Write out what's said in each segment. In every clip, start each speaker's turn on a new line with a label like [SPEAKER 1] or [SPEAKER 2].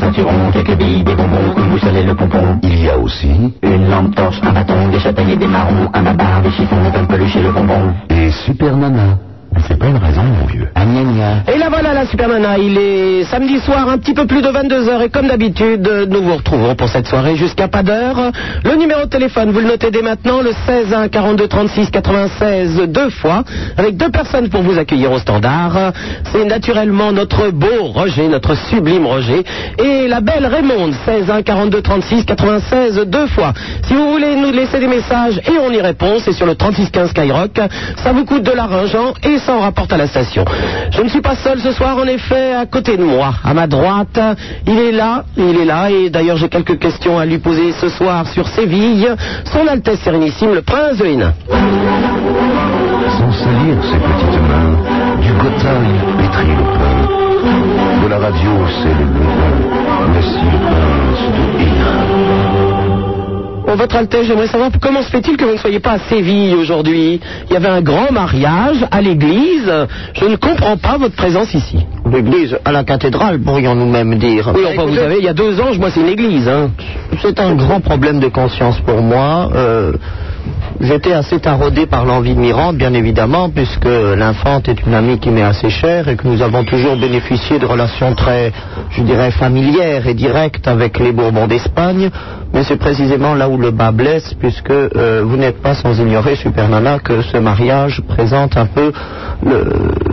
[SPEAKER 1] sortiront quelques billes, des bonbons, comme vous savez le pompon.
[SPEAKER 2] Il y a aussi
[SPEAKER 1] Une lampe torche, un bâton, des châtaigniers, des marrons, un babar, des chiffons, un peluche et le bonbon.
[SPEAKER 2] des super nanas. Mais c'est pas une raison, mon vieux.
[SPEAKER 1] Ah, gna, gna.
[SPEAKER 3] Et la voilà la Supermana, il est samedi soir un petit peu plus de 22h et comme d'habitude euh, nous vous retrouvons pour cette soirée jusqu'à pas d'heure. Le numéro de téléphone, vous le notez dès maintenant, le 16 1 42 36 96 deux fois avec deux personnes pour vous accueillir au standard. C'est naturellement notre beau Roger, notre sublime Roger et la belle Raymonde 16 1 42 36 96 deux fois. Si vous voulez nous laisser des messages et on y répond, c'est sur le 36 15 Skyrock. Ça vous coûte de l'argent et ça en rapporte à la station. Je ne suis pas seul ce soir, en effet, à côté de moi, à ma droite, il est là, il est là, et d'ailleurs j'ai quelques questions à lui poser ce soir sur Séville, son Altesse Sérénissime, le Prince de Hénin.
[SPEAKER 2] Sans salir ses petites mains, du Gotha il pétrit le pain. De la radio, c'est le levain. Mais si le prince de Hénin.
[SPEAKER 3] Bon, Votre Altesse, j'aimerais savoir comment se fait-il que vous ne soyez pas à Séville aujourd'hui Il y avait un grand mariage à l'église, je ne comprends pas votre présence ici.
[SPEAKER 4] L'église à la cathédrale, pourrions-nous même dire.
[SPEAKER 3] Oui, enfin, vous savez, il y a deux ans, je- moi c'est une église, hein.
[SPEAKER 4] C'est un grand problème de conscience pour moi. Euh, J'étais assez taraudé par l'envie de m'y rendre, bien évidemment, puisque l'infante est une amie qui m'est assez chère et que nous avons toujours bénéficié de relations très, je dirais, familières et directes avec les Bourbons d'Espagne. Mais c'est précisément là où le bas blesse, puisque euh, vous n'êtes pas sans ignorer, Super Nana, que ce mariage présente un peu le,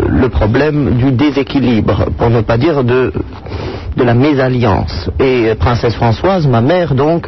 [SPEAKER 4] le problème du déséquilibre, pour ne pas dire de, de la mésalliance. Et euh, Princesse Françoise, ma mère donc,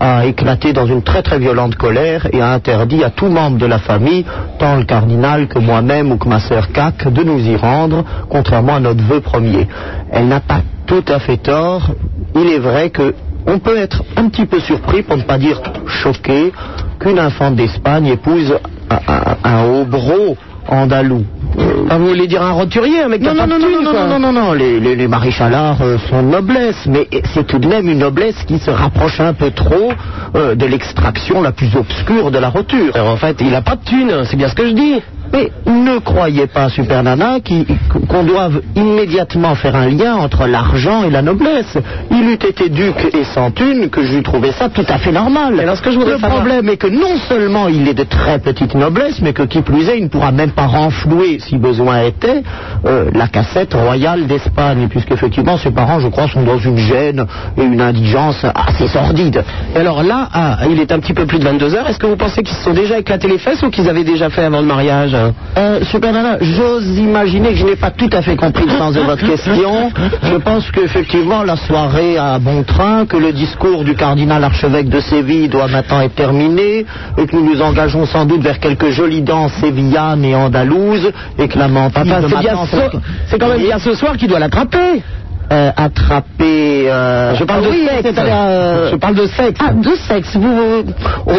[SPEAKER 4] a éclaté dans une très très violente colère et a interdit à tout membre de la famille, tant le cardinal que moi-même ou que ma sœur Cac, de nous y rendre, contrairement à notre vœu premier. Elle n'a pas tout à fait tort. Il est vrai que on peut être un petit peu surpris, pour ne pas dire choqué, qu'une infante d'Espagne épouse un, un- un hobro andalou. Euh,
[SPEAKER 3] Ah, vous voulez dire un roturier, un mec qui a
[SPEAKER 4] non,
[SPEAKER 3] pas
[SPEAKER 4] non,
[SPEAKER 3] de
[SPEAKER 4] non,
[SPEAKER 3] thune,
[SPEAKER 4] non, non,
[SPEAKER 3] quoi.
[SPEAKER 4] non, non, non, non, les, les, les maréchalards euh, sont de noblesse, mais c'est tout de même une noblesse qui se rapproche un peu trop euh, de l'extraction la plus obscure de la roture.
[SPEAKER 3] Alors, en fait, il n'a pas de thune, c'est bien ce que je dis.
[SPEAKER 4] Mais ne croyez pas, Super Nana, qui- qu'on doive immédiatement faire un lien entre l'argent et la noblesse. Il eût été duc et sans thune que j'eus trouvé ça tout à fait normal.
[SPEAKER 3] Alors, ce que je voudrais
[SPEAKER 4] Le
[SPEAKER 3] savoir-
[SPEAKER 4] problème est que non seulement il est de très petite noblesse, mais que qui plus est, il ne pourra même pas renflouer, si besoin était, euh, la cassette royale d'Espagne, puisqu'effectivement, ses parents, je crois, sont dans une gêne et une indigence assez sordides.
[SPEAKER 3] Ah, Et alors là, ah, il est un petit peu plus de 22 heures. Est-ce que vous pensez qu'ils se sont déjà éclatés les fesses ou qu'ils avaient déjà fait avant le mariage hein
[SPEAKER 4] Euh, Super Nana, j'ose imaginer que je n'ai pas tout à fait compris le sens de votre question. Je pense qu'effectivement, la soirée a bon train, que le discours du cardinal archevêque de Séville doit maintenant être terminé, et que nous nous engageons sans doute vers quelques jolies danses sévillanes et andalouses, et que la menthe
[SPEAKER 3] Enfin, Ah, c'est bien ce- c'est quand même bien ce soir qu'il doit l'attraper.
[SPEAKER 4] Euh, attraper... euh,
[SPEAKER 3] Je parle
[SPEAKER 4] ah
[SPEAKER 3] de
[SPEAKER 4] oui,
[SPEAKER 3] sexe.
[SPEAKER 4] c'est-à-dire, euh,
[SPEAKER 3] Je parle de sexe.
[SPEAKER 4] ah, de sexe, vous... vous- oh,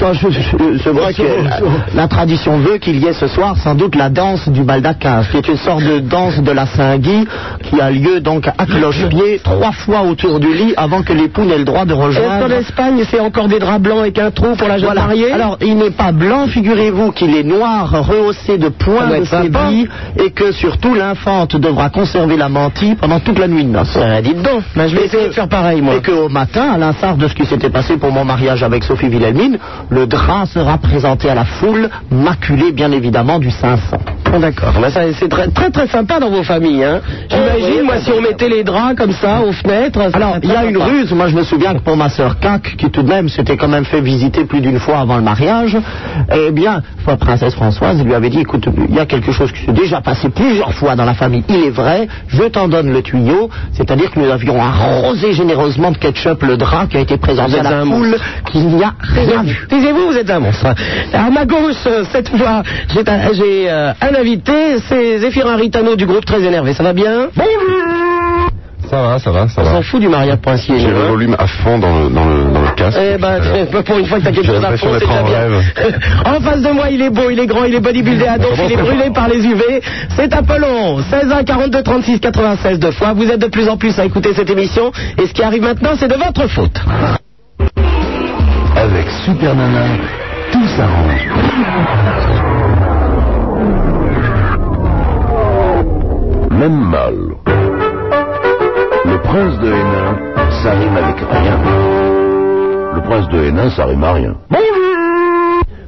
[SPEAKER 4] ça, je- je- c'est vrai que la, la tradition veut qu'il y ait ce soir sans doute la danse du baldaquin, qui est une sorte de danse de la Saint-Guy, qui a lieu donc à cloche-pied, trois fois autour du lit, avant que l'époux n'ait le droit de
[SPEAKER 3] Est-ce qu'en
[SPEAKER 4] rejoindre...
[SPEAKER 3] Espagne, c'est encore des draps blancs et qu'un trou pour la jeune
[SPEAKER 4] Voilà.
[SPEAKER 3] mariée
[SPEAKER 4] Alors, il n'est pas blanc, figurez-vous qu'il est noir, rehaussé de
[SPEAKER 3] Ça
[SPEAKER 4] points
[SPEAKER 3] doit
[SPEAKER 4] de
[SPEAKER 3] être
[SPEAKER 4] ses
[SPEAKER 3] sympa.
[SPEAKER 4] billes, et que surtout l'infante devra conserver la mantille pendant toute la nuit de noces.
[SPEAKER 3] Bah, dites donc. Ben, je vais
[SPEAKER 4] Et
[SPEAKER 3] essayer
[SPEAKER 4] que-
[SPEAKER 3] de faire pareil, moi.
[SPEAKER 4] Et qu'au matin, à l'instar de ce qui s'était passé pour mon mariage avec Sophie Wilhelmine, le drap sera présenté à la foule, maculé bien évidemment du 500.
[SPEAKER 3] Bon, D'accord. Ben, ça, c'est très, très très sympa dans vos familles. Hein. J'imagine, moi, si on mettait les draps comme ça aux fenêtres. ça
[SPEAKER 4] Alors,
[SPEAKER 3] serait
[SPEAKER 4] il y a
[SPEAKER 3] très
[SPEAKER 4] une
[SPEAKER 3] sympa.
[SPEAKER 4] ruse. Moi, je me souviens que pour ma sœur Cac, qui tout de même s'était quand même fait visiter plus d'une fois avant le mariage, eh bien, la princesse Françoise lui avait dit, écoute, il y a quelque chose qui s'est déjà passé plusieurs fois dans la famille. Il est vrai, je t'en donne le tuyau, c'est-à-dire que nous avions arrosé généreusement de ketchup le drap qui a été présenté à
[SPEAKER 3] Vous êtes
[SPEAKER 4] la
[SPEAKER 3] un
[SPEAKER 4] foule, qu'il n'y a rien vu.
[SPEAKER 3] Taisez-vous, vous êtes un monstre. À ma gauche, euh, cette fois, j'ai un, j'ai, euh, un invité, c'est Zéphirin Ritano du groupe Très Énervé. Ça va bien
[SPEAKER 2] Ça va, ça va, ça
[SPEAKER 3] On s'en fout du mariage princier.
[SPEAKER 2] J'ai le volume à fond dans le, dans le, dans le casque.
[SPEAKER 3] Eh ben, pour une fois que t'as quelque
[SPEAKER 2] J'ai
[SPEAKER 3] chose à
[SPEAKER 2] l'impression
[SPEAKER 3] fond, c'est
[SPEAKER 2] d'être
[SPEAKER 3] déjà
[SPEAKER 2] en
[SPEAKER 3] bien. en face de moi, il est beau, il est grand, il est bodybuildé à donc,
[SPEAKER 2] Comment
[SPEAKER 3] il est
[SPEAKER 2] c'est
[SPEAKER 3] brûlé par les UV. C'est Apollon, 16 1 42 36 96 deux fois. Vous êtes de plus en plus à écouter cette émission et ce qui arrive maintenant, c'est de votre faute.
[SPEAKER 2] Avec Super Nana, tout s'arrange. Même mal. Le prince de Hénin, ça rime avec rien. Le prince de Hénin, ça rime à rien.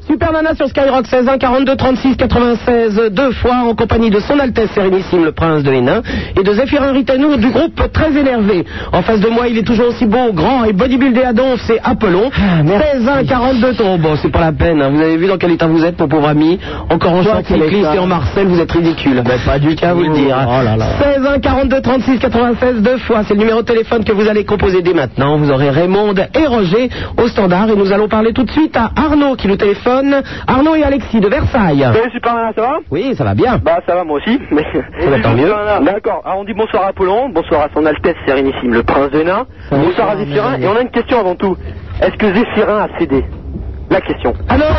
[SPEAKER 3] Super Nana sur Skyrock 16 1 42 36 96 deux fois en compagnie de son Altesse Sérénissime le Prince de Hénin et de Zéphirin Ritanou du groupe Très Énervé. En face de moi, il est toujours aussi beau, grand et bodybuildé à donf, c'est Apollon. 16 1 42 ton- oh, Bon, c'est pas la peine, hein. vous avez vu dans quel état vous êtes, mon pauvre ami. Encore en
[SPEAKER 4] Toi,
[SPEAKER 3] chant
[SPEAKER 4] quel
[SPEAKER 3] cycliste
[SPEAKER 4] état
[SPEAKER 3] et en Marcel, vous êtes ridicule.
[SPEAKER 4] Mais Ben, pas du
[SPEAKER 3] Je tiens à vous le
[SPEAKER 4] tout.
[SPEAKER 3] dire. hein.
[SPEAKER 4] Oh là là.
[SPEAKER 3] 16 1 42 36 96 deux fois. C'est le numéro de téléphone que vous allez composer dès maintenant. Vous aurez Raymond et Roger au standard et nous allons parler tout de suite à Arnaud qui nous téléphone. Arnaud et Alexis de Versailles.
[SPEAKER 5] Salut Superman, ça va
[SPEAKER 3] Oui, ça va bien.
[SPEAKER 5] Bah ça va moi aussi, mais...
[SPEAKER 3] va, tant mieux.
[SPEAKER 5] D'accord, alors on dit bonsoir à Apollon, bonsoir à son Altesse Sérénissime, le Prince de Hénin,
[SPEAKER 3] Salut,
[SPEAKER 5] bonsoir à
[SPEAKER 3] Superman.
[SPEAKER 5] Zéphirin, et on a une question avant tout. Est-ce que Zéphirin a cédé La question.
[SPEAKER 3] Alors,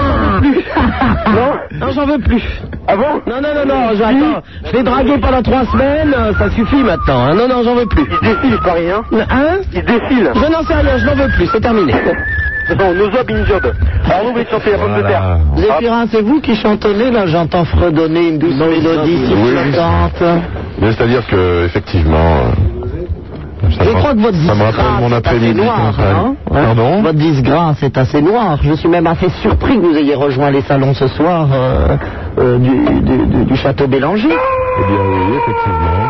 [SPEAKER 5] Non
[SPEAKER 3] non, j'en veux plus.
[SPEAKER 5] Ah bon
[SPEAKER 3] Non, non, non, non, j'attends. Je l'ai dragué pendant trois semaines, euh, ça suffit maintenant. hein. Non, non, j'en veux plus.
[SPEAKER 5] Il se défile, Paris, hein
[SPEAKER 3] Hein
[SPEAKER 5] Il se défile
[SPEAKER 3] Je n'en sais rien, je n'en veux plus, c'est terminé.
[SPEAKER 5] Non, no job in job. Alors vous sur téléphone de terre.
[SPEAKER 2] Voilà.
[SPEAKER 4] Zéphirin, c'est vous qui chantonnez, là j'entends fredonner une douce mélodie si
[SPEAKER 2] oui.
[SPEAKER 4] flottante.
[SPEAKER 2] Mais c'est-à-dire que, effectivement. euh, Ça
[SPEAKER 4] Je
[SPEAKER 2] me-
[SPEAKER 4] crois que votre
[SPEAKER 2] Ça me rappelle
[SPEAKER 4] disgrâce
[SPEAKER 2] mon
[SPEAKER 4] est assez
[SPEAKER 2] après-midi.
[SPEAKER 4] noir,
[SPEAKER 2] quand même.
[SPEAKER 4] hein
[SPEAKER 2] Pardon
[SPEAKER 4] Votre disgrâce est assez noire. Je suis même assez surpris que vous ayez rejoint les salons ce soir euh, euh, du, du- du- du château Bélanger.
[SPEAKER 2] Eh bien oui, effectivement.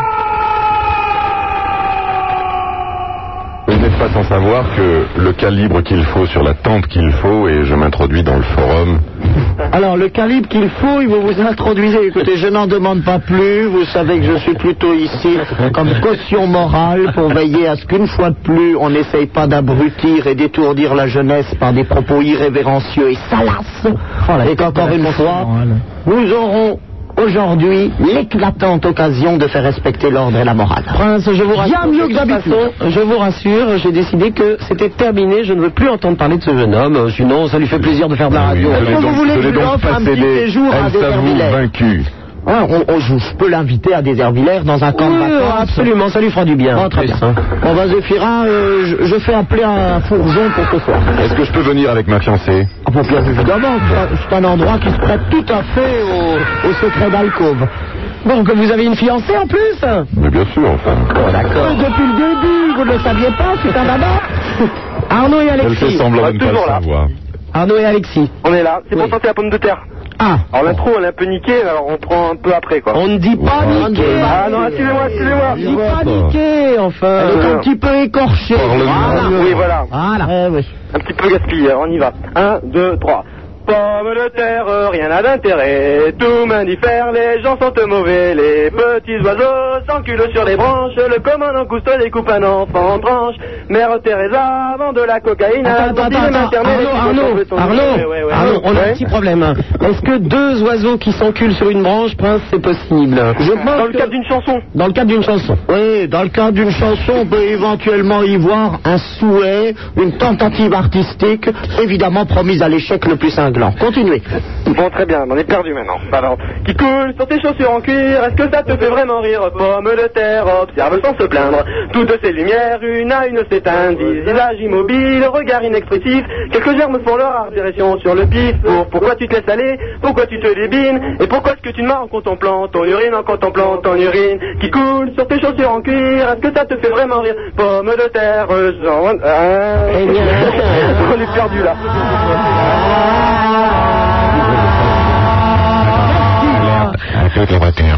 [SPEAKER 2] Vous n'êtes pas sans savoir que le calibre qu'il faut sur la tente qu'il faut, et je m'introduis dans le forum,
[SPEAKER 4] Alors, le calibre qu'il faut, il vous vous introduisez. Écoutez, je n'en demande pas plus. Vous savez que je suis plutôt ici comme caution morale pour veiller à ce qu'une fois de plus, on n'essaye pas d'abrutir et d'étourdir la jeunesse par des propos irrévérencieux et salaces.
[SPEAKER 3] Oh,
[SPEAKER 4] et qu'encore une fois, nous aurons aujourd'hui l'éclatante occasion de faire respecter l'ordre et la morale.
[SPEAKER 3] Prince, je vous rassure.
[SPEAKER 4] Bien mieux
[SPEAKER 3] de
[SPEAKER 4] que
[SPEAKER 3] toute
[SPEAKER 4] d'habitude.
[SPEAKER 3] façon, Je vous rassure, j'ai décidé que c'était terminé. Je ne veux plus entendre parler de ce jeune homme. Euh, Sinon, ça lui fait plaisir de faire de la radio.
[SPEAKER 2] je l'ai
[SPEAKER 4] que
[SPEAKER 2] donc,
[SPEAKER 4] vous voulez
[SPEAKER 2] je l'ai
[SPEAKER 4] que je
[SPEAKER 2] donc
[SPEAKER 4] l'offre
[SPEAKER 2] pas
[SPEAKER 4] un petit
[SPEAKER 2] cédé.
[SPEAKER 4] séjour à
[SPEAKER 2] Elle
[SPEAKER 4] des
[SPEAKER 2] s'avoue
[SPEAKER 4] Vervillers
[SPEAKER 2] vaincue.
[SPEAKER 4] Hein, on, on- je, je peux l'inviter à Déservillers dans un camp de
[SPEAKER 3] Oui,
[SPEAKER 4] vacances.
[SPEAKER 3] absolument, ça lui fera du bien.
[SPEAKER 4] Ah, très bien. Bon, bah, Zéphirin, euh, je, je fais appeler un fourgon pour ce soir.
[SPEAKER 2] Est-ce que je peux venir avec ma fiancée
[SPEAKER 4] Ah, bon, bien évidemment, c'est- c'est un endroit qui se prête tout à fait au, au secret d'alcôve.
[SPEAKER 3] Bon, que vous avez une fiancée en plus
[SPEAKER 2] Mais bien sûr, enfin.
[SPEAKER 4] D'accord. Depuis le début, vous ne le saviez pas, c'est un baba.
[SPEAKER 3] Arnaud et
[SPEAKER 2] Elle fait
[SPEAKER 3] Alexis.
[SPEAKER 2] semblant de ne pas le
[SPEAKER 5] toujours là.
[SPEAKER 2] savoir.
[SPEAKER 3] Arnaud et Alexis.
[SPEAKER 5] On est là, c'est
[SPEAKER 3] Oui.
[SPEAKER 5] pour tenter la pomme de terre.
[SPEAKER 3] Ah,
[SPEAKER 5] Alors l'intro, elle est un peu niquée, alors on prend un peu après, quoi.
[SPEAKER 3] on ne dit pas
[SPEAKER 2] Ouais.
[SPEAKER 3] niqué.
[SPEAKER 5] Ah non, excusez-moi, excusez-moi
[SPEAKER 3] On ne dit
[SPEAKER 2] Ouais.
[SPEAKER 3] pas niqué, enfin.
[SPEAKER 5] Elle est
[SPEAKER 4] Un petit peu écorché.
[SPEAKER 2] Parle-moi.
[SPEAKER 5] Oui, voilà.
[SPEAKER 3] Voilà.
[SPEAKER 4] Eh oui.
[SPEAKER 5] Un petit peu gaspillé, on y va. 1, 2, 3. Pomme de terre, euh, rien n'a d'intérêt, tout m'indiffère, les gens sont mauvais, les petits oiseaux s'enculent sur les branches, le commandant Cousteau découpe un enfant en tranches, mère Teresa vend de la cocaïne, à
[SPEAKER 3] Attends, attends, attends, attends. Arnaud, Arnaud, Arnaud, Arnaud, on a un petit problème. Est-ce que deux oiseaux qui s'enculent sur une branche, Prince, c'est possible Je pense
[SPEAKER 5] Dans le
[SPEAKER 3] que-
[SPEAKER 5] cadre d'une chanson.
[SPEAKER 3] dans le cadre d'une chanson.
[SPEAKER 4] Oui, dans le cadre d'une chanson, on peut éventuellement y voir un souhait, une tentative artistique, évidemment promise à l'échec le plus cinglant. Continuez.
[SPEAKER 5] Bon, très bien, on est perdu maintenant. Alors, qui coule sur tes chaussures en cuir, est-ce que ça te fait vraiment rire Pomme de terre, observe sans se plaindre. Toutes ces lumières, une à une s'éteignent. Dix visages immobiles, regard inexpressif. Quelques germes font leur ardition sur le pif. Pour, pourquoi tu te laisses aller Pourquoi tu te débines Et pourquoi est-ce que tu ne marres en contemplant ton urine, en contemplant ton urine Qui coule sur tes chaussures en cuir, est-ce que ça te fait vraiment rire Pomme de terre, j'en... Ah. on est perdu là.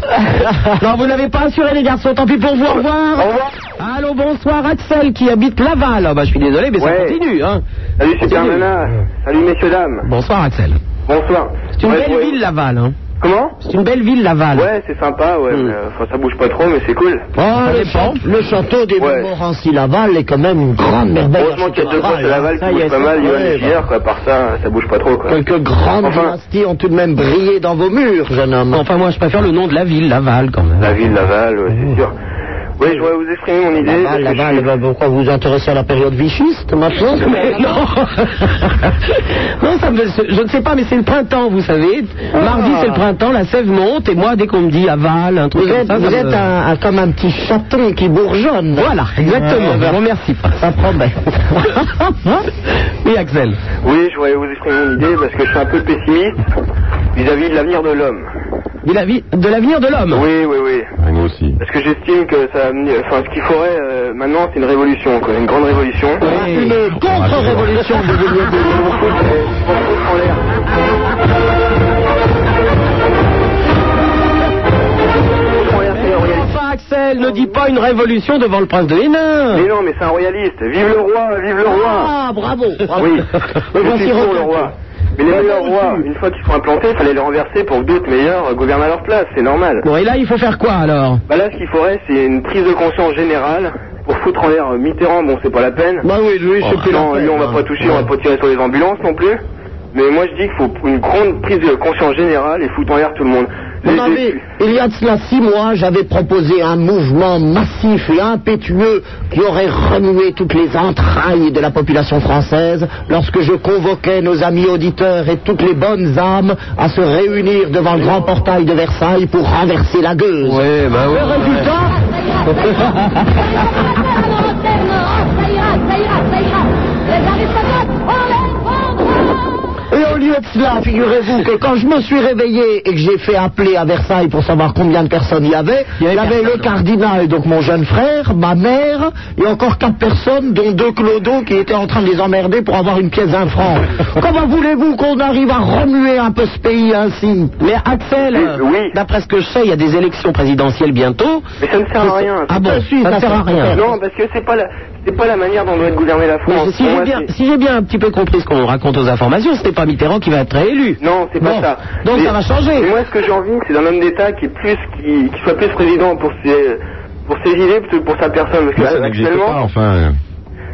[SPEAKER 3] non, vous n'avez pas assuré les garçons, tant pis pour vous, au revoir.
[SPEAKER 5] Au revoir.
[SPEAKER 3] Allô, bonsoir, Axel qui habite Laval. Ah, bah, je suis désolé, mais ça
[SPEAKER 5] Ouais.
[SPEAKER 3] continue. Hein.
[SPEAKER 5] Salut
[SPEAKER 3] Continue.
[SPEAKER 5] Super Nana. Salut messieurs dames.
[SPEAKER 3] Bonsoir, Axel.
[SPEAKER 5] Bonsoir.
[SPEAKER 3] C'est une
[SPEAKER 5] Ouais,
[SPEAKER 3] belle
[SPEAKER 5] ouais.
[SPEAKER 3] ville, Laval. Hein.
[SPEAKER 5] Comment
[SPEAKER 3] C'est une belle ville, Laval. Hmm.
[SPEAKER 5] Ouais, c'est sympa, ouais. mais, euh, enfin, ça bouge pas trop, mais c'est cool.
[SPEAKER 4] Oh, le,
[SPEAKER 3] dépend.
[SPEAKER 4] château- le château des
[SPEAKER 5] Ouais.
[SPEAKER 4] Montmorency-Laval est quand même une grande merveille.
[SPEAKER 5] Heureusement qu'il y a deux postes à Laval
[SPEAKER 4] Ça
[SPEAKER 5] qui
[SPEAKER 4] Ah, y
[SPEAKER 5] bougent
[SPEAKER 4] est,
[SPEAKER 5] pas
[SPEAKER 4] ça
[SPEAKER 5] mal, Yoann
[SPEAKER 4] relève.
[SPEAKER 5] et Pierre, quoi. Par ça, ça bouge pas trop, quoi.
[SPEAKER 4] Quelques grandes
[SPEAKER 5] Enfin.
[SPEAKER 4] dynasties ont tout de même brillé dans vos murs, jeune homme.
[SPEAKER 3] Enfin, moi, je préfère le nom de la ville, Laval, quand même.
[SPEAKER 5] euh, La ville, Laval, ouais, c'est sûr. Oui, je voudrais vous exprimer mon idée. parce
[SPEAKER 4] Laval,
[SPEAKER 5] que
[SPEAKER 4] Laval,
[SPEAKER 5] je suis-
[SPEAKER 4] ben, pourquoi vous vous intéressez à la période vichiste maintenant
[SPEAKER 3] Mais non Non, ça me, je ne sais pas, mais c'est le printemps, vous savez. Mardi, c'est le printemps, la sève monte, et moi, dès qu'on me dit Laval, un
[SPEAKER 4] Vous
[SPEAKER 3] truc comme
[SPEAKER 4] êtes,
[SPEAKER 3] ça,
[SPEAKER 4] vous
[SPEAKER 3] ça
[SPEAKER 4] êtes
[SPEAKER 3] me-
[SPEAKER 4] un, un- comme un petit chaton qui bourgeonne.
[SPEAKER 3] Voilà, exactement.
[SPEAKER 4] Ah,
[SPEAKER 3] je
[SPEAKER 4] ben,
[SPEAKER 3] vous remercie pas.
[SPEAKER 4] Ça promet.
[SPEAKER 3] oui, Axel.
[SPEAKER 5] Oui, je voudrais vous exprimer mon idée parce que je suis un peu pessimiste vis-à-vis de l'avenir de l'homme.
[SPEAKER 3] de la vie- de l'avenir de l'homme.
[SPEAKER 5] Oui, oui, oui.
[SPEAKER 2] Ah, nous aussi.
[SPEAKER 5] Parce que j'estime que ça, a amené- enfin, ce qu'il faudrait euh, maintenant, c'est une révolution, quoi, une grande révolution.
[SPEAKER 3] Oui.
[SPEAKER 4] Contre-révolution de William
[SPEAKER 3] Ah
[SPEAKER 4] Defoe.
[SPEAKER 3] Enfin, Axel, ne dis pas une révolution devant le prince de Hénin.
[SPEAKER 5] Mais non, mais c'est un royaliste. Vive le roi, vive le roi.
[SPEAKER 3] Ah, bravo. bravo.
[SPEAKER 5] Oui,
[SPEAKER 3] Le
[SPEAKER 5] je
[SPEAKER 3] bon
[SPEAKER 5] suis
[SPEAKER 3] petit
[SPEAKER 5] pour le
[SPEAKER 3] requin.
[SPEAKER 5] roi. Mais les meilleurs rois, une fois qu'ils sont implantés, il fallait les renverser pour que d'autres meilleurs euh, gouvernent à leur place, c'est normal.
[SPEAKER 3] Bon, et là, il faut faire quoi alors
[SPEAKER 5] Bah là, ce qu'il faudrait, c'est une prise de conscience générale pour foutre en l'air euh, Mitterrand, bon, c'est pas la peine.
[SPEAKER 4] Bah oui, lui,
[SPEAKER 5] Oh,
[SPEAKER 4] c'est plus
[SPEAKER 5] non,
[SPEAKER 4] la
[SPEAKER 5] lui, on va
[SPEAKER 4] peine,
[SPEAKER 5] pas
[SPEAKER 4] hein.
[SPEAKER 5] toucher, on va pas tirer sur les ambulances non plus. Mais moi, je dis qu'il faut une grande prise de conscience générale et foutre en l'air tout le monde.
[SPEAKER 4] Vous
[SPEAKER 5] Les
[SPEAKER 4] m'avez-
[SPEAKER 5] élus.
[SPEAKER 4] il y a de cela six mois, j'avais proposé un mouvement massif et impétueux qui aurait remué toutes les entrailles de la population française lorsque je convoquais nos amis auditeurs et toutes les bonnes âmes à se réunir devant le grand portail de Versailles pour renverser la gueuse.
[SPEAKER 2] Ouais, bah ouais.
[SPEAKER 4] Le résultat Et au lieu de cela, figurez-vous que quand je me suis réveillé et que j'ai fait appeler à Versailles pour savoir combien de personnes il y avait, il y avait, le cardinal, donc mon jeune frère, ma mère, et encore quatre personnes, dont deux clodos qui étaient en train de les emmerder pour avoir une pièce d'un franc. Comment voulez-vous qu'on arrive à remuer un peu ce pays ainsi
[SPEAKER 3] Mais Axel,
[SPEAKER 5] Oui,
[SPEAKER 3] euh,
[SPEAKER 5] oui.
[SPEAKER 3] d'après ce que je sais, il y a des élections présidentielles bientôt.
[SPEAKER 5] Mais ça ne sert à rien.
[SPEAKER 3] Ah bon,
[SPEAKER 4] Je suis
[SPEAKER 3] ça ne sert à
[SPEAKER 4] d'accord.
[SPEAKER 3] rien.
[SPEAKER 5] Non, parce que c'est pas la, c'est pas la manière dont doit être gouvernée la
[SPEAKER 3] Mais
[SPEAKER 5] France.
[SPEAKER 3] si
[SPEAKER 5] Pour
[SPEAKER 3] j'ai
[SPEAKER 5] moi,
[SPEAKER 3] bien,
[SPEAKER 5] c'est-
[SPEAKER 3] si j'ai bien un petit peu compris ce qu'on raconte aux informations, ce n'est pas Mitterrand qui va être réélu.
[SPEAKER 5] Non, c'est pas
[SPEAKER 3] Bon,
[SPEAKER 5] ça.
[SPEAKER 3] donc
[SPEAKER 5] Mais-
[SPEAKER 3] ça va changer.
[SPEAKER 5] mais Moi, ce que j'ai envie, c'est d'un homme d'État qui est plus, qui, qui soit plus président pour ses, pour ses idées plutôt que pour sa personne. Parce que
[SPEAKER 2] Ça n'existe
[SPEAKER 5] actuellement,
[SPEAKER 2] pas, enfin.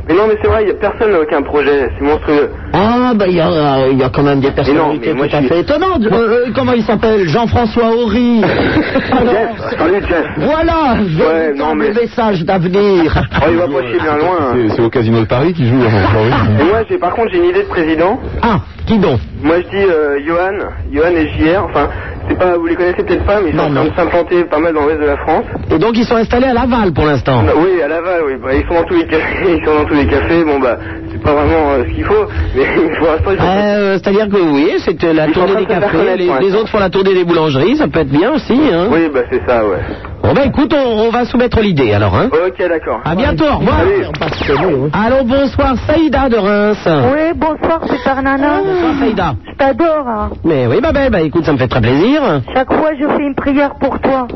[SPEAKER 5] mais non, mais c'est vrai, il y a personne n'a aucun projet. C'est monstrueux.
[SPEAKER 4] Ah, ben il y, a- il y a quand même des personnalités
[SPEAKER 5] mais moi,
[SPEAKER 4] tout à
[SPEAKER 5] je suis-
[SPEAKER 4] fait étonnantes. Euh, euh, comment il s'appelle Jean-François Horry.
[SPEAKER 5] Jeff, salut Jeff.
[SPEAKER 4] Voilà, véritable
[SPEAKER 5] non, mais-
[SPEAKER 4] message d'avenir.
[SPEAKER 5] Oh, il va pas chier bien loin. hein.
[SPEAKER 2] C'est c'est au Casino de Paris qui joue. hein, encore une.
[SPEAKER 5] Et moi, j'ai, par contre, j'ai une idée de président.
[SPEAKER 4] Ah, qui donc
[SPEAKER 5] Moi, je dis euh, Johan, Johan et JR. Enfin, c'est pas, vous les connaissez peut-être pas, mais ils sont
[SPEAKER 4] Non,
[SPEAKER 5] en train
[SPEAKER 4] non.
[SPEAKER 5] de s'implanter pas mal dans l'ouest de la France.
[SPEAKER 3] Et donc ils sont installés à Laval pour l'instant.
[SPEAKER 5] Bah oui, à Laval, oui. Bah, ils sont dans tous les cafés, ils sont dans tous les cafés. Bon, bah, c'est pas vraiment euh, ce qu'il faut, mais pour l'instant, ils sont
[SPEAKER 3] Euh, C'est-à-dire que oui, c'est euh, la
[SPEAKER 5] Ils sont
[SPEAKER 3] tournée
[SPEAKER 5] en train
[SPEAKER 3] des
[SPEAKER 5] de se faire
[SPEAKER 3] cafés,
[SPEAKER 5] connaître,
[SPEAKER 3] les,
[SPEAKER 5] ouais.
[SPEAKER 3] les autres font la tournée des boulangeries, ça peut être bien aussi. Hein.
[SPEAKER 5] Oui, bah c'est ça, ouais.
[SPEAKER 3] Bon ben écoute, on, on va soumettre l'idée alors. Hein.
[SPEAKER 5] Ouais, ok, d'accord.
[SPEAKER 3] À bientôt, au revoir.
[SPEAKER 5] Allez.
[SPEAKER 3] Allô, bonsoir, Saïda de Reims.
[SPEAKER 6] Oui, bonsoir, super nana.
[SPEAKER 3] Bonsoir, Saïda.
[SPEAKER 6] Je t'adore. hein.
[SPEAKER 3] Mais oui, Babel, bah écoute, ça me fait très plaisir.
[SPEAKER 6] Chaque fois, je fais une prière pour toi.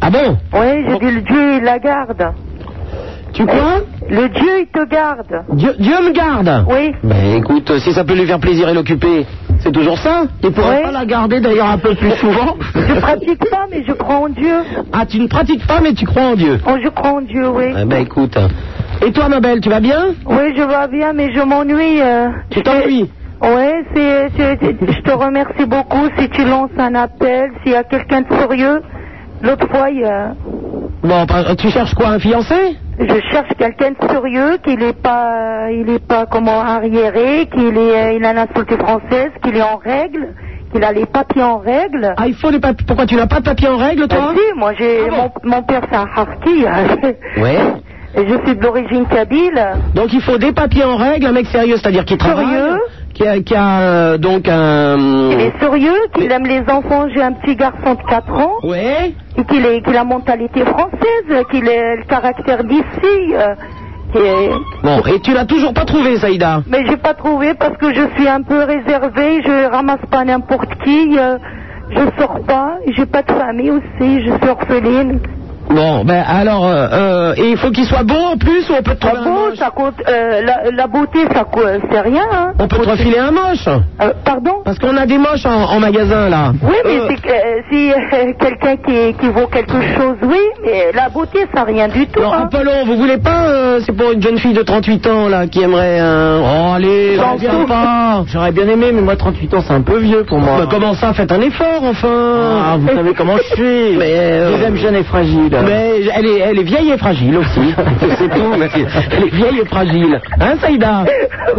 [SPEAKER 3] Ah bon
[SPEAKER 6] Oui, je dis le Dieu, il la garde.
[SPEAKER 3] Tu crois
[SPEAKER 6] Le Dieu, il te garde.
[SPEAKER 3] Dieu, Dieu me garde
[SPEAKER 6] Oui.
[SPEAKER 3] Ben écoute, euh, si ça peut lui faire plaisir et l'occuper, c'est toujours ça Il pourrait
[SPEAKER 6] Oui.
[SPEAKER 3] pas la garder d'ailleurs un peu plus souvent
[SPEAKER 6] Je pratique pas, mais je crois en Dieu.
[SPEAKER 3] Ah, tu ne pratiques pas mais tu crois en Dieu
[SPEAKER 6] Oh, je crois en Dieu, oui.
[SPEAKER 3] Eh Ben écoute. Et toi, ma belle, tu vas bien
[SPEAKER 6] Oui, je vais bien, mais je m'ennuie. euh.
[SPEAKER 3] Tu t'ennuies
[SPEAKER 6] Ouais, c'est, c'est- c'est- je te remercie beaucoup si tu lances un appel, s'il y a quelqu'un de sérieux. L'autre fois, il y a-
[SPEAKER 3] Bon, par- tu cherches quoi, un fiancé
[SPEAKER 6] je cherche quelqu'un de sérieux, qu'il est pas, il est pas comment arriéré, qu'il est, euh, il a la nationalité française, qu'il est en règle, qu'il a les papiers en règle.
[SPEAKER 3] Ah, il faut les papiers. Pourquoi tu n'as pas de papier en règle,
[SPEAKER 6] Bah,
[SPEAKER 3] toi
[SPEAKER 6] si, moi j'ai,
[SPEAKER 3] Ah bon
[SPEAKER 6] mon, mon père c'est un harki. hein.
[SPEAKER 3] Ouais.
[SPEAKER 6] Et je suis d'origine kabyle.
[SPEAKER 3] Donc il faut des papiers en règle, un mec sérieux, c'est-à-dire qui travaille,
[SPEAKER 6] Sérieux
[SPEAKER 3] qui a, qui a, euh, donc un...
[SPEAKER 6] Il est sérieux, qu'il aime les enfants. J'ai un petit garçon de 4 ans.
[SPEAKER 3] Ouais
[SPEAKER 6] et qu'il ait qu'il a la mentalité française, qu'il ait le caractère d'ici. euh, qui est-
[SPEAKER 3] Bon, et tu l'as toujours pas trouvé, Saïda
[SPEAKER 6] Mais j'ai pas trouvé parce que je suis un peu réservée, je ramasse pas n'importe qui, euh, je sors pas, j'ai pas de famille aussi, je suis orpheline.
[SPEAKER 3] Bon, ben alors, euh, euh, et il faut qu'il soit beau en plus ou on peut te
[SPEAKER 6] Ah
[SPEAKER 3] trouver un
[SPEAKER 6] bon,
[SPEAKER 3] moche
[SPEAKER 6] ça coûte, euh, la, la beauté, ça coûte, c'est rien. hein.
[SPEAKER 3] On peut te refiler un moche
[SPEAKER 6] Euh, pardon
[SPEAKER 3] Parce qu'on a des moches en, en magasin là.
[SPEAKER 6] Oui, mais
[SPEAKER 3] Euh,
[SPEAKER 6] c'est que, euh, si euh, quelqu'un qui, qui vaut quelque chose, oui, mais la beauté, ça rien du tout.
[SPEAKER 3] Alors,
[SPEAKER 6] hein.
[SPEAKER 3] Apollon, Ah, vous voulez pas euh, C'est pour une jeune fille de 38 ans là qui aimerait un. Oh allez,
[SPEAKER 4] J'en
[SPEAKER 3] j'en viens
[SPEAKER 4] fous.
[SPEAKER 3] pas.
[SPEAKER 4] J'aurais bien aimé, mais moi 38 ans c'est un peu vieux pour moi.
[SPEAKER 3] Bah, comment ça Faites un effort enfin.
[SPEAKER 4] Ah, vous savez comment je suis.
[SPEAKER 3] Mais, euh,
[SPEAKER 4] Je les aime jeunes et fragiles.
[SPEAKER 3] Mais elle est, elle est vieille et fragile aussi. c'est tout. mais Elle est vieille et fragile. Hein, Saïda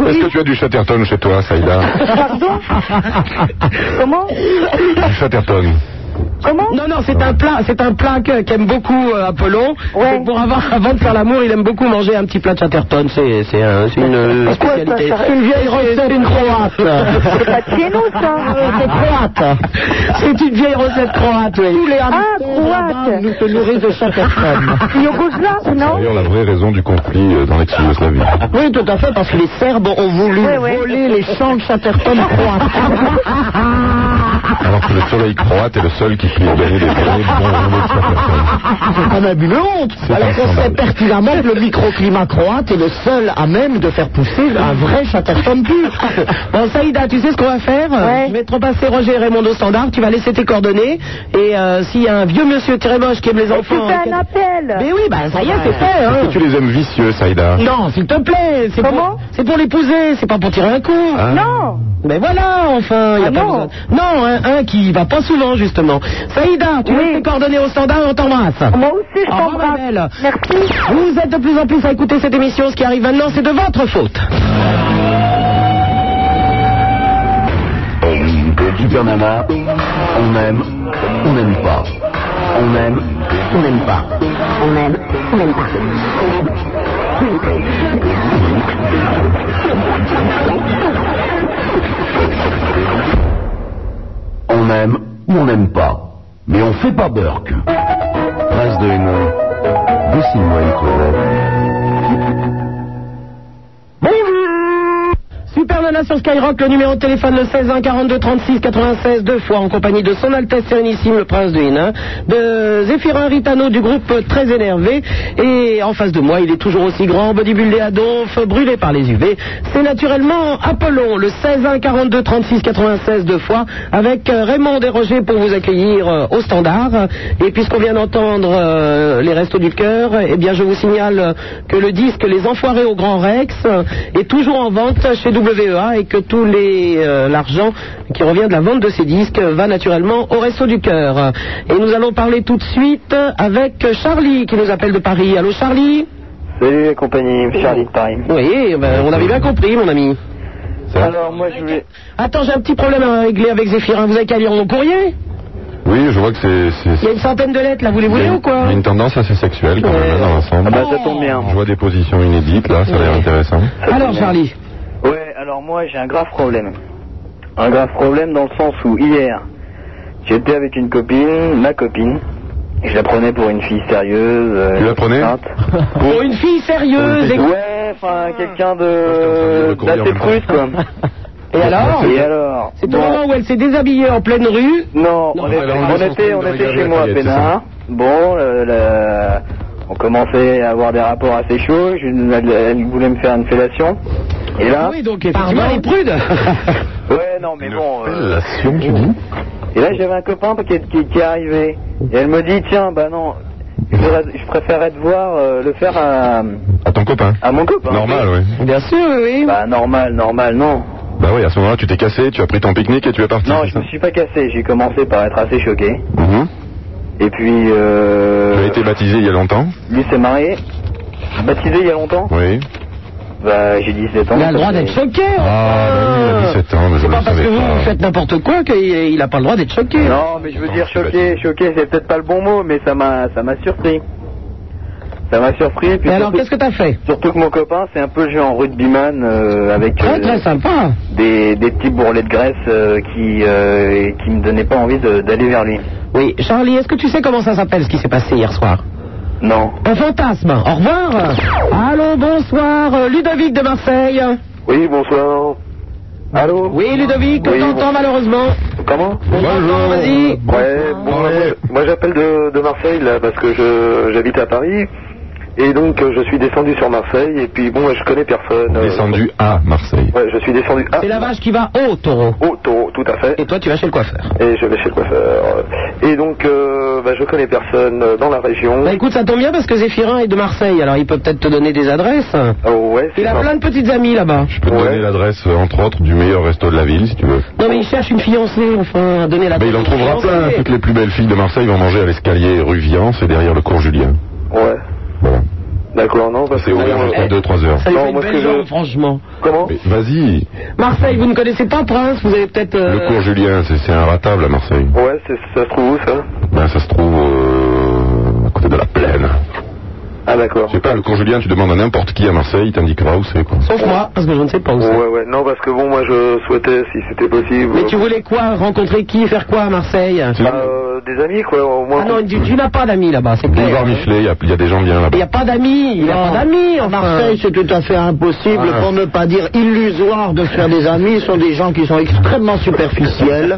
[SPEAKER 2] Est-ce que tu as du Chatterton chez toi, Saïda
[SPEAKER 6] Pardon Comment
[SPEAKER 2] Du Chatterton.
[SPEAKER 6] Comment
[SPEAKER 3] Non, non, c'est un plat, c'est un plat que- qu'aime beaucoup euh, Apollon.
[SPEAKER 6] Ouais.
[SPEAKER 3] Donc, Pour avoir, avant de faire l'amour, il aime beaucoup manger un petit plat de chatterton. C'est, c'est, un- c'est une euh,
[SPEAKER 6] C'est quoi, ça,
[SPEAKER 3] spécialité.
[SPEAKER 6] ça
[SPEAKER 3] C'est une vieille recette, une croate.
[SPEAKER 6] C'est pas de chez nous, ça.
[SPEAKER 3] C'est une vieille recette croate, oui. Tous les
[SPEAKER 6] Ah, croate.
[SPEAKER 3] nous se nourrissent de chatterton.
[SPEAKER 6] Yougoslave, non
[SPEAKER 7] D'ailleurs, la vraie raison du conflit euh, dans l'ex-Yougoslavie.
[SPEAKER 3] Oui, tout à fait, parce que les Serbes ont voulu
[SPEAKER 6] Ouais, ouais. voler
[SPEAKER 3] les champs de Chatterton
[SPEAKER 7] Alors que le soleil croate est le seul qui finit gagner des vrais bons moments de sa personne.
[SPEAKER 3] On a Ah, une honte.
[SPEAKER 7] C'est un scandale.
[SPEAKER 3] pertinemment que le microclimat croate est le seul à même de faire pousser un vrai Chatterton pur. Bon, Saïda, tu sais ce qu'on va faire euh,
[SPEAKER 6] Ouais.
[SPEAKER 3] Je vais te repasser Roger et Raymond au standard. Tu vas laisser tes coordonnées. Et euh, s'il y a un vieux monsieur très moche qui aime les
[SPEAKER 6] Tu
[SPEAKER 3] enfants...
[SPEAKER 6] fais un
[SPEAKER 3] Mais
[SPEAKER 6] appel.
[SPEAKER 3] oui, bah ça y est, c'est fait. hein.
[SPEAKER 7] Est-ce que tu les aimes vicieux, Saïda
[SPEAKER 3] Non, s'il te plaît, c'est
[SPEAKER 6] Comment
[SPEAKER 3] pour, c'est pour l'épouser, c'est pas pour tirer un coup.
[SPEAKER 7] Hein
[SPEAKER 6] Non
[SPEAKER 3] Mais voilà, enfin, il y a
[SPEAKER 6] Ah
[SPEAKER 3] pas
[SPEAKER 6] non.
[SPEAKER 3] besoin. Non, un, un qui va pas souvent, justement. Saïda, tu
[SPEAKER 6] Oui. Ah,
[SPEAKER 3] laisses tes coordonnées au standard et on t'embrasse.
[SPEAKER 6] Moi aussi, je
[SPEAKER 3] Au revoir, ma
[SPEAKER 6] t'embrasse.
[SPEAKER 3] belle.
[SPEAKER 6] Merci.
[SPEAKER 3] Vous êtes de plus en plus à écouter cette émission. Ce qui arrive maintenant, c'est de votre faute.
[SPEAKER 7] Super Nana, on aime, on n'aime pas. On aime, on n'aime pas.
[SPEAKER 1] On aime, on n'aime pas.
[SPEAKER 7] On aime ou on n'aime pas. Mais on fait pas Burke. Prince de Hénin, dessine-moi une crevette.
[SPEAKER 3] Super Nana sur Skyrock, le numéro de téléphone le 16 1 42 36 96 deux fois en compagnie de son Altesse Sérénissime le Prince de Hénin, de Zéphirin Ritano du groupe euh, Très Énervé et en face de moi il est toujours aussi grand, bodybuildé à donf, brûlé par les UV. C'est naturellement Apollon le 16 1 42 36 96 deux fois avec euh, Raymond et Roger pour vous accueillir euh, au standard. Et puisqu'on vient d'entendre euh, les restos du cœur, eh bien je vous signale euh, que le disque Les Enfoirés au Grand Rex euh, est toujours en vente chez WEA et que tout les, euh, l'argent qui revient de la vente de ces disques euh, va naturellement au Resto du Cœur. Et nous allons parler tout de suite avec Charlie qui nous appelle de Paris. Allô Charlie
[SPEAKER 5] Salut la compagnie, Charlie de Paris.
[SPEAKER 3] Oui, ben, on avait bien compris mon ami.
[SPEAKER 7] Ça
[SPEAKER 5] Alors moi je voulais...
[SPEAKER 3] Attends, j'ai un petit problème à régler avec Zéphirin. Vous avez qu'à lire mon courrier
[SPEAKER 7] Oui, je vois que c'est. c'est-
[SPEAKER 3] Il y a une centaine de lettres là, vous les voulez ou quoi
[SPEAKER 7] Il y a une tendance assez sexuelle quand même
[SPEAKER 3] Ouais.
[SPEAKER 7] hein, dans l'ensemble.
[SPEAKER 5] Ah bah ça tombe bien.
[SPEAKER 7] Je vois des positions inédites là, ça a l'air
[SPEAKER 3] Ouais.
[SPEAKER 7] intéressant.
[SPEAKER 3] Alors Charlie
[SPEAKER 5] Ouais, alors moi j'ai un grave problème. Un grave problème dans le sens où hier, j'étais avec une copine, ma copine, et je la prenais pour une fille sérieuse. euh,
[SPEAKER 7] Tu la prenais
[SPEAKER 5] enceinte.
[SPEAKER 3] Pour une fille sérieuse et-
[SPEAKER 5] Ouais, enfin quelqu'un
[SPEAKER 3] Euh,
[SPEAKER 7] Ouais,
[SPEAKER 5] de...
[SPEAKER 7] c'est en train de lire le
[SPEAKER 5] d'assez
[SPEAKER 7] courrier
[SPEAKER 5] prusse quoi.
[SPEAKER 3] Et alors
[SPEAKER 5] Et alors
[SPEAKER 3] C'est au
[SPEAKER 5] bon,
[SPEAKER 3] moment où elle s'est déshabillée en pleine rue.
[SPEAKER 5] Non, on
[SPEAKER 7] elle
[SPEAKER 5] était,
[SPEAKER 7] est en
[SPEAKER 5] on
[SPEAKER 7] train
[SPEAKER 5] était,
[SPEAKER 7] de
[SPEAKER 5] on
[SPEAKER 7] regarder
[SPEAKER 5] était chez
[SPEAKER 7] la
[SPEAKER 5] moi à
[SPEAKER 7] Juliette, c'est
[SPEAKER 5] Pénard. Bon, le- le- on commençait à avoir des rapports assez chauds. Je- elle, elle voulait me faire une fellation. Et là,
[SPEAKER 3] Oui, donc effectivement, elle est prude.
[SPEAKER 5] ouais, non, mais bon. euh,
[SPEAKER 7] Fellation, tu dis
[SPEAKER 5] et là, j'avais un copain qui, est- qui- qui est arrivé. Et elle me dit, tiens, bah non, je, voudrais- je préférerais te voir euh, le faire à,
[SPEAKER 7] À ton copain.
[SPEAKER 5] à mon copain.
[SPEAKER 7] Normal, oui.
[SPEAKER 3] Bien sûr, oui.
[SPEAKER 5] Bah normal, normal, non.
[SPEAKER 7] Bah oui, à ce moment-là, tu t'es cassé, tu as pris ton pique-nique et tu es parti.
[SPEAKER 5] Non,
[SPEAKER 7] c'est
[SPEAKER 5] je
[SPEAKER 7] ça
[SPEAKER 5] me suis pas cassé. J'ai commencé par être assez choqué.
[SPEAKER 7] Mhm.
[SPEAKER 5] Et puis,
[SPEAKER 7] Tu as
[SPEAKER 5] euh,
[SPEAKER 7] été baptisé il y a longtemps
[SPEAKER 5] lui s'est marié, baptisé il y a longtemps.
[SPEAKER 7] Oui.
[SPEAKER 5] Bah, j'ai 17 ans.
[SPEAKER 3] Il a le droit d'être choqué. hein.
[SPEAKER 7] Ah, oui, il a 17 ans, mais je
[SPEAKER 3] C'est
[SPEAKER 7] ne
[SPEAKER 3] pas parce
[SPEAKER 7] le
[SPEAKER 3] que
[SPEAKER 7] savais
[SPEAKER 3] vous,
[SPEAKER 7] pas.
[SPEAKER 3] vous faites n'importe quoi qu'il n'a pas le droit d'être choqué.
[SPEAKER 5] Non, mais je veux
[SPEAKER 7] Non,
[SPEAKER 5] dire
[SPEAKER 7] je suis
[SPEAKER 5] choqué, choqué, c'est peut-être pas le bon mot, mais ça m'a, ça m'a surpris. Ça m'a surpris. Puis
[SPEAKER 3] Et alors,
[SPEAKER 5] surtout,
[SPEAKER 3] qu'est-ce que t'as fait
[SPEAKER 5] surtout que mon copain, c'est un peu le genre rugbyman euh, avec
[SPEAKER 3] Très
[SPEAKER 5] euh,
[SPEAKER 3] très sympa.
[SPEAKER 5] des, des petits bourrelets de graisse euh, qui, euh, qui me donnaient pas envie de- d'aller vers lui.
[SPEAKER 3] Oui, Charlie, est-ce que tu sais comment ça s'appelle ce qui s'est passé hier soir
[SPEAKER 5] Non.
[SPEAKER 3] Un fantasme. Au revoir. Allô, bonsoir, euh, Ludovic de Marseille.
[SPEAKER 5] Oui, bonsoir. Allô.
[SPEAKER 3] Oui, Ludovic, on
[SPEAKER 5] Oui,
[SPEAKER 3] t'entends
[SPEAKER 5] bon-
[SPEAKER 3] malheureusement.
[SPEAKER 5] Comment
[SPEAKER 3] On t'entend, Vas-y.
[SPEAKER 5] Ouais, bon, moi, moi, j'appelle de, de Marseille là parce que je j'habite à Paris et donc euh, je suis descendu sur Marseille et puis bon, je connais personne. euh,
[SPEAKER 7] Descendu à Marseille.
[SPEAKER 5] Ouais, je suis descendu à
[SPEAKER 3] C'est la vache qui va au taureau.
[SPEAKER 5] Ah. au taureau, tout à fait.
[SPEAKER 3] Et toi, Ah, tu vas chez le coiffeur.
[SPEAKER 5] Et je vais chez le coiffeur. Et donc, euh, bah, je connais personne euh, dans la région.
[SPEAKER 3] Bah écoute, ça tombe bien parce que Zéphirin est de Marseille, alors il peut peut-être te donner des adresses.
[SPEAKER 5] Oh, ouais, c'est
[SPEAKER 3] Il a
[SPEAKER 5] ça.
[SPEAKER 3] plein de petites amies là-bas.
[SPEAKER 7] Je peux te
[SPEAKER 5] Ouais.
[SPEAKER 7] donner l'adresse, euh, entre autres, du meilleur resto de la ville, si tu veux.
[SPEAKER 3] Non mais il cherche une fiancée, enfin, à donner la
[SPEAKER 7] Mais il en trouvera plein. Toutes les
[SPEAKER 5] Ah,
[SPEAKER 7] plus belles filles de Marseille vont manger à l'escalier rue Vian, c'est derrière le cours Julien.
[SPEAKER 5] Ouais.
[SPEAKER 7] Voilà.
[SPEAKER 5] D'accord, non, parce que.
[SPEAKER 2] C'est ouvert jusqu'à 2-3 heures.
[SPEAKER 3] Ça lui
[SPEAKER 5] Non,
[SPEAKER 3] fait une
[SPEAKER 5] moi, ce
[SPEAKER 3] belle
[SPEAKER 5] que je-
[SPEAKER 3] jambe, franchement.
[SPEAKER 5] Comment
[SPEAKER 2] Mais Vas-y,
[SPEAKER 3] Marseille, vous ne connaissez pas Prince Vous avez peut-être. euh,
[SPEAKER 2] le cours Julien, c'est c'est inratable à Marseille.
[SPEAKER 5] Ouais, c'est- ça se trouve où ça
[SPEAKER 2] Ben, ça se trouve euh, à côté de la plaine.
[SPEAKER 5] Ah, d'accord.
[SPEAKER 2] Je sais pas, le cours Julien, tu demandes à n'importe qui à Marseille, il t'indiquera où c'est quoi.
[SPEAKER 3] Sauf moi, parce que je ne sais pas où c'est.
[SPEAKER 5] Ouais, ouais, non, parce que bon, moi je souhaitais, si c'était possible.
[SPEAKER 3] Mais tu voulais quoi Rencontrer qui Faire quoi à Marseille
[SPEAKER 2] C'est
[SPEAKER 5] euh, des amis, quoi, au moins.
[SPEAKER 3] Ah non, tu, tu n'as pas d'amis là-bas, c'est clair. hein.
[SPEAKER 2] Boulevard Michelet, il y a- il y, a des gens bien
[SPEAKER 3] Il
[SPEAKER 2] là-bas.
[SPEAKER 3] n'y a pas d'amis, il n'y a
[SPEAKER 4] Non.
[SPEAKER 3] pas d'amis en
[SPEAKER 4] Marseille, c'est tout à fait impossible,
[SPEAKER 2] Ah.
[SPEAKER 4] pour ne pas dire illusoire, de se faire des amis. Ce sont des gens qui sont extrêmement superficiels,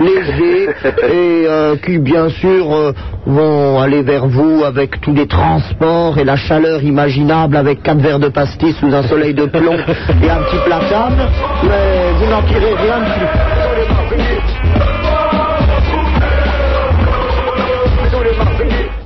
[SPEAKER 4] légers, et euh, qui, bien sûr, euh, vont aller vers vous avec tous les transports et la chaleur imaginable, avec quatre verres de pastis sous un soleil de plomb et un petit platane. Mais vous n'en tirez rien de plus.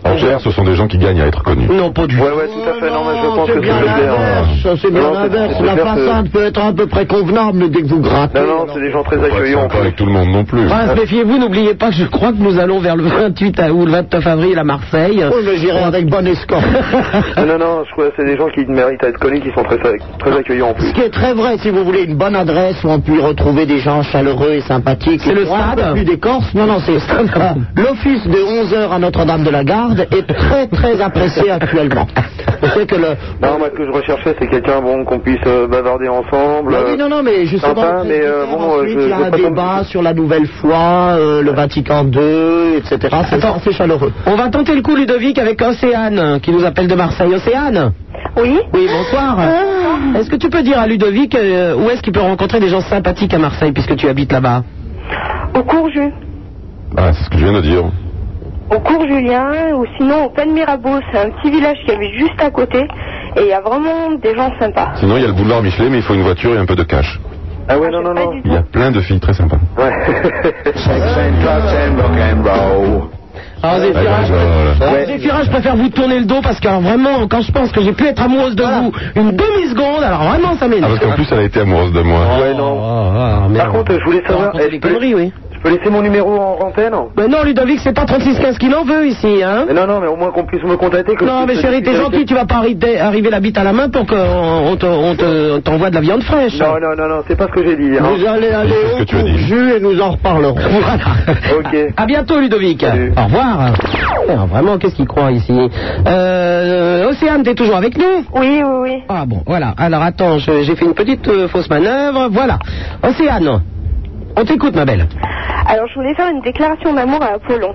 [SPEAKER 2] En clair, ce sont des gens qui gagnent à être connus.
[SPEAKER 3] Non, pas du tout.
[SPEAKER 5] Ouais, ouais, tout à fait, non, mais je
[SPEAKER 4] Non,
[SPEAKER 5] pense
[SPEAKER 4] c'est
[SPEAKER 5] que c'est
[SPEAKER 4] bien
[SPEAKER 5] le
[SPEAKER 4] l'inverse,
[SPEAKER 5] clair.
[SPEAKER 4] c'est Ah bien
[SPEAKER 5] Non, c'est-
[SPEAKER 4] l'inverse.
[SPEAKER 5] c'est
[SPEAKER 4] La
[SPEAKER 5] clair que-
[SPEAKER 4] façade peut être à peu près convenable, mais dès que vous grattez...
[SPEAKER 5] Non, non,
[SPEAKER 4] alors-
[SPEAKER 5] c'est des gens très
[SPEAKER 2] Faut pas être
[SPEAKER 5] accueillants.
[SPEAKER 2] sympa avec tout le monde non plus.
[SPEAKER 4] Ah.
[SPEAKER 3] Prince, méfiez-vous, n'oubliez pas que je crois que nous allons vers le 28 à- ou le 29 avril à Marseille.
[SPEAKER 5] Oh,
[SPEAKER 4] Oui, mais j'irai avec bonne escorte.
[SPEAKER 5] Non, non, non, je crois que c'est des gens qui méritent à être connus, qui sont très, très accueillants en plus.
[SPEAKER 4] Ce qui est très vrai, si vous voulez une bonne adresse où on peut y retrouver des gens chaleureux et sympathiques.
[SPEAKER 3] C'est
[SPEAKER 4] et
[SPEAKER 3] le
[SPEAKER 4] pour un
[SPEAKER 3] stade Ah.
[SPEAKER 4] peu plus des Corses, non, non, c'est euh, l'office de 11h à Notre-Dame-de-la-Garde est très, très apprécié actuellement.
[SPEAKER 5] Euh,
[SPEAKER 4] C'est que le...
[SPEAKER 5] Non, moi, ce que je recherchais, c'est quelqu'un, bon, qu'on puisse euh, bavarder ensemble.
[SPEAKER 4] Non,
[SPEAKER 5] euh,
[SPEAKER 4] oui, non, non, mais justement,
[SPEAKER 5] sympa,
[SPEAKER 4] le
[SPEAKER 5] mais, euh,
[SPEAKER 4] presbytère,
[SPEAKER 5] bon, euh,
[SPEAKER 4] ensuite,
[SPEAKER 5] je-
[SPEAKER 4] il y a
[SPEAKER 5] je
[SPEAKER 4] un
[SPEAKER 5] sais pas
[SPEAKER 4] débat
[SPEAKER 5] comment-
[SPEAKER 4] sur la nouvelle foi, euh, le Vatican II, etc. C'est assez chaleureux.
[SPEAKER 3] On va tenter le coup, Ludovic, avec Océane, qui nous appelle de Marseille. Océane
[SPEAKER 6] Oui
[SPEAKER 3] Oui, bonsoir. Est-ce que tu peux dire à Ludovic euh, où est-ce qu'il peut rencontrer des gens sympathiques à Marseille, puisque tu habites là-bas
[SPEAKER 6] Au cours, Ju-
[SPEAKER 2] Ah, c'est ce que je viens de dire.
[SPEAKER 6] au cours Julien, ou sinon au Pen Mirabeau, c'est un petit village qui est juste à côté, et il y a vraiment des gens sympas.
[SPEAKER 2] Sinon, il y a le boulevard Michelet, mais il faut une voiture et un peu de cash.
[SPEAKER 5] Ah ouais, non, non,
[SPEAKER 6] Pas
[SPEAKER 5] non.
[SPEAKER 6] du
[SPEAKER 2] Il y a plein de filles très sympas.
[SPEAKER 5] Ouais.
[SPEAKER 3] Ah, Zéphira,
[SPEAKER 2] Ah,
[SPEAKER 3] je-
[SPEAKER 2] voilà.
[SPEAKER 3] Ah, Zéphira, je préfère vous tourner le dos, parce que alors, vraiment, quand je pense que j'ai pu être amoureuse de vous une demi-seconde, alors vraiment, ça
[SPEAKER 2] Ah,
[SPEAKER 3] m'énerve.
[SPEAKER 2] parce qu'en plus, elle a été amoureuse de
[SPEAKER 3] Ah,
[SPEAKER 2] moi.
[SPEAKER 5] Ouais, non. Par contre, je voulais savoir,
[SPEAKER 3] Raconter
[SPEAKER 5] est-ce
[SPEAKER 3] des
[SPEAKER 5] que-
[SPEAKER 3] conneries, oui.
[SPEAKER 5] je peux laisser mon numéro en antenne
[SPEAKER 3] Mais non, Ludovic, c'est pas 3615 qu'il en veut ici, hein
[SPEAKER 5] Mais Non, non, mais au moins qu'on puisse me contacter. que
[SPEAKER 3] Non,
[SPEAKER 5] je
[SPEAKER 3] mais
[SPEAKER 5] puisse
[SPEAKER 3] chérie, t'es
[SPEAKER 5] discuter
[SPEAKER 3] gentil,
[SPEAKER 5] avec-
[SPEAKER 3] tu vas pas arriver, arriver la bite à la main pour qu'on on te- on te- on t'envoie de la viande fraîche.
[SPEAKER 5] Non, non, non, non, c'est pas ce que j'ai dit. hein.
[SPEAKER 4] Vous allez aller
[SPEAKER 2] c'est ce que
[SPEAKER 4] au
[SPEAKER 2] tu as dit.
[SPEAKER 4] cours Jus et nous en reparlerons.
[SPEAKER 3] Voilà.
[SPEAKER 5] Ok.
[SPEAKER 3] À bientôt, Ludovic.
[SPEAKER 5] Salut.
[SPEAKER 3] Au revoir. Alors, vraiment, qu'est-ce qu'il croit ici euh, Océane, t'es toujours avec nous
[SPEAKER 6] Oui, oui, oui.
[SPEAKER 3] Ah bon, voilà. Alors, attends, je- j'ai fait une petite euh, fausse manœuvre. Voilà. Océane, on t'écoute, ma belle.
[SPEAKER 6] Alors je voulais faire une déclaration d'amour à Apollon.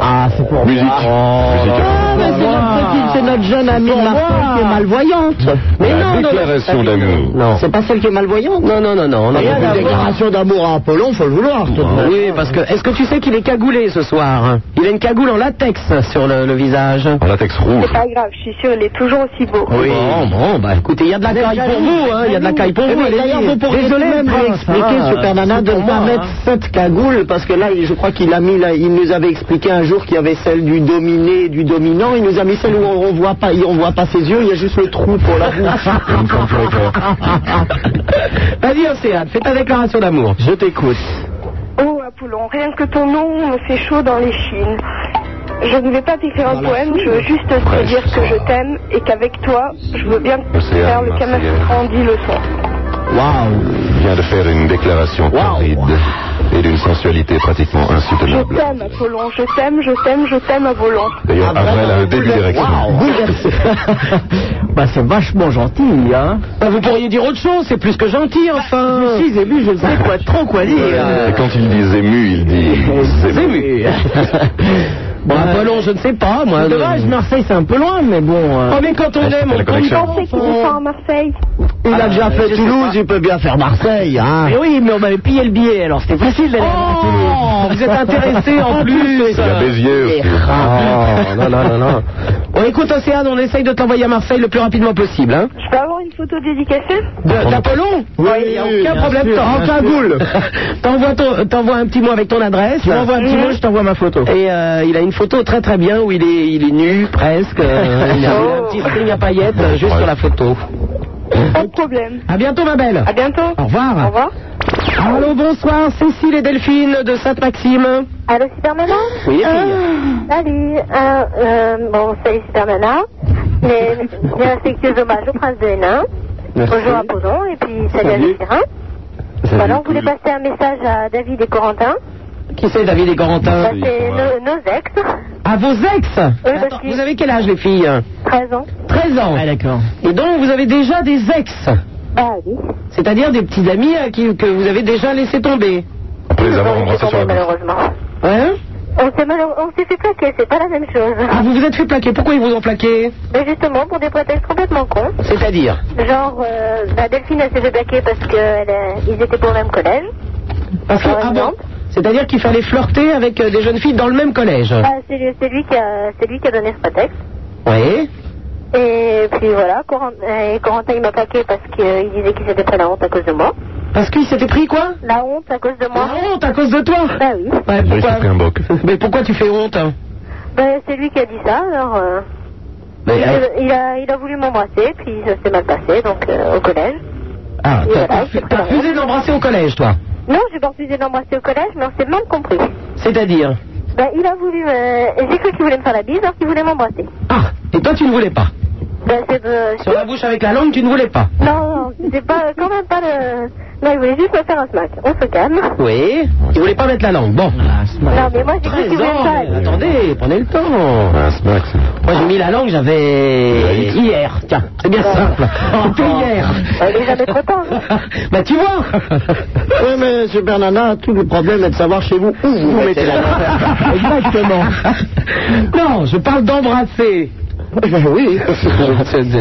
[SPEAKER 4] Ah, c'est pour
[SPEAKER 2] Musique.
[SPEAKER 3] Oh
[SPEAKER 2] Musique.
[SPEAKER 4] Ah, mais c'est notre petite, c'est notre jeune amie de Marseille qui est malvoyante.
[SPEAKER 3] Mais
[SPEAKER 2] La
[SPEAKER 3] non, non, non,
[SPEAKER 2] déclaration
[SPEAKER 3] c'est pas-
[SPEAKER 2] d'amour.
[SPEAKER 3] Non.
[SPEAKER 4] C'est pas celle qui est malvoyante.
[SPEAKER 3] Non, non, non, non. on en
[SPEAKER 4] Il y
[SPEAKER 3] a
[SPEAKER 4] a
[SPEAKER 3] plus
[SPEAKER 4] une
[SPEAKER 3] des grâces.
[SPEAKER 4] déclaration d'amour à Apollon, faut le vouloir. tout de même.
[SPEAKER 3] Oui, parce que est-ce que tu sais qu'il est cagoulé ce soir hein Il a une cagoule en latex sur le, le visage.
[SPEAKER 2] En latex rouge.
[SPEAKER 6] C'est pas grave, je suis sûre, il est toujours aussi beau.
[SPEAKER 3] Bon, bon, bah écoutez, il y a de la caille pour vous, hein. Il y a de la caille pour
[SPEAKER 4] Eh
[SPEAKER 3] vous.
[SPEAKER 4] ben, D'ailleurs, vous pourriez
[SPEAKER 3] Désolé, hein,
[SPEAKER 4] tout de même lui expliquer, Super Nana, de ne pas mettre cette cagoule, parce que là, il- je crois qu'il a mis, la- il nous avait expliqué un jour qu'il y avait celle du dominé et du dominant. Il nous a mis celle où on voit pas, on voit pas ses yeux, il y a juste le trou pour la bouche.
[SPEAKER 2] Une femme sur le corps.
[SPEAKER 3] Vas-y, Océane, fais ta déclaration d'amour.
[SPEAKER 4] Je t'écoute.
[SPEAKER 6] Oh Apollon, rien que ton nom me fait chaud dans les chines. Je ne vais pas t'écrire un poème, je veux juste te
[SPEAKER 2] Presque.
[SPEAKER 6] dire que je t'aime et qu'avec toi, je veux bien
[SPEAKER 2] Océane,
[SPEAKER 6] faire le
[SPEAKER 2] Marseillaise.
[SPEAKER 6] grandi le son.
[SPEAKER 4] Waouh.
[SPEAKER 2] Il vient de faire une déclaration torride et d'une sensualité pratiquement
[SPEAKER 6] Je
[SPEAKER 2] insoutenable.
[SPEAKER 6] t'aime Apollon, je t'aime, je t'aime, je t'aime à volant.
[SPEAKER 2] D'ailleurs, Avril a un début d'érection.
[SPEAKER 4] Waouh, bouleversé. bah, c'est vachement gentil, hein.
[SPEAKER 3] Bah, vous pourriez dire autre chose, c'est plus que gentil, enfin.
[SPEAKER 4] Si, j'ai vu, je sais quoi, trop quoi dire.
[SPEAKER 2] Et quand il dit Zému, il dit Zému.
[SPEAKER 3] Zému. bon,
[SPEAKER 4] bah,
[SPEAKER 3] Apollon, je ne sais pas, moi.
[SPEAKER 4] C'est dommage,
[SPEAKER 3] non.
[SPEAKER 4] Marseille, c'est un peu loin, mais bon. euh,
[SPEAKER 3] Oh, mais quand on aime,
[SPEAKER 2] Ah, la
[SPEAKER 3] on tombe
[SPEAKER 2] connexion.
[SPEAKER 3] dans-
[SPEAKER 6] C'est qu'il est fort à Marseille.
[SPEAKER 4] Il a déjà fait Toulouse, il peut bien faire Marseille, hein. Oh
[SPEAKER 3] Mais oui, mais on m'avait pillé le billet, alors c'était facile d'aller. à Toulouse. Oh, vous êtes intéressé en plus.
[SPEAKER 2] Il y a Béziers aussi.
[SPEAKER 4] Ah, non, non, non, non.
[SPEAKER 3] On écoute Océane, on essaye de t'envoyer à Marseille le plus rapidement possible, hein.
[SPEAKER 6] Je peux avoir une photo dédicacée
[SPEAKER 3] De- D'Apollon
[SPEAKER 4] Oui,
[SPEAKER 3] il n'y a
[SPEAKER 4] oui,
[SPEAKER 3] aucun
[SPEAKER 4] bien
[SPEAKER 3] problème.
[SPEAKER 4] sûr,
[SPEAKER 3] t'en-
[SPEAKER 4] bien
[SPEAKER 3] t'en-
[SPEAKER 4] sûr.
[SPEAKER 3] boule. T'envoies ton- T'envoies un petit mot avec ton adresse. Tu
[SPEAKER 4] m'envoies un petit mot, je
[SPEAKER 3] t'envoie ma photo. Et euh, il a une photo très très bien où il est, il est nu presque. euh, il a il a un petit string à paillettes euh, juste
[SPEAKER 2] Ouais.
[SPEAKER 3] sur la photo.
[SPEAKER 6] Pas de problème.
[SPEAKER 3] À bientôt ma belle.
[SPEAKER 6] À bientôt.
[SPEAKER 3] Au
[SPEAKER 6] Au
[SPEAKER 3] revoir.
[SPEAKER 6] revoir.
[SPEAKER 3] Allô, bonsoir, Cécile et Delphine de Sainte-Maxime.
[SPEAKER 8] Allô, Supermana
[SPEAKER 3] Oui, les filles.
[SPEAKER 8] Salut. euh, euh, bon, salut, Supermana. Mais bien affectueux hommage au prince de Hénin.
[SPEAKER 9] Merci.
[SPEAKER 8] Bonjour à Poudon et puis salut à
[SPEAKER 9] Salut.
[SPEAKER 8] Lucien. Voilà, on voulait passer un message à David et Corentin.
[SPEAKER 3] Qui c'est David et Corentin
[SPEAKER 8] Bah, c'est nos, nos ex,
[SPEAKER 3] À vos ex
[SPEAKER 8] parce
[SPEAKER 3] Attends,
[SPEAKER 8] qu'ils-
[SPEAKER 3] Vous avez quel âge, les filles
[SPEAKER 8] 13 ans.
[SPEAKER 3] 13 ans.
[SPEAKER 10] d'accord.
[SPEAKER 3] Et donc, vous avez déjà des ex
[SPEAKER 8] Bah oui.
[SPEAKER 3] C'est-à-dire des petits amis à qui- que vous avez déjà laissé tomber
[SPEAKER 2] Pour les avoir
[SPEAKER 8] On s'est
[SPEAKER 2] embrassés sur la
[SPEAKER 8] tombé,
[SPEAKER 2] bouche.
[SPEAKER 8] malheureusement.
[SPEAKER 3] Hein
[SPEAKER 8] On s'est malheure- on s'est fait plaquer, c'est pas la même chose.
[SPEAKER 3] Ah, vous vous êtes fait plaquer. Pourquoi ils vous ont plaqué
[SPEAKER 8] Mais justement, pour des prétextes complètement cons.
[SPEAKER 3] C'est-à-dire
[SPEAKER 8] Genre, euh, bah, Delphine, elle s'est fait plaquer parce qu'ils étaient pour le même collège.
[SPEAKER 3] Parce que,
[SPEAKER 8] Par
[SPEAKER 3] ah bon
[SPEAKER 8] exemple.
[SPEAKER 3] C'est-à-dire qu'il fallait flirter avec euh, des jeunes filles dans le même collège.
[SPEAKER 8] Ah, c'est lui, c'est lui qui a, c'est lui qui a donné ce prétexte.
[SPEAKER 3] Oui.
[SPEAKER 8] Et puis voilà, Coran- euh, et Corentin il m'a plaqué parce qu'il disait qu'il s'était pris la honte à cause de moi.
[SPEAKER 3] Parce qu'ils s'étaient pris quoi
[SPEAKER 8] La honte à cause de moi
[SPEAKER 3] La honte à cause de toi
[SPEAKER 8] Bah oui.
[SPEAKER 3] Ouais,
[SPEAKER 2] Oui, c'est pris
[SPEAKER 3] pourquoi
[SPEAKER 2] un boc.
[SPEAKER 3] Mais pourquoi tu fais honte hein
[SPEAKER 8] Bah, c'est lui qui a dit ça, alors. euh,
[SPEAKER 3] Mais,
[SPEAKER 8] il,
[SPEAKER 3] euh,
[SPEAKER 8] il a, il a voulu m'embrasser, puis ça s'est mal passé, donc euh, au collège.
[SPEAKER 3] Ah,
[SPEAKER 8] il
[SPEAKER 3] t'as-
[SPEAKER 8] a
[SPEAKER 3] t'as
[SPEAKER 8] l'air,
[SPEAKER 3] t'as
[SPEAKER 8] c'est
[SPEAKER 3] refusé
[SPEAKER 8] pas
[SPEAKER 3] d'embrasser au collège, toi
[SPEAKER 8] Non, j'ai pas refusé d'embrasser au collège, mais on s'est mal compris.
[SPEAKER 3] C'est-à-dire
[SPEAKER 8] Bah, il a voulu. euh, J'ai cru qu'il voulait me faire la bise, alors qu'il voulait m'embrasser.
[SPEAKER 3] Ah, et toi, tu ne voulais pas
[SPEAKER 8] Bah, c'est de.
[SPEAKER 3] Sur la bouche avec la langue, tu ne voulais pas
[SPEAKER 8] Non, non, c'est pas, quand même pas le. Non, il voulait juste me faire un smack. On se calme.
[SPEAKER 3] Oui. Tu voulais pas mettre la langue, bon.
[SPEAKER 2] Ah,
[SPEAKER 8] Non, mais moi, j'ai cru
[SPEAKER 3] 13
[SPEAKER 8] qu'il voulait me
[SPEAKER 3] ans,
[SPEAKER 8] faire la
[SPEAKER 3] mais
[SPEAKER 8] bise.
[SPEAKER 3] attendez, prenez le temps.
[SPEAKER 2] Ah, c'est Ah, Max.
[SPEAKER 3] Moi, j'ai mis la langue, j'avais. Hier, tiens, c'est bien simple. C'était hier.
[SPEAKER 8] Bah, Ah. il est jamais trop tard.
[SPEAKER 3] bah, tu vois
[SPEAKER 4] Oui, mais Super Nana, tout le problème est de savoir chez vous où vous mettez la main.
[SPEAKER 3] Exactement. Non, je parle d'embrasser.
[SPEAKER 4] Oui.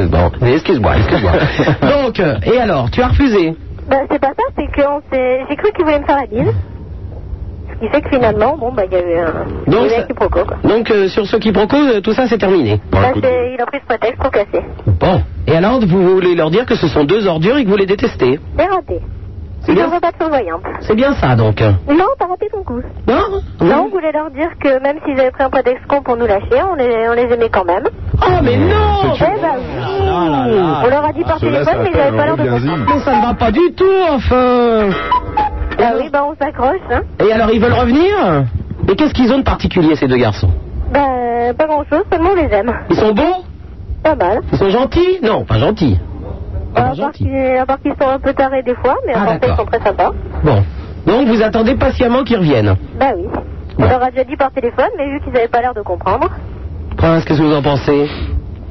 [SPEAKER 2] Bon, mais excuse-moi, excuse-moi.
[SPEAKER 3] Donc, euh, et alors, tu as refusé
[SPEAKER 8] Bah, c'est pas ça, c'est que on s'est- j'ai cru qu'il voulait me faire la bise. Ce qui fait que finalement, bon, bah, il y a eu un. il y a
[SPEAKER 3] Donc,
[SPEAKER 8] eu un
[SPEAKER 3] ça-
[SPEAKER 8] quiproquo, quoi.
[SPEAKER 3] Donc, euh, sur ceux qui proposent, tout ça, c'est terminé.
[SPEAKER 2] Bon,
[SPEAKER 8] Bah,
[SPEAKER 2] écoute,
[SPEAKER 3] euh,
[SPEAKER 8] c'est- il a pris ce prétexte pour casser.
[SPEAKER 3] Bon. Et alors, vous voulez leur dire que ce sont deux ordures et que vous les détestez.
[SPEAKER 8] T'es raté.
[SPEAKER 3] C'est
[SPEAKER 8] Tu ne
[SPEAKER 3] bien.
[SPEAKER 8] veux pas de surveillante.
[SPEAKER 3] C'est bien ça, donc.
[SPEAKER 8] Non, t'as raté ton coup.
[SPEAKER 3] Non
[SPEAKER 8] Non, on voulait leur dire que même s'ils avaient pris un prétexte con pour nous lâcher, on les, on les aimait quand même.
[SPEAKER 3] Oh, mais non
[SPEAKER 8] Eh ben oui On leur a dit par
[SPEAKER 2] Cela
[SPEAKER 8] téléphone, mais ils
[SPEAKER 2] s'appelle
[SPEAKER 8] n'avaient pas
[SPEAKER 2] un
[SPEAKER 8] l'air de
[SPEAKER 2] orgasme.
[SPEAKER 8] comprendre.
[SPEAKER 3] Mais ça ne va pas du tout, enfin
[SPEAKER 8] Ah oui, bah on s'accroche, hein.
[SPEAKER 3] Et alors, ils veulent revenir Mais qu'est-ce qu'ils ont de particulier, ces deux garçons
[SPEAKER 8] Bah, euh, pas grand-chose, seulement on les aime.
[SPEAKER 3] Ils sont beaux
[SPEAKER 8] Pas mal.
[SPEAKER 3] Ils sont gentils Non, pas gentils.
[SPEAKER 8] À
[SPEAKER 3] Pas
[SPEAKER 8] part
[SPEAKER 3] gentils.
[SPEAKER 8] qu'ils à part qu'ils sont un peu tarés des fois, mais
[SPEAKER 3] Ah,
[SPEAKER 8] en fait, ils
[SPEAKER 3] d'accord.
[SPEAKER 8] sont très sympas.
[SPEAKER 3] Bon. Donc, vous attendez patiemment qu'ils reviennent.
[SPEAKER 8] Bah oui. On leur a déjà dit par téléphone, mais vu qu'ils n'avaient pas l'air de comprendre.
[SPEAKER 3] Prince, qu'est-ce que vous en pensez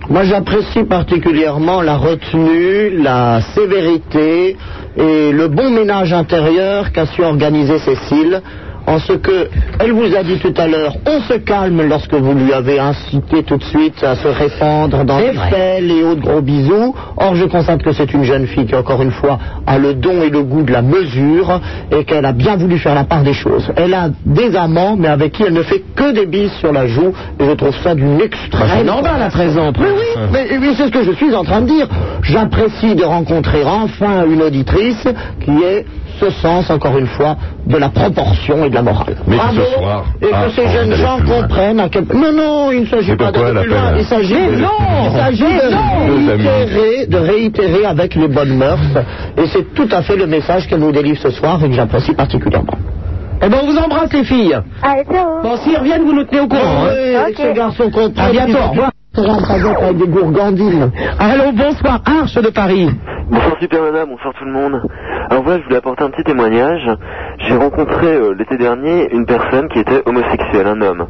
[SPEAKER 4] Moi, j'apprécie particulièrement la retenue, la sévérité et le bon ménage intérieur qu'a su organiser Cécile. En ce que elle vous a dit tout à l'heure, on se calme lorsque vous lui avez incité tout de suite à se répandre dans
[SPEAKER 3] C'est
[SPEAKER 4] les
[SPEAKER 3] vrai.
[SPEAKER 4] pelles et autres gros bisous. Or, je constate que c'est une jeune fille qui, encore une fois, a le don et le goût de la mesure et qu'elle a bien voulu faire la part des choses. Elle a des amants, mais avec qui elle ne fait que des bises sur la joue. Et je trouve ça d'une
[SPEAKER 2] Bah,
[SPEAKER 4] extrême.
[SPEAKER 3] C'est normal à présent,
[SPEAKER 4] Mais
[SPEAKER 3] Prince.
[SPEAKER 4] oui, mais, mais c'est ce que je suis en train de dire. J'apprécie de rencontrer enfin une auditrice qui ait ce sens, encore une fois, de la proportion et de la morale.
[SPEAKER 2] Mais
[SPEAKER 4] Bravo.
[SPEAKER 2] ce soir,
[SPEAKER 4] et
[SPEAKER 2] ah,
[SPEAKER 4] que ces
[SPEAKER 2] on
[SPEAKER 4] jeunes
[SPEAKER 2] allait
[SPEAKER 4] gens
[SPEAKER 2] plus loin.
[SPEAKER 4] comprennent à quel Non, non, il ne s'agit
[SPEAKER 2] Mais
[SPEAKER 4] pas
[SPEAKER 2] pourquoi
[SPEAKER 4] d'aller plus
[SPEAKER 2] l'appel
[SPEAKER 4] loin.
[SPEAKER 2] à-
[SPEAKER 4] Il s'agit
[SPEAKER 2] Mais non
[SPEAKER 4] il s'agit
[SPEAKER 2] Deux
[SPEAKER 4] de,
[SPEAKER 2] amis.
[SPEAKER 4] réitérer, de réitérer avec les bonnes mœurs. Et c'est tout à fait le message qu'elle nous délivre ce soir et que j'apprécie particulièrement.
[SPEAKER 3] Eh ben, on vous embrasse, les filles.
[SPEAKER 8] Allez, ciao
[SPEAKER 3] Bon, s'ils reviennent, vous nous tenez au courant. hein.
[SPEAKER 4] Et que ces garçons comprennent.
[SPEAKER 3] À bientôt, au revoir.
[SPEAKER 4] Avec des gourgandines.
[SPEAKER 3] Allô, bonsoir, Arche de Paris.
[SPEAKER 11] Bonsoir Supermana, bonsoir tout le monde. Alors voilà, je voulais apporter un petit témoignage. J'ai rencontré euh, l'été dernier une personne qui était homosexuelle, un homme.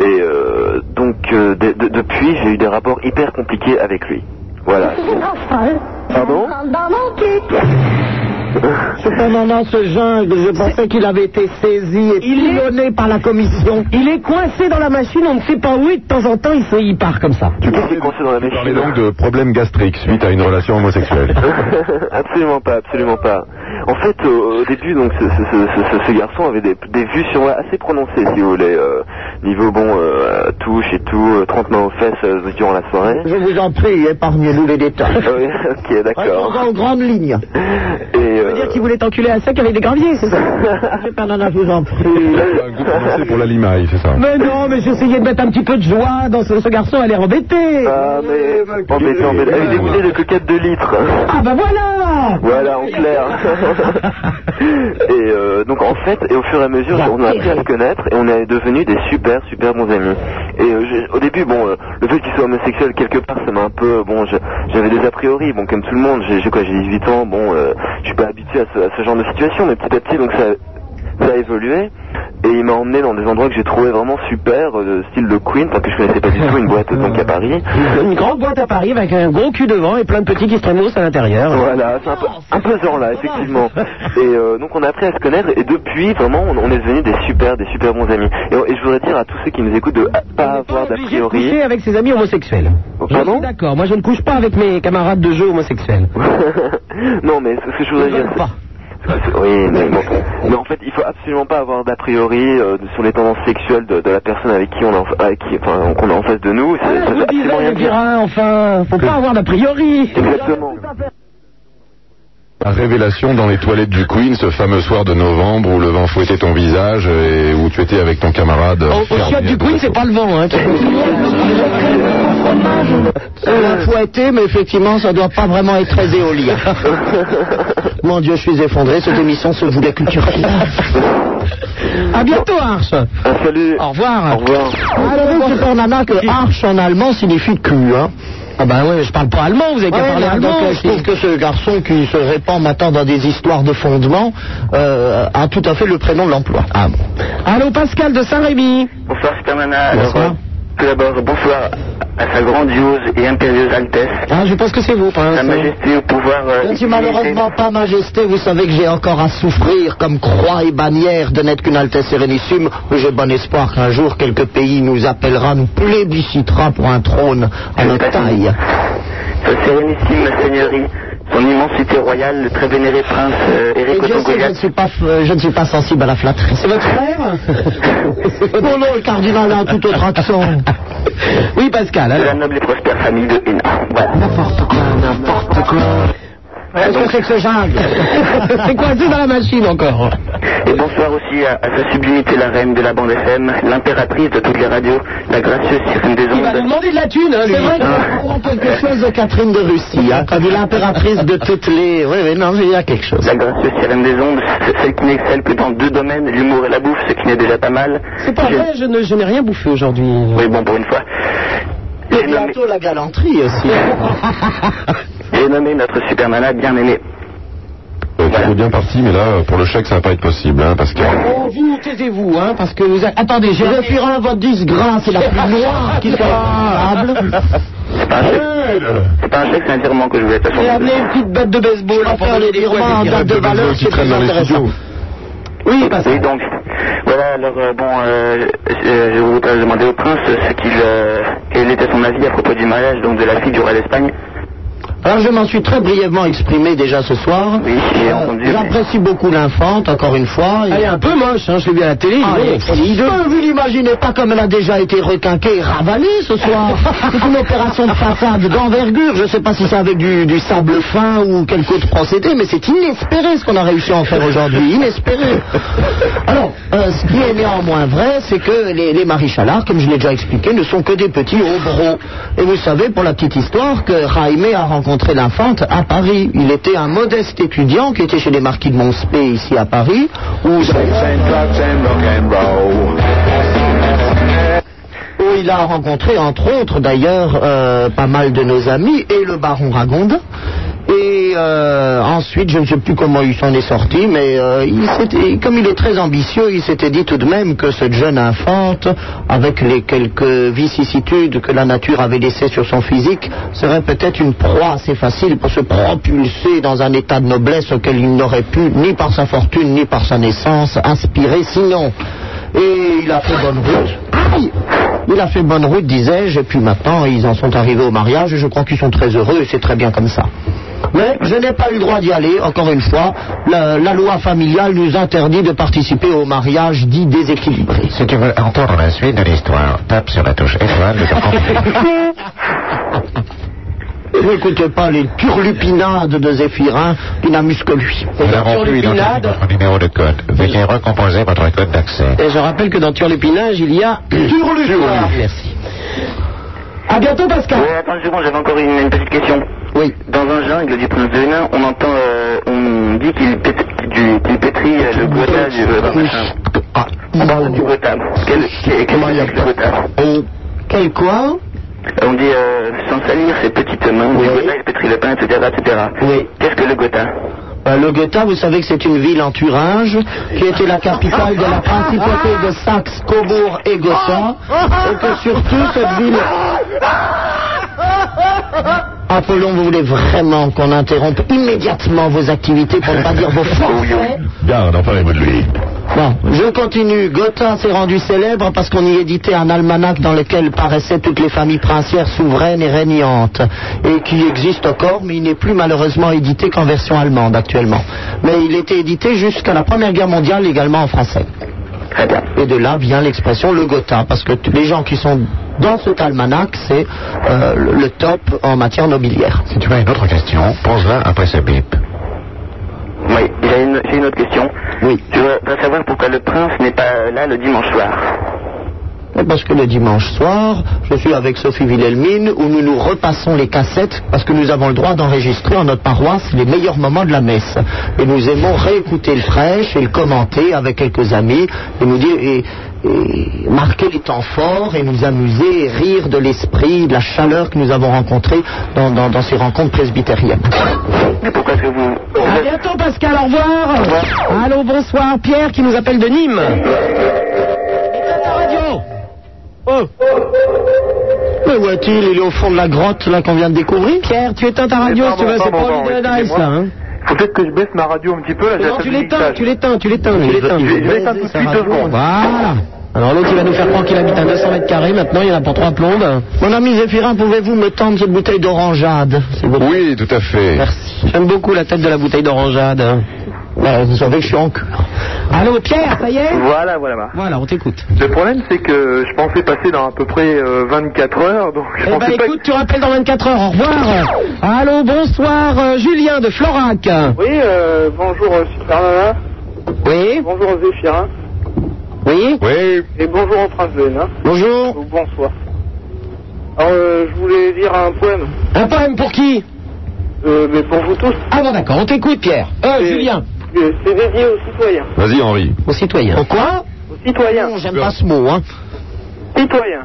[SPEAKER 11] Et euh, donc euh, de- de- depuis, j'ai eu des rapports hyper compliqués avec lui. Voilà.
[SPEAKER 4] Ah, hein.
[SPEAKER 11] Pardon
[SPEAKER 4] Cependant, ce jungle, je pensais qu'il avait été saisi et pilonné par la commission.
[SPEAKER 3] Il est coincé dans la machine, on ne sait pas où, et de temps en temps, il, se, il part comme ça.
[SPEAKER 2] Tu
[SPEAKER 11] s'est coincé dans la
[SPEAKER 2] tu parlais
[SPEAKER 11] machine.
[SPEAKER 2] donc de problèmes gastriques suite à une relation homosexuelle.
[SPEAKER 11] absolument pas, absolument pas. En fait, au, au début, donc, ce, ce- ce- ce- ce garçon avait des, des vues sur moi assez prononcées, si vous voulez, euh, niveau bon euh, touche et tout, euh, 30 mains aux fesses euh, durant la soirée.
[SPEAKER 4] Je vous en prie, épargnez-nous les détails.
[SPEAKER 11] Oui, ok,
[SPEAKER 4] Restons
[SPEAKER 11] d'accord.
[SPEAKER 4] aux grandes lignes.
[SPEAKER 11] Et
[SPEAKER 3] Ça veut
[SPEAKER 11] euh,
[SPEAKER 3] dire qu'il voulait t'enculer à sec avec des graviers, c'est ça
[SPEAKER 4] Super Nana, je vous en
[SPEAKER 11] Euh,
[SPEAKER 4] prie.
[SPEAKER 2] Un goût prononcé pour la limaille, c'est ça
[SPEAKER 3] Mais non, mais j'essayais de mettre un petit peu de joie dans ce, ce garçon, elle est embêtée.
[SPEAKER 4] Euh,
[SPEAKER 11] ah mais embêté,
[SPEAKER 2] Embêté,
[SPEAKER 11] embêté, avec des bouteilles de coquette de litre.
[SPEAKER 3] Ah bah voilà
[SPEAKER 11] Voilà, en clair. et euh, donc en fait, et au fur et à mesure, on a appris à se connaître et on est devenus des super, super bons amis. Et euh, j'ai- au début, bon, euh, le fait qu'il soit homosexuel quelque part, ça m'a un peu, bon, je- j'avais des a priori, bon, comme tout le monde, j'ai j'ai quoi, j'ai 18 ans, bon, euh, je suis pas habitué à ce, à ce genre de situation, mais petit à petit, donc ça, ça a évolué. Et il m'a emmené dans des endroits que j'ai trouvé vraiment super, euh, style de Queen, parce que je connaissais pas du tout une boîte donc à Paris.
[SPEAKER 3] Une grande boîte à Paris avec un gros cul devant et plein de petits qui se traînent à l'intérieur.
[SPEAKER 11] Voilà, c'est un
[SPEAKER 3] Oh,
[SPEAKER 11] peu, un peu ce genre-là, effectivement. Et euh, donc on a appris à se connaître et depuis, vraiment, on, on est devenus des super, des super bons amis. Et, oh, et je voudrais dire à tous ceux qui nous écoutent de pas avoir d'a
[SPEAKER 3] J'ai
[SPEAKER 11] priori.
[SPEAKER 3] couché avec ses amis homosexuels. Je
[SPEAKER 11] Pardon
[SPEAKER 3] suis D'accord, moi je ne couche pas avec mes camarades de jeu homosexuels.
[SPEAKER 11] non, mais ce que je voudrais
[SPEAKER 3] Ils
[SPEAKER 11] dire,
[SPEAKER 3] veulent pas.
[SPEAKER 11] c'est- oui, mais bon. Mais en fait, il faut absolument pas avoir d'a priori euh, sur les tendances sexuelles de, de la personne avec qui on est en, avec qui, enfin, qu'on est en face de nous. C'est- ça
[SPEAKER 3] Voilà, Ah, je vous
[SPEAKER 11] veut absolument
[SPEAKER 3] disais,
[SPEAKER 11] rien
[SPEAKER 3] les
[SPEAKER 11] dire.
[SPEAKER 3] virins, enfin, faut pas avoir d'a priori.
[SPEAKER 11] Exactement.
[SPEAKER 2] La révélation dans les toilettes du Queen, ce fameux soir de novembre où le vent fouettait ton visage et où tu étais avec ton camarade.
[SPEAKER 11] Oh.
[SPEAKER 3] Au, au chiottes du Queen, c'est pas le vent, hein. qui-
[SPEAKER 4] Ça doit fouetter, mais effectivement, ça doit pas vraiment être très éolien. Mon Dieu, je suis effondré. Cette émission se voulait culturelle.
[SPEAKER 3] À bientôt, Arche.
[SPEAKER 11] Un salut.
[SPEAKER 3] Au revoir.
[SPEAKER 11] Au
[SPEAKER 4] Ah,
[SPEAKER 11] revoir.
[SPEAKER 4] Alors, vous super nana que arche en allemand signifie cul, hein.
[SPEAKER 3] Ah ben oui, je parle pas allemand, vous avez qu'à
[SPEAKER 4] Ouais,
[SPEAKER 3] parler
[SPEAKER 4] non,
[SPEAKER 3] allemand.
[SPEAKER 4] donc, euh, je
[SPEAKER 3] aussi.
[SPEAKER 4] trouve que ce garçon qui se répand maintenant dans des histoires de fondement euh, a tout à fait le prénom de l'emploi. Ah bon.
[SPEAKER 3] Allô, Pascal de Saint-Rémy.
[SPEAKER 9] Bonsoir Supermana.
[SPEAKER 3] Bonsoir.
[SPEAKER 9] Alors, tout d'abord, bonsoir à sa grandiose et impérieuse Altesse,
[SPEAKER 3] Ah, je pense que c'est vous, Prince.
[SPEAKER 9] Sa Majesté au pouvoir. euh,
[SPEAKER 4] Je ne suis
[SPEAKER 9] illimité.
[SPEAKER 4] malheureusement pas majesté, vous savez que j'ai encore à souffrir comme croix et bannière de n'être qu'une Altesse Sérénissime. mais J'ai bon espoir qu'un jour quelque pays nous appellera, nous plébiscitera pour un trône à notre taille.
[SPEAKER 9] Sa sérénissime seigneurie, son immensité royale, le très vénéré prince euh,
[SPEAKER 4] Et
[SPEAKER 9] Éric
[SPEAKER 4] Dieu sait que je ne
[SPEAKER 9] Ottongoliath.
[SPEAKER 4] suis pas, euh, je ne suis pas sensible à la flatterie.
[SPEAKER 3] C'est votre frère
[SPEAKER 4] Oh non, le cardinal a un tout autre accent.
[SPEAKER 3] Oui, Pascal.
[SPEAKER 9] de la
[SPEAKER 3] alors.
[SPEAKER 9] noble et prospère famille de Hénin. Voilà.
[SPEAKER 4] N'importe quoi, n'importe quoi. Qu'est-ce que c'est que ce jungle
[SPEAKER 3] c'est quoi, c'est dans la machine encore
[SPEAKER 9] Et bonsoir aussi à, à sa sublimité, la reine de la bande FM, l'impératrice de toutes les radios, la gracieuse sirène des
[SPEAKER 3] Il va nous
[SPEAKER 9] ondes.
[SPEAKER 3] demander de la thune, hein, lui.
[SPEAKER 4] C'est vrai qu'on comprend quelque chose de Catherine de Russie, hein, comme l'impératrice de toutes les... Oui, oui, non, mais il y a quelque chose.
[SPEAKER 9] La gracieuse sirène des ondes, c- celle qui n'excelle que dans deux domaines, l'humour et la bouffe, ce qui n'est déjà pas mal.
[SPEAKER 3] C'est pas
[SPEAKER 9] Je-
[SPEAKER 3] vrai, je ne- je n'ai rien bouffé aujourd'hui.
[SPEAKER 9] Oui, bon, pour une fois.
[SPEAKER 4] Et
[SPEAKER 9] J'ai nommé,
[SPEAKER 4] bientôt la galanterie aussi.
[SPEAKER 9] j'ai nommé notre supermana bien-aimé.
[SPEAKER 2] C'est Euh, bien parti, mais là, pour le chèque, ça va pas être possible, hein, parce que.
[SPEAKER 3] Oh, vous, taisez-vous, hein, parce que vous... a- Attendez, j'ai...
[SPEAKER 4] Je refuserai votre disgrâce, c'est la plus noire qui soit
[SPEAKER 3] Ah,
[SPEAKER 4] capable.
[SPEAKER 9] C'est pas un chèque, c'est pas un chèque, c'est un virement que je voulais te
[SPEAKER 3] J'ai amené une petite batte de baseball.
[SPEAKER 4] On
[SPEAKER 3] hein, pour
[SPEAKER 4] faire les
[SPEAKER 3] donner des coups
[SPEAKER 4] virements
[SPEAKER 3] à
[SPEAKER 4] en
[SPEAKER 3] mes
[SPEAKER 4] date de
[SPEAKER 2] de
[SPEAKER 4] valeur,
[SPEAKER 2] Bezos qui
[SPEAKER 4] c'est
[SPEAKER 2] traîne
[SPEAKER 4] très
[SPEAKER 2] dans les
[SPEAKER 4] intéressant.
[SPEAKER 2] studios.
[SPEAKER 4] Oui, parce
[SPEAKER 9] Oui, donc, voilà, alors, euh, bon, euh, je, je voudrais demander au prince ce qu'il, euh, quel était son avis à propos du mariage, donc de la fille du roi d'Espagne.
[SPEAKER 4] Alors je m'en suis très brièvement exprimé déjà ce soir.
[SPEAKER 9] Oui, j'ai entendu.
[SPEAKER 4] Euh, J'apprécie beaucoup l'infante, encore une fois.
[SPEAKER 3] Elle est un peu moche, hein, je l'ai vu à la télé.
[SPEAKER 4] Ah,
[SPEAKER 3] il est-
[SPEAKER 4] mais si, je- vous l'imaginez pas comme elle a déjà été requinquée et ravalée ce soir. C'est une opération de façade d'envergure. Je sais pas si c'est avec du, du sable fin ou quelque autre procédé, mais c'est inespéré ce qu'on a réussi à en faire aujourd'hui. Inespéré. Alors, euh, ce qui est néanmoins vrai, c'est que les, les maris Chalards, comme je l'ai déjà expliqué, ne sont que des petits hobereaux. Et vous savez, pour la petite histoire, que Jaime a rencontré l'infante à Paris. Il était un modeste étudiant qui était chez les marquis de Montspé, ici à Paris, où...
[SPEAKER 9] bah, oh.
[SPEAKER 4] où il a rencontré, entre autres d'ailleurs, euh, pas mal de nos amis et le baron Ragondin. Et euh, ensuite, je ne sais plus comment il s'en est sorti, mais euh, il s'était- comme il est très ambitieux, il s'était dit tout de même que cette jeune infante, avec les quelques vicissitudes que la nature avait laissées sur son physique, serait peut-être une proie assez facile pour se propulser dans un état de noblesse auquel il n'aurait pu, ni par sa fortune, ni par sa naissance, aspirer sinon. Et il a fait bonne route. Aïe Il a fait bonne route, disais-je, et puis maintenant, ils en sont arrivés au mariage, et je crois qu'ils sont très heureux, et c'est très bien comme ça. Mais je n'ai pas eu le droit d'y aller, encore une fois. La, la loi familiale nous interdit de participer au mariage dit déséquilibré.
[SPEAKER 1] Si tu veux entendre la suite de l'histoire, tape sur la touche étoile de ton compte.
[SPEAKER 4] N'écoutez pas les turlupinades de Zéphirin, qui n'amusent que lui.
[SPEAKER 1] Nous n'avons plus identifié
[SPEAKER 3] Turlupinade.
[SPEAKER 1] votre numéro de code. Veuillez recomposer votre code d'accès.
[SPEAKER 3] Et je rappelle que dans Turlupinage, il y a... Turlupinage. Merci. À bientôt, Pascal.
[SPEAKER 9] Oui, attends une seconde, j'avais encore une, une petite question.
[SPEAKER 4] Oui.
[SPEAKER 9] Dans un jungle du prince de Hénin, on entend, euh, on dit qu'il pét- du- qu'il pétrit euh, le Gotha du euh, machin.
[SPEAKER 1] Ah.
[SPEAKER 9] du Gotha. Quel, quel, quel est le Gotha
[SPEAKER 4] Quel quoi
[SPEAKER 9] On dit euh, sans salir ses petites mains, du Gotha, il pétrit le pain, etc. etc.
[SPEAKER 4] Oui.
[SPEAKER 9] Qu'est-ce que le Gotha
[SPEAKER 4] Euh, le Goethe, vous savez que c'est une ville en Thuringe qui était la capitale de la principauté de Saxe, Cobourg et Gotha, et que surtout cette ville. Apollon, vous voulez vraiment qu'on interrompe immédiatement vos activités pour ne pas dire vos forfaits
[SPEAKER 2] Garde, en parlez-moi de lui.
[SPEAKER 4] Bon, je continue. Gotha s'est rendu célèbre parce qu'on y éditait un almanach dans lequel paraissaient toutes les familles princières souveraines et régnantes, et qui existe encore, mais il n'est plus malheureusement édité qu'en version allemande actuellement. Mais il était édité jusqu'à la Première Guerre mondiale également en français.
[SPEAKER 9] Très bien.
[SPEAKER 4] Et de là vient l'expression le Gotha, parce que t- les gens qui sont dans cet almanach, c'est euh, le le top en matière nobiliaire.
[SPEAKER 2] Si tu as une autre question, pose-la après ce bip.
[SPEAKER 9] Oui, j'ai une, j'ai une autre question.
[SPEAKER 4] Oui.
[SPEAKER 9] Je voudrais savoir pourquoi le prince n'est pas là le dimanche soir.
[SPEAKER 4] Et Parce que le dimanche soir, je suis avec Sophie Wilhelmine où nous nous repassons les cassettes parce que nous avons le droit d'enregistrer en notre paroisse les meilleurs moments de la messe. Et nous aimons réécouter le prêche et le commenter avec quelques amis et nous dire et, et marquer les temps forts et nous amuser et rire de l'esprit, de la chaleur que nous avons rencontrée dans, dans- dans ces rencontres presbytériennes.
[SPEAKER 9] Mais pourquoi est-ce que vous...
[SPEAKER 3] À bientôt Pascal, au revoir. Allô, bonsoir Pierre qui nous appelle de Nîmes.
[SPEAKER 4] Euh,
[SPEAKER 3] Éteins ta radio. Oh,
[SPEAKER 4] Mais où est-il Il est au fond de la grotte là qu'on vient de découvrir.
[SPEAKER 3] Pierre, tu éteins ta radio si tu veux, c'est pas
[SPEAKER 11] pardon,
[SPEAKER 3] une nice
[SPEAKER 11] excusez-moi.
[SPEAKER 3] là. hein.
[SPEAKER 11] Faut peut-être que je baisse ma radio un petit peu, là, j'ai
[SPEAKER 3] Non,
[SPEAKER 11] la
[SPEAKER 3] tu
[SPEAKER 11] tête du
[SPEAKER 3] l'éteins,
[SPEAKER 11] mixage.
[SPEAKER 3] tu l'éteins, tu l'éteins, tu l'éteins.
[SPEAKER 11] Je vais l'éteindre tout de suite deux secondes.
[SPEAKER 3] Voilà. Alors l'autre il va nous faire croire qu'il habite à 200 mètres carrés, maintenant il y en a pour trois plombes.
[SPEAKER 4] Mon ami Zéphirin, pouvez-vous me tendre cette bouteille d'orangeade s'il vous plaît
[SPEAKER 2] Oui, tout à fait.
[SPEAKER 4] Merci.
[SPEAKER 3] J'aime beaucoup la tête de la bouteille d'orangeade.
[SPEAKER 4] Ben, vous savez que je suis en cœur.
[SPEAKER 3] Allô Pierre, ça y est
[SPEAKER 11] Voilà, voilà. voilà.
[SPEAKER 3] Voilà, on t'écoute.
[SPEAKER 11] Le problème, c'est que je pensais passer dans à peu près euh, 24 heures, donc je
[SPEAKER 3] Eh ben
[SPEAKER 11] pensais pas...
[SPEAKER 3] écoute, tu rappelles dans 24 heures, au revoir. Allô, bonsoir, euh, Julien de Florac. Ah
[SPEAKER 5] Oui, euh, bonjour euh, Super Nana,
[SPEAKER 3] Oui,
[SPEAKER 5] bonjour Zéphirin,
[SPEAKER 3] oui,
[SPEAKER 2] Oui,
[SPEAKER 5] et bonjour au prince de Hénin,
[SPEAKER 3] bonjour.
[SPEAKER 5] ou bonsoir. Alors, euh, je voulais lire un poème,
[SPEAKER 3] Un poème pour qui
[SPEAKER 5] euh, mais pour vous tous,
[SPEAKER 3] Ah bon d'accord, on t'écoute Pierre. Euh,
[SPEAKER 5] Oui.
[SPEAKER 3] Julien,
[SPEAKER 5] euh, c'est dédié aux citoyens.
[SPEAKER 2] vas-y Henri.
[SPEAKER 3] au citoyen. Oh,
[SPEAKER 4] Pourquoi
[SPEAKER 5] Aux citoyens,
[SPEAKER 4] Non, J'aime pas ce mot, hein.
[SPEAKER 5] citoyens,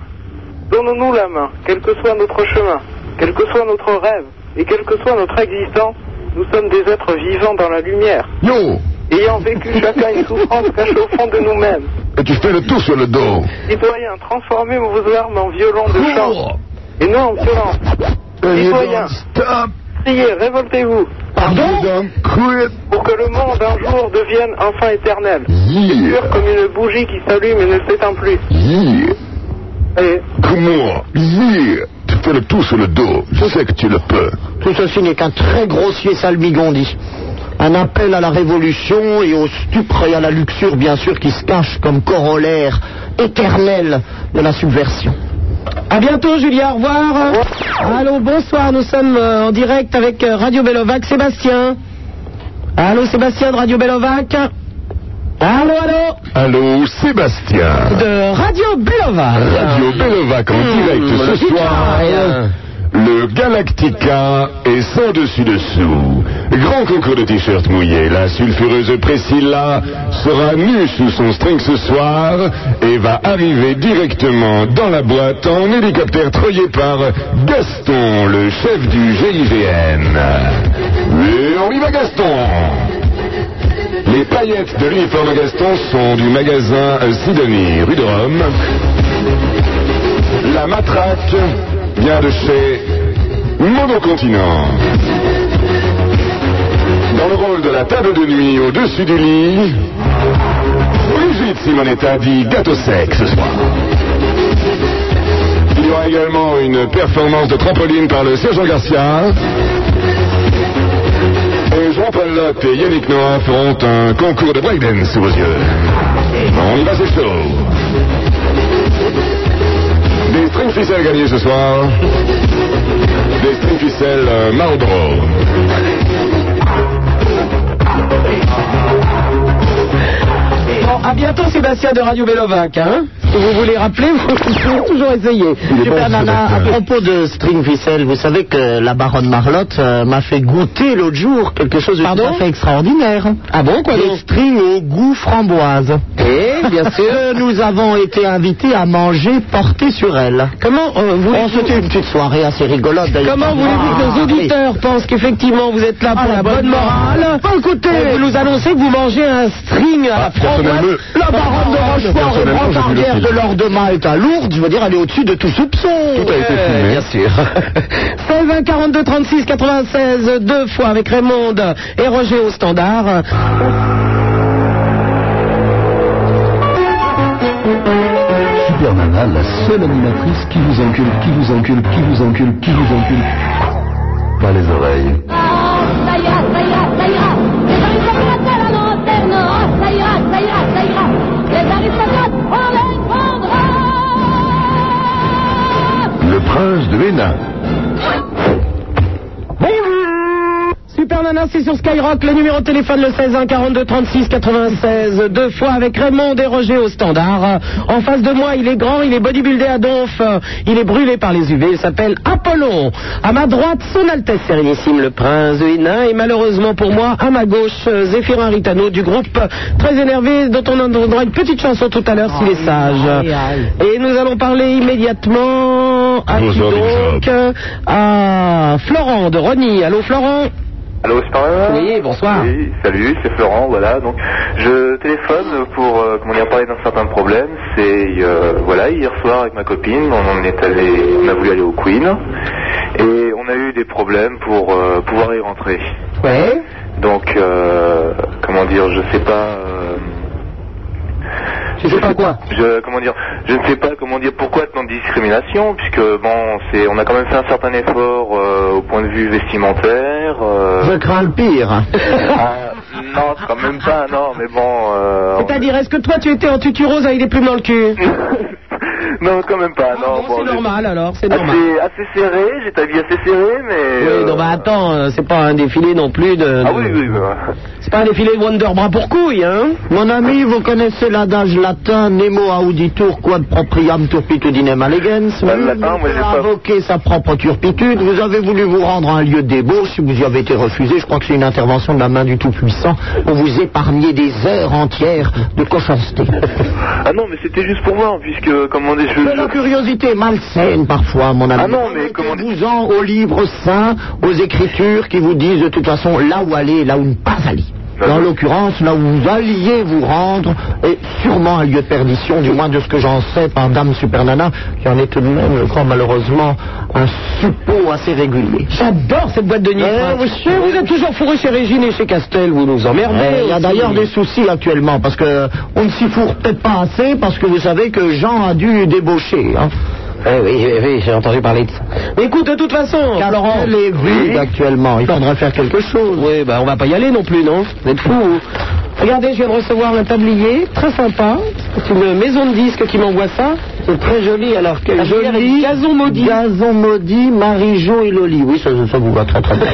[SPEAKER 5] donnons-nous la main, quel que soit notre chemin, quel que soit notre rêve, et quelle que soit notre existence, nous sommes des êtres vivants dans la lumière,
[SPEAKER 2] Yo,
[SPEAKER 5] ayant vécu chacun une souffrance cachée au fond de nous-mêmes.
[SPEAKER 2] et tu fais le tout sur le dos.
[SPEAKER 5] Citoyens, transformez vos armes en violons de chambre,
[SPEAKER 2] Oh,
[SPEAKER 5] et non en violence. Citoyens,
[SPEAKER 2] Stop.
[SPEAKER 5] priez, révoltez-vous,
[SPEAKER 2] Pardon Quit.
[SPEAKER 5] pour que le monde un jour devienne enfin éternel, pur
[SPEAKER 2] Yeah.
[SPEAKER 5] comme une bougie qui s'allume et ne s'éteint plus.
[SPEAKER 2] Yeah.
[SPEAKER 5] Allez,
[SPEAKER 2] Comment Yeah. Eh, Tu fais le tout sur le dos. Je sais que tu le peux.
[SPEAKER 4] Tout ceci n'est qu'un très grossier salmigondi. Un appel à la révolution et au stupre et à la luxure, bien sûr, qui se cache comme corollaire éternel de la subversion.
[SPEAKER 3] À bientôt Julien, au revoir. Allô, bonsoir, nous sommes euh, en direct avec euh, Radio Belovac, Sébastien. Allô Sébastien de Radio Belovac. Allô, allô
[SPEAKER 2] Allô, Sébastien.
[SPEAKER 3] De Radio Belovac.
[SPEAKER 2] Radio Bellevac en
[SPEAKER 1] Mmh.
[SPEAKER 2] direct ce
[SPEAKER 1] Ah,
[SPEAKER 2] soir.
[SPEAKER 3] Putain.
[SPEAKER 2] Le Galactica est sans dessus-dessous. Grand concours de t-shirts mouillés. La sulfureuse Priscilla sera nue sous son string ce soir et va arriver directement dans la boîte en hélicoptère troyé par Gaston, le chef du GIGN. Et on y va Gaston les paillettes de l'uniforme Gaston sont du magasin euh, Sidonie, rue de Rome. La matraque vient de chez Monocontinent. Dans le rôle de la table de nuit au-dessus du lit, Brigitte Simonetta dit gâteau sec ce soir. Il y aura également une performance de trampoline par le sergent Garcia. Et Jean Pallotte et Yannick Noah feront un concours de breakdance sous vos yeux. On y va, c'est chaud. Des strings ficelles gagnés ce soir. Des strings ficelles euh, Marlboro.
[SPEAKER 3] Bon, à bientôt Sébastien de Radio Belovac. Hein vous voulez rappeler, vous pouvez toujours essayer.
[SPEAKER 2] Il est
[SPEAKER 4] Super
[SPEAKER 2] bon,
[SPEAKER 4] Nana,
[SPEAKER 2] ce
[SPEAKER 4] à
[SPEAKER 2] docteur.
[SPEAKER 4] propos de string ficelle, vous savez que la baronne Marlotte euh, m'a fait goûter l'autre jour quelque chose de
[SPEAKER 3] Pardon
[SPEAKER 4] tout à fait extraordinaire.
[SPEAKER 3] Ah bon, quoi
[SPEAKER 4] Des
[SPEAKER 3] donc
[SPEAKER 4] strings au goût framboise.
[SPEAKER 3] Eh, bien sûr.
[SPEAKER 4] Que nous avons été invités à manger portés sur elle.
[SPEAKER 3] Comment euh, vous...
[SPEAKER 4] Oh, C'était une petite soirée assez rigolote d'ailleurs.
[SPEAKER 3] Comment voulez-vous que nos
[SPEAKER 4] Ah, oui.
[SPEAKER 3] auditeurs pensent qu'effectivement vous êtes là pour
[SPEAKER 4] Ah,
[SPEAKER 3] la bonne morale
[SPEAKER 4] Bon, écoutez.
[SPEAKER 3] Et Vous nous annoncez que vous mangez un string à la
[SPEAKER 4] Ah,
[SPEAKER 2] personnellement-
[SPEAKER 3] framboise
[SPEAKER 4] La baronne de Rochefort est
[SPEAKER 2] Personnellement, j'ai vu le
[SPEAKER 4] brancardière
[SPEAKER 2] film.
[SPEAKER 4] de l'ordre de Malte à Lourdes, je veux dire, elle est au-dessus de tout soupçon.
[SPEAKER 2] Tout a été
[SPEAKER 4] Ouais.
[SPEAKER 2] filmé.
[SPEAKER 3] bien sûr. 16 1 42 36 96 deux fois avec Raymond et Roger au standard.
[SPEAKER 12] Super Nana, la seule animatrice qui vous encule, qui vous encule, qui vous encule, qui vous encule. Pas les oreilles.
[SPEAKER 1] ça ira, ça ira, ça ira. Les aristocrates à la lanterne, ah, ça ira, ça ira, ça ira. Les aristocrates, on les prendra.
[SPEAKER 2] Le prince de Hénin.
[SPEAKER 3] Super Nana, c'est sur Skyrock, le numéro de téléphone le 16 1 42 36 96, deux fois avec Raymond et Roger au standard. En face de moi, il est grand, il est bodybuildé à donf, euh, il est brûlé par les UV, il s'appelle Apollon. À ma droite, son Altesse Sérénissime le Prince de Hénin, et malheureusement pour moi, à ma gauche, euh, Zéphirin Ritano du groupe Très Énervé, dont on entendra une petite chanson tout à l'heure s'il est sage.
[SPEAKER 4] aïe, aïe.
[SPEAKER 3] Et nous allons parler immédiatement à, qui
[SPEAKER 2] Bonjour,
[SPEAKER 3] donc,
[SPEAKER 2] Lisa.
[SPEAKER 3] Euh, à Florent de Ronny. Allô Florent
[SPEAKER 11] Allô, c'est par là
[SPEAKER 3] Oui, bonsoir.
[SPEAKER 11] Oui, salut, c'est Florent, voilà. Donc, je téléphone pour, euh, comment dire, parler d'un certain problème. C'est, euh, voilà, hier soir avec ma copine, on en est allé, on a voulu aller au Queen. Et on a eu des problèmes pour euh, pouvoir y rentrer.
[SPEAKER 3] Ouais.
[SPEAKER 11] Donc, euh, comment dire, je sais pas... euh,
[SPEAKER 3] Je sais pas quoi.
[SPEAKER 11] Je comment dire, je ne sais pas comment dire pourquoi tant de discrimination, puisque bon, c'est, on a quand même fait un certain effort euh, au point de vue vestimentaire. euh,
[SPEAKER 4] Je crains le pire.
[SPEAKER 11] ah, non, quand
[SPEAKER 3] ah,
[SPEAKER 11] même pas, non, mais bon. Euh,
[SPEAKER 3] C'est-à-dire, est-ce que toi tu étais en tutu rose avec des plumes dans le cul
[SPEAKER 11] non, quand même pas, non.
[SPEAKER 3] Ah, Bon,
[SPEAKER 11] bon,
[SPEAKER 3] c'est
[SPEAKER 11] j'ai-
[SPEAKER 3] normal alors, c'est normal.
[SPEAKER 11] Assez, assez serré, j'étais habillé assez serré, mais.
[SPEAKER 3] Oui,
[SPEAKER 11] euh,
[SPEAKER 3] non, bah attends, euh, c'est pas un défilé non plus de.
[SPEAKER 11] Ah
[SPEAKER 3] de-
[SPEAKER 11] oui, oui, oui.
[SPEAKER 3] C'est pas un défilé de Wonderbra pour couilles, hein
[SPEAKER 4] Mon ami, vous connaissez l'adage latin Nemo auditur quod propriam turpitudinem allegens.
[SPEAKER 11] Pas le Euh, latin, moi, j'ai pas-
[SPEAKER 4] invoqué sa propre turpitude. Vous avez voulu vous rendre à un lieu de débauche. Si vous y avez été refusé, je crois que c'est une intervention de la main du Tout-Puissant pour vous épargner des heures entières de cochonneté.
[SPEAKER 11] Ah non, mais c'était juste pour voir, puisque comment dire, je.
[SPEAKER 4] Mais la curiosité est malsaine parfois, mon ami.
[SPEAKER 11] Ah non, mais comment-
[SPEAKER 4] vous en aux livres saints, aux écritures qui vous disent de toute façon là où aller, et là où ne pas aller.
[SPEAKER 11] Non,
[SPEAKER 4] Dans
[SPEAKER 11] non.
[SPEAKER 4] l'occurrence, là où vous alliez vous rendre, et sûrement un lieu de perdition, du moins de ce que j'en sais par Dame Supernana, qui en est tout de même, je crois, malheureusement, un suppôt assez régulier.
[SPEAKER 3] J'adore cette boîte de nuit.
[SPEAKER 4] Eh,
[SPEAKER 3] Franck.
[SPEAKER 4] monsieur,
[SPEAKER 3] Euh, vous êtes toujours fourré chez Régine et chez Castel, vous nous emmerdez.
[SPEAKER 4] Ouais, Il y a
[SPEAKER 3] aussi.
[SPEAKER 4] d'ailleurs des soucis actuellement, parce que Euh, on ne s'y fourre peut-être pas assez, parce que vous savez que Jean a dû débaucher. Hein.
[SPEAKER 3] Eh
[SPEAKER 4] oui, oui, j'ai entendu parler de ça.
[SPEAKER 3] Mais écoute, de toute façon.
[SPEAKER 4] Car elle est vide actuellement. Il faudrait faire quelque chose.
[SPEAKER 3] Oui, bah on va pas y aller non plus, non Vous êtes fous. Regardez, je viens de recevoir un tablier, très sympa. C'est une maison de disques qui m'envoie ça.
[SPEAKER 4] C'est très joli, alors quel
[SPEAKER 3] La lumière est du
[SPEAKER 4] joli.
[SPEAKER 3] gazon maudit.
[SPEAKER 4] Gazon maudit, Marie-Jo et Loli. Oui, ça, ça vous va très très bien.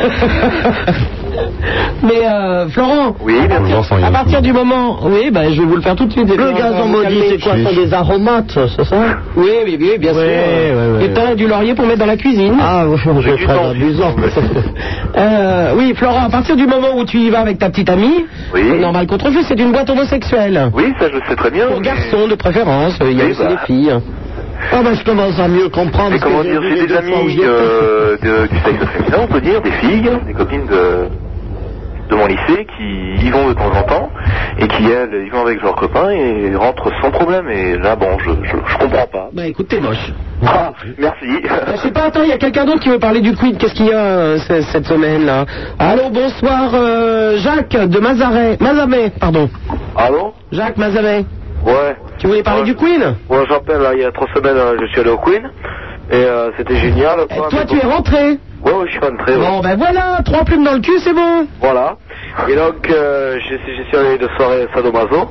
[SPEAKER 3] Mais euh, Florent,
[SPEAKER 11] Oui, merci.
[SPEAKER 3] à partir du moment, oui, ben je vais vous le faire tout de suite.
[SPEAKER 4] Le gazon maudit, c'est quoi C'est des aromates, ça, c'est ça
[SPEAKER 3] Oui, oui, oui, bien sûr.
[SPEAKER 4] Ouais, ouais, ouais.
[SPEAKER 3] Du thym et du laurier pour mettre dans la cuisine.
[SPEAKER 4] Ah, oui, c'est
[SPEAKER 11] du
[SPEAKER 4] très
[SPEAKER 11] temps.
[SPEAKER 4] amusant.
[SPEAKER 3] Euh, oui, Florent, à partir du moment où tu y vas avec ta petite amie,
[SPEAKER 11] Oui.
[SPEAKER 3] c'est normal qu'on refuse, c'est une boîte homosexuelle.
[SPEAKER 11] Oui, ça je sais très bien.
[SPEAKER 3] Pour
[SPEAKER 11] mais-
[SPEAKER 3] garçons de préférence, il y a
[SPEAKER 11] Oui,
[SPEAKER 3] aussi
[SPEAKER 11] bah.
[SPEAKER 3] des filles. hein.
[SPEAKER 4] Ah, ben je commence à mieux comprendre.
[SPEAKER 11] Mais
[SPEAKER 4] ce que
[SPEAKER 11] comment
[SPEAKER 4] j'ai
[SPEAKER 11] dire,
[SPEAKER 4] dit
[SPEAKER 11] j'ai
[SPEAKER 4] les
[SPEAKER 11] des
[SPEAKER 4] deux fois où
[SPEAKER 11] amis
[SPEAKER 4] j'y étais.
[SPEAKER 11] euh, de- du sexe féminin, on peut dire, des filles, des copines de, de mon lycée qui y vont de temps en temps et qui elles y vont avec leurs copains et rentrent sans problème. Et là, bon, je, je, je comprends pas.
[SPEAKER 3] Bah écoute, t'es moche.
[SPEAKER 11] Ah, merci.
[SPEAKER 3] Bah, Je sais pas, attends, il y a quelqu'un d'autre qui veut parler du quid. Qu'est-ce qu'il y a euh, ce- cette semaine là Allô, bonsoir, euh, Jacques de Mazaret. Mazamet, pardon.
[SPEAKER 5] Allô
[SPEAKER 3] Jacques Mazamet.
[SPEAKER 5] Ouais.
[SPEAKER 3] Tu voulais parler
[SPEAKER 5] Ouais.
[SPEAKER 3] du Queen
[SPEAKER 5] Moi, j'appelle, il y a trois semaines, euh, je suis allé au Queen. Et euh, c'était génial.
[SPEAKER 3] Eh,
[SPEAKER 5] quoi,
[SPEAKER 3] Toi,
[SPEAKER 5] mais
[SPEAKER 3] tu es
[SPEAKER 5] bon.
[SPEAKER 3] rentré.
[SPEAKER 5] Ouais, ouais, je suis rentré. ouais.
[SPEAKER 3] Bon, ben voilà, trois plumes dans le cul, c'est bon.
[SPEAKER 5] Voilà. Et donc, euh, je, suis- je suis allé de soirée à Sadomaso.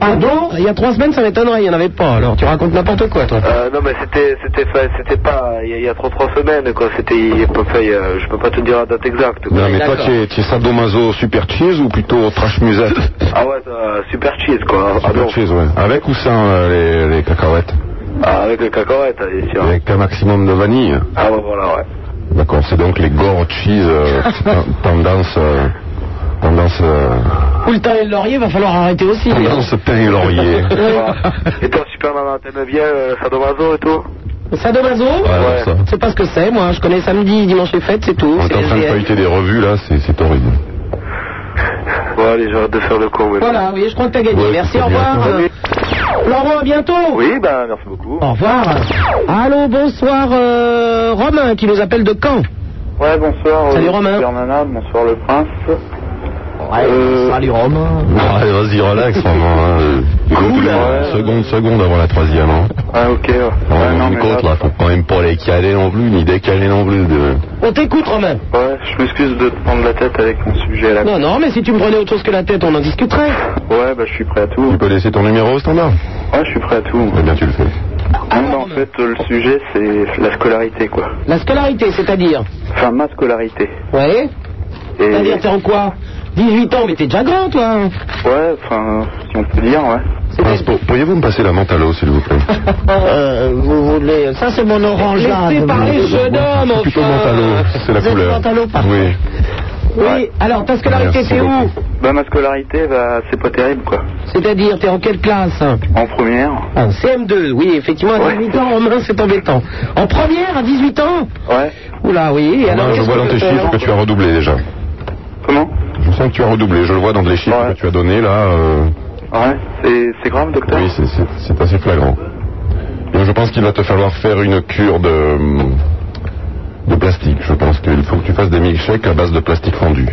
[SPEAKER 3] Pardon Il y a trois semaines, ça m'étonnerait, il n'y en avait pas. Alors, tu racontes n'importe quoi,
[SPEAKER 7] Mhm.
[SPEAKER 3] toi.
[SPEAKER 5] Euh, non mais c'était c'était fa- c'était pas il y, a- il y a trois trois semaines quoi c'était il y a pas fait, euh, je peux pas te dire la date exacte quoi.
[SPEAKER 7] Non, mais toi, tu es, tu es sadomaso super cheese ou plutôt trash musette
[SPEAKER 5] ah ouais ça, super cheese quoi
[SPEAKER 7] Super cheese, Ah, ouais. Avec ou sans euh, les, les cacahuètes
[SPEAKER 5] Ah, avec le cacahuète allez sûr
[SPEAKER 7] Avec un maximum de vanille
[SPEAKER 5] ah ouais voilà ouais
[SPEAKER 7] D'accord, c'est donc les gore cheese euh, ten- tendance... euh, tendance... euh,
[SPEAKER 3] Ou le thym et le laurier, va falloir arrêter aussi.
[SPEAKER 7] tendance pain et laurier.
[SPEAKER 5] et toi super maman t'aimes bien euh, Sadomaso et tout
[SPEAKER 3] Sadomaso Euh,
[SPEAKER 7] Ouais, ça.
[SPEAKER 3] C'est pas ce que c'est, moi. Je connais samedi, dimanche et fête, c'est tout.
[SPEAKER 7] On est en train de
[SPEAKER 3] C'est-
[SPEAKER 7] feuilleter des revues, là, c'est c'est horrible.
[SPEAKER 5] ouais allez j'arrête de faire le con ouais.
[SPEAKER 3] Voilà, oui, je crois que t'as gagné.
[SPEAKER 7] Ouais,
[SPEAKER 3] Merci,
[SPEAKER 7] c'est
[SPEAKER 3] au revoir.
[SPEAKER 7] bien.
[SPEAKER 3] Laurent, à bientôt.
[SPEAKER 5] oui ben merci beaucoup
[SPEAKER 3] Au revoir. Allô, bonsoir, euh, Romain, qui nous appelle de Caen.
[SPEAKER 5] ouais bonsoir
[SPEAKER 3] Salut, euh, Romain. super
[SPEAKER 5] bonsoir le prince Euh,
[SPEAKER 3] Salut,
[SPEAKER 5] Oh.
[SPEAKER 3] Romain.
[SPEAKER 7] Ouais, vas-y, relax, vraiment. hein. Écoute,
[SPEAKER 5] ouais.
[SPEAKER 7] Seconde, seconde avant la troisième. Hein.
[SPEAKER 5] ah ok ouais,
[SPEAKER 7] On rend compte, là, faut quand même pas les caler non plus, ni décaler non plus. De...
[SPEAKER 3] On t'écoute, Romain.
[SPEAKER 5] ouais je m'excuse de te prendre la tête avec mon sujet là
[SPEAKER 3] Non, non, mais si tu me prenais autre chose que la tête, on en discuterait.
[SPEAKER 5] ouais ben je suis prêt à tout
[SPEAKER 7] Tu peux laisser ton numéro au standard
[SPEAKER 5] ouais je suis prêt à tout
[SPEAKER 7] Eh bien, tu le fais.
[SPEAKER 5] Non, mais en fait, euh, le sujet, c'est la scolarité, quoi.
[SPEAKER 3] La scolarité, c'est-à-dire
[SPEAKER 5] Enfin, ma scolarité.
[SPEAKER 3] Ouais.
[SPEAKER 5] Et...
[SPEAKER 3] C'est-à-dire, t'es en quoi 18 ans, mais t'es déjà grand, toi.
[SPEAKER 5] Ouais, enfin, si on peut dire, ouais.
[SPEAKER 7] Prince, pour- pourriez-vous me passer la mentalo, s'il vous plaît
[SPEAKER 4] Euh, vous voulez. Ça, c'est mon orange là.
[SPEAKER 3] Laissez parler, jeune homme,
[SPEAKER 7] C'est plutôt
[SPEAKER 3] enfin.
[SPEAKER 7] mentalo, c'est la
[SPEAKER 4] Vous êtes
[SPEAKER 7] couleur.
[SPEAKER 4] mentalo, par
[SPEAKER 7] Oui.
[SPEAKER 3] Oui, alors, ta scolarité,
[SPEAKER 7] Merci
[SPEAKER 3] c'est où
[SPEAKER 7] beaucoup.
[SPEAKER 5] Bah, ma scolarité, bah, c'est pas terrible, quoi.
[SPEAKER 3] C'est-à-dire, t'es en quelle classe
[SPEAKER 5] En première,
[SPEAKER 3] En CM2, oui, effectivement, à
[SPEAKER 5] Ouais.
[SPEAKER 3] 18 ans, Romain, c'est embêtant. En première, à 18 ans
[SPEAKER 5] ouais. Ah
[SPEAKER 3] Oula, oui, et alors
[SPEAKER 7] Moi, je
[SPEAKER 3] qu'est-ce
[SPEAKER 7] vois
[SPEAKER 3] que
[SPEAKER 7] dans tes
[SPEAKER 3] tu fais,
[SPEAKER 7] chiffres
[SPEAKER 3] alors
[SPEAKER 7] que tu as redoublé déjà.
[SPEAKER 5] Comment
[SPEAKER 7] Je sens que tu as redoublé, je le vois dans les chiffres
[SPEAKER 5] Ouais.
[SPEAKER 7] que tu as donnés là. euh,
[SPEAKER 5] Ouais, c'est- c'est grave, docteur
[SPEAKER 7] Oui, c'est- c'est c'est assez flagrant. Donc, je pense qu'il va te falloir faire une cure de, de plastique. Je pense qu'il faut que tu fasses des milkshakes à base de plastique fondu.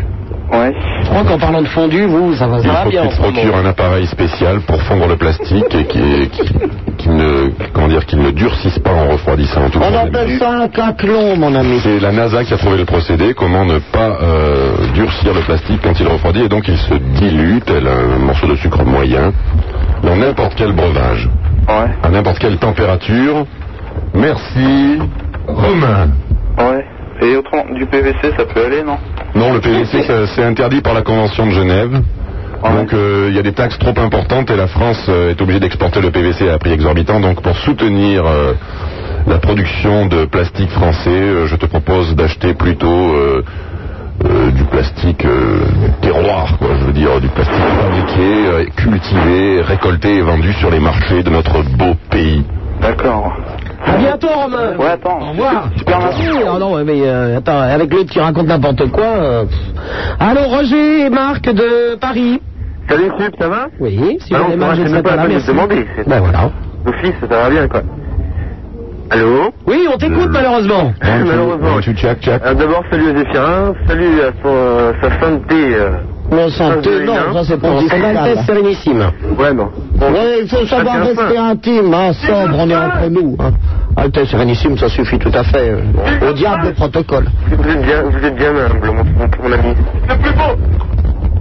[SPEAKER 5] Ouais.
[SPEAKER 3] Je crois qu'en parlant de fondu, vous, ça va, ça
[SPEAKER 7] Il
[SPEAKER 3] va
[SPEAKER 7] faut
[SPEAKER 3] bien.
[SPEAKER 7] que
[SPEAKER 3] en
[SPEAKER 7] tu te
[SPEAKER 3] ce moment.
[SPEAKER 7] procures un appareil spécial pour fondre le plastique et qui, qui, qui ne, comment dire, qu'il ne durcisse pas en refroidissant. Tout le
[SPEAKER 4] On
[SPEAKER 7] monde aime
[SPEAKER 4] appelle ça un caclon, mon ami.
[SPEAKER 7] C'est la NASA qui a trouvé le procédé, comment ne pas euh, durcir le plastique quand il refroidit, et donc il se dilue tel un morceau de sucre moyen dans n'importe quel breuvage,
[SPEAKER 5] Ouais.
[SPEAKER 7] à n'importe quelle température. Merci, Romain.
[SPEAKER 5] Ouais. Et autrement, du PVC, ça peut aller, non
[SPEAKER 7] Non, le PVC, ça- c'est interdit par la Convention de Genève.
[SPEAKER 5] Ah
[SPEAKER 7] Donc euh, il y a des taxes trop importantes et la France euh, est obligée d'exporter le PVC à prix exorbitant. Donc pour soutenir euh, la production de plastique français, euh, je te propose d'acheter plutôt euh, euh, du plastique euh, terroir, quoi. Je veux dire du plastique fabriqué, euh, cultivé, récolté et vendu sur les marchés de notre beau pays.
[SPEAKER 5] D'accord.
[SPEAKER 3] À bientôt, Romain.
[SPEAKER 5] Ouais, attends.
[SPEAKER 3] Au revoir.
[SPEAKER 5] Super, merci.
[SPEAKER 3] Oui, Non, non, mais euh, attends, avec lui, tu racontes n'importe quoi. euh, pff. Allô, Roger et Marc de Paris.
[SPEAKER 5] Salut, Sup, ça va
[SPEAKER 3] Oui, si
[SPEAKER 5] Ah non,
[SPEAKER 3] vous
[SPEAKER 5] moi,
[SPEAKER 3] je
[SPEAKER 5] je
[SPEAKER 3] ne
[SPEAKER 5] sais
[SPEAKER 3] serai
[SPEAKER 5] même pas
[SPEAKER 3] pas
[SPEAKER 5] la
[SPEAKER 3] là,
[SPEAKER 5] peine de
[SPEAKER 3] merci.
[SPEAKER 5] demander, c'est-
[SPEAKER 3] Ben voilà.
[SPEAKER 5] Mon fils, ça va bien, quoi. Allô
[SPEAKER 3] Oui, on
[SPEAKER 5] Euh.
[SPEAKER 3] t'écoute, malheureusement.
[SPEAKER 5] Malheureusement.
[SPEAKER 7] Tu tchac tchac.
[SPEAKER 5] Euh, D'abord, salut à Zéphirin, salut à son, euh, sa santé. euh.
[SPEAKER 4] Mon sang,
[SPEAKER 5] Ça,
[SPEAKER 4] non,
[SPEAKER 5] hein.
[SPEAKER 4] ça, c'est pas
[SPEAKER 3] On dit son Altesse
[SPEAKER 4] discutable.
[SPEAKER 3] Sérénissime.
[SPEAKER 5] Ouais, non. Bon,
[SPEAKER 4] Ouais, il faut savoir
[SPEAKER 5] c'est un
[SPEAKER 4] rester
[SPEAKER 5] fin.
[SPEAKER 4] intime, hein, sobre, on est entre nous. Hein. Altesse Sérénissime, ça suffit tout à fait. euh, Au diable le protocole.
[SPEAKER 5] vous êtes bien, vous êtes bien humble, mon, mon, mon ami.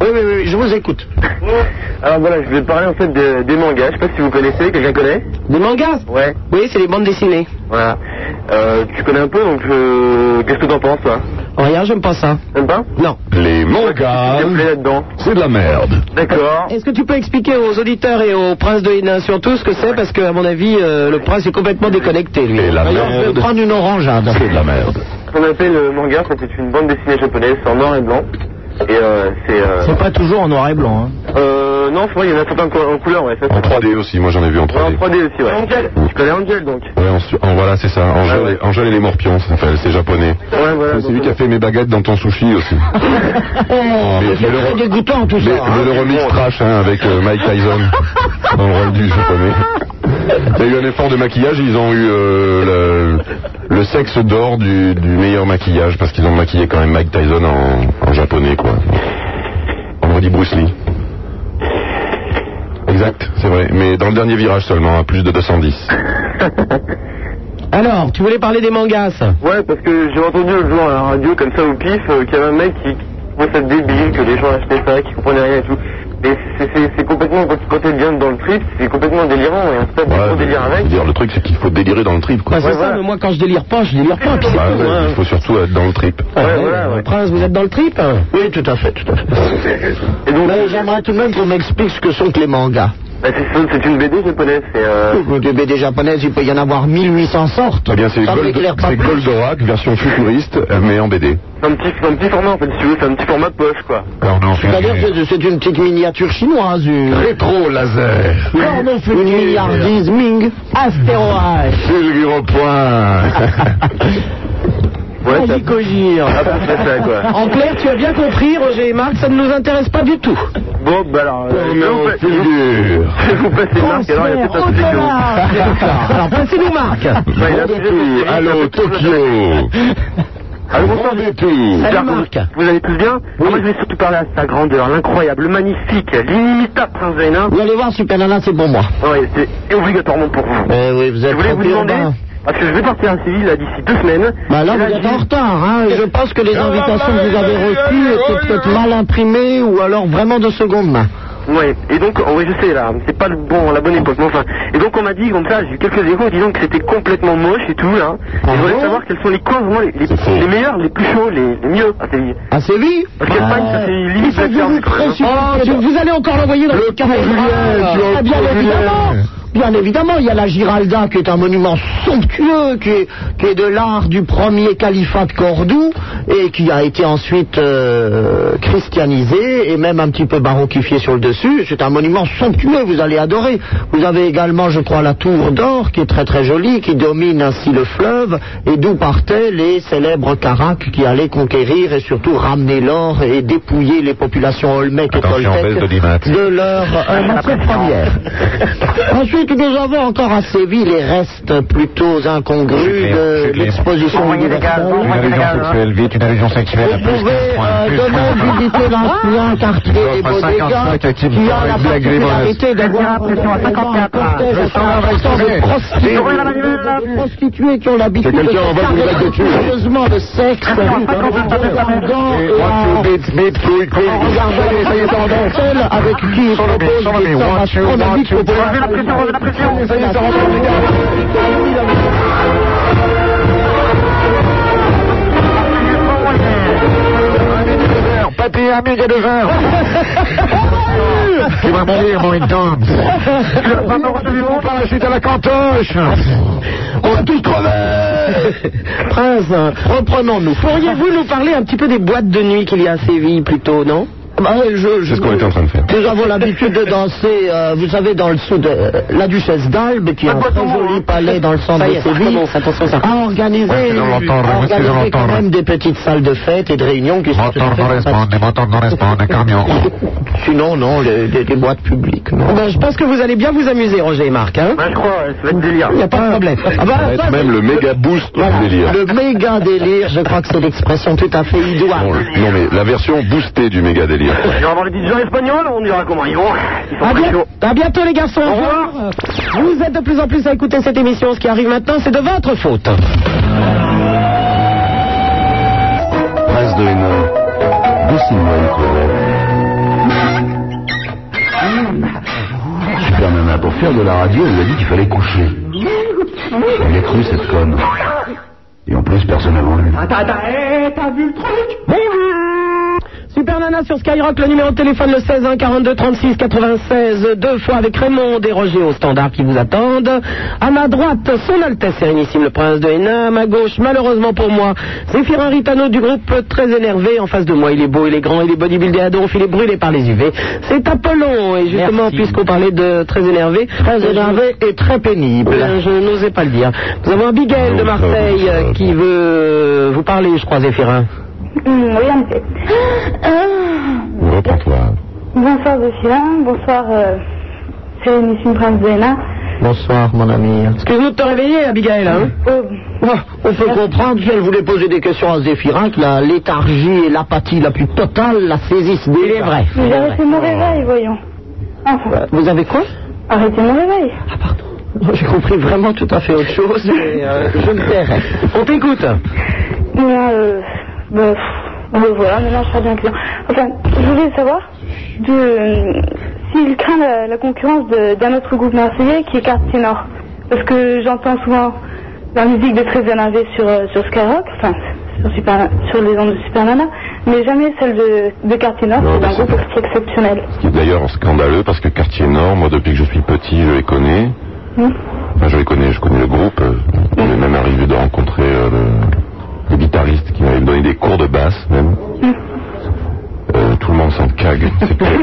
[SPEAKER 4] Oui, oui, oui, je vous écoute.
[SPEAKER 5] Alors voilà, je vais parler en fait de- des mangas. Je sais pas si vous connaissez, quelqu'un connaît
[SPEAKER 3] Des mangas
[SPEAKER 5] Ouais.
[SPEAKER 3] Oui, c'est les bandes dessinées.
[SPEAKER 5] Voilà. Euh, tu connais un peu, donc euh, qu'est-ce que t'en penses, toi
[SPEAKER 3] Oh, regarde, j'aime pas ça.
[SPEAKER 5] Même pas
[SPEAKER 3] Non.
[SPEAKER 7] Les mangas,
[SPEAKER 5] Tu te plais là-dedans.
[SPEAKER 7] c'est de la merde.
[SPEAKER 5] D'accord.
[SPEAKER 3] Est-ce que tu peux expliquer aux auditeurs et au prince de Hénin surtout ce que c'est Parce que, à mon avis, euh, le prince est complètement déconnecté, lui.
[SPEAKER 7] Et la
[SPEAKER 4] Alors, je vais
[SPEAKER 7] merde,
[SPEAKER 4] prendre une orangeade.
[SPEAKER 7] c'est de la merde.
[SPEAKER 5] Ce qu'on appelle le manga, en fait, c'est une bande dessinée japonaise en noir et blanc. Et euh, c'est. Euh,
[SPEAKER 4] pas toujours en noir et blanc.
[SPEAKER 5] euh, non, je crois qu'il y en a certains co- en couleur, ouais. Ça,
[SPEAKER 7] En 3D aussi, moi j'en ai vu en
[SPEAKER 5] Ouais, en
[SPEAKER 7] 3D.
[SPEAKER 5] 3D aussi, ouais. Angel. Tu connais Angel, donc
[SPEAKER 7] Ouais, en, su- en- voilà, c'est ça. Angèle,
[SPEAKER 5] Ah ouais.
[SPEAKER 7] Angèle et les Morpions, ça s'appelle, c'est japonais.
[SPEAKER 5] Ouais, voilà. euh,
[SPEAKER 7] C'est lui qui a fait mes baguettes dans ton sushi aussi. mais, mais le,
[SPEAKER 4] Oh, C'est
[SPEAKER 7] re-
[SPEAKER 4] dégoûtant tout
[SPEAKER 7] mais-
[SPEAKER 4] ça.
[SPEAKER 7] mais le remix trash hein, avec euh, Mike Tyson dans le rôle du japonais. Il y a eu un effort de maquillage, ils ont eu euh, le, le sexe d'or du, du meilleur maquillage parce qu'ils ont maquillé quand même Mike Tyson en, en japonais quoi. On aurait dit Bruce Lee. Exact, c'est vrai, mais dans le dernier virage seulement, à plus de 210.
[SPEAKER 3] Alors, tu voulais parler des mangas ça
[SPEAKER 5] Ouais, parce que j'ai entendu le jour à la radio, comme ça au pif, euh, qu'il y avait un mec qui qui trouvait ça débile, que les gens achetaient ça, qui comprenaient rien et tout. Et c'est- c'est c'est complètement, quand, quand elle vient dans le trip, c'est complètement délirant et on se tape
[SPEAKER 1] Ouais,
[SPEAKER 5] beaucoup délire
[SPEAKER 1] je
[SPEAKER 5] avec.
[SPEAKER 1] veux dire, le truc, c'est qu'il faut délirer dans le trip, quoi.
[SPEAKER 3] Bah, c'est ça, mais moi quand je délire pas, je délire pas, puis c'est
[SPEAKER 7] Ah
[SPEAKER 1] Bah,
[SPEAKER 3] tout,
[SPEAKER 1] ouais,
[SPEAKER 3] hein.
[SPEAKER 1] Il faut surtout être dans le trip.
[SPEAKER 3] Ah, ouais. Prince, vous êtes dans le trip
[SPEAKER 4] Oui, tout à fait, tout à fait. Mais j'aimerais tout de même qu'on m'explique ce que sont que les mangas.
[SPEAKER 5] Bah, c'est- c'est une BD japonaise. c'est, Euh...
[SPEAKER 4] Des BD japonaises, il peut y en avoir 1800 sortes.
[SPEAKER 1] Eh bien, c'est
[SPEAKER 4] Ça
[SPEAKER 1] Gold-
[SPEAKER 4] m'éclaire pas
[SPEAKER 1] c'est
[SPEAKER 4] plus.
[SPEAKER 1] Goldorak, version futuriste, euh, mais en BD.
[SPEAKER 5] C'est un petit, c'est un petit format en fait, si tu veux, c'est un petit format de poche quoi.
[SPEAKER 4] C'est-à-dire que c'est une petite miniature chinoise. Une...
[SPEAKER 1] Rétro laser.
[SPEAKER 4] Une milliardise Ming. Astéroïde.
[SPEAKER 1] Fulgure au point.
[SPEAKER 5] Ouais, ça-
[SPEAKER 3] Cogir.
[SPEAKER 5] Ah, bah, c'est ça quoi.
[SPEAKER 3] En clair, tu as bien compris, Roger et Marc, ça ne nous intéresse pas du tout.
[SPEAKER 5] Bon, bah alors. euh,
[SPEAKER 1] Mais en
[SPEAKER 5] je vous
[SPEAKER 1] fulgure.
[SPEAKER 5] passe- je vous passe les marques, alors il n'y a plus de vidéo.
[SPEAKER 3] D'accord. Alors, passez-nous, Marc.
[SPEAKER 5] Bah, il a
[SPEAKER 1] Rendez
[SPEAKER 5] plus de
[SPEAKER 1] tout.
[SPEAKER 5] série,
[SPEAKER 1] Allô, Tokyo.
[SPEAKER 5] Allô, bonsoir.
[SPEAKER 1] Rendez tout.
[SPEAKER 3] Salut,
[SPEAKER 5] Pierre,
[SPEAKER 3] Marc.
[SPEAKER 5] Vous vous allez tous bien Ah, Moi je vais surtout parler à sa grandeur, l'incroyable, le magnifique, l'inimitable Prince Zaina.
[SPEAKER 4] Vous allez voir, Super Nana, c'est pour moi.
[SPEAKER 5] Ouais, c'est obligatoirement pour vous.
[SPEAKER 4] Eh oui, vous
[SPEAKER 5] Je
[SPEAKER 4] êtes
[SPEAKER 5] voulais
[SPEAKER 4] trop
[SPEAKER 5] vous demander,
[SPEAKER 4] urbain.
[SPEAKER 5] parce que je vais partir en civil là d'ici deux semaines.
[SPEAKER 4] Bah là,
[SPEAKER 5] Et
[SPEAKER 4] vous
[SPEAKER 5] là,
[SPEAKER 4] êtes
[SPEAKER 5] j'ai-
[SPEAKER 4] en retard. Hein. Je pense que les invitations que vous avez reçues étaient peut-être mal imprimées ou alors vraiment de seconde main.
[SPEAKER 5] Ouais, et donc, oh, oui, je sais, là, c'est pas le bon, la bonne époque, mais enfin. Et donc, on m'a dit, comme ça, j'ai eu quelques échos disant que c'était complètement moche et tout, là.
[SPEAKER 4] Ah
[SPEAKER 5] Et je voulais savoir quels sont les coins vraiment les, les,
[SPEAKER 1] faux.
[SPEAKER 5] les meilleurs, les plus chauds, les, les mieux à Séville.
[SPEAKER 4] À Séville Bah.
[SPEAKER 5] Parce qu'Espagne, ça fait limite
[SPEAKER 4] Il faut que
[SPEAKER 5] la ferme,
[SPEAKER 4] vous vous
[SPEAKER 5] quand même.
[SPEAKER 4] précipitiez.
[SPEAKER 3] Oh, tu- vous allez encore l'envoyer dans le carré.
[SPEAKER 4] Ah, bien évidemment Bien évidemment, il y a la Giralda qui est un monument somptueux, qui est, qui est de l'art du premier califat de Cordoue et qui a été ensuite euh, christianisé et même un petit peu baroquifié sur le dessus. C'est un monument somptueux, vous allez adorer. Vous avez également, je crois, la tour d'or qui est très très jolie, qui domine ainsi le fleuve et d'où partaient les célèbres Caracs qui allaient conquérir et surtout ramener l'or et dépouiller les populations olmèques et
[SPEAKER 1] Attention,
[SPEAKER 4] toltèques
[SPEAKER 1] baisse de l'image.
[SPEAKER 4] de leur euh, matière première. Ensuite, nous avons encore à Séville les restes plutôt
[SPEAKER 1] C'est
[SPEAKER 4] incongrus
[SPEAKER 1] clair, c'est
[SPEAKER 4] de
[SPEAKER 1] clair.
[SPEAKER 4] l'exposition universelle.
[SPEAKER 1] sexuelle, vite, une allusion sexuelle.
[SPEAKER 4] Vous pouvez euh, de même visiter l'ancien quartier des
[SPEAKER 1] Offre
[SPEAKER 4] Bodegas
[SPEAKER 1] 55 types
[SPEAKER 4] qui a la
[SPEAKER 1] de blagues
[SPEAKER 4] particularité d'avoir un cortège à 100% de prostituées, de prostituées qui ont l'habitude
[SPEAKER 1] C'est
[SPEAKER 4] de
[SPEAKER 1] quelqu'un en bas qui vous a
[SPEAKER 4] se
[SPEAKER 1] dessus.
[SPEAKER 4] curieusement de sexe en gants et en regardant les celles avec qui ils proposent des sorts astronomiques pour pouvoir-
[SPEAKER 1] Pâté à mille et deux heures. Tu vas mourir, mon Intom. Tu vas pas me recevoir mon parachute à la cantoche.
[SPEAKER 4] On va tous crever
[SPEAKER 3] Prince, reprenons-nous. Pourriez-vous nous parler un petit peu des boîtes de nuit qu'il y a à Séville, plutôt, non
[SPEAKER 4] Bah, je- je-
[SPEAKER 1] C'est ce qu'on était en train de faire.
[SPEAKER 4] Nous avons l'habitude de danser, euh, vous savez, dans le sud, euh, la Duchesse d'Albe,
[SPEAKER 3] Ah,
[SPEAKER 4] qui est un très joli palais dans le centre
[SPEAKER 3] bah, hein. Ça
[SPEAKER 4] de
[SPEAKER 3] y est, ça
[SPEAKER 4] Séville,
[SPEAKER 3] recommence, attention, ça
[SPEAKER 4] a organisé,
[SPEAKER 1] Ouais, c'est dans l'entendre,
[SPEAKER 4] a
[SPEAKER 1] c'est dans
[SPEAKER 4] organisé quand
[SPEAKER 1] l'entendre.
[SPEAKER 4] même des petites salles de fête et de réunions qui sont tout à fait fantastiques.
[SPEAKER 1] moteur non responde, un camion.
[SPEAKER 4] Sinon, non, les, les- les boîtes publiques, non.
[SPEAKER 3] Ben, Je pense que vous allez bien vous amuser, Roger et Marc. Hein
[SPEAKER 5] Ouais, je crois, ouais, ça va être délire.
[SPEAKER 3] Il n'y a pas de problème. Ah ben,
[SPEAKER 1] Ça va
[SPEAKER 3] ça,
[SPEAKER 1] être même le méga boost du délire.
[SPEAKER 4] Le méga délire, je crois que c'est l'expression tout à fait
[SPEAKER 1] Bon,
[SPEAKER 4] idoine.
[SPEAKER 1] le- Non mais la version boostée du méga délire.
[SPEAKER 5] Je vais avoir les petits gens espagnols, on dira comment ils vont. Ils sont
[SPEAKER 3] À,
[SPEAKER 5] très
[SPEAKER 3] bien-
[SPEAKER 5] chauds.
[SPEAKER 3] à bientôt les garçons.
[SPEAKER 5] Au revoir.
[SPEAKER 3] Vous êtes de plus en plus à écouter cette émission. Ce qui arrive maintenant, c'est de votre faute.
[SPEAKER 7] Prince de Hénin, dessine-moi une crevette. Super Nana, pour faire de la radio, elle lui a dit qu'il fallait coucher. Elle a cru cette conne. Et en plus, personne avant lui.
[SPEAKER 4] eh,
[SPEAKER 3] Super Nana sur Skyrock, le numéro de téléphone le 16 1 42 36 96 deux fois avec Raymond et Roger au standard qui vous attendent. À ma droite, son Altesse Sérénissime le Prince de Hénin. À ma gauche, malheureusement pour moi, Zéphirin Ritano du groupe très énervé. En face de moi, il est beau, il est grand, il est bodybuildé à donf, il est brûlé par les UV. C'est Apollon et justement, puisqu'on parlait de très énervé, très
[SPEAKER 4] énervé
[SPEAKER 3] et très pénible. Je n'osais pas le dire. Nous avons Abigail de Marseille euh, qui veut vous parler, je crois, Zéphirin.
[SPEAKER 6] Hum, oui, en effet. Ah.
[SPEAKER 1] Reprends-toi.
[SPEAKER 6] Bonsoir Zéphilin, bonsoir euh, Sérénissime Prince Zéna.
[SPEAKER 4] Bonsoir, mon ami.
[SPEAKER 3] Excuse-nous de te réveiller, Abigail. Hein
[SPEAKER 6] Oh,
[SPEAKER 4] Ah, On peut comprendre qu'elle voulait poser des questions à Zéphirin, que la léthargie et l'apathie la plus totale la saisissent déjà.
[SPEAKER 3] Il est vrai.
[SPEAKER 6] mais j'ai arrêté mon réveil, voyons. Enfin,
[SPEAKER 4] Vous avez quoi Ah,
[SPEAKER 6] arrêtez mon réveil.
[SPEAKER 7] Oh,
[SPEAKER 4] J'ai compris vraiment tout à fait autre chose. euh,
[SPEAKER 3] Je me tairai. On t'écoute.
[SPEAKER 6] Mais, euh, bah, pff, Oui, voilà, maintenant je serai bien client. Enfin, je voulais savoir de, euh, s'il craint la, la concurrence de- d'un autre groupe marseillais qui est Quartier Nord. Parce que j'entends souvent la musique de Trévian Hervé sur, euh, sur Skyrock, enfin, sur, Super- sur les ondes de Super Nana, mais jamais celle de, de Quartier Nord,
[SPEAKER 3] bah,
[SPEAKER 6] c'est un groupe aussi exceptionnel.
[SPEAKER 7] Ce qui est d'ailleurs scandaleux parce que Quartier Nord, moi depuis que je suis petit, je les connais.
[SPEAKER 6] Hmm.
[SPEAKER 7] Enfin, je les connais, je connais le groupe. euh, On est même arrivé de rencontrer euh, le, le guitariste qui m'avait donné des cours de basse même. Euh, tout le monde s'en cague. c'est clair.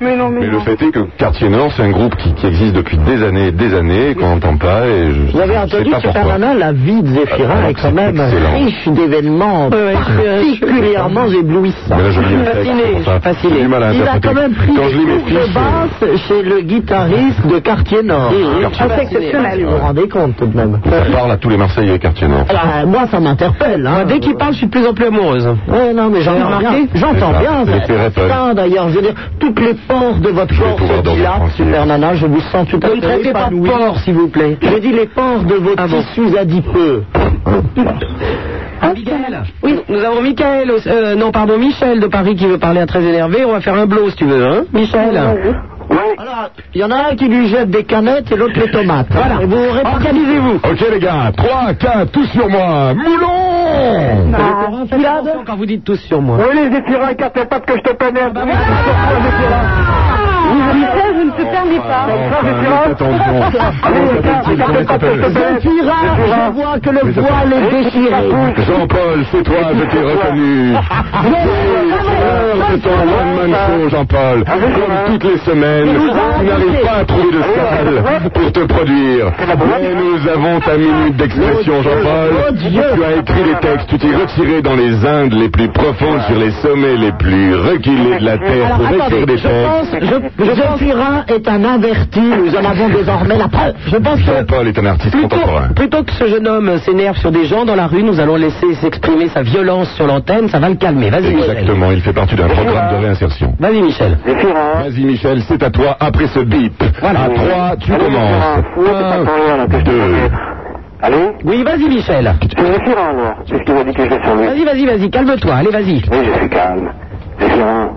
[SPEAKER 6] Mais non, mais,
[SPEAKER 7] Mais
[SPEAKER 6] non.
[SPEAKER 7] le fait est que Quartier Nord, c'est un groupe qui, qui existe depuis des années et des années et qu'on n'entend pas. Et je,
[SPEAKER 4] Vous avez
[SPEAKER 7] je sais
[SPEAKER 4] entendu
[SPEAKER 7] pas pourquoi. Ah,
[SPEAKER 4] Superman, la vie de Zéphirin est quand même riche d'événements particulièrement éblouissants.
[SPEAKER 7] Mais là, je lis un texte, c'est pour ça. J'ai du mal à
[SPEAKER 4] Il a
[SPEAKER 7] interpréter.
[SPEAKER 4] quand même pris
[SPEAKER 7] Quand je lis
[SPEAKER 4] des
[SPEAKER 7] mes
[SPEAKER 4] cours de
[SPEAKER 7] fiches,
[SPEAKER 4] basse chez le guitariste de Quartier Nord.
[SPEAKER 7] Mmh.
[SPEAKER 4] Ah, c'est exceptionnel. Vous vous rendez compte tout de même.
[SPEAKER 7] Ça parle à tous les Marseillais, Quartier Nord.
[SPEAKER 4] Ah, moi, ça m'interpelle. Hein. Dès qu'il parle, je suis de plus en plus amoureuse. Ouais, non, mais
[SPEAKER 3] Vous
[SPEAKER 4] j'entends
[SPEAKER 3] avez
[SPEAKER 4] bien.
[SPEAKER 3] remarqué
[SPEAKER 4] J'entends
[SPEAKER 3] C'est ça,
[SPEAKER 4] bien.
[SPEAKER 3] c'est
[SPEAKER 4] Ça,
[SPEAKER 3] l'effet
[SPEAKER 4] ça, d'ailleurs, je veux dire, toutes les pores de votre corps se dilatent, super nana. Je vous sens tout à
[SPEAKER 3] Ne
[SPEAKER 4] fait
[SPEAKER 3] me traitez pas de
[SPEAKER 4] épanoui.
[SPEAKER 3] porc, s'il vous plaît.
[SPEAKER 4] Je dis les pores de vos tissus adipeux.
[SPEAKER 3] Oui, nous avons Michael, au- euh, non pardon, Michel de Paris qui veut parler à très énervé. On va faire un blow si tu veux, hein, Michel.
[SPEAKER 4] Voilà, il y en a un qui lui jette des canettes et l'autre les tomates. Voilà. Et vous organisez-vous.
[SPEAKER 2] Ok les gars, 3, 4, tous sur moi.
[SPEAKER 1] Ah.
[SPEAKER 2] Moulon
[SPEAKER 3] Faites attention quand vous dites tous sur moi. Ah, bah
[SPEAKER 13] Oui, les Zéphirin, écarte pas que je te connais.
[SPEAKER 1] Ah,
[SPEAKER 6] Michel, je ne te permets pas.
[SPEAKER 1] Ah,
[SPEAKER 4] Ah, je vois que le voile est déchiré.
[SPEAKER 2] Jean-Paul, c'est toi, je t'ai reconnu. Heure de ton one man show,
[SPEAKER 4] Ah,
[SPEAKER 2] Jean-Paul. Comme toutes les semaines, tu n'arrives pas à trouver de salle pour te produire. Mais nous avons ta minute d'expression, Jean-Paul. Tu as écrit les textes, tu t'es retiré dans les Indes les plus profondes, sur les sommets les plus reculés de la Terre pour écrire des textes.
[SPEAKER 4] Je, Zéphirin est un inverti, nous en avons désormais la preuve. Je pense que...
[SPEAKER 7] Jean-Paul est un artiste contemporain.
[SPEAKER 3] Plutôt que ce jeune homme s'énerve sur des gens dans la rue, nous allons laisser s'exprimer sa violence sur l'antenne, ça va le calmer. Vas-y. Michel.
[SPEAKER 7] Exactement, il fait partie d'un programme de réinsertion.
[SPEAKER 3] Vas-y Michel.
[SPEAKER 7] Vas-y Michel, c'est à toi après ce bip.
[SPEAKER 1] Ah,
[SPEAKER 7] À 3, tu commences.
[SPEAKER 1] hein. Allô
[SPEAKER 3] Oui, vas-y Michel.
[SPEAKER 1] C'est Zéphirin, alors. C'est ce qu'il m'a dit que je vais sur lui.
[SPEAKER 3] Vas-y, vas-y, vas-y, calme-toi, allez, vas-y.
[SPEAKER 1] Oui, je suis calme. Zéphirin,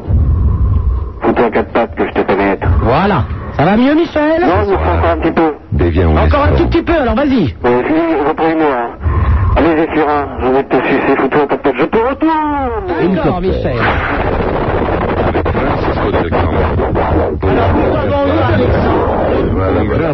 [SPEAKER 1] fous-toi à quatre pattes que je te pénètre.
[SPEAKER 3] Voilà. Ça va mieux Michel
[SPEAKER 1] Non, il me faut encore un petit peu.
[SPEAKER 3] Encore un tout petit peu, alors vas-y.
[SPEAKER 1] Oui, oui, reprenez-moi. hein. Allez, Zéphirin, je vais te sucer, fous-toi à quatre pattes. Je te retourne
[SPEAKER 3] D'accord, Michel.
[SPEAKER 4] Euh,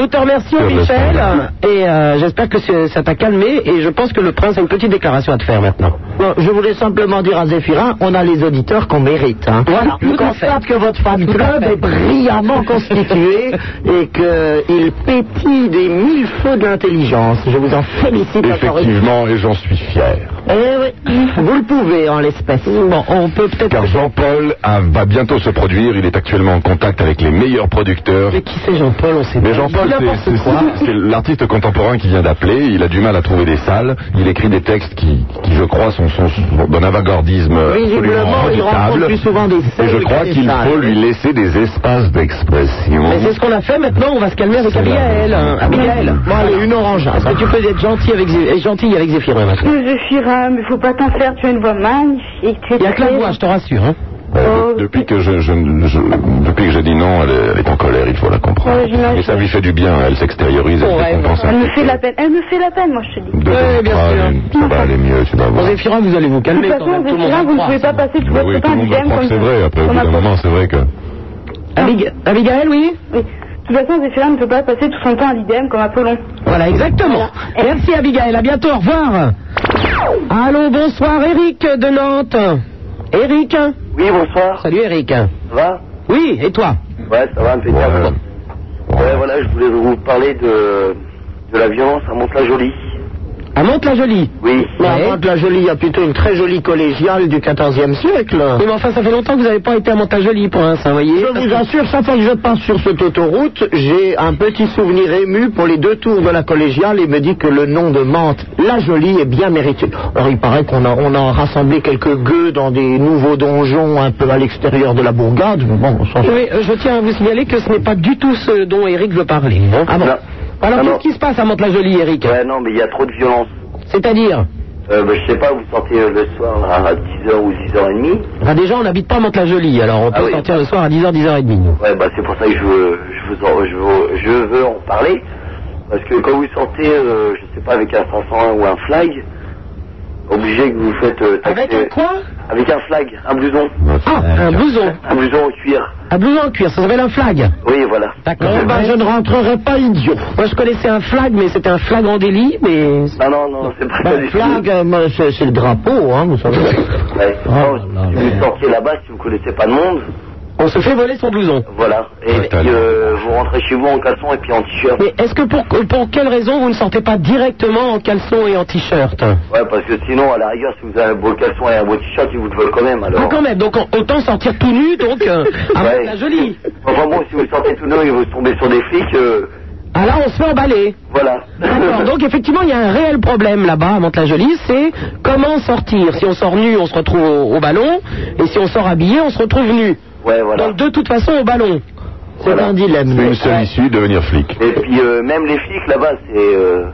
[SPEAKER 3] Nous te remercions, Michel, et euh, j'espère que ce- ça t'a calmé, et je pense que le prince a une petite déclaration à te faire maintenant.
[SPEAKER 4] Bon, je voulais simplement dire à Zéphirin, on a les auditeurs qu'on mérite. Hein.
[SPEAKER 3] Voilà,
[SPEAKER 4] je constate que votre fan club est brillamment constitué et qu'il pétille des mille feux d'intelligence. Je vous en félicite encore une
[SPEAKER 7] Effectivement, et j'en suis fier.
[SPEAKER 4] Eh oui, vous le pouvez en l'espèce. Bon, on peut peut-être.
[SPEAKER 7] Car Jean-Paul ah, va bientôt se produire. Il est actuellement en contact avec les meilleurs producteurs. Mais
[SPEAKER 3] qui c'est Jean-Paul On sait
[SPEAKER 7] Mais Jean-Paul, c'est- c'est- c'est- c'est l'artiste contemporain qui vient d'appeler. Il a du mal à trouver des salles. Il écrit des textes qui, qui, je crois, sont, sont- sont d'un avantgardisme absolument
[SPEAKER 4] Visiblement, il rencontre
[SPEAKER 7] redoutable.
[SPEAKER 4] plus souvent des
[SPEAKER 7] Et je crois qu'il faut lui laisser des espaces d'expression.
[SPEAKER 3] Mais c'est ce qu'on a fait maintenant, on va se calmer avec Abigail. hein, Abigail.
[SPEAKER 4] Bon, allez, une orange. hein.
[SPEAKER 3] Est-ce que tu peux être gentil avec, Zé- gentil avec hein, Zéphirin maintenant
[SPEAKER 6] Mais Zéphirin, mais faut pas t'en faire, tu as une voix magnifique. Tu es
[SPEAKER 3] Il n'y a que la voix, je te rassure. Hein.
[SPEAKER 6] Oh.
[SPEAKER 7] Euh, de- depuis que je, je- je- depuis que j'ai dit non, elle est, elle est en colère. Il faut la comprendre.
[SPEAKER 6] Ouais, j'imagine.
[SPEAKER 7] Et ça lui fait du bien. Elle s'extériorise. Elle se décompense un
[SPEAKER 6] Elle me
[SPEAKER 7] petit
[SPEAKER 6] fait de la peine, elle me fait de la peine, moi je te dis.
[SPEAKER 7] peu. Ça
[SPEAKER 3] bah,
[SPEAKER 7] va aller mieux. Tu vas voir.
[SPEAKER 3] Bon, Zéphirin, vous allez vous
[SPEAKER 6] De toute
[SPEAKER 3] calmer quand
[SPEAKER 6] façon,
[SPEAKER 3] même, tout le monde va
[SPEAKER 6] Zéphirin, vous ne
[SPEAKER 3] croire.
[SPEAKER 6] pouvez pas passer tout
[SPEAKER 7] Bah
[SPEAKER 6] votre
[SPEAKER 7] oui, tout
[SPEAKER 6] temps
[SPEAKER 7] le
[SPEAKER 6] à
[SPEAKER 7] monde va
[SPEAKER 6] Bigam
[SPEAKER 7] croire
[SPEAKER 6] comme
[SPEAKER 7] que c'est
[SPEAKER 6] ça.
[SPEAKER 7] vrai. Après, au bout
[SPEAKER 6] On a-
[SPEAKER 7] d'un moment, c'est vrai que.
[SPEAKER 3] Abig- Abigail, oui
[SPEAKER 6] Oui. De toute façon, Zéphirin ne peut pas passer tout son temps à l'IDM comme Apollon.
[SPEAKER 3] Voilà, exactement. Merci Abigail, à bientôt, au revoir. Allô, bonsoir, Eric de Nantes. Eric
[SPEAKER 14] Oui, bonsoir.
[SPEAKER 3] Salut Eric.
[SPEAKER 14] Ça va
[SPEAKER 3] Oui, et toi
[SPEAKER 14] Ouais, ça va, impeccable. Ouais, voilà, je voulais vous parler de, de la violence à Mont-la-Jolie.
[SPEAKER 3] À Mantes-la-Jolie
[SPEAKER 14] Oui.
[SPEAKER 4] La Mantes-la-Jolie, il y a plutôt une très jolie collégiale du XIVe siècle.
[SPEAKER 3] Oui, mais enfin, ça fait longtemps que vous n'avez pas été à Mantes-la-Jolie, prince, hein, voyez
[SPEAKER 4] Je vous assure, chaque fois que je passe sur cette autoroute, j'ai un petit souvenir ému pour les deux tours de la collégiale et me dit que le nom de Mantes, la Jolie, est bien mérité. Alors il paraît qu'on a, on a rassemblé quelques gueux dans des nouveaux donjons un peu à l'extérieur de la bourgade. mais Bon, on s'en
[SPEAKER 3] Oui, euh, je tiens à vous signaler que ce n'est pas du tout ce dont Eric veut parler. hein.
[SPEAKER 14] Non.
[SPEAKER 3] Alors,
[SPEAKER 14] Ah, non.
[SPEAKER 3] qu'est-ce qui se passe à Mantes-la-Jolie, Eric
[SPEAKER 14] Ouais, non, mais il y a trop de violence.
[SPEAKER 3] C'est-à-dire
[SPEAKER 14] Euh, bah, je sais pas, vous sortez euh, le soir à 10h ou 10h30
[SPEAKER 3] Enfin, déjà, on n'habite pas à Mantes-la-Jolie, alors on peut
[SPEAKER 14] Ah
[SPEAKER 3] sortir le soir à 10h, 10h30.
[SPEAKER 14] Ouais, bah, c'est pour ça que je, veux- je, vous en- je, veux- je veux en parler. Parce que quand vous sortez, euh, je sais pas, avec un 501 ou un flag, obligé que vous faites euh, Avec un
[SPEAKER 3] quoi
[SPEAKER 14] Avec un flag, un blouson.
[SPEAKER 3] Ah, un blouson.
[SPEAKER 14] Un blouson en cuir.
[SPEAKER 3] Un blouson en cuir, ça s'appelle un flag.
[SPEAKER 14] Oui, voilà.
[SPEAKER 3] D'accord. Eh ben, je ne rentrerai pas idiot. Moi, je connaissais un flag, mais c'était un flag en délit, mais...
[SPEAKER 14] Non, non, non, c'est Ah, pas
[SPEAKER 4] Ben, flag, euh, moi, c'est c'est le drapeau, hein, vous savez.
[SPEAKER 14] Ouais. Oh, Non, si vous sortiez là-bas, si vous connaissez pas de monde,
[SPEAKER 3] On se fait voler son blouson.
[SPEAKER 14] voilà. Et puis, euh, vous rentrez chez vous en caleçon et puis en t-shirt.
[SPEAKER 3] Mais est-ce que pour, pour quelle raison vous ne sortez pas directement en caleçon et en t-shirt
[SPEAKER 14] Ouais, parce que sinon, à la rigueur, si vous avez un beau caleçon et un beau t-shirt, ils vous le veulent quand même, alors.
[SPEAKER 3] Ah, quand même, donc autant sortir tout nu, donc, euh, avec
[SPEAKER 14] Ouais.
[SPEAKER 3] la jolie.
[SPEAKER 14] Enfin bon, si vous sortez tout nu et vous tombez sur des flics, euh,
[SPEAKER 3] Ah là, on se fait emballer.
[SPEAKER 14] voilà.
[SPEAKER 3] D'accord, donc effectivement, il y a un réel problème là-bas à Mantes-la-Jolie, c'est comment sortir. Si on sort nu, on se retrouve au, au ballon, et si on sort habillé, on se retrouve nu.
[SPEAKER 14] Ouais, voilà.
[SPEAKER 3] Donc de toute façon, au ballon. C'est un dilemme.
[SPEAKER 7] Une seule issue, devenir flic.
[SPEAKER 14] Et puis, euh, même les flics là-bas, c'est. euh,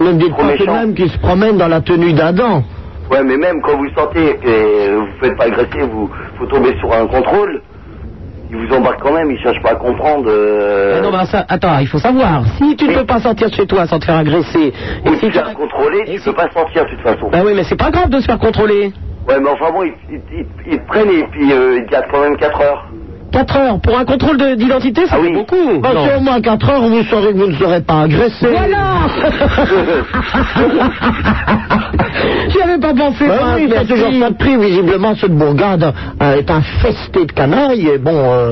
[SPEAKER 4] Même des même qui se promènent dans la tenue d'Adam.
[SPEAKER 14] Ouais, mais même quand vous sortez et vous vous faites pas agresser, vous, vous tombez sur un contrôle, ils vous embarquent quand même, ils cherchent pas à comprendre. euh,
[SPEAKER 3] Ah non, mais ça- attends, il faut savoir, si tu ne peux pas sortir de chez toi sans te faire agresser,
[SPEAKER 14] ou te faire contrôler, tu peux pas sortir de toute façon.
[SPEAKER 3] bah oui, mais c'est pas grave de se faire contrôler.
[SPEAKER 14] Ouais, mais enfin bon, ils, ils, ils- ils te prennent et puis euh, ils te gardent quand même 4 heures.
[SPEAKER 3] 4 heures pour un contrôle de- d'identité, ça fait beaucoup.
[SPEAKER 4] Parce qu'au moins 4 heures, vous saurez que vous ne serez pas agressé.
[SPEAKER 3] Voilà J'y avais pas pensé.
[SPEAKER 4] Ben
[SPEAKER 3] Franck,
[SPEAKER 4] oui, il y a
[SPEAKER 3] merci.
[SPEAKER 4] toujours ça de prix. Visiblement, ceux de Bourgade euh, est infesté de canailles. Et bon, euh,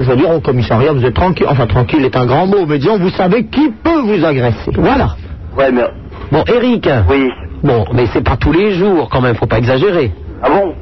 [SPEAKER 4] je veux dire, au commissariat, vous êtes tranquille. Enfin, tranquille est un grand mot, mais disons, vous savez qui peut vous agresser.
[SPEAKER 3] Voilà.
[SPEAKER 14] Ouais, mais.
[SPEAKER 3] Bon, Eric.
[SPEAKER 14] Oui.
[SPEAKER 3] Bon, mais c'est pas tous les jours quand même, faut pas exagérer.
[SPEAKER 14] Ah bon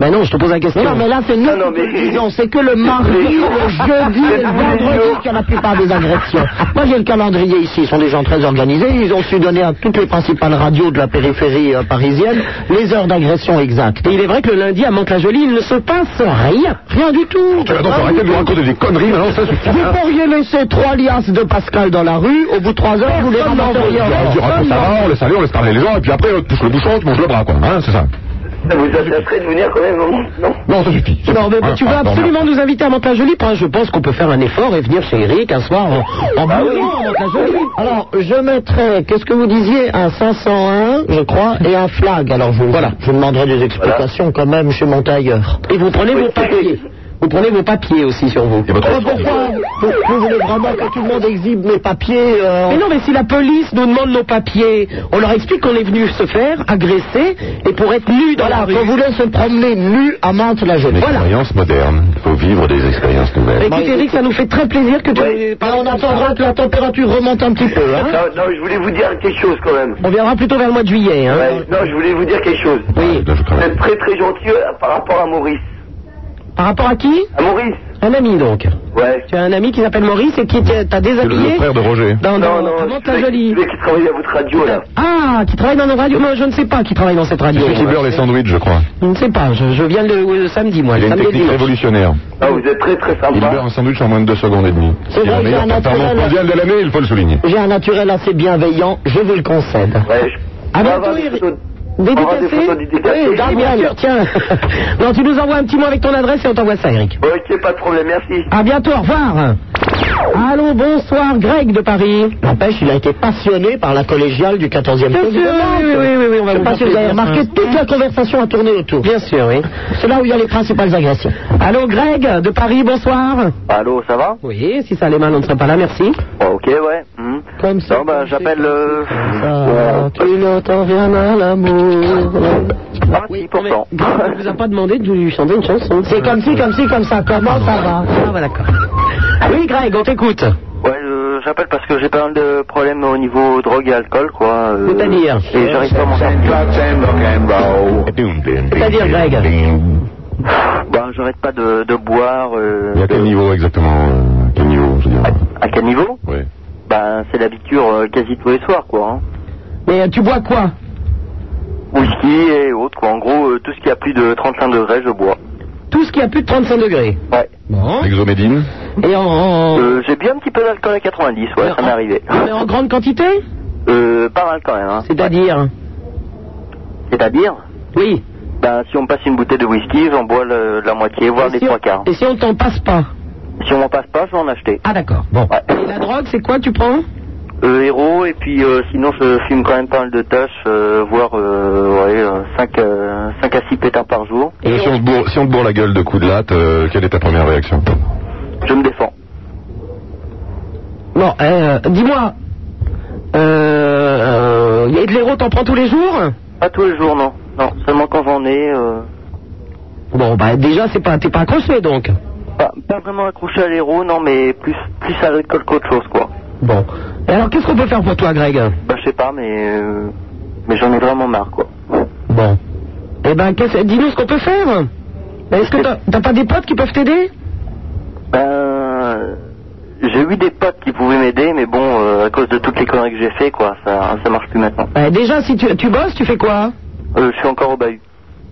[SPEAKER 3] Ben non, je te pose la question.
[SPEAKER 4] Non, mais là, c'est nous qui te le disons. C'est que le mardi,
[SPEAKER 3] Les jours.
[SPEAKER 4] le jeudi et le vendredi qu'il y a la plupart des agressions. Moi, j'ai le calendrier ici. Ils sont des gens très organisés. Ils ont su donner à toutes les principales radios de la périphérie euh, parisienne les heures d'agression exactes.
[SPEAKER 3] Et il est vrai que le lundi à Mantes-la-Jolie, il ne se passe rien.
[SPEAKER 4] Rien du tout.
[SPEAKER 7] Tu vas Oh, donc arrêter de nous raconter des conneries, maintenant ça suffit. hein.
[SPEAKER 4] Vous pourriez laisser trois liasses de Pascal dans la rue, au bout de trois heures, vous les
[SPEAKER 7] Personne n'en veut.
[SPEAKER 4] ramasseriez.
[SPEAKER 7] On dit, raconte Bah, ça va, on laisse aller, on laisse parler les gens, et puis après, on te touche le bouchon, on te mange le bras, quoi. Hein, c'est ça.
[SPEAKER 14] Ça vous intéresserait de venir quand même, non Non.
[SPEAKER 7] Non, ça suffit. c'est
[SPEAKER 3] Non,
[SPEAKER 7] bon.
[SPEAKER 3] mais
[SPEAKER 7] Hein,
[SPEAKER 3] tu
[SPEAKER 7] hein,
[SPEAKER 3] vas
[SPEAKER 7] non,
[SPEAKER 3] absolument nous inviter à hein Mantes-la-Jolie. parce que ah, bah. Je pense qu'on peut faire un effort et venir chez Eric un soir en, en
[SPEAKER 14] Bah
[SPEAKER 4] Ah oui.
[SPEAKER 7] Oh,
[SPEAKER 3] bouillant à Mantes-la-Jolie.
[SPEAKER 4] Alors, je mettrais, qu'est-ce que vous disiez, un 501, je crois, et un flag. Alors, je, voilà. je demanderai des explications quand même chez mon tailleur.
[SPEAKER 3] Et vous prenez vos papiers. Vous prenez vos papiers aussi sur vous. Oh,
[SPEAKER 4] Ah, pourquoi Pour- Vous voulez vraiment que tout le monde exhibe mes papiers euh,
[SPEAKER 3] Mais non, mais si la police nous demande nos papiers, on leur explique qu'on est venu se faire agresser et pour être nu dans la
[SPEAKER 4] Voilà,
[SPEAKER 3] rue.
[SPEAKER 4] qu'on voulait se promener nu à Mantes la jeune.
[SPEAKER 7] Une
[SPEAKER 4] Voilà.
[SPEAKER 7] expérience moderne. Il faut vivre des expériences nouvelles.
[SPEAKER 3] Écoute, Eric, ça nous fait très plaisir que tu.
[SPEAKER 14] Ouais.
[SPEAKER 4] Ben, on attendra que la température remonte un petit peu. Hein.
[SPEAKER 14] Non, non, je voulais vous dire quelque chose quand même.
[SPEAKER 3] On viendra plutôt vers le mois de juillet. Hein.
[SPEAKER 14] Ouais, non, je voulais vous dire quelque chose.
[SPEAKER 3] Oui.
[SPEAKER 7] Là, je
[SPEAKER 14] Vous
[SPEAKER 7] travaille.
[SPEAKER 14] êtes très très gentil euh, par rapport à Maurice.
[SPEAKER 3] Par rapport à qui
[SPEAKER 14] À Maurice
[SPEAKER 3] Un ami donc.
[SPEAKER 14] Ouais.
[SPEAKER 3] Tu as un ami qui s'appelle Maurice et qui t'a t'a
[SPEAKER 7] C'est le, le
[SPEAKER 3] déshabillé
[SPEAKER 7] frère de Roger.
[SPEAKER 3] dans,
[SPEAKER 14] Non,
[SPEAKER 3] dans,
[SPEAKER 14] non,
[SPEAKER 3] dans
[SPEAKER 14] c'est
[SPEAKER 3] Mantes-la-Jolie.
[SPEAKER 14] celui qui travaille à votre radio là.
[SPEAKER 3] Ah, qui travaille dans nos radios Moi, je ne sais pas qui travaille dans cette radio.
[SPEAKER 7] Celui qui beurre les sandwichs, je crois.
[SPEAKER 3] Je ne sais pas, je, je viens le, le samedi, moi.
[SPEAKER 7] Il a
[SPEAKER 3] le
[SPEAKER 7] une
[SPEAKER 3] samedi
[SPEAKER 7] technique
[SPEAKER 3] dimanche.
[SPEAKER 7] révolutionnaire.
[SPEAKER 14] Ah, vous êtes très très
[SPEAKER 7] Il beurre
[SPEAKER 14] sympa.
[SPEAKER 7] un sandwich en moins de 2 secondes et demie.
[SPEAKER 4] C'est
[SPEAKER 7] C'est la
[SPEAKER 4] vrai,
[SPEAKER 7] meilleure
[SPEAKER 4] c'est un
[SPEAKER 7] performance
[SPEAKER 4] naturel.
[SPEAKER 7] mondiale de l'année, il faut le souligner.
[SPEAKER 4] J'ai un naturel assez bienveillant, je vous le concède.
[SPEAKER 14] Ouais, je... on va
[SPEAKER 3] À bientôt,
[SPEAKER 14] avoir des
[SPEAKER 3] Eric.
[SPEAKER 14] photos- on va avoir Ah, des
[SPEAKER 3] Dédicacé
[SPEAKER 14] photos dédicacées.
[SPEAKER 3] Oui, bien sûr, tiens. non, tu nous envoies un petit mot avec ton adresse et on t'envoie ça, Eric.
[SPEAKER 14] Ok, pas de problème, merci.
[SPEAKER 3] À bientôt, au revoir. Allô, bonsoir, Greg de Paris.
[SPEAKER 4] N'empêche, il a été passionné par la collégiale du 14e
[SPEAKER 3] Bien
[SPEAKER 4] congrès.
[SPEAKER 3] sûr, oui, oui, oui, oui, oui, on
[SPEAKER 4] Je ne
[SPEAKER 3] va
[SPEAKER 4] sais
[SPEAKER 3] vous
[SPEAKER 4] pas si vous
[SPEAKER 3] parler
[SPEAKER 4] avez
[SPEAKER 3] de
[SPEAKER 4] remarqué,
[SPEAKER 3] ça.
[SPEAKER 4] toute la conversation a tourné autour.
[SPEAKER 3] Bien sûr, oui.
[SPEAKER 4] C'est là où il y a les principales agressions.
[SPEAKER 3] Allô, Greg de Paris, bonsoir.
[SPEAKER 11] Allô, ça va
[SPEAKER 3] Oui, si ça allait mal, on ne serait pas là, merci.
[SPEAKER 11] Ouais, Ok, ouais. hmm.
[SPEAKER 4] Comme ça.
[SPEAKER 11] Non, bah, j'appelle. euh,
[SPEAKER 4] Ah, tu ne t'en viens à l'amour.
[SPEAKER 11] Ah, 10%.
[SPEAKER 3] Greg, ne vous a pas demandé de lui chanter une chanson.
[SPEAKER 4] C'est comme si, comme si, comme ça. Comment ça va
[SPEAKER 3] Ah, bah d'accord. Oui, Greg, on t'écoute.
[SPEAKER 11] Ouais, euh, j'appelle parce que j'ai pas mal de problèmes au niveau drogue et alcool, quoi. euh,
[SPEAKER 3] C'est-à-dire
[SPEAKER 11] Et j'arrive pas à m'en sortir.
[SPEAKER 3] C'est-à-dire, Greg
[SPEAKER 11] Bah, j'arrête pas de, de boire. euh,
[SPEAKER 7] Et à quel
[SPEAKER 11] de-
[SPEAKER 7] niveau exactement euh, Quel niveau, je veux dire
[SPEAKER 11] À quel niveau
[SPEAKER 7] Ouais.
[SPEAKER 11] Bah, c'est l'habitude euh, quasi tous les soirs, quoi. hein.
[SPEAKER 3] Mais euh, tu bois quoi
[SPEAKER 11] Whisky et autres, quoi. En gros, euh, tout ce qui a plus de 35 degrés, je bois.
[SPEAKER 3] Tout ce qui a plus de 35 degrés.
[SPEAKER 11] Ouais.
[SPEAKER 3] Bon.
[SPEAKER 7] Exomédine
[SPEAKER 3] Et en, en-
[SPEAKER 11] Euh, j'ai bu un petit peu d'alcool à 90, ouais, ça m'est arrivé.
[SPEAKER 3] Mais en grande quantité
[SPEAKER 11] Euh, pas mal quand même, hein.
[SPEAKER 3] C'est-à-dire
[SPEAKER 11] Ouais.
[SPEAKER 5] à bière
[SPEAKER 3] Oui.
[SPEAKER 5] Ben, si on me passe une bouteille de whisky, j'en bois le- la moitié, voire les
[SPEAKER 3] si
[SPEAKER 5] trois
[SPEAKER 3] on-
[SPEAKER 5] quarts.
[SPEAKER 3] Et si on t'en passe pas
[SPEAKER 5] Si on m'en passe pas, je vais en acheter.
[SPEAKER 3] Ah, d'accord. Bon. Et la drogue, c'est quoi tu prends
[SPEAKER 5] Euh, héros, et puis euh, sinon, je fume quand même pas mal de tâches, voire euh, ouais, 5, à 6 pétards par jour.
[SPEAKER 7] Et Euh, si on, te bourre, si on te bourre la gueule de coups de latte, euh, quelle est ta première réaction
[SPEAKER 5] Je me défends.
[SPEAKER 3] Bon, euh, dis-moi, euh, euh, y a de l'héros, t'en prends tous les jours
[SPEAKER 5] Pas tous les jours, non. Non, seulement quand j'en ai. euh,
[SPEAKER 3] Bon, bah déjà, c'est pas, t'es pas accroché donc.
[SPEAKER 5] pas, pas vraiment accroché à l'héros, non, mais plus, plus à l'alcool qu'autre chose, quoi.
[SPEAKER 3] Bon. Et alors, qu'est-ce qu'on peut faire pour toi, Greg
[SPEAKER 5] Bah, je sais pas, mais, euh, mais j'en ai vraiment marre, quoi.
[SPEAKER 3] Bon. Eh ben, qu'est-ce- dis-nous ce qu'on peut faire. Ben, Est-ce que t'as- t'as pas des potes qui peuvent t'aider
[SPEAKER 5] Ben, j'ai eu des potes qui pouvaient m'aider, mais bon, euh, à cause de toutes les conneries que j'ai fait, quoi, ça, ça marche plus maintenant.
[SPEAKER 3] Ben, Déjà, si tu, tu bosses, tu fais quoi
[SPEAKER 5] Euh, je suis encore au bahut.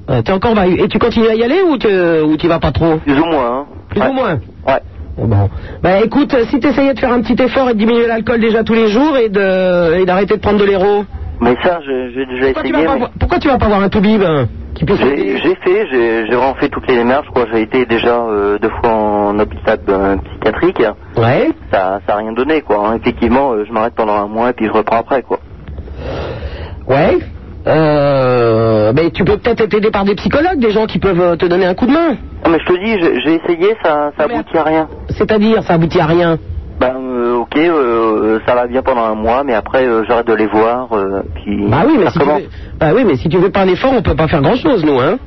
[SPEAKER 3] Euh, T'es encore bah, et tu continues à y aller ou tu ou t'y vas pas trop
[SPEAKER 5] Plus ou moins. Hein.
[SPEAKER 3] Plus ou moins.
[SPEAKER 5] Ouais.
[SPEAKER 3] Bon. Bah écoute, euh, si t'essayais de faire un petit effort et de diminuer l'alcool déjà tous les jours et de et d'arrêter de prendre de l'héros.
[SPEAKER 5] Mais ça, je- j'ai déjà
[SPEAKER 3] Pourquoi tu,
[SPEAKER 5] essayé.
[SPEAKER 3] vas pas
[SPEAKER 5] mais
[SPEAKER 3] voir- pourquoi tu vas pas voir un toubib hein, qui puisse
[SPEAKER 5] J'ai j'ai fait, j'ai j'ai vraiment fait toutes les démarches, quoi. J'ai été déjà euh, deux fois en hôpital euh, psychiatrique.
[SPEAKER 3] Ouais.
[SPEAKER 5] Ça, ça a rien donné, quoi. hein. Effectivement, euh, je m'arrête pendant un mois et puis je reprends après, quoi.
[SPEAKER 3] Ouais. Euh, mais tu peux peut-être être aidé par des psychologues, des gens qui peuvent euh, te donner un coup de main.
[SPEAKER 5] Non, mais je te dis, j'ai- j'ai essayé, ça, ça aboutit à rien.
[SPEAKER 3] C'est-à-dire, ça aboutit à rien.
[SPEAKER 5] Ben, euh, ok, euh, ça va bien pendant un mois, mais après, euh, j'arrête de les voir, euh, puis...
[SPEAKER 3] Bah oui, mais
[SPEAKER 5] ça
[SPEAKER 3] si tu
[SPEAKER 5] commence.
[SPEAKER 3] veux, bah oui, mais si tu veux pas un effort, on peut pas faire grand-chose, nous, hein.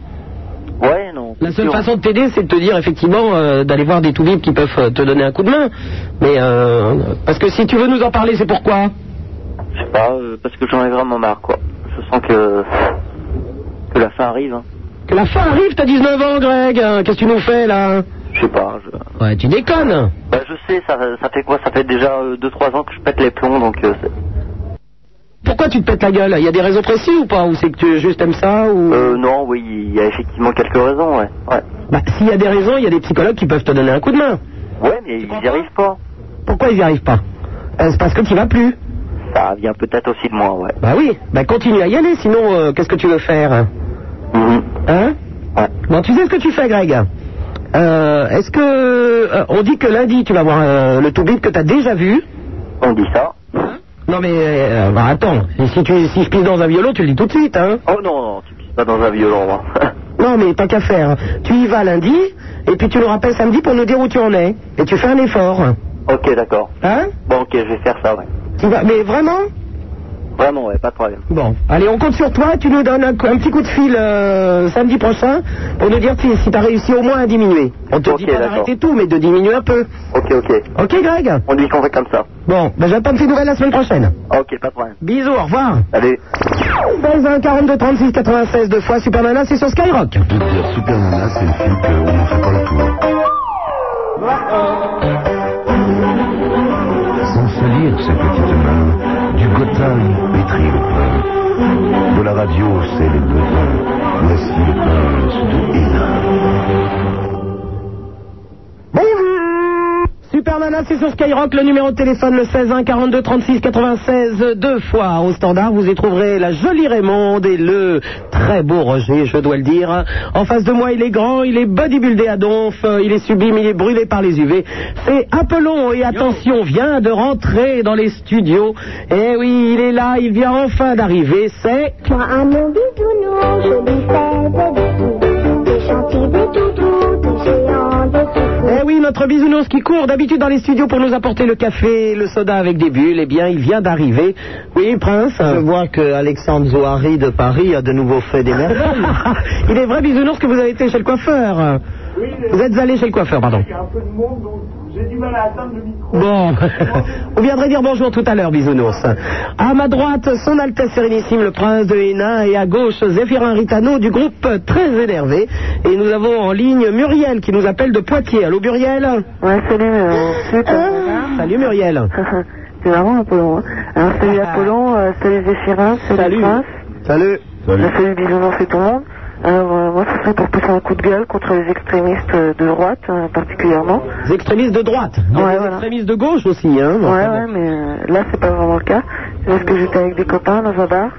[SPEAKER 5] Ouais, non.
[SPEAKER 3] La seule façon de t'aider, c'est de te dire effectivement euh, d'aller voir des toubibs qui peuvent euh, te donner un coup de main. Mais euh, parce que si tu veux nous en parler, c'est pourquoi
[SPEAKER 5] Je sais pas, euh, parce que j'en ai vraiment marre, quoi. Je sens que... que la fin arrive, hein.
[SPEAKER 3] Que la fin arrive, t'as 19 ans, Greg. hein, Qu'est-ce que tu nous fais là
[SPEAKER 5] Je sais pas, je...
[SPEAKER 3] Ouais, tu déconnes. hein.
[SPEAKER 5] Bah, je sais, ça, ça fait quoi Ça fait déjà 2-3 ans que je pète les plombs, donc... euh, c'est-
[SPEAKER 3] Pourquoi tu te pètes la gueule Il y a des raisons précises ou pas Ou c'est que tu juste aimes ça ou...
[SPEAKER 5] euh, non, oui, il y a effectivement quelques raisons, ouais. Ouais,
[SPEAKER 3] Bah, s'il y a des raisons, il y a des psychologues qui peuvent te donner un coup de main.
[SPEAKER 5] ouais mais ils n'y arrivent pas.
[SPEAKER 3] Pourquoi ils n'y arrivent pas Euh, C'est parce que tu vas plus.
[SPEAKER 5] Ça vient peut-être aussi de moi, ouais.
[SPEAKER 3] Bah oui, bah continue à y aller, sinon euh, qu'est-ce que tu veux faire
[SPEAKER 5] Mm-hmm.
[SPEAKER 3] Hein Bon, tu sais ce que tu fais, Greg Euh, Est-ce que euh, on dit que lundi tu vas voir euh, le toubib que t'as déjà vu Hein
[SPEAKER 5] On dit ça.
[SPEAKER 3] Non mais euh, bah, attends, Et si tu si je pisse dans un violon, tu le dis tout de suite, hein
[SPEAKER 5] Oh non, non, tu pisses pas dans un violon, hein. moi.
[SPEAKER 3] Non mais tant qu'à faire, tu y vas lundi et puis tu nous rappelles samedi pour nous dire où tu en es et tu fais un effort.
[SPEAKER 5] ok, d'accord.
[SPEAKER 3] Hein
[SPEAKER 5] Bon, ok, je vais faire ça, ouais.
[SPEAKER 3] Tu vas, mais vraiment
[SPEAKER 5] Vraiment, ouais, pas de problème.
[SPEAKER 3] Bon, allez, on compte sur toi. Tu nous donnes un, un petit coup de fil euh, samedi prochain pour nous dire si, si tu as réussi au moins à diminuer. On te dit pas d'arrêter tout, mais de diminuer un peu.
[SPEAKER 5] Ok, ok.
[SPEAKER 3] Ok, Greg
[SPEAKER 5] On dit qu'on fait comme ça.
[SPEAKER 3] Bon, ben j'attends de tes nouvelles la semaine prochaine.
[SPEAKER 5] Ok, pas de problème.
[SPEAKER 3] Bisous, au revoir.
[SPEAKER 5] Allez.
[SPEAKER 3] 16 1 42 36 96 deux fois Supermana, c'est sur Skyrock.
[SPEAKER 15] Super Nana, c'est le film qu'on n'en fait pas le tour. Sans salir ses petites mains, du Gotham pétrit le pain. De la radio, c'est les besoins. Voici le prince de
[SPEAKER 3] Supermana, c'est sur Skyrock, le numéro de téléphone le 16 1 42 36 96 deux fois au standard. Vous y trouverez la jolie Raymonde et le très beau Roger, je dois le dire. En face de moi, il est grand, il est bodybuildé à donf, euh, il est sublime, il est brûlé par les UV. C'est Appelons et attention, vient de rentrer dans les studios. Eh oui, il est là, il vient enfin d'arriver, c'est... Eh oui, notre bisounours qui court d'habitude dans les studios pour nous apporter le café, le soda avec des bulles, eh bien, il vient d'arriver. Oui, Prince
[SPEAKER 16] Je vois que Alexandre Zohari de Paris a de nouveau fait des merveilles.
[SPEAKER 3] il est vrai, bisounours, que vous avez été chez le coiffeur. Vous êtes allé chez le coiffeur, pardon.
[SPEAKER 17] un peu de monde, donc j'ai du mal à atteindre le micro.
[SPEAKER 3] Bon, on viendrait dire bonjour tout à l'heure, bisounours. À ma droite, son Altesse Sérénissime, le Prince de Hénin, et à gauche, Zéphirin Ritano du groupe Très Énervé. Et nous avons en ligne Muriel qui nous appelle de Poitiers. Allô, Muriel Ah.
[SPEAKER 1] Ouais, salut, euh, salut, toi.
[SPEAKER 3] Salut, Muriel.
[SPEAKER 1] C'est marrant, Apollon. hein. Alors, salut, Apollon, euh, salut, Zéphirin, salut, Prince.
[SPEAKER 16] Salut.
[SPEAKER 1] Euh, salut, Bisounours et tout le monde. Alors, euh, moi, ce serait pour pousser un coup de gueule contre les extrémistes euh, de droite, euh, particulièrement.
[SPEAKER 3] Les extrémistes de droite Il y a
[SPEAKER 1] Ouais,
[SPEAKER 3] des
[SPEAKER 1] voilà.
[SPEAKER 3] extrémistes de gauche aussi, hein.
[SPEAKER 1] Ouais, ouais, mais euh, là, c'est pas vraiment le cas. C'est parce que j'étais avec des copains dans un bar.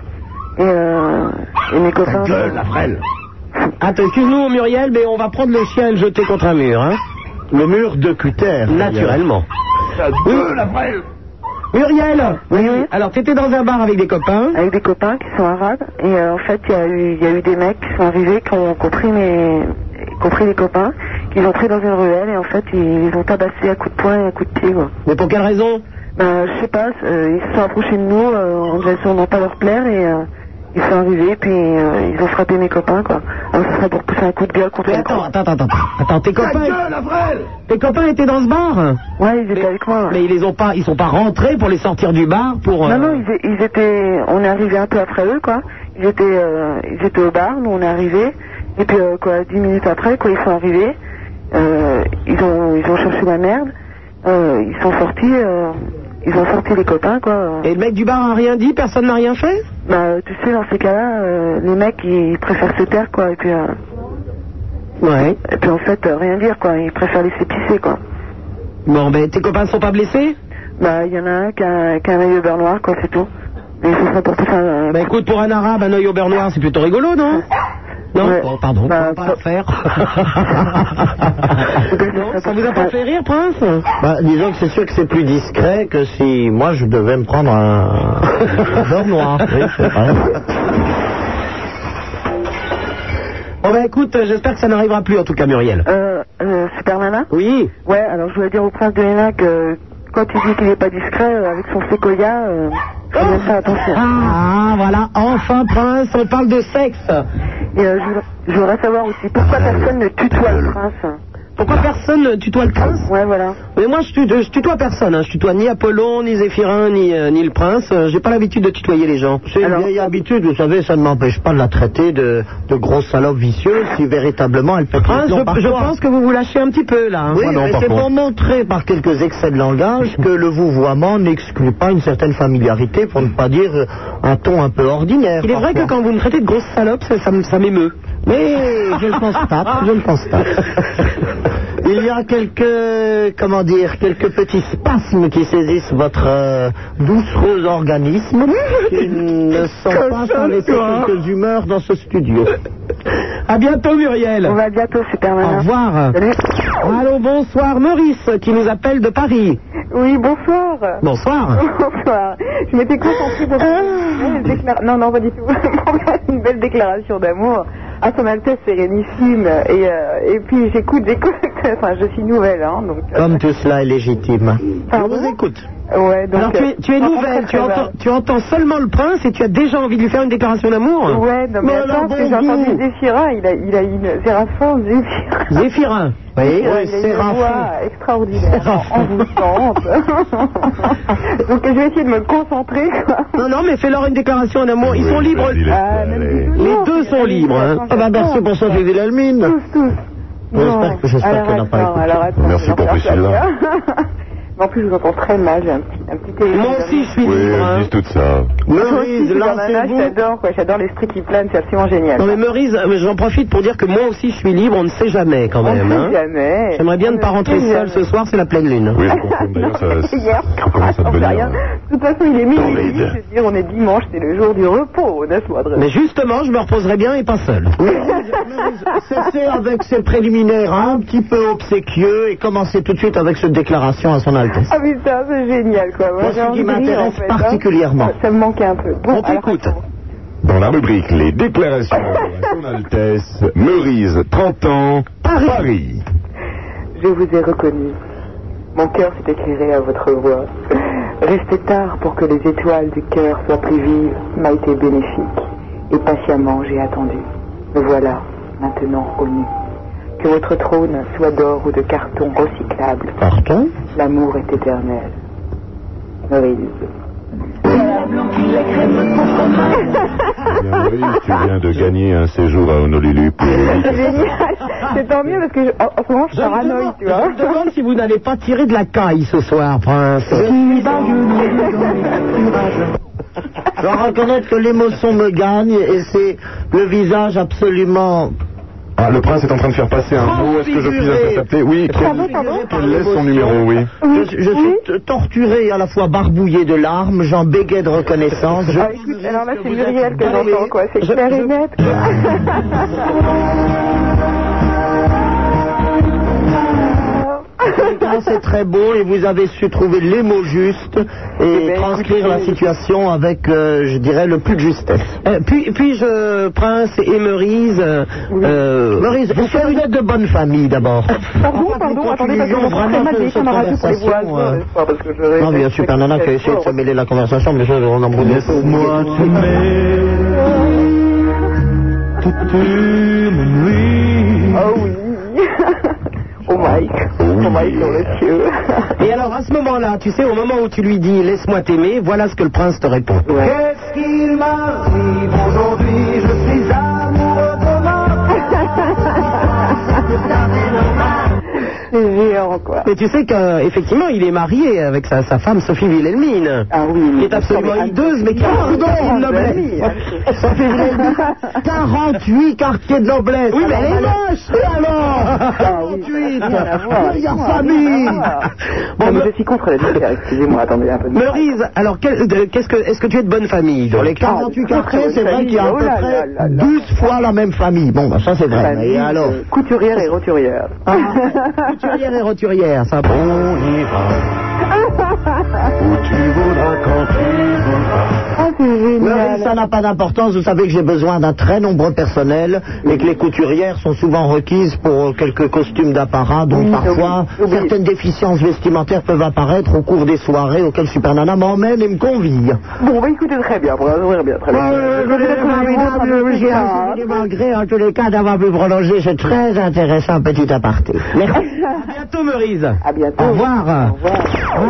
[SPEAKER 1] Et, euh, et mes copains.
[SPEAKER 3] la frêle. Attends, excuse-nous, Muriel, mais on va prendre le chien et le jeter contre un mur, hein Le mur de Cutter. Naturellement.
[SPEAKER 18] la frêle
[SPEAKER 3] Muriel Oui, oui. Alors, t'étais dans un bar avec des copains
[SPEAKER 1] Avec des copains qui sont arabes. Et euh, en fait, il y, a eu- il y a eu des mecs qui sont arrivés, qui ont compris mes, compris les copains, qui les ont pris dans une ruelle et en fait, ils les ont tabassés à coups de poing et à coups de pied. quoi.
[SPEAKER 3] Mais pour quelle raison
[SPEAKER 1] Ben, je sais pas, euh, ils se sont approchés de nous, euh, on devait sûrement pas leur plaire et euh, ils sont arrivés puis euh, ils ont frappé mes copains quoi. Alors ça serait pour pousser un coup de gueule contre
[SPEAKER 3] Mais attends, attends, attends, attends. Attends, tes copains. Tes copains étaient dans ce bar
[SPEAKER 1] Ouais, ils étaient avec moi.
[SPEAKER 3] Mais ils les ont pas, ils sont pas rentrés pour les sortir du bar pour. euh,
[SPEAKER 1] Ah. Non, non, ils, ils étaient. On est arrivé un peu après eux, quoi. Ils étaient, euh, ils étaient au bar, nous on est arrivés. Et puis, euh, quoi, dix minutes après, quoi, ils sont arrivés. Euh, ils, ont, ils ont cherché la merde. Euh, ils sont sortis. euh, ils ont sorti les copains, quoi.
[SPEAKER 3] Et le mec du bar a rien dit Personne n'a rien fait
[SPEAKER 1] Bah, euh, tu sais, dans ces cas-là, euh, les mecs, ils préfèrent se taire, quoi. Et puis. euh,
[SPEAKER 3] Ouais.
[SPEAKER 1] Et puis, en fait, euh, rien dire, quoi. Ils préfèrent laisser pisser, quoi.
[SPEAKER 3] Bon, ben, tes copains ne sont pas blessés
[SPEAKER 1] Bah, il y en a un qui a, qui a un œil au beurre noir, quoi, c'est tout. Mais ils se sont portés un.
[SPEAKER 3] Bah, écoute, pour un arabe, un œil au beurre noir, c'est plutôt rigolo, non Non Bon, pardon,
[SPEAKER 1] Bah,
[SPEAKER 3] on va pas le faire. Non, ça vous a pas fait rire, Prince
[SPEAKER 4] Bah, disons que c'est sûr que c'est plus discret que si moi je devais me prendre un beurre noir. Oui, c'est vrai.
[SPEAKER 3] Bon, ben, écoute, euh, j'espère que ça n'arrivera plus, en tout cas, Muriel.
[SPEAKER 1] Euh, euh, Super Nana
[SPEAKER 3] Oui.
[SPEAKER 1] Ouais, alors je voulais dire au prince de Hénin que quand il dit qu'il n'est pas discret euh, avec son séquoia, euh, faut
[SPEAKER 3] Oh
[SPEAKER 1] bien faire attention.
[SPEAKER 3] Ah, voilà, enfin, Prince, on parle de sexe.
[SPEAKER 1] Et euh, je, voudrais- je voudrais savoir aussi pourquoi personne ne tutoie le prince.
[SPEAKER 3] Pourquoi personne ne tutoie le prince
[SPEAKER 1] Ouais, voilà.
[SPEAKER 3] Mais moi, je, tute- je tutoie personne. hein. Je tutoie ni Apollon, ni Zéphirin, ni, euh, ni le prince. Euh, J'ai pas l'habitude de tutoyer les gens.
[SPEAKER 4] C'est une
[SPEAKER 3] euh,
[SPEAKER 4] vieille habitude, vous savez, ça ne m'empêche pas de la traiter de, de grosse salope vicieuse si véritablement elle fait
[SPEAKER 3] Prince,
[SPEAKER 4] pression
[SPEAKER 3] je, je
[SPEAKER 4] parfois.
[SPEAKER 3] pense que vous vous lâchez un petit peu, là. hein.
[SPEAKER 4] Oui,
[SPEAKER 3] Moi, non,
[SPEAKER 4] mais
[SPEAKER 3] par
[SPEAKER 4] c'est
[SPEAKER 3] contre.
[SPEAKER 4] pour montrer par quelques excès de langage que le vouvoiement n'exclut pas une certaine familiarité, pour ne pas dire euh, un ton un peu ordinaire.
[SPEAKER 3] Il est vrai que quand vous me traitez de grosse salope, ça, ça me- ça m'émeue.
[SPEAKER 4] Mais je le constate, je le constate. Il y a quelques, comment dire, quelques petits spasmes qui saisissent votre euh, doucereux organisme qui ne sont pas sans laisser
[SPEAKER 3] toi.
[SPEAKER 4] quelques humeurs dans ce studio.
[SPEAKER 3] À bientôt, Muriel.
[SPEAKER 1] On va bientôt, Superman.
[SPEAKER 3] Au revoir. Allô, bonsoir, Maurice, qui nous appelle de Paris.
[SPEAKER 6] Oui, bonsoir.
[SPEAKER 3] Bonsoir.
[SPEAKER 6] Bonsoir. Je m'étais concentrée pour faire une belle déclara- Non, non, pas du tout. Pour faire une belle déclaration d'amour à son Altesse Sérénissime. Et, euh, et puis j'écoute, j'écoute. Enfin, je suis nouvelle, hein, donc.
[SPEAKER 4] Comme tout cela est légitime.
[SPEAKER 3] Ah,
[SPEAKER 6] On
[SPEAKER 4] vous écoute.
[SPEAKER 6] Ouais, donc.
[SPEAKER 3] Alors, tu es, tu es
[SPEAKER 6] euh,
[SPEAKER 3] nouvelle, tu
[SPEAKER 6] très
[SPEAKER 3] entends,
[SPEAKER 6] mal.
[SPEAKER 3] tu entends seulement le prince et tu as déjà envie de lui faire une déclaration d'amour
[SPEAKER 6] Ouais, non, mais,
[SPEAKER 3] Mais Oh, alors,
[SPEAKER 6] attends, parce que
[SPEAKER 3] bon
[SPEAKER 6] j'ai entendu
[SPEAKER 3] goût.
[SPEAKER 6] Zéphirin, il a, il a une. Séraphin, Zéphirin.
[SPEAKER 3] Zéphirin.
[SPEAKER 6] Ouais,
[SPEAKER 4] Oui,
[SPEAKER 6] il a une voix extraordinaire, envoûtante. Donc je vais essayer de me concentrer. quoi.
[SPEAKER 3] Non, non, mais fais-leur une déclaration en amour. Ils sont libres.
[SPEAKER 6] Ah, même si-
[SPEAKER 3] Les deux sont libres. hein. Ah bah merci pour ça, Vivi Lalmine.
[SPEAKER 6] Non. Alors, attends, alors, attends, je vais faire ça. Mais en plus, je vous entends très mal, j'ai un petit, un petit téléphone.
[SPEAKER 3] Moi aussi, je suis
[SPEAKER 7] Oui,
[SPEAKER 3] libre.
[SPEAKER 7] elles
[SPEAKER 3] hein.
[SPEAKER 7] disent tout ça.
[SPEAKER 3] Maurice, lancez-vous.
[SPEAKER 6] J'adore, quoi, j'adore l'esprit qui plane, c'est absolument génial.
[SPEAKER 3] Non mais Maurice, euh, j'en profite pour dire que moi aussi je suis libre, on ne sait jamais quand
[SPEAKER 6] On
[SPEAKER 3] même.
[SPEAKER 6] ne sait
[SPEAKER 3] hein.
[SPEAKER 6] jamais.
[SPEAKER 3] J'aimerais bien
[SPEAKER 6] On
[SPEAKER 3] ne pas
[SPEAKER 6] ne
[SPEAKER 3] rentrer
[SPEAKER 6] sait
[SPEAKER 3] seul ce
[SPEAKER 6] jamais.
[SPEAKER 3] soir, c'est la pleine lune.
[SPEAKER 7] Oui, je confirme d'ailleurs, ça,
[SPEAKER 6] Hier,
[SPEAKER 7] ça commence à
[SPEAKER 6] on fait
[SPEAKER 7] devenir.
[SPEAKER 6] rien. De toute façon, il est minuit, je veux dire, on est dimanche, c'est le jour du repos, n'est-ce pas, Adrien
[SPEAKER 3] Mais justement, je me
[SPEAKER 4] Eh
[SPEAKER 3] reposerai bien et pas seul.
[SPEAKER 4] Cessez avec ces préliminaires un petit peu obséquieux et commencez tout de suite avec cette déclaration à son Altesse.
[SPEAKER 6] Ah putain, c'est génial, quoi. Moi,
[SPEAKER 4] Moi,
[SPEAKER 6] j'ai
[SPEAKER 4] ce
[SPEAKER 6] envie
[SPEAKER 4] qui
[SPEAKER 6] de rire,
[SPEAKER 4] m'intéresse
[SPEAKER 6] en fait, hein.
[SPEAKER 4] particulièrement.
[SPEAKER 6] Ça me manquait un peu. Bon, alors,
[SPEAKER 2] Dans la rubrique Les déclarations à son Altesse, Meurise, 30 ans, Paris.
[SPEAKER 6] Je vous ai reconnu. Mon cœur s'est éclairé à votre voix. Restez tard pour que les étoiles du cœur soient plus vives m'a été bénéfique. Et patiemment, j'ai attendu. Me voilà, maintenant au nu. Que votre trône soit d'or ou de carton recyclable.
[SPEAKER 4] Carton
[SPEAKER 6] L'amour est éternel. Moïse.
[SPEAKER 7] Bien, Maurice, tu viens de gagner un séjour à Honolulu pour le week-end.
[SPEAKER 6] C'est génial. C'est tant mieux parce que je- en, en ce moment, je suis paranoïe, tu vois.
[SPEAKER 3] Je me demande si vous n'allez pas tirer de la caille ce soir, Prince.
[SPEAKER 4] Je dois reconnaître que l'émotion me gagne et c'est le visage absolument
[SPEAKER 7] Ah, le prince est en train de faire passer un mot. Est-ce que je puis intercepter Oui,
[SPEAKER 4] Pardon, pardon
[SPEAKER 7] qu'elle laisse son numéro, oui.
[SPEAKER 4] Je, je suis t- torturé, à la fois barbouillé de larmes, j'en béguais de reconnaissance. Je...
[SPEAKER 6] Ah, écoute, alors là, c'est Muriel que j'entends, quoi. C'est clair et net.
[SPEAKER 4] Effectivement, C'est très beau et vous avez su trouver les mots justes et transcrire la situation avec, euh, je dirais, le plus de justesse.
[SPEAKER 3] Euh, puis, puis je, Prince et Meurise, euh, euh,
[SPEAKER 4] Maurice, vous faites une lettre de bonne famille d'abord.
[SPEAKER 6] Pardon, pardon, attendez, parce que
[SPEAKER 4] Conclusion,
[SPEAKER 6] j'entends
[SPEAKER 4] vraiment,
[SPEAKER 6] très mal les
[SPEAKER 4] cette
[SPEAKER 6] camarades pour les voix.
[SPEAKER 4] conversation, euh, Non, bien sûr, Pernana qui a essayé de se mêler de la conversation, mais ça, on en brûle. Laisse-moi
[SPEAKER 6] Oh oui. Oh my, oh my, dans les cieux.
[SPEAKER 3] Et alors à ce moment-là, tu sais, au moment où tu lui dis laisse-moi t'aimer, voilà ce que le prince te répond.
[SPEAKER 1] Qu'est-ce qu'il m'arrive aujourd'hui Je suis amoureux de
[SPEAKER 4] Oh,
[SPEAKER 3] Mais tu sais qu'effectivement, il est marié avec sa, sa femme Sophie Wilhelmine.
[SPEAKER 4] Ah
[SPEAKER 3] Qui est absolument hideuse, mais qui a un de noblesse.
[SPEAKER 4] Sophie Wilhelmine, 48 quartiers de noblesse.
[SPEAKER 1] Oui, mais
[SPEAKER 4] Alors,
[SPEAKER 1] elle est
[SPEAKER 4] voilà.
[SPEAKER 1] moche, et alors
[SPEAKER 6] Ah,
[SPEAKER 4] 48
[SPEAKER 1] Rien à voir.
[SPEAKER 4] Meilleure famille
[SPEAKER 3] Bon,
[SPEAKER 4] mais
[SPEAKER 3] me-
[SPEAKER 4] je suis contre la légère, excusez-moi, attendez un peu.
[SPEAKER 3] Meurise, alors quel- de- qu'est-ce que, est-ce que tu es de bonne famille donc
[SPEAKER 4] Sur les 48 quartiers, c'est vrai qu'il y a à peu près 12 fois la même famille. Bon, bah, ça c'est vrai.
[SPEAKER 3] Famille,
[SPEAKER 4] Et alors
[SPEAKER 3] euh,
[SPEAKER 4] Couturière et roturière.
[SPEAKER 3] Ah, Couturière et roturière, ça On
[SPEAKER 4] Oui, ça n'a pas d'importance. Vous savez que j'ai besoin d'un très nombreux personnel et que les couturières sont souvent requises pour euh, quelques costumes d'apparat, donc parfois certaines déficiences vestimentaires peuvent apparaître au cours des soirées auxquelles Super Nana m'emmène et me convie.
[SPEAKER 6] Bon, bah écoutez, très bien, bon, on verra bien, très bien.
[SPEAKER 4] Malgré en tous les cas d'avoir pu prolonger ce très intéressant petit aparté. Merci.
[SPEAKER 3] À bientôt, Meurise. À bientôt. Au revoir.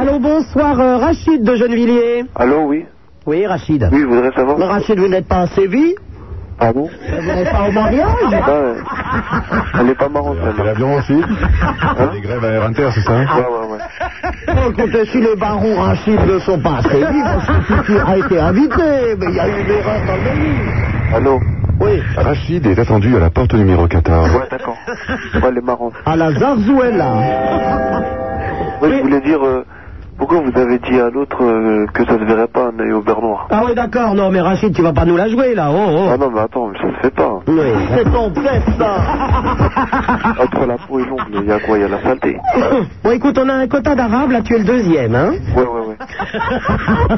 [SPEAKER 3] Allô, bonsoir, euh, Rachid de Gennevilliers.
[SPEAKER 4] Allô, oui. Oui, Rachid.
[SPEAKER 11] Oui, je voudrais savoir.
[SPEAKER 4] Mais Rachid, vous n'êtes pas à Séville
[SPEAKER 11] Pardon
[SPEAKER 4] Vous n'êtes pas au mariage
[SPEAKER 11] Elle est pas marrante,
[SPEAKER 7] celle-là. L'avion aussi
[SPEAKER 5] Hein
[SPEAKER 7] Des grèves à Air Inter, c'est ça
[SPEAKER 4] Bon, oh, écoutez, si les barons Rachid ne sont pas à Séville, c'est qui a été invité, mais il y a eu une erreur dans le pays.
[SPEAKER 7] Allô
[SPEAKER 4] Oui.
[SPEAKER 7] Rachid est attendu à la porte numéro 14.
[SPEAKER 11] Ouais, d'accord. Ouais, elle est marrante.
[SPEAKER 4] À la Zarzuela.
[SPEAKER 11] Moi, je voulais dire, euh, pourquoi vous avez dit à l'autre euh, que ça se verrait pas un œil au beurre noir
[SPEAKER 3] Ah oui, d'accord, non, mais Rachid, tu vas pas nous la jouer, là, oh, oh.
[SPEAKER 11] Ah non, mais attends, mais ça se fait pas.
[SPEAKER 4] C'est ton test,
[SPEAKER 11] Entre la peau et l'ongle, il y a quoi Il y a la saleté.
[SPEAKER 3] Bon, écoute, on a un quota d'arabe, là, tu es le deuxième, hein
[SPEAKER 11] Ouais, ouais, ouais.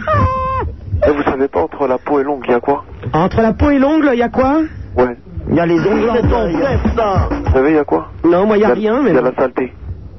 [SPEAKER 11] Et Eh, vous savez pas, entre la peau et l'ongle, il y a quoi
[SPEAKER 3] Entre la peau et l'ongle, il y a quoi
[SPEAKER 11] Ouais.
[SPEAKER 4] Il y a les ongles en
[SPEAKER 3] ton
[SPEAKER 11] Vous savez, il y a quoi
[SPEAKER 3] Non, moi, il n'y a
[SPEAKER 11] Il y
[SPEAKER 3] rien, mais...
[SPEAKER 11] Il y a la saleté.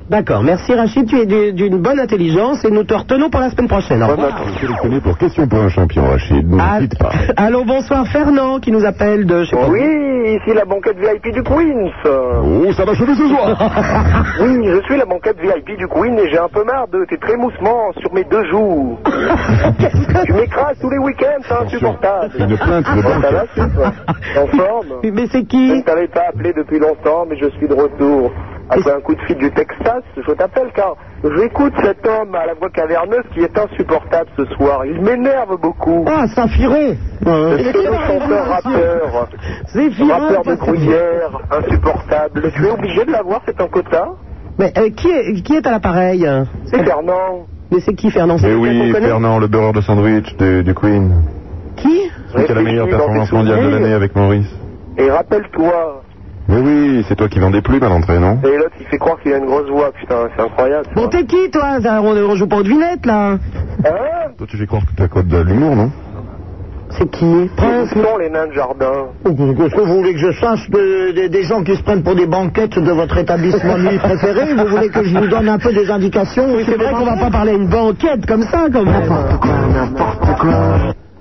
[SPEAKER 3] D'accord, merci Rachid, tu es du- d'une bonne intelligence et nous te retenons pour la semaine prochaine. Au revoir.
[SPEAKER 7] Sélectionné pour question pour un champion, Rachid. Ne quitte pas.
[SPEAKER 3] Allô, bonsoir Fernand qui nous appelle de je sais pas où.
[SPEAKER 5] Oui, ici la banquette VIP du Queens.
[SPEAKER 7] Oh, ça va chever ce soir.
[SPEAKER 5] oui, je suis la banquette VIP du Queen et j'ai un peu marre de tes trémoussements sur mes deux jours. tu m'écrases tous les week-ends, c'est insupportable.
[SPEAKER 7] Une plainte de
[SPEAKER 5] Ça va, c'est toi En forme
[SPEAKER 3] Mais c'est qui
[SPEAKER 5] Je ne t'avais pas appelé depuis longtemps, mais je suis de retour. Après un coup de fil du Texas, je t'appelle car j'écoute cet homme à la voix caverneuse qui est insupportable ce soir. Il m'énerve beaucoup.
[SPEAKER 4] Ah, Saphiron
[SPEAKER 5] Le
[SPEAKER 3] Ah,
[SPEAKER 5] chanteur rappeur. Rappeur de gruyère, insupportable.
[SPEAKER 3] Mmh.
[SPEAKER 5] Tu es obligé de l'avoir, c'est un quota
[SPEAKER 3] Mais euh, qui, est, qui est à l'appareil
[SPEAKER 5] C'est Fernand.
[SPEAKER 3] Mais c'est qui Fernand C'est
[SPEAKER 7] Mais
[SPEAKER 3] quelqu'un
[SPEAKER 7] oui,
[SPEAKER 3] qu'on connaît
[SPEAKER 7] Fernand, le beurreur de sandwich du, du Queen.
[SPEAKER 3] Qui
[SPEAKER 7] Celui qui a la meilleure performance mondiale de l'année avec Maurice.
[SPEAKER 5] Et rappelle-toi,
[SPEAKER 7] Mais oui, c'est toi qui vendais plus à l'entrée, non
[SPEAKER 5] et l'autre il fait croire qu'il a une grosse voix, putain, c'est incroyable.
[SPEAKER 3] Bon, t'es qui toi Ça, on, on joue pas aux devinettes là
[SPEAKER 7] Toi, tu fais croire que t'as quoi de l'humour, non
[SPEAKER 4] C'est qui
[SPEAKER 5] Ils sont les nains de jardin.
[SPEAKER 4] Qu'est-ce que vous voulez que je sache de- de- des gens qui se prennent pour des banquettes de votre établissement de nuit préféré Vous voulez que je vous donne un peu des indications Oui,
[SPEAKER 3] C'est vrai qu'on va pas parler à une banquette comme ça quand même.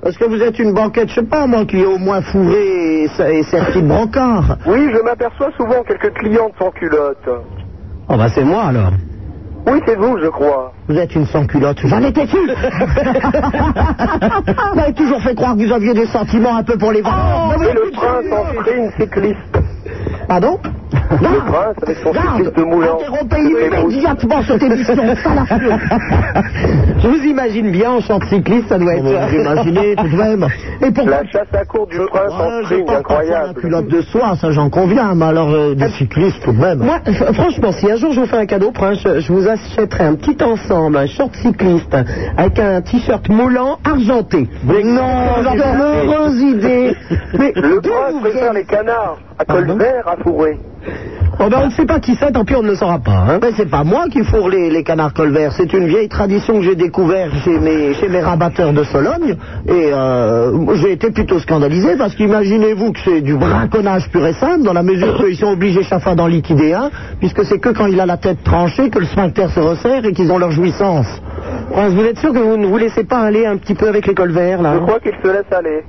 [SPEAKER 4] Parce que vous êtes une banquette, je sais pas moi, qui est au moins fourrée et, sa- et sertie de brancard.
[SPEAKER 5] Oui, je m'aperçois souvent quelques clientes sans culotte.
[SPEAKER 3] Oh bah c'est moi alors.
[SPEAKER 5] Oui, c'est vous, je crois.
[SPEAKER 4] Vous êtes une sans-culotte. J'en étais sûr Vous m'avez toujours fait croire que
[SPEAKER 5] Ah,
[SPEAKER 4] vous aviez des sentiments un peu pour les valeurs.
[SPEAKER 5] C'est le prince en string cycliste.
[SPEAKER 4] Pardon
[SPEAKER 5] Le prince avec son fils de moulin.
[SPEAKER 3] Interrompez immédiatement cette émission salafieuse. Je vous imagine bien en chante cycliste, ça doit être.
[SPEAKER 5] vous imaginez,
[SPEAKER 3] tout de même. Et pourquoi
[SPEAKER 5] La chasse à cour du prince en string,
[SPEAKER 3] incroyable.
[SPEAKER 4] Mm-hmm.
[SPEAKER 5] incroyable.
[SPEAKER 3] de soie, ça j'en conviens, mais alors euh, des cyclistes tout de même. Ah, Moi, f- franchement, si un jour je vous fais un cadeau, Prince, je, je vous achèterai un petit ensemble, un short cycliste, avec un t-shirt moulant argenté.
[SPEAKER 5] non,
[SPEAKER 3] quelle
[SPEAKER 5] c'est pas
[SPEAKER 3] heureuse idée Mais
[SPEAKER 5] Le
[SPEAKER 3] d'où
[SPEAKER 5] prince
[SPEAKER 3] vous
[SPEAKER 5] préfère les canards à col vert à fourrer.
[SPEAKER 3] Oh ben, on ne sait pas qui c'est, tant pis, on ne le saura pas. Hein.
[SPEAKER 4] Mais Ben, c'est pas moi qui fourre les, les canards colverts, c'est une vieille tradition que j'ai découverte chez mes, chez mes rabatteurs de Sologne. Et euh, j'ai été plutôt scandalisé parce qu'imaginez-vous que c'est du braconnage pur et simple, dans la mesure qu'ils sont obligés chafin d'en liquider un, puisque c'est que quand il a la tête tranchée que le sphincter se resserre et qu'ils ont leur jouissance.
[SPEAKER 3] vous êtes sûr que vous ne vous laissez pas aller un petit peu avec l'école vert là
[SPEAKER 5] Je
[SPEAKER 4] hein
[SPEAKER 5] crois qu'il se laisse aller.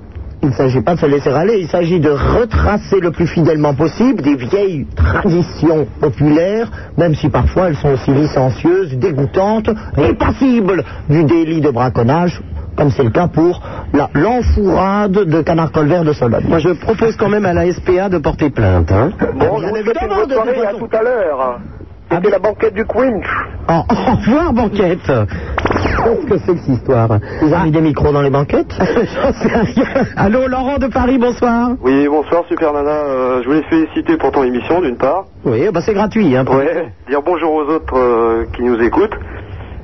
[SPEAKER 4] Il ne s'agit pas de se laisser aller, il s'agit de retracer le plus fidèlement possible des vieilles traditions populaires, même si parfois elles sont aussi licencieuses, dégoûtantes et passibles du délit de braconnage, comme c'est le cas pour la- l'enfourrade de canard colvert de Sologne.
[SPEAKER 3] Moi, je propose quand même à la SPA de porter plainte. Hein.
[SPEAKER 5] Bon, je vous souhaite une bonne soirée, à tout à
[SPEAKER 3] Ah,
[SPEAKER 5] l'heure. C'était la banquette du Quinch.
[SPEAKER 3] Oh, au revoir, banquette Qu'est-ce que c'est que cette histoire Vous avez des micros dans les banquettes J'en sais rien. Allô, Laurent de Paris, bonsoir.
[SPEAKER 11] Oui, bonsoir Super Nana. Euh, je voulais te féliciter pour ton émission d'une part.
[SPEAKER 3] Oui, bah c'est gratuit. Hein, pour-
[SPEAKER 11] Ouais. Dire bonjour aux autres euh, qui nous écoutent.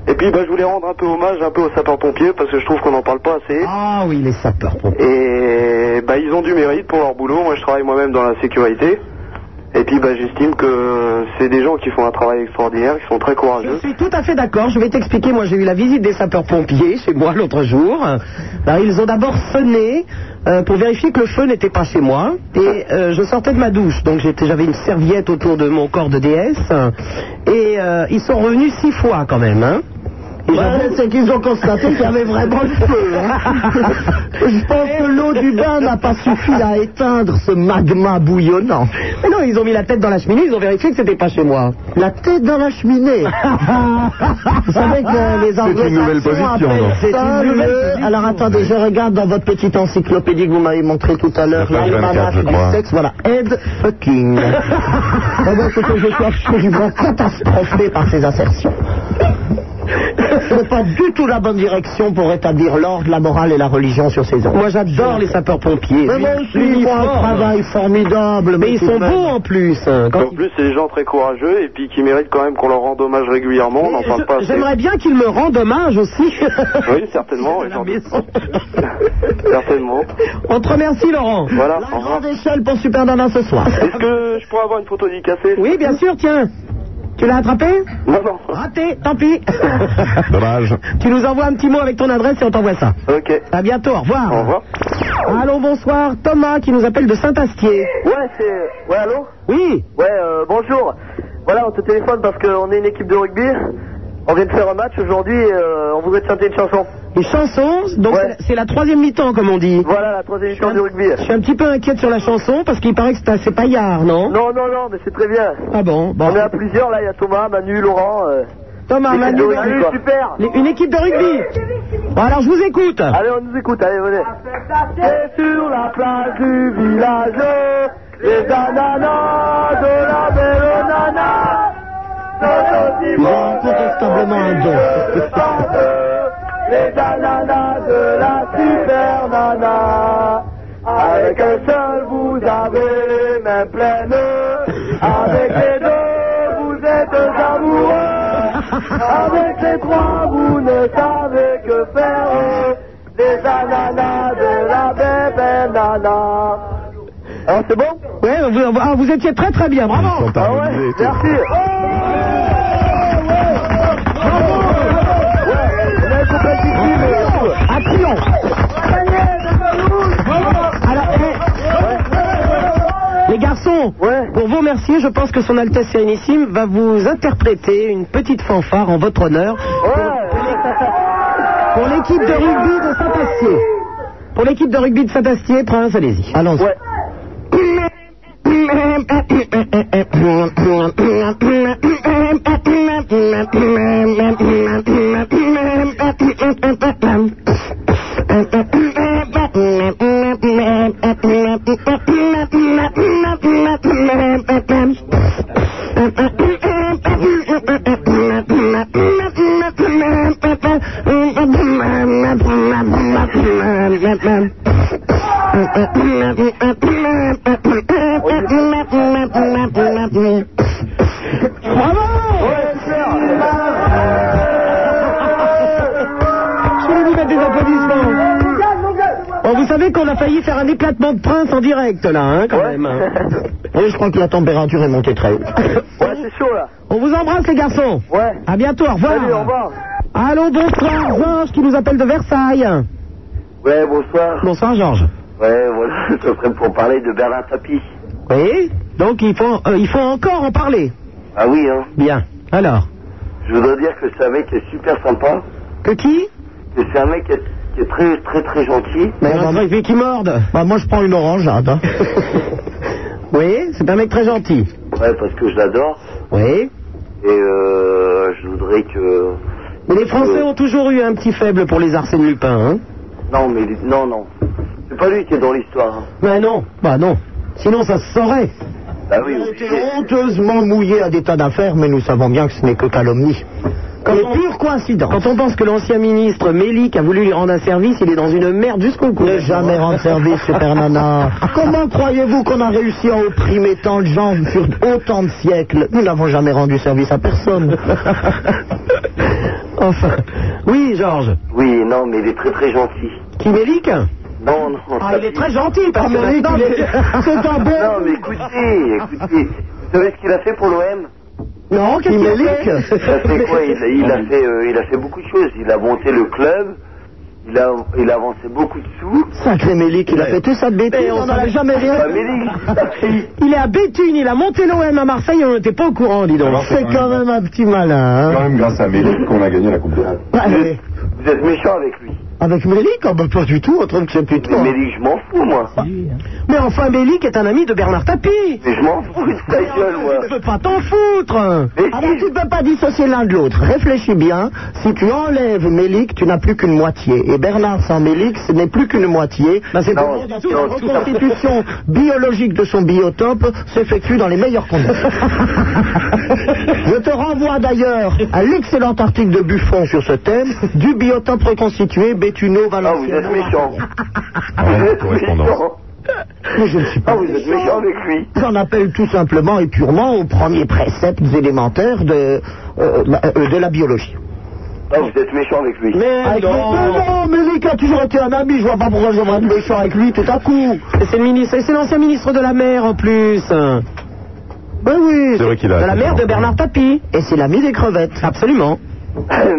[SPEAKER 11] Et puis bah, je voulais rendre un peu hommage un peu aux sapeurs-pompiers parce que je trouve qu'on n'en parle pas assez.
[SPEAKER 3] Ah oui, les sapeurs.
[SPEAKER 11] Et bah, ils ont du mérite pour leur boulot. Moi je travaille moi-même dans la sécurité. Et puis bah, j'estime que c'est des gens qui font un travail extraordinaire, qui sont très courageux.
[SPEAKER 3] Je suis tout à fait d'accord. Je vais t'expliquer. Moi, j'ai eu la visite des sapeurs-pompiers chez moi l'autre jour. Alors, ils ont d'abord sonné euh, pour vérifier que le feu n'était pas chez moi. Et euh, je sortais de ma douche. Donc, j'étais- j'avais une serviette autour de mon corps de déesse. Et euh, ils sont revenus six fois quand même. hein. Et j'avoue-
[SPEAKER 4] c'est qu'ils ont constaté qu'il y avait vraiment le feu. hein. Je pense que l'eau du bain n'a pas suffi à éteindre ce magma bouillonnant.
[SPEAKER 3] Mais non, ils ont mis la tête dans la cheminée, ils ont vérifié que c'était pas chez moi.
[SPEAKER 4] La tête dans la cheminée. Vous savez que les
[SPEAKER 3] C'est
[SPEAKER 4] Anglais
[SPEAKER 3] une nouvelle
[SPEAKER 4] saxons
[SPEAKER 3] position,
[SPEAKER 4] appellent
[SPEAKER 3] non
[SPEAKER 4] ça
[SPEAKER 3] C'est une
[SPEAKER 4] le-
[SPEAKER 3] nouvelle position.
[SPEAKER 4] Alors attendez, je regarde dans votre petite encyclopédie que vous m'avez montré tout à l'heure.
[SPEAKER 19] La page
[SPEAKER 4] là,
[SPEAKER 19] 24, je
[SPEAKER 4] l'almanach
[SPEAKER 19] crois.
[SPEAKER 4] du sexe, voilà. Head fucking.
[SPEAKER 5] Eh ben,
[SPEAKER 4] Vraiment, c'est que je suis absolument catastrophé par ces assertions. Ce n'est pas du tout la bonne direction pour rétablir l'ordre, la morale et la religion sur ces ondes.
[SPEAKER 3] Moi, j'adore les sapeurs-pompiers.
[SPEAKER 4] Mais moi aussi, ils font un
[SPEAKER 3] Uniforme.
[SPEAKER 4] travail formidable.
[SPEAKER 3] Mais ils
[SPEAKER 4] tout de
[SPEAKER 3] sont
[SPEAKER 4] même.
[SPEAKER 3] beaux en plus. hein, quand
[SPEAKER 11] En plus, c'est des gens très courageux et puis qui méritent quand même qu'on leur rende hommage régulièrement. On n'en parle pas
[SPEAKER 3] Je-
[SPEAKER 11] assez.
[SPEAKER 3] J'aimerais bien qu'ils me rendent hommage aussi.
[SPEAKER 11] Oui, certainement. oui, sans doute. certainement.
[SPEAKER 3] On te remercie, Laurent.
[SPEAKER 11] Voilà.
[SPEAKER 3] La grande échelle pour Super Nana ce soir.
[SPEAKER 1] Ah,
[SPEAKER 11] Est-ce que je pourrais avoir une photo dédicacée
[SPEAKER 3] Oui, bien sûr, tiens. Tu l'as attrapé
[SPEAKER 11] Non, non.
[SPEAKER 3] Raté, tant pis.
[SPEAKER 19] Dommage.
[SPEAKER 3] tu nous envoies un petit mot avec ton adresse et on t'envoie ça.
[SPEAKER 11] Ok.
[SPEAKER 3] À bientôt, au revoir.
[SPEAKER 11] Au revoir.
[SPEAKER 3] Allô, bonsoir. Thomas qui nous appelle de Saint-Astier.
[SPEAKER 1] Ouais, c'est. Ouais, allô
[SPEAKER 3] Oui
[SPEAKER 1] Ouais, euh, bonjour. Voilà, on te téléphone parce qu'on est une équipe de rugby. On vient de faire un match aujourd'hui et euh, on voudrait te chanter une chanson.
[SPEAKER 3] Les chansons, donc c'est la- c'est la troisième mi-temps, comme on dit.
[SPEAKER 1] Voilà, la troisième chanson du rugby.
[SPEAKER 3] Je suis un petit peu inquiète sur la chanson parce qu'il paraît que c'est assez paillard, non
[SPEAKER 1] Non, non, non, mais c'est très bien.
[SPEAKER 3] Ah bon, bon.
[SPEAKER 1] On est à plusieurs là, il y a Thomas, Manu, Laurent. euh,
[SPEAKER 3] Thomas,
[SPEAKER 1] l'équipe
[SPEAKER 3] Manu,
[SPEAKER 1] de rugby,
[SPEAKER 3] Manu,
[SPEAKER 1] quoi.
[SPEAKER 3] Les- Une équipe de rugby. Bon, alors je vous écoute.
[SPEAKER 1] Allez, on nous écoute, allez, venez. C'est sur la plage du village, les ananas de la belle nana.
[SPEAKER 4] Ils ont incontestablement un don.
[SPEAKER 1] Les ananas de la super nana. Avec un seul, vous avez les mains pleines. Avec les deux, vous êtes amoureux. Avec les trois, vous ne savez que faire. Des ananas de la bébé nana. Ah, c'est bon
[SPEAKER 3] Ouais, vous, ah, vous étiez très très bien, bravo.
[SPEAKER 1] Ah ouais Merci.
[SPEAKER 3] Action Alors, eh, les garçons, pour vous remercier, je pense que son Altesse Sérénissime va vous interpréter une petite fanfare en votre honneur pour- pour l'équipe de rugby de Saint-Astier. Pour l'équipe de rugby de Saint-Astier, Prince, allez-y. Allons-y.
[SPEAKER 20] Thank you.
[SPEAKER 3] Je lui mettre des applaudissements. Bon, vous savez qu'on a failli faire un éclatement de prince en direct, là, hein, quand même.
[SPEAKER 4] Oui, je crois que la température est montée très haut.
[SPEAKER 3] Ouais, c'est chaud, là. On vous embrasse, les garçons. Ouais. À bientôt, au revoir.
[SPEAKER 14] Salut, au revoir.
[SPEAKER 3] Allô, bonsoir, Georges, qui nous appelle de Versailles.
[SPEAKER 14] Ouais, bonsoir.
[SPEAKER 3] Bonsoir, Georges.
[SPEAKER 14] Ouais, voilà, je serais pour parler de Berlin Tapie.
[SPEAKER 3] Oui, donc il faut, euh, il faut encore en parler.
[SPEAKER 14] Ah oui, hein.
[SPEAKER 3] Bien. Alors,
[SPEAKER 14] Je voudrais dire que c'est un mec qui est super sympa.
[SPEAKER 3] que qui
[SPEAKER 14] Que c'est un mec qui est, qui est très, très, très gentil.
[SPEAKER 3] Mais un mec qui morde. Bah, moi, je prends une orangeade. hein. oui, c'est un mec très gentil.
[SPEAKER 14] Ouais, parce que je l'adore.
[SPEAKER 3] Oui.
[SPEAKER 14] Et euh, je voudrais que.
[SPEAKER 3] Mais les Français ont toujours eu un petit faible pour les Arsène Lupin, hein
[SPEAKER 14] Non, mais lui- non, non. C'est pas lui qui est dans l'histoire. hein.
[SPEAKER 3] Bah non, bah non. Sinon, ça se saurait.
[SPEAKER 14] Bah oui,
[SPEAKER 4] J'ai été honteusement mouillé à des tas d'affaires, mais nous savons bien que ce n'est que calomnie.
[SPEAKER 3] Quand on, pure coïncidence. Quand on pense que l'ancien ministre Mélic a voulu lui rendre un service, il est dans une merde jusqu'au cou.
[SPEAKER 4] Ne jamais rendre service, super nana. Ah, Comment croyez-vous qu'on a réussi à opprimer tant de gens sur autant de siècles Nous n'avons jamais rendu service à personne.
[SPEAKER 3] enfin. Oui, Georges.
[SPEAKER 14] Oui, non, mais il est très, très gentil.
[SPEAKER 3] Qui Mélic
[SPEAKER 14] Non, non.
[SPEAKER 3] Ah,
[SPEAKER 14] ça-
[SPEAKER 3] il est très gentil, parce que
[SPEAKER 14] Ah, mais
[SPEAKER 3] maintenant,
[SPEAKER 14] il est-
[SPEAKER 3] c'est un bon-
[SPEAKER 14] Non, mais écoutez, écoutez. Vous savez ce qu'il a fait pour l'OM
[SPEAKER 3] Non, qu'est-ce qu'il a fait Ah,
[SPEAKER 14] Il a fait quoi il, il a fait, euh, il a fait beaucoup de choses. Il a monté le club. Il a, il a avancé beaucoup de sous.
[SPEAKER 4] Sacré Mélic, il a fait tout ça de bêtises,
[SPEAKER 3] Mais on
[SPEAKER 4] on n'en a
[SPEAKER 3] savait-
[SPEAKER 4] jamais rien.
[SPEAKER 3] Bah, Il est à Béthune, il a monté l'OM à Marseille et on n'était pas au courant, dis donc.
[SPEAKER 7] Alors, c'est
[SPEAKER 4] C'est quand même un petit malin.
[SPEAKER 7] C'est
[SPEAKER 4] hein.
[SPEAKER 7] quand même grâce à Mélic Ah, qu'on a gagné la Coupe d'Europe.
[SPEAKER 3] Ah,
[SPEAKER 4] Allez.
[SPEAKER 14] Vous êtes méchant avec lui.
[SPEAKER 4] Avec Mélic oh, bah, Pas du tout, on trouve que c'est plutôt.
[SPEAKER 14] Mais Mélic, je m'en fous, moi.
[SPEAKER 3] Mais enfin, Mélic est un ami de Bernard Tapie.
[SPEAKER 14] Mais je m'en fous de ta gueule, moi.
[SPEAKER 3] Tu peux pas t'en foutre Ah
[SPEAKER 4] Alors tu ne peux pas dissocier l'un de l'autre. Réfléchis bien. Si tu enlèves Mélic, tu n'as plus qu'une moitié. Et Bernard sans Mélic, ce n'est plus qu'une moitié.
[SPEAKER 3] Bah, c'est
[SPEAKER 4] Non,
[SPEAKER 3] pas vrai du tout.
[SPEAKER 4] La reconstitution biologique de son biotope s'effectue dans les meilleures conditions. Je te renvoie d'ailleurs à l'excellent article de Buffon sur ce thème du biotope reconstitué Bétuno
[SPEAKER 14] Ah, vous êtes
[SPEAKER 4] Valenciennes.
[SPEAKER 14] méchant. Vous êtes méchant.
[SPEAKER 4] Mais je ne suis pas
[SPEAKER 14] Ah, vous êtes méchant avec lui.
[SPEAKER 4] J'en appelle tout simplement et purement aux premiers préceptes élémentaires de, euh, bah, euh, de la biologie.
[SPEAKER 14] Ah, vous êtes méchant avec lui.
[SPEAKER 4] Avec les- Mais non, Mélic a toujours été un ami, je vois pas pourquoi je devrais être méchant avec lui tout à coup.
[SPEAKER 3] Et C'est le ministre, et c'est l'ancien ministre de la mer en plus.
[SPEAKER 4] Ben oui.
[SPEAKER 7] C'est vrai qu'il a.
[SPEAKER 3] de la mer de Bernard Tapie.
[SPEAKER 4] Et c'est l'ami des crevettes.
[SPEAKER 3] Absolument.
[SPEAKER 14] mais,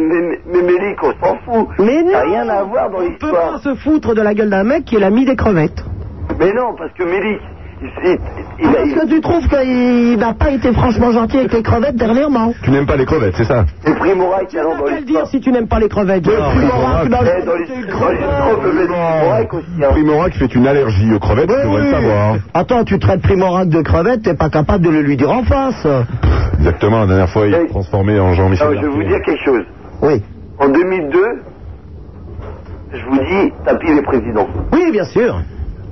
[SPEAKER 14] mais Mélic, on s'en fout.
[SPEAKER 3] Mais non
[SPEAKER 14] Ça n'a rien à voir dans
[SPEAKER 3] On peut pas
[SPEAKER 14] l'histoire.
[SPEAKER 3] se foutre de la gueule d'un mec qui est l'ami des crevettes. Ah,
[SPEAKER 14] Mais non, parce que Mélic, il, il, il,
[SPEAKER 4] Est-ce que tu trouves qu'il n'a pas été franchement gentil avec les crevettes dernièrement
[SPEAKER 7] Tu n'aimes pas les crevettes, c'est ça
[SPEAKER 14] c'est Primorac qui est dans
[SPEAKER 3] Quel dire si tu n'aimes pas les crevettes Georges
[SPEAKER 7] Primorac,
[SPEAKER 14] l'histoire. Eh, Dans l'histoire, on peut mettre Primorac aussi. hein.
[SPEAKER 7] Primorac fait une allergie aux crevettes, tu devrais le savoir.
[SPEAKER 4] Eh Attends, tu traites Primorac de crevette, t'es pas capable de le lui dire en face.
[SPEAKER 7] Exactement, la dernière fois, il
[SPEAKER 14] Eh.
[SPEAKER 7] s'est transformé en Jean-Michel.
[SPEAKER 14] Non, je vais vous
[SPEAKER 7] Larquier.
[SPEAKER 14] dire quelque chose.
[SPEAKER 4] Oui.
[SPEAKER 14] En 2002, je vous dis, tapis les présidents.
[SPEAKER 3] Oui, bien sûr.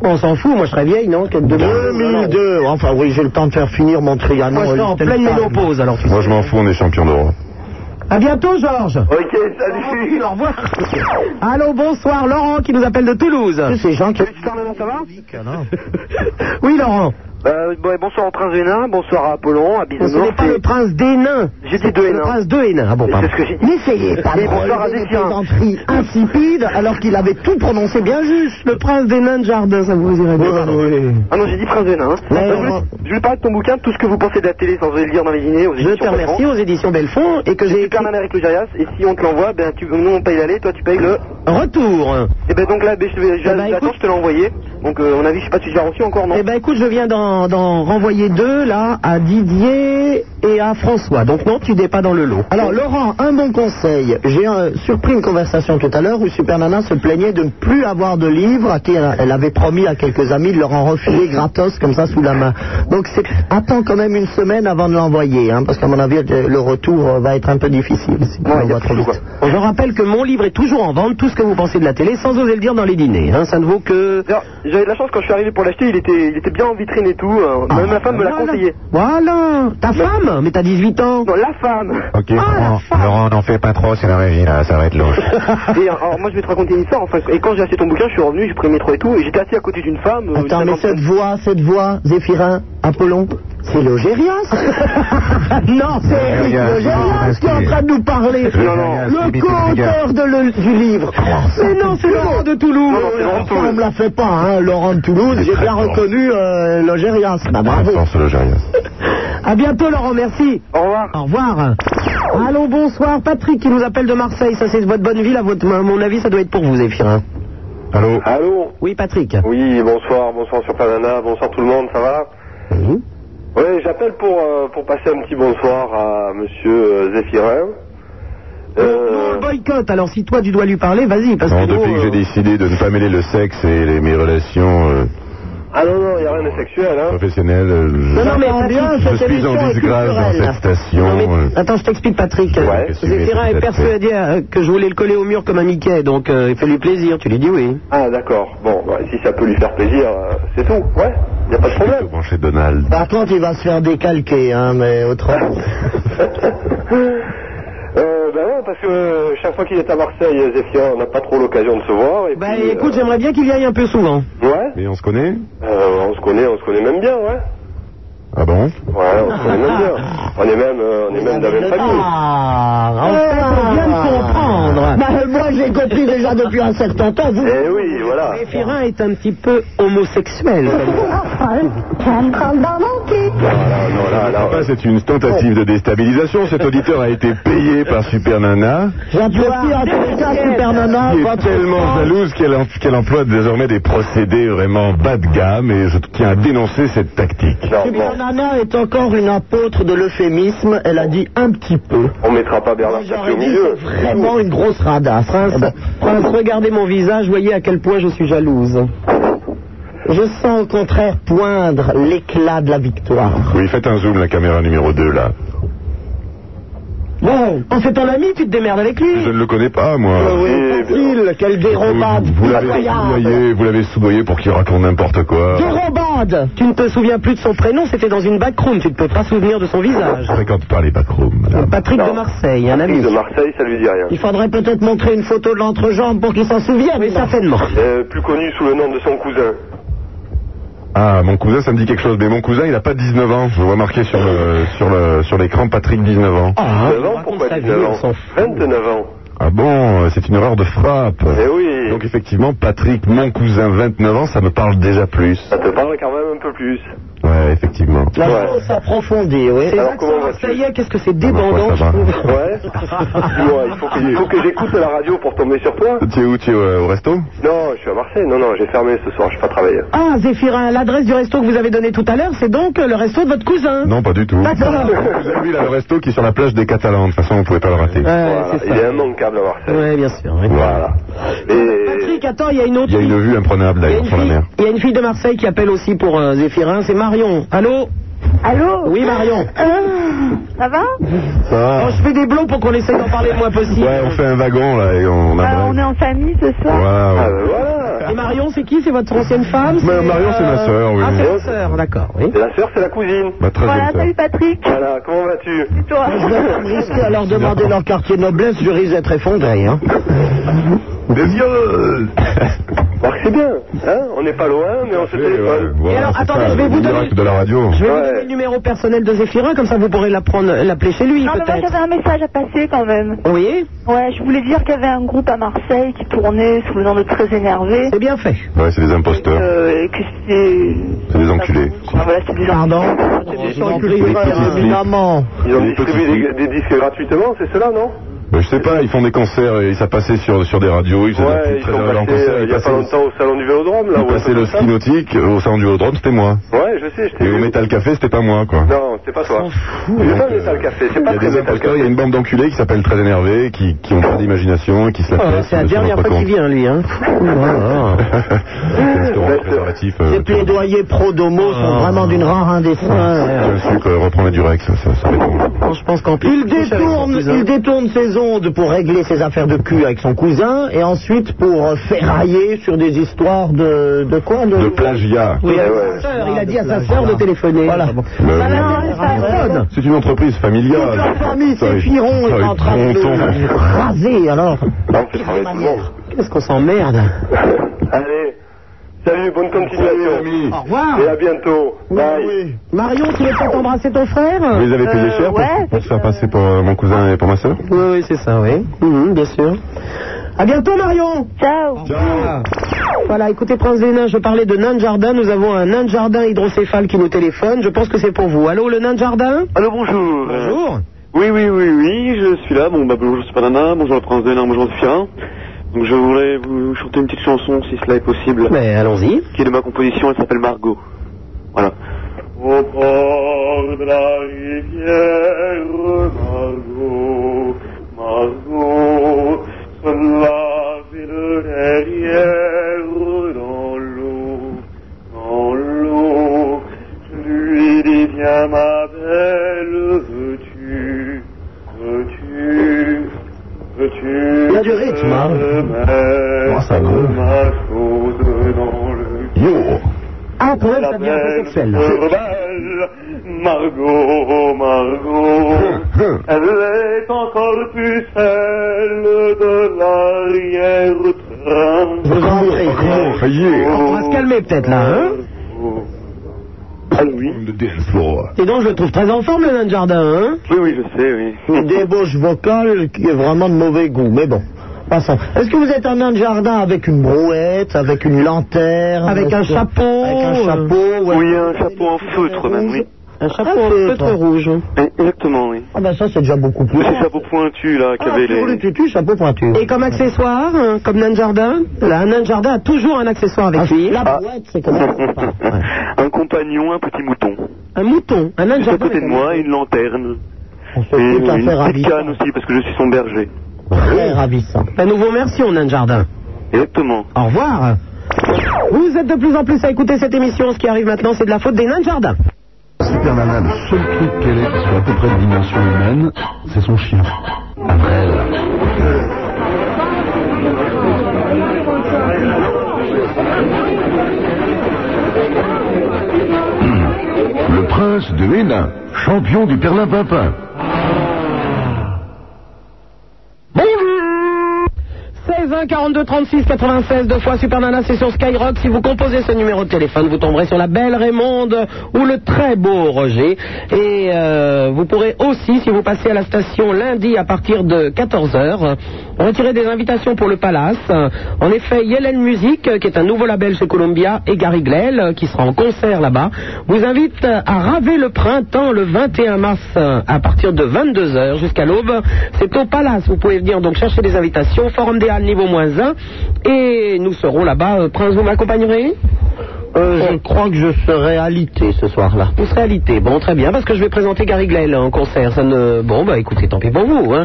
[SPEAKER 3] On s'en fout, moi je serais vieille, non Qu'elle demande.
[SPEAKER 4] 2002, enfin oui, j'ai le temps de faire finir mon trianon.
[SPEAKER 3] Moi je suis en pleine ménopause alors. tu sais.
[SPEAKER 7] Moi, je m'en fous, on est champion d'Europe.
[SPEAKER 3] À bientôt, Georges.
[SPEAKER 14] Ok, salut.
[SPEAKER 3] Au revoir. Allô, bonsoir, Laurent qui nous appelle de Toulouse.
[SPEAKER 4] Ces gens qui...
[SPEAKER 3] Oui, Laurent.
[SPEAKER 21] Euh, bon, bonsoir au prince Hénin, bonsoir à Apollon, à
[SPEAKER 3] Ce
[SPEAKER 21] Bisounours.
[SPEAKER 3] n'est pas le prince des nains.
[SPEAKER 21] J'ai dit deux
[SPEAKER 3] C'est le
[SPEAKER 21] nains.
[SPEAKER 3] prince de Hénin. Ah bon,
[SPEAKER 21] C'est
[SPEAKER 3] pardon.
[SPEAKER 21] ce que j'ai dit.
[SPEAKER 4] N'essayez pas de
[SPEAKER 21] Et bonsoir à
[SPEAKER 4] relever des
[SPEAKER 21] Zéphirin.
[SPEAKER 4] plaisanteries insipides alors qu'il avait tout prononcé bien juste.
[SPEAKER 3] Le prince des nains de jardin, ça vous irait bien.
[SPEAKER 21] Ah non, j'ai dit prince Hénin. hein.
[SPEAKER 4] Mais
[SPEAKER 21] Euh, je, voulais,
[SPEAKER 4] non.
[SPEAKER 21] je voulais parler de ton bouquin, tout ce que vous pensez de la télé sans oser le dire dans les dîners. Aux
[SPEAKER 3] Je te remercie aux éditions Belfond et que j'ai
[SPEAKER 21] J'ai super avec le Jarias, et si on te l'envoie, ben, tu, nous on paye l'aller, toi tu payes le.
[SPEAKER 3] Retour.
[SPEAKER 5] Eh
[SPEAKER 21] Et ben donc là, ben, je, vais- j'a-
[SPEAKER 3] Eh ben,
[SPEAKER 21] j'attends,
[SPEAKER 3] écoute.
[SPEAKER 21] je te l'ai envoyé. Donc euh, à mon avis, je sais pas si tu l'as reçu encore, non
[SPEAKER 3] Eh ben écoute, je viens d'en d'en renvoyer deux là à Didier et à François. Donc non, tu n'es pas dans le lot.
[SPEAKER 4] Alors Laurent, un bon conseil. J'ai euh, surpris une conversation tout à l'heure où Super Nana se plaignait de ne plus avoir de livres à qui elle, elle avait promis à quelques amis de leur en refiler gratos comme ça sous la main. Donc c'est- attends quand même une semaine avant de l'envoyer, hein, parce qu'à mon avis euh, le retour euh, va être un peu difficile si tu l'envoies trop vite.
[SPEAKER 3] Je rappelle que mon livre est toujours en vente, tout ce que vous pensez de la télé sans oser le dire dans les dîners. hein. Ça ne vaut que.
[SPEAKER 11] Alors, Euh, J'avais de la chance quand je suis arrivé pour l'acheter, il était, il était bien en vitrine et tout. euh, même ma femme me l'a conseillé.
[SPEAKER 3] Voilà Ta femme Mais t'as 18 ans
[SPEAKER 11] Non, la femme
[SPEAKER 22] Ok, Laurent, Laurent, n'en fais pas trop, c'est la régie, là, ça va être louche.
[SPEAKER 11] Et euh, alors, moi je vais te raconter une histoire. Enfin, et quand j'ai acheté ton bouquin, je suis revenu, j'ai pris le métro et tout, et j'étais assis à côté d'une femme. euh,
[SPEAKER 4] Attends,
[SPEAKER 11] une
[SPEAKER 4] mais
[SPEAKER 11] cinquantaine-
[SPEAKER 4] cette voix, cette voix, Zéphirin, Apollon, c'est l'Ogérias Non, c'est Eric
[SPEAKER 23] Logérias,
[SPEAKER 4] Logérias qui est en train de nous parler. Le co-auteur de le- du livre.
[SPEAKER 3] Mais non, c'est Laurent de Toulouse.
[SPEAKER 4] Ça, on me la fait pas, hein, Laurent de Toulouse. J'ai bien reconnu euh, Logérias. Bah, bravo.
[SPEAKER 3] À bientôt, Laurent, merci. Au revoir. Au revoir. Allô, bonsoir. Patrick qui nous appelle de Marseille. Ça, c'est votre bonne ville. À, votre, à mon avis, ça doit être pour vous, Zéphirin.
[SPEAKER 22] Allô
[SPEAKER 11] Allô
[SPEAKER 3] Oui, Patrick.
[SPEAKER 11] Oui, bonsoir, bonsoir sur Panana, bonsoir tout le monde, ça va Oui, j'appelle pour, euh, pour passer un petit bonsoir à monsieur euh, Zéphirin.
[SPEAKER 3] On le boycotte. Alors, si toi, tu dois lui parler, vas-y. Parce
[SPEAKER 7] Non,
[SPEAKER 3] que
[SPEAKER 7] depuis
[SPEAKER 3] nous,
[SPEAKER 7] que j'ai décidé de ne pas mêler le sexe et les- mes relations euh,
[SPEAKER 11] Ah non, non, il n'y a rien de sexuel,
[SPEAKER 3] Ah.
[SPEAKER 11] hein.
[SPEAKER 7] professionnelles, euh, je,
[SPEAKER 3] Non, non, mais Fabien,
[SPEAKER 7] je
[SPEAKER 3] cette
[SPEAKER 7] suis
[SPEAKER 3] émission
[SPEAKER 7] en
[SPEAKER 3] est
[SPEAKER 7] disgrâce dans
[SPEAKER 3] culturelle.
[SPEAKER 7] cette station.
[SPEAKER 3] Non, mais-
[SPEAKER 7] euh,
[SPEAKER 3] Attends, je t'explique, Patrick.
[SPEAKER 7] Ouais.
[SPEAKER 3] Zéphirin est persuadé euh, que je voulais le coller au mur comme un Mickey, donc euh, il fait lui plaisir. Tu lui dis oui.
[SPEAKER 11] Ah d'accord, bon, bah, si ça peut lui faire plaisir, euh, c'est tout, ouais, il n'y a pas de problème.
[SPEAKER 7] branché Donald.
[SPEAKER 4] Par contre, Bah, il va se faire décalquer, hein, mais autrement.
[SPEAKER 11] Euh, ben ouais, parce que euh, chaque fois qu'il est à Marseille, euh, Zéphirin, on n'a pas trop l'occasion de se voir. Et
[SPEAKER 3] Bah,
[SPEAKER 11] puis, euh,
[SPEAKER 3] écoute, j'aimerais bien qu'il vienne un peu souvent.
[SPEAKER 11] Ouais
[SPEAKER 7] Mais on se connaît
[SPEAKER 11] euh, on se connaît, on se connaît même bien, ouais.
[SPEAKER 7] Ah bon
[SPEAKER 11] Ouais, on se connaît même bien. On est même, euh, on est même de la même famille.
[SPEAKER 4] Ah, en fait, on vient de comprendre.
[SPEAKER 7] euh,
[SPEAKER 4] Bah, moi, j'ai compris déjà depuis un certain temps. Vous...
[SPEAKER 11] Eh oui, voilà.
[SPEAKER 3] Zéphirin est un petit peu homosexuel.
[SPEAKER 7] Non, là, là, là, c'est une tentative de déstabilisation. Cet auditeur a été payé par Super Nana.
[SPEAKER 4] J'apprécie en tous les cas Super Nana.
[SPEAKER 7] qui
[SPEAKER 4] quand
[SPEAKER 7] est
[SPEAKER 4] tu
[SPEAKER 7] tellement
[SPEAKER 4] prends-
[SPEAKER 7] jalouse qu'elle em- qu'elle emploie désormais des procédés vraiment bas de gamme et je tiens à dénoncer cette tactique.
[SPEAKER 4] Super Eh Nana est encore une apôtre de l'euphémisme. Elle a dit un petit peu.
[SPEAKER 11] On mettra pas Bernard
[SPEAKER 4] J'aurais dit c'est vraiment une grosse radasse.
[SPEAKER 3] Prince,
[SPEAKER 4] Eh ben,
[SPEAKER 3] Prince, regardez mon visage, voyez à quel point je suis jalouse.
[SPEAKER 4] Je sens au contraire poindre l'éclat de la victoire.
[SPEAKER 7] Oui, faites un zoom, la caméra numéro 2, là.
[SPEAKER 3] Bon, on fait ton ami, tu te démerdes avec lui.
[SPEAKER 7] Je ne le connais pas, moi.
[SPEAKER 4] Il, quelle dérobade
[SPEAKER 7] Vous l'avez soudoyé, vous l'avez soudoyé pour qu'il raconte n'importe quoi.
[SPEAKER 3] Dérobade Tu ne te souviens plus de son prénom, c'était dans une backroom, tu ne peux pas souvenir de son visage.
[SPEAKER 7] Je fréquente pas les backrooms.
[SPEAKER 3] Patrick de Marseille, un ami.
[SPEAKER 11] De Marseille, ça lui dit rien.
[SPEAKER 4] Il faudrait peut-être montrer une photo de l'entrejambe pour qu'il s'en souvienne. Mais certainement.
[SPEAKER 11] Euh, plus connu sous le nom de son cousin.
[SPEAKER 7] Ah, mon cousin, ça me dit quelque chose. Mais mon cousin, il n'a pas 19 ans. Je vois marqué sur le sur le sur l'écran Patrick 19 ans.
[SPEAKER 3] Ah, hein.
[SPEAKER 11] 19 ans, pourquoi 19 ans 29 ans.
[SPEAKER 7] Ah bon, euh, c'est une erreur de frappe.
[SPEAKER 11] Eh oui.
[SPEAKER 7] Donc effectivement, Patrick, mon cousin, 29 ans, ça me parle déjà plus.
[SPEAKER 11] Ça te parle quand même un peu plus.
[SPEAKER 7] Ouais, effectivement.
[SPEAKER 4] La chose s'approfondit, oui.
[SPEAKER 3] Ces accents marseillais, qu'est-ce que c'est débandant, je trouve.
[SPEAKER 11] Ouais. Dis-moi, Hein il faut que, il faut que j'écoute la radio pour tomber sur toi.
[SPEAKER 7] Tu es où Tu es au, resto
[SPEAKER 11] Non, je suis à Marseille. Non, non, j'ai fermé ce soir, je vais pas travailler.
[SPEAKER 3] Ah, Zéphirin, l'adresse du resto que vous avez donné tout à l'heure, c'est donc euh, le resto de votre cousin.
[SPEAKER 7] Non, pas du tout.
[SPEAKER 3] D'accord.
[SPEAKER 7] Mon cousin, lui, il a le resto qui est sur la plage des Catalans. De toute façon, on pouvait pas le rater.
[SPEAKER 11] Voilà, Il est immanquable à Marseille.
[SPEAKER 3] Ouais, bien sûr.
[SPEAKER 7] Voilà.
[SPEAKER 3] Patrick, attends, il y a une autre.
[SPEAKER 7] Il y a une vue imprenable d'ailleurs sur la mer.
[SPEAKER 3] Il y a une fille de Marseille qui appelle aussi pour euh, Zéphirin, c'est Marion. Allô
[SPEAKER 6] Allô
[SPEAKER 3] Oui, Marion.
[SPEAKER 6] Ça va
[SPEAKER 7] Ça va
[SPEAKER 3] Oh, je fais des blots pour qu'on essaye d'en parler le moins possible.
[SPEAKER 7] Ouais, on fait un wagon là et on a.
[SPEAKER 6] On est en famille ce soir.
[SPEAKER 7] Voilà, ouais.
[SPEAKER 3] Et Marion, c'est qui C'est votre ancienne femme
[SPEAKER 7] Mais Marion, c'est ma sœur, oui.
[SPEAKER 3] Ah, c'est votre sœur, d'accord. Oui.
[SPEAKER 11] Et la sœur, c'est la cousine.
[SPEAKER 7] Ma très
[SPEAKER 6] Voilà, salut Patrick.
[SPEAKER 11] Voilà, comment vas-tu
[SPEAKER 6] Toi.
[SPEAKER 4] Je vais pas me risquer à leur demander leur quartier de noblesse, je risque d'être effondré. Hein.
[SPEAKER 7] Des vieux
[SPEAKER 11] Marc, c'est bien. Hein on n'est pas loin, mais on se téléphone.
[SPEAKER 7] Voilà,
[SPEAKER 3] alors,
[SPEAKER 7] c'est
[SPEAKER 3] attendez,
[SPEAKER 7] ça,
[SPEAKER 3] je vais
[SPEAKER 7] le
[SPEAKER 3] vous
[SPEAKER 7] direct
[SPEAKER 3] donner-
[SPEAKER 7] de la radio.
[SPEAKER 3] Je vais vous donner le numéro personnel de Zéphirin, comme ça vous pourrez la prendre- l'appeler chez lui,
[SPEAKER 6] Non, mais moi
[SPEAKER 3] peut-être.
[SPEAKER 6] j'avais un message à passer quand même.
[SPEAKER 3] Oui
[SPEAKER 6] Ouais, je voulais dire qu'il y avait un groupe à Marseille qui tournait sous le nom de Très Énervé.
[SPEAKER 3] C'est bien fait.
[SPEAKER 7] Ouais, c'est des imposteurs.
[SPEAKER 6] Euh, et que c'est.
[SPEAKER 7] C'est des enculés.
[SPEAKER 6] Ah, voilà, c'est des Pardon
[SPEAKER 4] Ah, Évidemment.
[SPEAKER 11] Ils ont distribué des, des disques gratuitement, c'est cela, non
[SPEAKER 7] Bah, je sais pas, ils font des concerts et ça passait sur, sur des radios. Ils faisaient
[SPEAKER 11] Ouais,
[SPEAKER 7] des
[SPEAKER 11] ils
[SPEAKER 7] petits
[SPEAKER 11] sont
[SPEAKER 7] trailers en
[SPEAKER 11] passés,
[SPEAKER 7] concert.
[SPEAKER 11] euh,
[SPEAKER 7] Ils
[SPEAKER 11] il y a
[SPEAKER 7] passaient
[SPEAKER 11] pas longtemps au salon du Vélodrome, là.
[SPEAKER 7] ils
[SPEAKER 11] ou un
[SPEAKER 7] passaient
[SPEAKER 11] truc
[SPEAKER 7] le
[SPEAKER 11] comme ça.
[SPEAKER 7] ski nautique au salon du Vélodrome, c'était moi.
[SPEAKER 11] Ouais, je sais, je t'ai
[SPEAKER 7] Et au
[SPEAKER 11] vu.
[SPEAKER 7] Metal Café, c'était pas moi, quoi.
[SPEAKER 11] Non, c'est pas toi. C'est pas Metal Café, c'est pas
[SPEAKER 7] Il y
[SPEAKER 11] très
[SPEAKER 7] a des
[SPEAKER 11] Metal
[SPEAKER 7] imposteurs,
[SPEAKER 11] Café.
[SPEAKER 7] il y a une bande d'enculés qui s'appellent Très Énervés, qui, qui ont pas d'imagination et qui se la
[SPEAKER 3] Oh,
[SPEAKER 7] fessent
[SPEAKER 3] c'est la
[SPEAKER 7] sur
[SPEAKER 3] dernière
[SPEAKER 7] notre
[SPEAKER 3] fois qu'il vient,
[SPEAKER 7] compte.
[SPEAKER 3] lui. Hein.
[SPEAKER 7] Restaurant préservatif, euh, Ah.
[SPEAKER 4] Les plaidoyers pro-domo sont vraiment d'une rare indécence.
[SPEAKER 7] Je suis que reprend les Durex, ça, ça, ça fait bon.
[SPEAKER 3] Je pense qu'en plus,
[SPEAKER 4] hein. Il détourne, il détourne ses sonde pour régler ses affaires de cul avec son cousin et ensuite pour euh, ferrailler sur des histoires de, de quoi De,
[SPEAKER 7] plagiat.
[SPEAKER 4] Oui, euh, avec
[SPEAKER 7] Eh ouais.
[SPEAKER 4] sa sœur. Il a dit à sa sœur de téléphoner. Voilà.
[SPEAKER 7] Mais
[SPEAKER 4] Ça
[SPEAKER 7] oui.
[SPEAKER 4] l'intéresse personne.
[SPEAKER 7] C'est une entreprise familiale.
[SPEAKER 4] Toute leur famille,
[SPEAKER 7] Ça
[SPEAKER 4] c'est
[SPEAKER 7] est-
[SPEAKER 4] Piron,
[SPEAKER 7] ça
[SPEAKER 4] est en train de
[SPEAKER 7] content.
[SPEAKER 4] le raser, alors. Qu'est-ce qu'on s'emmerde
[SPEAKER 24] Allez, salut, bonne continuation. Au
[SPEAKER 4] revoir.
[SPEAKER 24] Et à bientôt. Bye.
[SPEAKER 4] Marion, tu veux pas t'embrasser ton frère Euh,
[SPEAKER 7] Vous avez payé cher pour- pour se faire passer pour euh, mon cousin et pour ma soeur
[SPEAKER 4] Oui, oui, c'est ça, oui. Mhm, bien sûr. À bientôt, Marion
[SPEAKER 25] Ciao
[SPEAKER 4] Voilà, écoutez, Prince des Nains, je parlais de nain de jardin. Nous avons un nain de jardin hydrocéphale qui nous téléphone. Je pense que c'est pour vous. Allô, le nain de jardin
[SPEAKER 11] Allô, bonjour.
[SPEAKER 4] Bonjour.
[SPEAKER 11] Oui, oui, oui, oui, je suis là. Bon, bah, bonjour, c'est Panama. Bonjour, le prince de Hénin. Bonjour, Zéphirin. Donc, je voulais vous chanter une petite chanson, si cela est possible.
[SPEAKER 4] Mais allons-y.
[SPEAKER 11] Qui est de ma composition, elle s'appelle Margot. Voilà.
[SPEAKER 5] Au bord de la rivière, Margot, Margot, se laver le derrière dans l'eau, dans l'eau. Je lui dis, viens ma belle, veux-tu, veux-tu, veux-tu
[SPEAKER 7] Il y a du rythme, hein.
[SPEAKER 5] me mettre ma chose dans le
[SPEAKER 7] Yo
[SPEAKER 4] Ah, quand même, ça devient un peu sexuel, là.
[SPEAKER 5] Rebelle, Margot, Oh,
[SPEAKER 4] Hein
[SPEAKER 5] Margot,
[SPEAKER 1] Hein
[SPEAKER 5] elle est encore plus celle de l'arrière-train.
[SPEAKER 4] Je vous en prie. On va se calmer peut-être là, hein Ah Et donc, je le trouve très en forme, le nain de jardin, hein
[SPEAKER 11] Oui, oui, je sais, oui.
[SPEAKER 4] Une débauche vocale qui est vraiment de mauvais goût, mais bon. Passons. Est-ce que vous êtes un nain de jardin avec une brouette, avec une lanterne
[SPEAKER 3] Avec un chapeau,
[SPEAKER 4] Avec un chapeau, ouais. Ah,
[SPEAKER 11] Oui, un chapeau en feutre, même, oui.
[SPEAKER 4] Un chapeau en feutre rouge.
[SPEAKER 11] Exactement, oui.
[SPEAKER 4] Ah ben ça, c'est déjà beaucoup plus.
[SPEAKER 11] De ces chapeaux pointus, là, qu'avaient
[SPEAKER 4] Pour le
[SPEAKER 11] les...
[SPEAKER 4] tutu, chapeau pointu.
[SPEAKER 3] Et comme accessoire, hein, comme nain de jardin, là, un nain de jardin a toujours un accessoire avec
[SPEAKER 11] Ah,
[SPEAKER 3] lui.
[SPEAKER 4] La brouette, c'est comme
[SPEAKER 11] un compagnon, un petit mouton.
[SPEAKER 3] Un mouton, un nain de
[SPEAKER 11] Juste à
[SPEAKER 3] jardin.
[SPEAKER 11] côté de moi, une lanterne.
[SPEAKER 4] Et
[SPEAKER 11] une
[SPEAKER 3] à faire
[SPEAKER 11] petite
[SPEAKER 3] ravissant.
[SPEAKER 11] canne aussi, parce que je suis son berger.
[SPEAKER 4] Très ravissant. Ben,
[SPEAKER 3] Un nouveau merci, au nain de jardin.
[SPEAKER 11] Exactement.
[SPEAKER 4] Au revoir.
[SPEAKER 3] Vous êtes de plus en plus à écouter cette émission. Ce qui arrive maintenant, c'est de la faute des nains de jardin.
[SPEAKER 2] Super Nana, le seul truc qu'elle est qui soit à peu près de dimension humaine, c'est son chien. Après elle. Hum. Le prince de Hénin, champion du Perlin-Pimpin.
[SPEAKER 3] Bonjour 16 1 42 36 96 deux fois Super Nana c'est sur Skyrock si vous composez ce numéro de téléphone vous tomberez sur la belle Raymonde ou le très beau Roger et euh, vous pourrez aussi si vous passez à la station lundi à partir de 14h retirer des invitations pour le Palace en effet Yellen Music euh, qui est un nouveau label chez Columbia et Gary Glel qui sera en concert là-bas vous invite euh, à raver le printemps le 21 mars euh, à partir de 22h jusqu'à l'aube c'est au Palace vous pouvez venir donc chercher des invitations Forum des Halles niveau moins 1 et nous serons là-bas Euh, Prince vous m'accompagnerez
[SPEAKER 4] Euh, je crois que je serai alité ce soir-là.
[SPEAKER 3] Oh. vous serez alité. Bon, très bien, parce que je vais présenter Gary Glel en concert. Ça ne... Bon, bah écoutez, tant pis pour vous. Hein.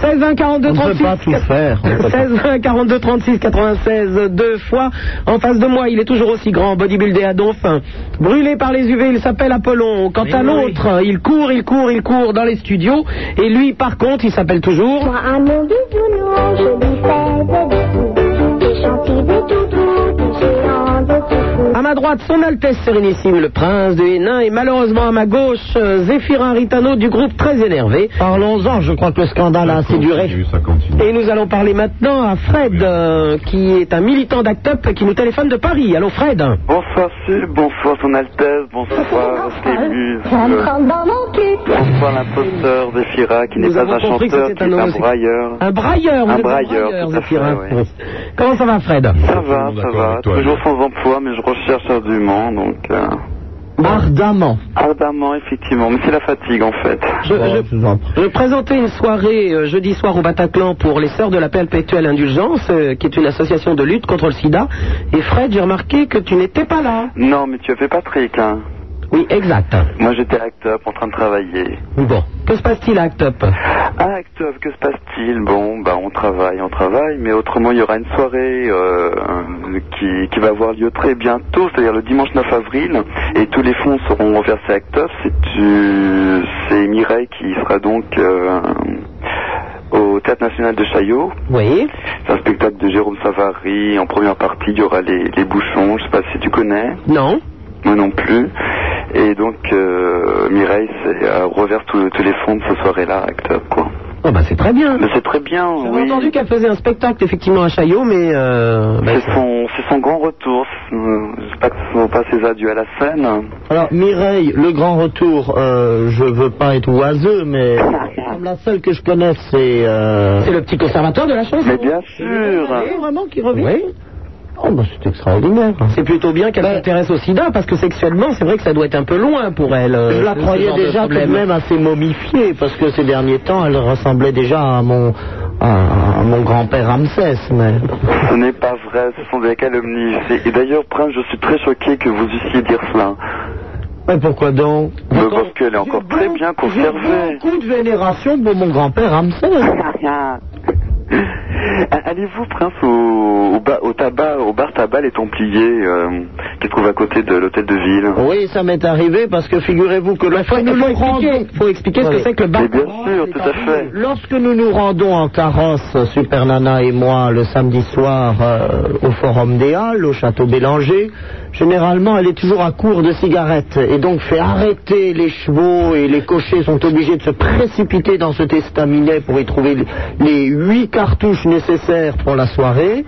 [SPEAKER 3] 16 1 42
[SPEAKER 4] On ne peut
[SPEAKER 3] 36
[SPEAKER 4] pas tout faire.
[SPEAKER 3] 16 1 42 36 96 deux fois. En face de moi, il est toujours aussi grand, bodybuildé à donf. Brûlé par les UV, il s'appelle Apollon. Quant à l'autre, il court, il court, il court dans les studios. Et lui, par contre, il s'appelle toujours... À ma droite, son Altesse Sérénissime, le prince de Hénin, et malheureusement à ma gauche, euh, Zéphirin Ritano du groupe très énervé.
[SPEAKER 4] Parlons-en, je crois que le scandale a assez duré.
[SPEAKER 3] Et nous allons parler maintenant à Fred, euh, qui est un militant d'Act Up qui nous téléphone de Paris. Allô Fred
[SPEAKER 11] Bonsoir, Sub, bonsoir, son Altesse, bonsoir,
[SPEAKER 4] Ah,
[SPEAKER 11] Stémus. Euh, Bonsoir, l'imposteur Zéphira, qui n'est
[SPEAKER 3] Nous
[SPEAKER 11] pas
[SPEAKER 3] avons
[SPEAKER 11] un
[SPEAKER 3] compris que
[SPEAKER 11] chanteur,
[SPEAKER 3] c'était
[SPEAKER 11] qui
[SPEAKER 3] un
[SPEAKER 11] est un
[SPEAKER 3] homosexuel.
[SPEAKER 11] brailleur.
[SPEAKER 3] Un brailleur, vous
[SPEAKER 11] Un
[SPEAKER 3] êtes un
[SPEAKER 11] brailleur,
[SPEAKER 3] brailleur,
[SPEAKER 11] tout à fait,
[SPEAKER 3] Zéphirin.
[SPEAKER 11] ouais.
[SPEAKER 3] Comment ça va Fred
[SPEAKER 11] Ça va, ça va. Toujours sans emploi, mais je recherche ardument, donc... euh,
[SPEAKER 4] Ardemment.
[SPEAKER 11] Ardemment, effectivement, mais c'est la fatigue, en fait.
[SPEAKER 3] Je, je- je présentais une soirée euh, jeudi soir au Bataclan pour les Sœurs de la Perpétuelle Indulgence, euh, qui est une association de lutte contre le sida. Et Fred, j'ai remarqué que tu n'étais pas là.
[SPEAKER 11] Non, mais tu as fait Patrick, hein.
[SPEAKER 3] Oui, exact.
[SPEAKER 11] Moi, j'étais à Act Up, en train de travailler.
[SPEAKER 3] Bon, que se passe-t-il à Act Up
[SPEAKER 11] Ah, Actov, que se passe-t-il Bon, bah, on travaille, on travaille, mais autrement, il y aura une soirée euh, qui, qui va avoir lieu très bientôt, c'est-à-dire le dimanche 9 avril, et tous les fonds seront reversés à Actov. C'est euh, c'est Mireille qui sera donc euh, au théâtre national de Chaillot.
[SPEAKER 3] Oui.
[SPEAKER 11] C'est un spectacle de Jérôme Savary. En première partie, il y aura les, les bouchons. Je sais pas si tu connais.
[SPEAKER 3] Non.
[SPEAKER 11] Moi non plus. Et donc, euh, Mireille c'est, euh, reverse tous tous les fonds de cette soirée-là, act up, quoi.
[SPEAKER 3] Oh bah c'est très bien.
[SPEAKER 11] Mais c'est très bien,
[SPEAKER 3] J'avais
[SPEAKER 11] oui.
[SPEAKER 3] entendu qu'elle faisait un spectacle effectivement à Chaillot, mais euh, bah,
[SPEAKER 11] C'est son, c'est son grand retour. Euh, J'espère que ce ne sont pas ses adieux à la scène.
[SPEAKER 4] Alors, Mireille, le grand retour, euh, je veux pas être oiseux, mais la seule que je connaisse, c'est... euh,
[SPEAKER 3] c'est le petit conservatoire de la chanson.
[SPEAKER 4] Mais bien
[SPEAKER 3] sûr. vraiment qui revient. ben,
[SPEAKER 4] Oh, bah, c'est extraordinaire.
[SPEAKER 3] C'est Ben, plutôt bien qu'elle s'intéresse au sida parce que sexuellement, c'est vrai que ça doit être un peu loin pour elle. euh,
[SPEAKER 4] Je la
[SPEAKER 3] ce
[SPEAKER 4] croyais
[SPEAKER 3] genre de
[SPEAKER 4] déjà tout de
[SPEAKER 3] problème.
[SPEAKER 4] même assez momifiée, parce que ces derniers temps, elle ressemblait déjà à mon, à, à mon grand-père Ramsès, mais...
[SPEAKER 11] Ce n'est pas vrai, ce sont des calomnies. C'est- Et d'ailleurs, Prince, je suis très choqué que vous eussiez dire cela.
[SPEAKER 4] Mais pourquoi donc
[SPEAKER 11] Mais parce qu'elle est encore très bien conservée.
[SPEAKER 4] Beaucoup de vénération pour mon grand-père Ramsès.
[SPEAKER 11] Ah, Allez-vous, Prince, au, au, ba- au tabac, au bar tabac Les Templiers, euh, qui se trouve à côté de l'hôtel de ville
[SPEAKER 4] Oui, ça m'est arrivé parce que figurez-vous que lorsque nous nous rendons...
[SPEAKER 3] faut expliquer ce que c'est que le bar-
[SPEAKER 11] Mais bien sûr, tout à fait.
[SPEAKER 4] Lorsque nous nous rendons en carrosse, euh, Super Nana et moi, le samedi soir euh, au Forum des Halles, au Château Bélanger, généralement elle est toujours à court de cigarettes et donc fait arrêter les chevaux et les cochers sont obligés de se précipiter dans cet estaminet pour y trouver les huit cartouches nécessaires pour la soirée.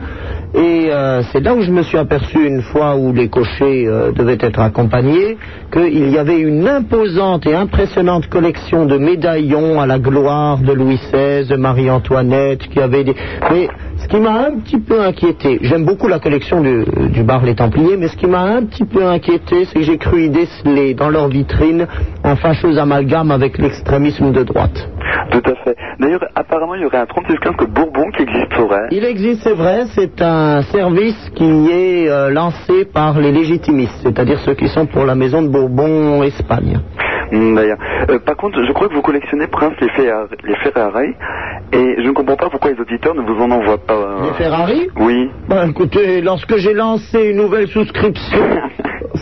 [SPEAKER 4] Et euh, c'est là où je me suis aperçu une fois où les cochers euh, devaient être accompagnés qu'il y avait une imposante et impressionnante collection de médaillons à la gloire de Louis XVI, de Marie-Antoinette, qui avait des... Mais ce qui m'a un petit peu inquiété, j'aime beaucoup la collection du, du bar Les Templiers, mais ce qui m'a un petit peu inquiété, c'est que j'ai cru y déceler dans leur vitrine un fâcheux amalgame avec l'extrémisme de droite.
[SPEAKER 11] Tout à fait. D'ailleurs, apparemment, il y aurait un 3615 que Bourbon qui existerait.
[SPEAKER 4] Il existe, c'est vrai, c'est un service qui est euh, lancé par les légitimistes, c'est-à-dire ceux qui sont pour la maison de Bourbon Espagne.
[SPEAKER 11] Hmm, D'ailleurs. Euh, par contre, je crois que vous collectionnez, Prince, les, Ferra- les Ferrari. Et je ne comprends pas pourquoi les auditeurs ne vous en envoient pas. euh.
[SPEAKER 4] Les Ferrari
[SPEAKER 11] Oui.
[SPEAKER 4] Ben écoutez, lorsque j'ai lancé une nouvelle souscription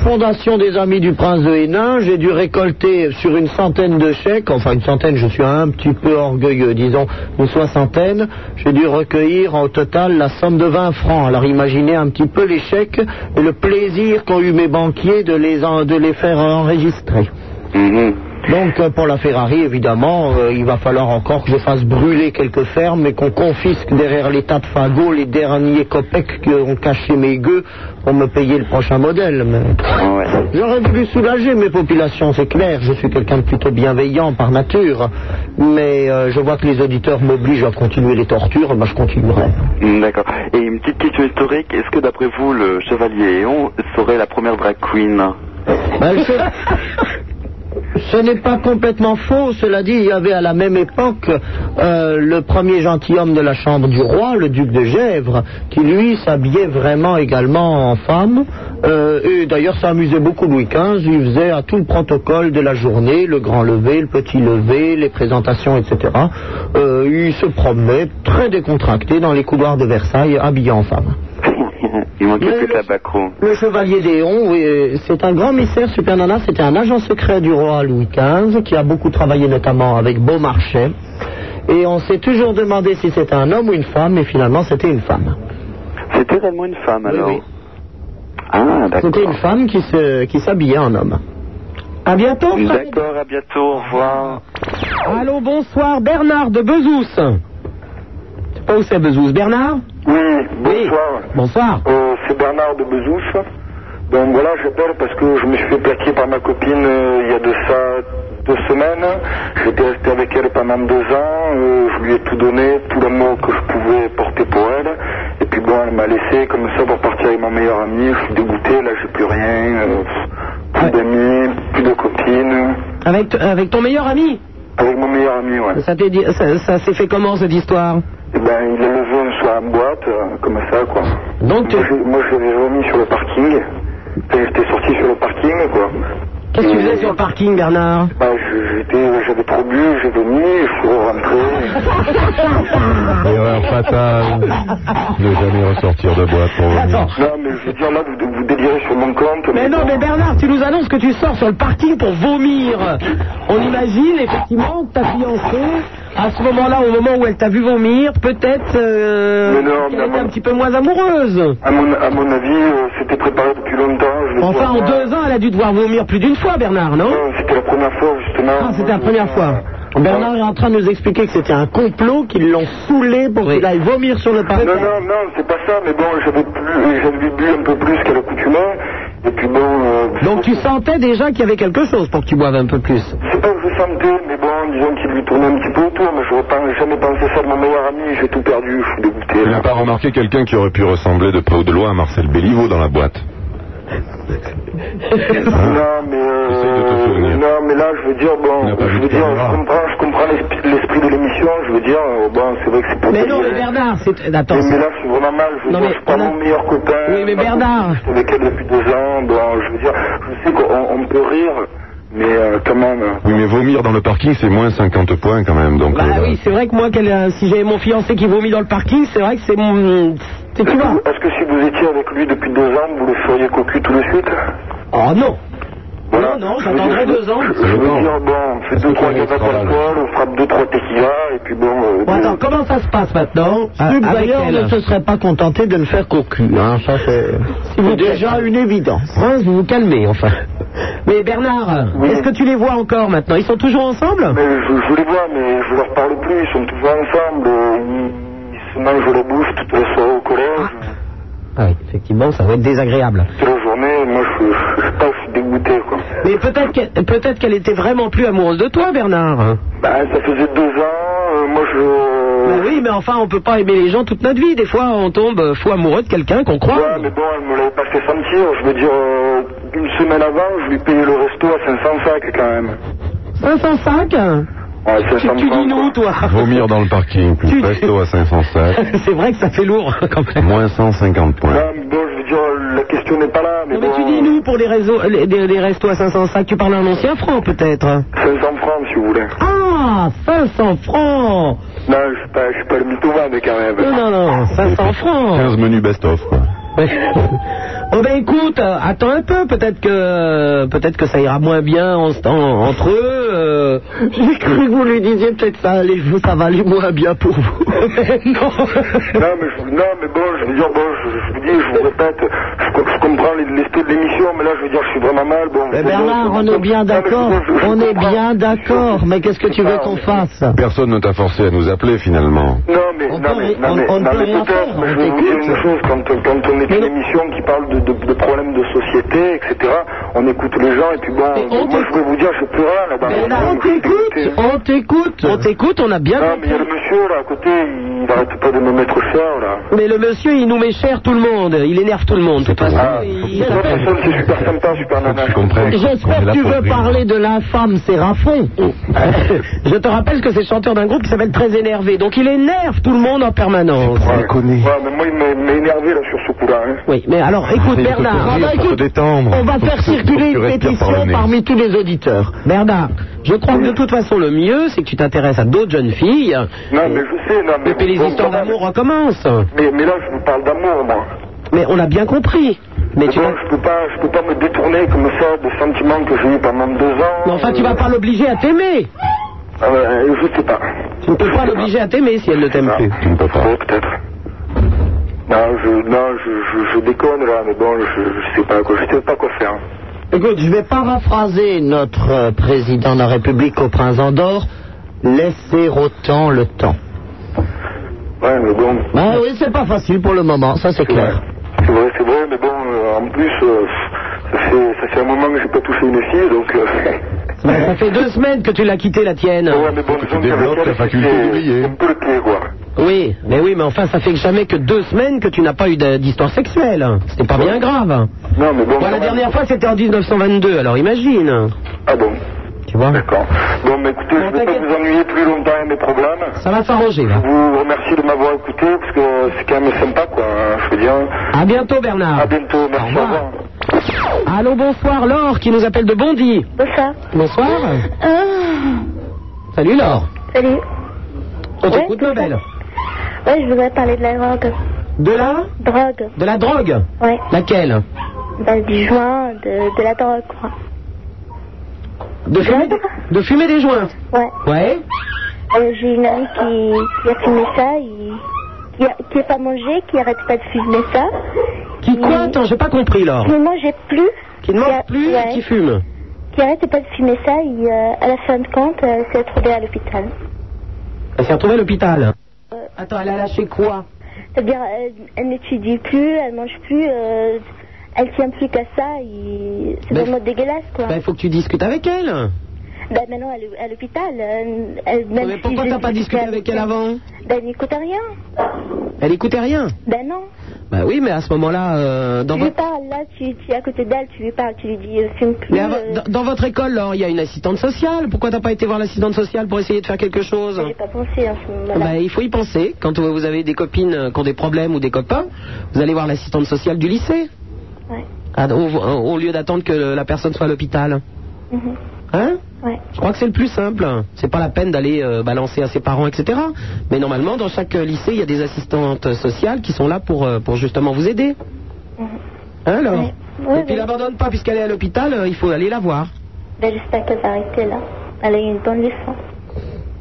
[SPEAKER 4] Fondation des Amis du Prince de Hénin, j'ai dû récolter sur une centaine de chèques, enfin une centaine, je suis un petit peu orgueilleux, disons une soixantaine, j'ai dû recueillir au total la somme de 20 francs. Alors imaginez un petit peu les chèques et le plaisir qu'ont eu mes banquiers de les, en- de les faire enregistrer. Donc euh, pour la Ferrari, évidemment, euh, il va falloir encore que je fasse brûler quelques fermes et qu'on confisque derrière l'état de fagot les derniers copecs qui ont caché mes gueux pour me payer le prochain modèle. mais- J'aurais voulu soulager mes populations, c'est clair. Je suis quelqu'un de plutôt bienveillant par nature. Mais euh, je vois que les auditeurs m'obligent à continuer les tortures, ben, je continuerai.
[SPEAKER 11] Hmm, D'accord. Et une petite question historique. Est-ce que, d'après vous, le Chevalier Héon serait la première drag queen
[SPEAKER 4] Ben, je- Ce n'est pas complètement faux, cela dit, il y avait à la même époque euh, le premier gentilhomme de la chambre du roi, le duc de Gèvres, qui lui s'habillait vraiment également en femme, Euh, et d'ailleurs ça amusait beaucoup Louis XV, il faisait à tout le protocole de la journée, le grand lever, le petit lever, les présentations, etc. Euh, il se promenait très décontracté dans les couloirs de Versailles, habillé en femme.
[SPEAKER 11] Il manque que Tabacro.
[SPEAKER 4] Le chevalier Léon, oui, euh, c'est un grand mystère, Super Nana, c'était un agent secret du roi Louis XV qui a beaucoup travaillé notamment avec Beaumarchais. Et on s'est toujours demandé si c'était un homme ou une femme, et finalement c'était une femme.
[SPEAKER 11] C'était réellement une femme, alors Ah, d'accord.
[SPEAKER 4] C'était une femme qui se- qui s'habillait en homme.
[SPEAKER 3] À bientôt.
[SPEAKER 11] D'accord, à bientôt, au revoir.
[SPEAKER 3] Allô, bonsoir, Bernard de Bezous. Je sais pas où c'est Bezous, Bernard
[SPEAKER 5] Oui, bonsoir.
[SPEAKER 3] Bonsoir.
[SPEAKER 5] Euh, c'est Bernard de Bezouf. Donc voilà, j'appelle parce que je me suis fait plaquer par ma copine euh, il y a de ça deux semaines. J'étais resté avec elle pendant deux ans. Euh, je lui ai tout donné, tout l'amour que je pouvais porter pour elle. Et puis bon, elle m'a laissé comme ça pour partir avec mon meilleur ami. Je suis dégoûté, là j'ai plus rien. euh, plus d'amis, plus de copines.
[SPEAKER 3] Avec, t- avec ton meilleur ami
[SPEAKER 5] Avec mon meilleur ami, ouais.
[SPEAKER 3] Ça t'est dit- ça- ça s'est fait comment cette histoire
[SPEAKER 5] Eh ben, il est levé un soir en boîte, euh, comme ça, quoi. Donc, moi, je, moi, je l'ai remis sur le parking. Enfin, J'étais sorti sur le parking, quoi.
[SPEAKER 3] Qu'est-ce que tu faisais sur le parking, Bernard
[SPEAKER 5] Bah, je- j'étais, j'avais trop bu, j'ai vomi, je suis rentré.
[SPEAKER 7] Erreur fatale. Ne jamais ressortir de boîte pour venir.
[SPEAKER 5] Non, mais je veux dire, là, vous, vous délirez sur mon compte.
[SPEAKER 3] Mais non, mais Bernard, tu nous annonces que tu sors sur le parking pour vomir. On imagine effectivement que ta fiancée à ce moment-là, au moment où elle t'a vu vomir, peut-être euh,
[SPEAKER 5] Mais non, mais
[SPEAKER 3] qu'elle
[SPEAKER 5] à
[SPEAKER 3] était
[SPEAKER 5] mon-
[SPEAKER 3] un petit peu moins amoureuse.
[SPEAKER 5] À mon, à mon avis, euh, c'était préparé depuis longtemps. Je l'ai
[SPEAKER 3] Enfin,
[SPEAKER 5] vu
[SPEAKER 3] en
[SPEAKER 5] avant.
[SPEAKER 3] deux ans, elle a dû devoir vomir plus d'une fois, Bernard, non
[SPEAKER 5] Non, C'était la première fois, justement.
[SPEAKER 3] Ah, c'était la première fois. Bernard est en train de nous expliquer que c'était un complot, qu'ils l'ont saoulé pour qu'il aille vomir sur le parquet.
[SPEAKER 5] Non, non, non, c'est pas ça, mais bon, j'avais plus, j'avais bu un peu plus qu'à l'accoutumée, et puis bon, euh,
[SPEAKER 3] Donc tu sentais déjà qu'il y avait quelque chose pour que tu boives un peu plus.
[SPEAKER 5] c'est pas que je sentais, mais bon, disons qu'il lui tournait un petit peu autour, mais je n'aurais jamais pensé ça de mon meilleur ami, j'ai tout perdu, je suis dégoûté.
[SPEAKER 7] Il n'a pas remarqué quelqu'un qui aurait pu ressembler de près ou de loin à Marcel Béliveau dans la boîte.
[SPEAKER 5] Non, mais, euh, non, mais là, je veux dire, bon, je veux dire, je comprends, je comprends l'esprit l'esprit de l'émission, je veux dire, euh, bon, c'est vrai que c'est pour
[SPEAKER 3] Mais non,
[SPEAKER 5] délirer.
[SPEAKER 3] mais Bernard, c'est... Attends,
[SPEAKER 5] Mais, mais
[SPEAKER 3] c'est-
[SPEAKER 5] là, je suis vraiment mal. Je veux
[SPEAKER 3] Non,
[SPEAKER 5] dire, je
[SPEAKER 3] mais
[SPEAKER 5] suis pas mon meilleur copain.
[SPEAKER 3] Oui, mais
[SPEAKER 5] ma
[SPEAKER 3] Bernard.
[SPEAKER 5] copine, Je suis avec elle depuis deux ans. Bon, je veux dire, je sais qu'on on peut rire, mais euh, quand même.
[SPEAKER 7] Oui, mais vomir dans le parking, c'est moins 50 points quand même. Donc,
[SPEAKER 3] Bah
[SPEAKER 7] euh,
[SPEAKER 3] oui, c'est vrai que moi, qu'elle, euh, si j'avais mon fiancé qui vomit dans le parking, c'est vrai que c'est mon... C'est tu vois
[SPEAKER 5] Est-ce que si vous étiez avec lui depuis deux ans, vous le feriez cocu tout de suite
[SPEAKER 3] Oh non
[SPEAKER 5] voilà.
[SPEAKER 3] Non, non,
[SPEAKER 5] Je veux dire,
[SPEAKER 3] j'attendrai
[SPEAKER 5] je-
[SPEAKER 3] deux ans.
[SPEAKER 5] Je veux dire, bon, on fait deux, trois gâteaux d'alcool, on frappe deux, trois tequilas, et puis bon... euh,
[SPEAKER 3] Bon, attends, comment ça se passe maintenant
[SPEAKER 4] Ah,
[SPEAKER 3] euh,
[SPEAKER 5] Sub,
[SPEAKER 3] avec
[SPEAKER 5] d'ailleurs,
[SPEAKER 3] elle
[SPEAKER 5] ne se
[SPEAKER 3] serait pas contenté de le faire cocu.
[SPEAKER 4] hein.
[SPEAKER 3] Ça, c'est déjà une évidence. vous vous calmez, enfin. Mais Bernard, est-ce que tu les vois encore maintenant Ils sont toujours ensemble
[SPEAKER 5] Mais je, je les vois, mais je leur parle plus, ils sont toujours ensemble, euh, ils, ils se mangent la bouche toute la soirée au collège.
[SPEAKER 3] Ah oui, effectivement, ça va être désagréable.
[SPEAKER 5] Toute la journée, moi je, je, je sais pas, je suis dégoûté quoi.
[SPEAKER 3] Mais peut-être qu'elle, peut-être qu'elle était vraiment plus amoureuse de toi, Bernard.
[SPEAKER 5] Ben, ça faisait deux ans, euh, moi je...
[SPEAKER 3] Mais Bah oui, mais enfin, on peut pas aimer les gens toute notre vie. Des fois, on tombe euh, fou amoureux de quelqu'un qu'on croit.
[SPEAKER 5] Ouais, mais bon, elle me l'avait pas fait sentir, je veux dire, euh, une semaine avant, je lui payais le resto à 500 sacs quand même.
[SPEAKER 3] 505
[SPEAKER 5] Ouais, 500
[SPEAKER 3] Tu dis non, toi
[SPEAKER 7] Vomir dans le parking, plus resto à 507,
[SPEAKER 3] C'est vrai que ça fait lourd,
[SPEAKER 5] Ah,
[SPEAKER 3] quand même.
[SPEAKER 7] moins 150 points.
[SPEAKER 3] Non, mais tu dis nous pour les, réseaux, euh, les, les- les restos à 505, tu parles à un ancien franc, peut-être
[SPEAKER 5] 500 francs si vous voulez.
[SPEAKER 3] Ah, 500 francs
[SPEAKER 5] Non, je suis pas, je suis pas le mythoman mais quand même.
[SPEAKER 3] Non, non, non, 500 francs
[SPEAKER 7] 15 menus best-of. quoi.
[SPEAKER 3] Ouais. Bon ben écoute, euh, attends un peu, peut-être que peut-être que ça ira moins bien en- en- entre eux. euh. J'ai cru que vous lui disiez peut-être ça allait, ça va aller moins bien pour vous.
[SPEAKER 5] non,
[SPEAKER 3] non.
[SPEAKER 5] mais je, non, mais bon, je veux dire, bon, je, je vous dis, je vous répète, je, co- je comprends l'esprit de l'émission, mais là, je veux dire, je suis vraiment mal. Bon,
[SPEAKER 4] Eh,
[SPEAKER 3] Mais
[SPEAKER 5] bon,
[SPEAKER 3] Bernard,
[SPEAKER 5] bon,
[SPEAKER 3] on
[SPEAKER 5] bon,
[SPEAKER 3] est bien
[SPEAKER 5] non, mais je-
[SPEAKER 3] d'accord,
[SPEAKER 5] je- je
[SPEAKER 3] on est
[SPEAKER 5] comprends.
[SPEAKER 3] bien d'accord, mais qu'est-ce que tu veux qu'on fasse
[SPEAKER 7] Personne ne t'a forcé à nous appeler finalement.
[SPEAKER 5] Non, mais, non, mais, non, mais, non, mais peut-être, mais je vais vous dire une chose, quand, quand on est une émission qui parle de, de- de problèmes de société, etc., on écoute les gens, et puis bon, moi, je vais vous dire, je sais plus rien là-bas.
[SPEAKER 3] On t'écoute, on t'écoute, Ah. on t'écoute, on a bien
[SPEAKER 5] Non, mais il y a le monsieur, là, à côté, il arrête pas de me mettre cher, là.
[SPEAKER 3] Mais le monsieur, il nous met cher tout le monde, il énerve tout le monde. De toute façon, il-
[SPEAKER 5] Cette personne, c'est super sympa, super nana.
[SPEAKER 3] J'espère que tu veux parler de l'infâme Séraphin. Je te rappelle que c'est le chanteur d'un groupe qui s'appelle Très Énervé. Donc il énerve tout le monde en permanence.
[SPEAKER 5] Ouais, mais moi, il m'a- m'a énervé, là, sur ce coup-là, hein.
[SPEAKER 3] Oui, mais alors écoute
[SPEAKER 5] Il faut
[SPEAKER 3] Bernard,
[SPEAKER 5] se
[SPEAKER 3] Ah bah,
[SPEAKER 5] rire, faut
[SPEAKER 3] écoute,
[SPEAKER 5] se détendre.
[SPEAKER 3] on va
[SPEAKER 5] Faut
[SPEAKER 3] faire
[SPEAKER 5] se-
[SPEAKER 3] circuler
[SPEAKER 5] faut
[SPEAKER 3] une
[SPEAKER 5] se respirer par le
[SPEAKER 3] pétition
[SPEAKER 5] nez.
[SPEAKER 3] parmi tous les auditeurs. Bernard, je crois que de toute façon le mieux c'est que tu t'intéresses à d'autres jeunes filles.
[SPEAKER 5] Non, mais je sais, non, mais...
[SPEAKER 3] Et puis les
[SPEAKER 5] bon,
[SPEAKER 3] histoires
[SPEAKER 5] quand même.
[SPEAKER 3] d'amour recommencent.
[SPEAKER 5] Mais, mais là, je vous parle d'amour, moi.
[SPEAKER 3] Mais on a bien compris. Mais tu
[SPEAKER 5] bon,
[SPEAKER 3] vas-
[SPEAKER 5] je peux pas, je peux pas me détourner comme ça des sentiments que j'ai eu pendant deux ans.
[SPEAKER 3] Mais enfin tu vas pas l'obliger à t'aimer.
[SPEAKER 5] Euh, je sais pas.
[SPEAKER 3] Tu ne peux pas l'obliger à t'aimer si elle ne t'aime plus.
[SPEAKER 5] Tu ne peux pas. peut-être. Non, je, non, je, je, je déconne là, mais bon, je, je sais pas quoi, je sais pas quoi faire.
[SPEAKER 4] Écoute, je vais paraphraser notre euh, président de la République au prince Andorre. Laissez autant le temps.
[SPEAKER 5] Ouais, mais bon.
[SPEAKER 4] Ben oui, c'est pas facile pour le moment, ça c'est clair.
[SPEAKER 5] C'est vrai, c'est vrai, mais bon, euh, en plus, euh, ça, fait, ça fait un moment que j'ai pas touché une fille, donc. Euh,
[SPEAKER 3] Ça fait deux semaines que tu l'as quitté la tienne.
[SPEAKER 5] ouais, mais bon, disons qu'avec elle, c'était- c'est un peu le pied, quoi.
[SPEAKER 3] Oui, mais oui, mais enfin, ça fait que jamais que deux semaines que tu n'as pas eu de- d'histoire sexuelle. C'était pas bien grave.
[SPEAKER 5] Non, mais bon.
[SPEAKER 3] Bon, la dernière fois, c'était en 1922, alors imagine.
[SPEAKER 5] Ah bon
[SPEAKER 3] Tu vois
[SPEAKER 5] D'accord. Bon, mais écoutez, je vais pas vous ennuyer plus longtemps avec mes problèmes.
[SPEAKER 3] Ça va s'arranger, là.
[SPEAKER 5] Je vous remercie de m'avoir écouté, parce que c'est quand même sympa, quoi. hein, Je veux dire.
[SPEAKER 3] À bientôt, Bernard.
[SPEAKER 5] À bientôt, merci, au revoir.
[SPEAKER 3] Allô, bonsoir, Laure, qui nous appelle de Bondy.
[SPEAKER 8] Bonsoir.
[SPEAKER 3] Bonsoir. Salut, Laure.
[SPEAKER 8] Ah. Salut.
[SPEAKER 3] On
[SPEAKER 8] Ouais,
[SPEAKER 3] t'écoute, ma belle.
[SPEAKER 8] Ouais, je voudrais parler de la drogue.
[SPEAKER 3] De la
[SPEAKER 8] Drogue.
[SPEAKER 3] De la drogue
[SPEAKER 8] Ouais.
[SPEAKER 3] Laquelle
[SPEAKER 8] Bah, du joint, de, de la drogue, quoi.
[SPEAKER 3] De fumer, de fumer des joints
[SPEAKER 8] Ouais.
[SPEAKER 3] Ouais.
[SPEAKER 8] euh, j'ai une amie qui, qui a fumé ça, et, qui, a- qui est pas mangée, qui arrête pas de fumer ça.
[SPEAKER 3] Qui quoi Attends, j'ai pas compris, Laure.
[SPEAKER 8] Qui ne mangeait plus.
[SPEAKER 3] Qui ne mange plus et
[SPEAKER 8] ouais,
[SPEAKER 3] qui fume.
[SPEAKER 8] qui arrête pas de fumer ça, et euh, à la fin de compte, euh, elle s'est retrouvée à l'hôpital.
[SPEAKER 3] Elle s'est retrouvée à l'hôpital. Attends, elle a lâché quoi
[SPEAKER 8] C'est-à-dire, elle, elle n'étudie plus, elle mange plus, euh, elle tient plus qu'à ça, et c'est
[SPEAKER 3] Mais-
[SPEAKER 8] vraiment dégueulasse, quoi.
[SPEAKER 3] Bah, il faut que tu discutes avec elle.
[SPEAKER 8] Ben maintenant, elle est à l'hôpital. euh, elle- même
[SPEAKER 3] mais
[SPEAKER 8] si
[SPEAKER 3] pourquoi
[SPEAKER 8] je
[SPEAKER 3] t'as pas
[SPEAKER 8] suis
[SPEAKER 3] discuté
[SPEAKER 8] avec
[SPEAKER 3] avec elle avant hein
[SPEAKER 8] Ben elle n'écoute rien.
[SPEAKER 3] Elle écoutait rien.
[SPEAKER 8] Ben non.
[SPEAKER 3] Bah oui, mais à ce moment-là, euh, dans
[SPEAKER 8] tu lui
[SPEAKER 3] votre...
[SPEAKER 8] parles, là, tu, tu es à côté d'elle, tu lui parles, tu lui dis, euh, fume plus.
[SPEAKER 3] mais à vo- dans- dans votre école, Laure, il y a une assistante sociale. Pourquoi t'as pas été voir l'assistante sociale pour essayer de faire quelque chose
[SPEAKER 8] J'ai pas pensé
[SPEAKER 6] hein,
[SPEAKER 8] à ce moment-là.
[SPEAKER 3] Bah, il faut y penser. Quand euh, vous avez des copines euh, qui ont des problèmes ou des copains, vous allez voir l'assistante sociale du lycée.
[SPEAKER 8] Ouais.
[SPEAKER 3] Ah, au, au lieu d'attendre que le- la personne soit à l'hôpital.
[SPEAKER 8] Mhm.
[SPEAKER 3] Hein
[SPEAKER 8] Ouais.
[SPEAKER 3] Je crois que c'est le plus simple. C'est pas la peine d'aller euh, balancer à ses parents, etc. Mais normalement, dans chaque euh, lycée, il y a des assistantes sociales qui sont là pour, euh, pour justement vous aider. Hein, alors
[SPEAKER 8] Mm-hmm. Ouais,
[SPEAKER 3] Et puis,
[SPEAKER 8] ouais.
[SPEAKER 3] l'abandonne pas puisqu'elle est à l'hôpital, euh, il faut aller la voir.
[SPEAKER 8] Ben j'espère qu'elle va arrêter là. Elle a eu une bonne leçon.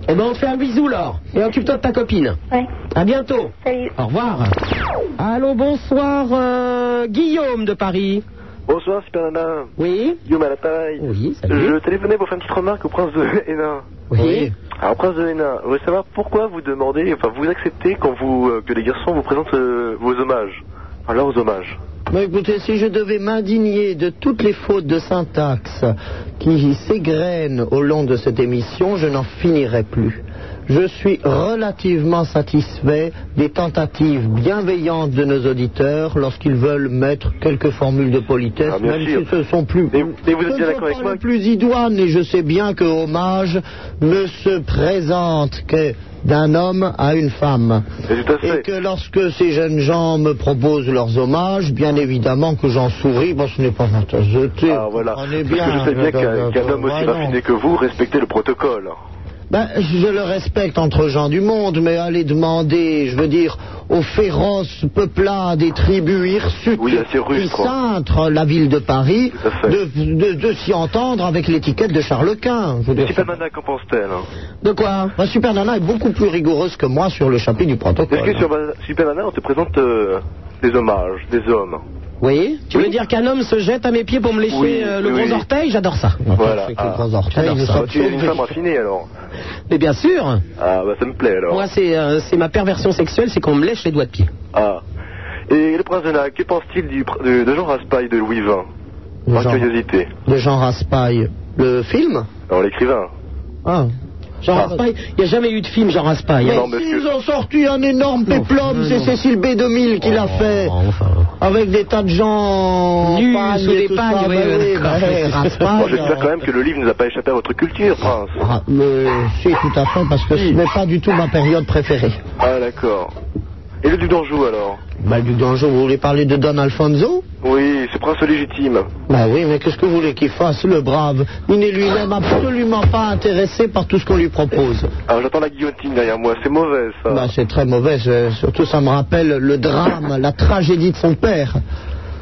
[SPEAKER 3] Eh ben, on te fait un bisou, Laure. Et occupe-toi de ta copine.
[SPEAKER 8] Ouais.
[SPEAKER 3] À bientôt.
[SPEAKER 8] Salut.
[SPEAKER 3] Au revoir. Allô, bonsoir, euh, Guillaume de Paris.
[SPEAKER 11] Bonsoir, Super Nana.
[SPEAKER 3] Oui.
[SPEAKER 11] Guillaume à l'appareil.
[SPEAKER 3] Oui,
[SPEAKER 11] Je téléphonais pour faire une petite remarque au prince de Hénin.
[SPEAKER 3] Oui.
[SPEAKER 11] Alors, prince de Hénin, je voulais savoir pourquoi vous demandez, enfin, vous acceptez quand vous, euh, que les garçons vous présentent euh, vos hommages. Enfin, leurs hommages.
[SPEAKER 4] Bah, écoutez, si je devais m'indigner de toutes les fautes de syntaxe qui s'égrènent au long de cette émission, je n'en finirais plus. Je suis relativement satisfait des tentatives bienveillantes de nos auditeurs lorsqu'ils veulent mettre quelques formules de politesse,
[SPEAKER 11] Ah, bien
[SPEAKER 4] même
[SPEAKER 11] sûr.
[SPEAKER 4] si ce sont plus...
[SPEAKER 11] Mais vous
[SPEAKER 4] Ce
[SPEAKER 11] êtes bien
[SPEAKER 4] ne
[SPEAKER 11] d'accord
[SPEAKER 4] sont
[SPEAKER 11] avec
[SPEAKER 4] pas
[SPEAKER 11] moi
[SPEAKER 4] les plus idoines, et je sais bien que hommage ne se présente que d'un homme à une femme. Et que lorsque ces jeunes gens me proposent leurs hommages, bien évidemment que j'en souris, bon, ce n'est pas intéressant.
[SPEAKER 11] Ah, voilà.
[SPEAKER 4] On est
[SPEAKER 11] Parce que
[SPEAKER 4] bien.
[SPEAKER 11] je sais bien
[SPEAKER 4] je-
[SPEAKER 11] qu'un
[SPEAKER 4] je-
[SPEAKER 11] qu'un homme aussi
[SPEAKER 4] voilà.
[SPEAKER 11] raffiné que vous respectez le protocole.
[SPEAKER 4] Ben, je le respecte entre gens du monde, mais aller demander, je veux dire, aux féroces peuplades des tribus hirsutes
[SPEAKER 11] Oui, assez russe,
[SPEAKER 4] qui
[SPEAKER 11] quoi.
[SPEAKER 4] cintrent la ville de Paris de, de- de s'y entendre avec l'étiquette de Charles Quint. Je veux dire,
[SPEAKER 11] Super Nana, qu'en pense-t-elle hein
[SPEAKER 4] De quoi Super Nana est beaucoup plus rigoureuse que moi sur le chapitre du protocole.
[SPEAKER 11] Est-ce que sur Super Nana, on te présente euh, des hommages, des hommes
[SPEAKER 3] Oui. Tu veux dire qu'un homme se jette à mes pieds pour me lécher
[SPEAKER 11] Oui,
[SPEAKER 3] euh, le
[SPEAKER 11] oui.
[SPEAKER 3] gros orteil J'adore ça.
[SPEAKER 11] Voilà.
[SPEAKER 4] avec les
[SPEAKER 11] Ah,
[SPEAKER 4] grands orteils,
[SPEAKER 11] j'adore
[SPEAKER 4] nous
[SPEAKER 11] ça.
[SPEAKER 4] sommes
[SPEAKER 11] Tu es une
[SPEAKER 4] sauvés.
[SPEAKER 11] femme raffinée alors
[SPEAKER 3] Mais bien sûr.
[SPEAKER 11] Ah, bah ça me plaît alors.
[SPEAKER 3] Moi, c'est euh, c'est ma perversion sexuelle, c'est qu'on me lèche les doigts de pied.
[SPEAKER 11] Ah. Et le prince de Hénin, que pense-t-il du pr- de, de Jean Raspail de Louis XX Par curiosité.
[SPEAKER 4] De Jean Raspail, le film
[SPEAKER 11] Alors l'écrivain.
[SPEAKER 4] Ah.
[SPEAKER 3] Jean Raspail, il n'y a jamais eu de film Jean Raspail.
[SPEAKER 4] Mais ils ont sorti un énorme péplum, c'est Cécile B2000 qui
[SPEAKER 3] Oh,
[SPEAKER 4] l'a fait. Avec des tas de gens
[SPEAKER 3] bah, Nus,
[SPEAKER 4] pagnes
[SPEAKER 3] sous
[SPEAKER 4] et
[SPEAKER 3] des
[SPEAKER 4] tout
[SPEAKER 3] pagnes,
[SPEAKER 4] ça.
[SPEAKER 3] oui,
[SPEAKER 4] Ben
[SPEAKER 3] oui,
[SPEAKER 4] oui,
[SPEAKER 3] d'accord.
[SPEAKER 4] ben, hey, Raspail,
[SPEAKER 11] Bon, J'espère quand même que le livre ne nous a pas échappé à votre culture, prince.
[SPEAKER 4] Ah, mais si, tout à fait, parce que ce n'est pas du tout ma période préférée.
[SPEAKER 11] Ah, d'accord. Et le duc d'Anjou alors
[SPEAKER 4] Bah, du danger, vous voulez parler de Don Alfonso
[SPEAKER 11] Oui, c'est prince légitime.
[SPEAKER 4] Bah oui, mais qu'est-ce que vous voulez qu'il fasse, le brave Il n'est lui-même absolument pas intéressé par tout ce qu'on lui propose.
[SPEAKER 11] Alors Ah, j'attends la guillotine derrière moi, c'est mauvais ça.
[SPEAKER 4] Bah, c'est très mauvais, c'est- surtout ça me rappelle le drame, la tragédie de son père.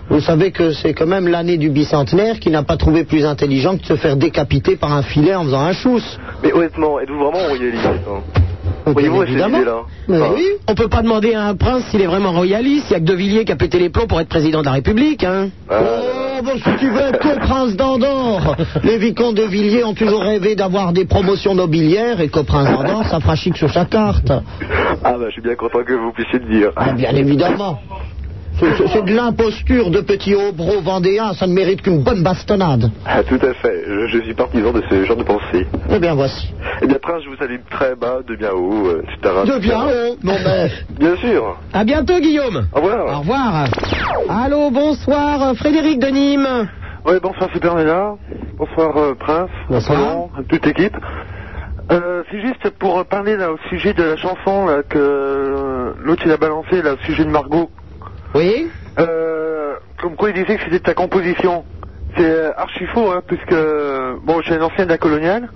[SPEAKER 4] Vous savez que c'est quand même l'année du bicentenaire qui n'a pas trouvé plus intelligent que de se faire décapiter par un filet en faisant un chousse.
[SPEAKER 11] Mais honnêtement, êtes-vous vraiment royaliste hein Voyez-vous, c'est
[SPEAKER 3] évidemment.
[SPEAKER 11] l'idée là.
[SPEAKER 4] Mais
[SPEAKER 11] Enfin,
[SPEAKER 4] oui.
[SPEAKER 3] On peut pas demander à un prince s'il est vraiment royaliste. Il y a que De Villiers qui a pété les plombs pour être président de la République. Hein.
[SPEAKER 11] Euh,
[SPEAKER 4] Oh, bon, si tu veux être co-prince d'Andorre Les vicomtes de Villiers ont toujours rêvé d'avoir des promotions nobilières et co-prince d'Andorre, ça fera chic sur sa carte.
[SPEAKER 11] Ah bah je suis bien content que vous puissiez le dire.
[SPEAKER 4] Ah, bien évidemment. C'est- c'est- C'est de l'imposture de petit hobro vendéen, ça ne mérite qu'une bonne bastonnade.
[SPEAKER 11] Ah, tout à fait, je, je suis partisan de ce genre de pensée.
[SPEAKER 4] Eh bien, voici.
[SPEAKER 11] Eh bien, Prince, je vous salue très bas, de bien haut, euh, etc.
[SPEAKER 4] De bien
[SPEAKER 3] euh,
[SPEAKER 4] haut, mon père.
[SPEAKER 11] Bien sûr.
[SPEAKER 3] À bientôt, Guillaume.
[SPEAKER 11] Au revoir.
[SPEAKER 3] Au revoir. Allô, bonsoir, euh, Frédéric de Nîmes.
[SPEAKER 5] Oui, bonsoir Super Nana. Bonsoir euh, Prince.
[SPEAKER 3] Bonsoir.
[SPEAKER 5] Laurent, toute l'équipe. Euh, c'est juste pour euh, parler là au sujet de la chanson là, que euh, l'autre il a balancé là au sujet de Margot.
[SPEAKER 3] Oui.
[SPEAKER 5] Euh, comme quoi il disait que c'était de ta composition. C'est euh, archi faux hein, puisque euh, bon je suis un ancien de la coloniale.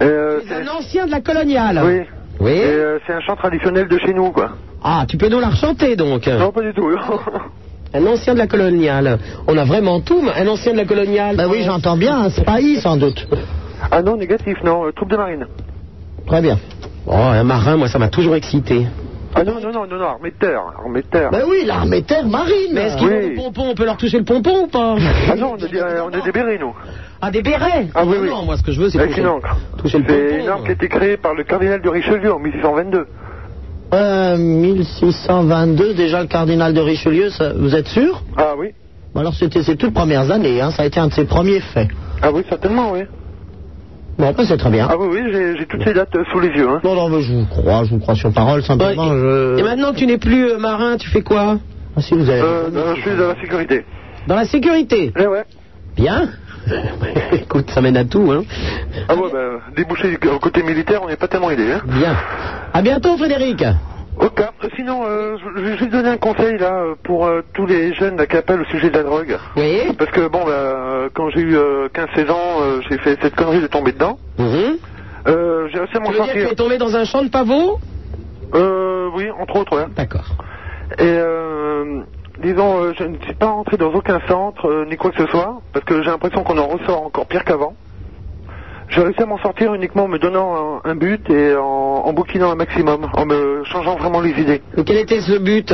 [SPEAKER 5] Et, euh,
[SPEAKER 3] Un ancien de la coloniale.
[SPEAKER 5] Oui.
[SPEAKER 3] Oui.
[SPEAKER 5] et, euh, c'est un chant traditionnel de chez nous quoi.
[SPEAKER 3] Ah, tu peux nous la rechanter donc
[SPEAKER 5] Non pas du tout.
[SPEAKER 3] Un ancien de la coloniale. On a vraiment tout, mais un ancien de la coloniale. Bah oui,
[SPEAKER 4] j'entends bien, un spahi sans doute.
[SPEAKER 5] ah non négatif non, euh, troupe de marine.
[SPEAKER 4] Très bien.
[SPEAKER 3] Oh, un marin, moi, ça m'a toujours excité.
[SPEAKER 11] Ah non, non, non, non, non, armée de terre, armée de terre.
[SPEAKER 3] Ben oui, l'armée de terre marine. Mais est-ce qu'ils ont des pompons On peut leur toucher le pompon ou pas
[SPEAKER 11] Ah non, on est, des- euh, on est des bérets, nous.
[SPEAKER 3] Ah, des bérets
[SPEAKER 11] Ah oui,
[SPEAKER 3] Non,
[SPEAKER 11] oui.
[SPEAKER 3] Non, moi, ce que je veux, c'est
[SPEAKER 11] Avec
[SPEAKER 3] toucher,
[SPEAKER 11] une encre.
[SPEAKER 3] toucher le euh. pompon.
[SPEAKER 11] C'est une encre qui a été créée par le cardinal de Richelieu en 1622.
[SPEAKER 4] Euh, 1622, déjà le cardinal de Richelieu, ça- vous êtes sûr
[SPEAKER 11] Ah oui.
[SPEAKER 4] Bon, alors c'était ses toutes premières années, hein, ça a été un de ses premiers faits.
[SPEAKER 11] Ah oui, certainement, oui.
[SPEAKER 4] Bon, ben, c'est très bien.
[SPEAKER 11] Ah oui, oui, j'ai- j'ai toutes ces dates euh, sous les yeux. Hein.
[SPEAKER 4] Non, non, mais je vous crois, je vous crois sur parole, simplement,
[SPEAKER 3] Et
[SPEAKER 4] je...
[SPEAKER 3] maintenant que tu n'es plus euh, marin, tu fais quoi
[SPEAKER 4] Ah, si vous avez...
[SPEAKER 11] Euh, non, je suis de la sécurité.
[SPEAKER 3] Dans la sécurité
[SPEAKER 11] Eh ouais.
[SPEAKER 3] Bien. Écoute, ça mène à tout, hein.
[SPEAKER 11] Ah ouais, bah, débouché du au côté militaire, on n'est pas tellement aidé. Hein.
[SPEAKER 3] Bien. À bientôt, Frédéric.
[SPEAKER 11] Ok. Sinon, euh, je je vais juste donner un conseil là euh, pour euh, tous les jeunes là, qui appellent au sujet de la drogue.
[SPEAKER 3] Oui.
[SPEAKER 11] Parce que bon, bah, euh, quand j'ai eu euh, 15-16 ans, euh, j'ai fait cette connerie de tomber dedans. Euh, j'ai réussi à m'en
[SPEAKER 3] Hum. Tu veux dire que
[SPEAKER 11] sortir.
[SPEAKER 3] tu es tombé dans un champ de pavots
[SPEAKER 11] Euh, oui, entre autres, ouais.
[SPEAKER 3] D'accord.
[SPEAKER 11] Et euh, disons, euh, je ne suis pas rentré dans aucun centre, euh, ni quoi que ce soit, parce que j'ai l'impression qu'on en ressort encore pire qu'avant. J'ai réussi à m'en sortir uniquement en me donnant un, un but et en, en bouquinant un maximum, en me changeant vraiment les idées.
[SPEAKER 3] Et quel était ce but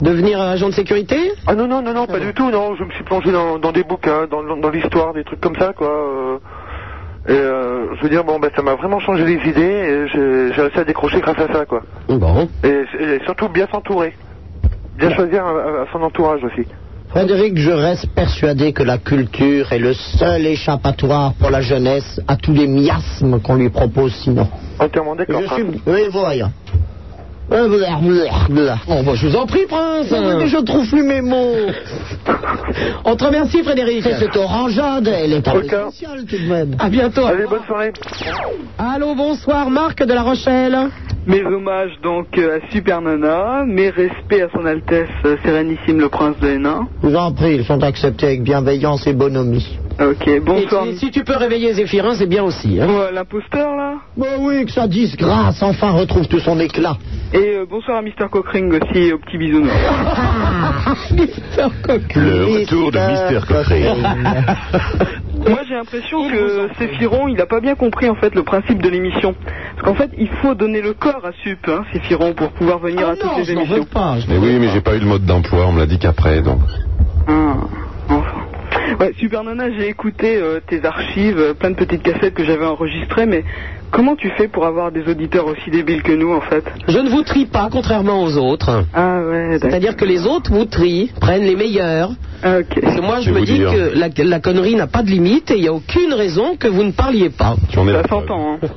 [SPEAKER 3] Devenir un agent de sécurité
[SPEAKER 11] Ah non, non, non, non, pas du tout, non. Je me suis plongé dans, dans des bouquins, hein, dans, dans- dans l'histoire, des trucs comme ça, quoi. euh. et euh, je veux dire, bon, ben, ça m'a vraiment changé les idées et j'ai j'ai réussi à décrocher grâce à ça, quoi.
[SPEAKER 3] Bon.
[SPEAKER 11] Et, et surtout bien s'entourer. Bien choisir euh, son entourage aussi.
[SPEAKER 4] Frédéric, je reste persuadé que la culture est le seul échappatoire pour la jeunesse à tous les miasmes qu'on lui propose sinon.
[SPEAKER 11] Entièrement d'accord.
[SPEAKER 4] Je
[SPEAKER 11] hein.
[SPEAKER 4] suis... Oui, voyons. Euh, Oh, blah, blah, blah.
[SPEAKER 3] Bon, bah, je vous en prie, prince.
[SPEAKER 4] Mais oui, mais je trouve plus mes mots.
[SPEAKER 3] On te remercie, Frédéric.
[SPEAKER 4] C'est cette
[SPEAKER 11] hein,
[SPEAKER 4] orangeade, elle est un peu spéciale tout de même.
[SPEAKER 3] À bientôt.
[SPEAKER 11] Allez, bonne soirée.
[SPEAKER 3] Allô, bonsoir, Marc de La Rochelle.
[SPEAKER 5] Mes hommages donc euh, à Super Nana, mes respects Ah, à son Altesse euh, Sérénissime le Prince de Hénin.
[SPEAKER 4] Je vous en prie, ils sont acceptés avec bienveillance et bonhomie.
[SPEAKER 5] Ok, bonsoir.
[SPEAKER 3] Et si, si tu peux réveiller Zéphirin, c'est bien aussi. hein.
[SPEAKER 5] Ouais, L'imposteur là
[SPEAKER 4] Bah oui, que sa disgrâce enfin retrouve tout son éclat.
[SPEAKER 5] Et euh, bonsoir à Mr. Cockring aussi, et au petit bisou.
[SPEAKER 3] Mr. Cockring
[SPEAKER 7] Le retour de Mr. Cockring.
[SPEAKER 5] Moi j'ai l'impression que Sephiron il a pas bien compris en fait le principe de l'émission. Parce qu'en fait il faut donner le corps à Sup, hein, Sephiron, pour pouvoir venir à toutes les émissions.
[SPEAKER 7] Mais oui, mais j'ai pas eu le mode d'emploi, on me l'a dit qu'après, donc.
[SPEAKER 5] Mmh, Ouais, Super Nana, j'ai écouté euh, tes archives, euh, plein de petites cassettes que j'avais enregistrées, mais comment tu fais pour avoir des auditeurs aussi débiles que nous en fait
[SPEAKER 3] Je ne vous trie pas, contrairement aux autres.
[SPEAKER 5] Ah ouais,
[SPEAKER 3] C'est-à-dire que les autres vous trient, prennent les meilleurs. Parce que moi, je
[SPEAKER 7] Je vais
[SPEAKER 3] me
[SPEAKER 7] vous
[SPEAKER 3] dis
[SPEAKER 7] dire.
[SPEAKER 3] que la, la connerie n'a pas de limite et il n'y a aucune raison que vous ne parliez pas.
[SPEAKER 7] Tu en es la preuve.
[SPEAKER 5] s'entend, hein.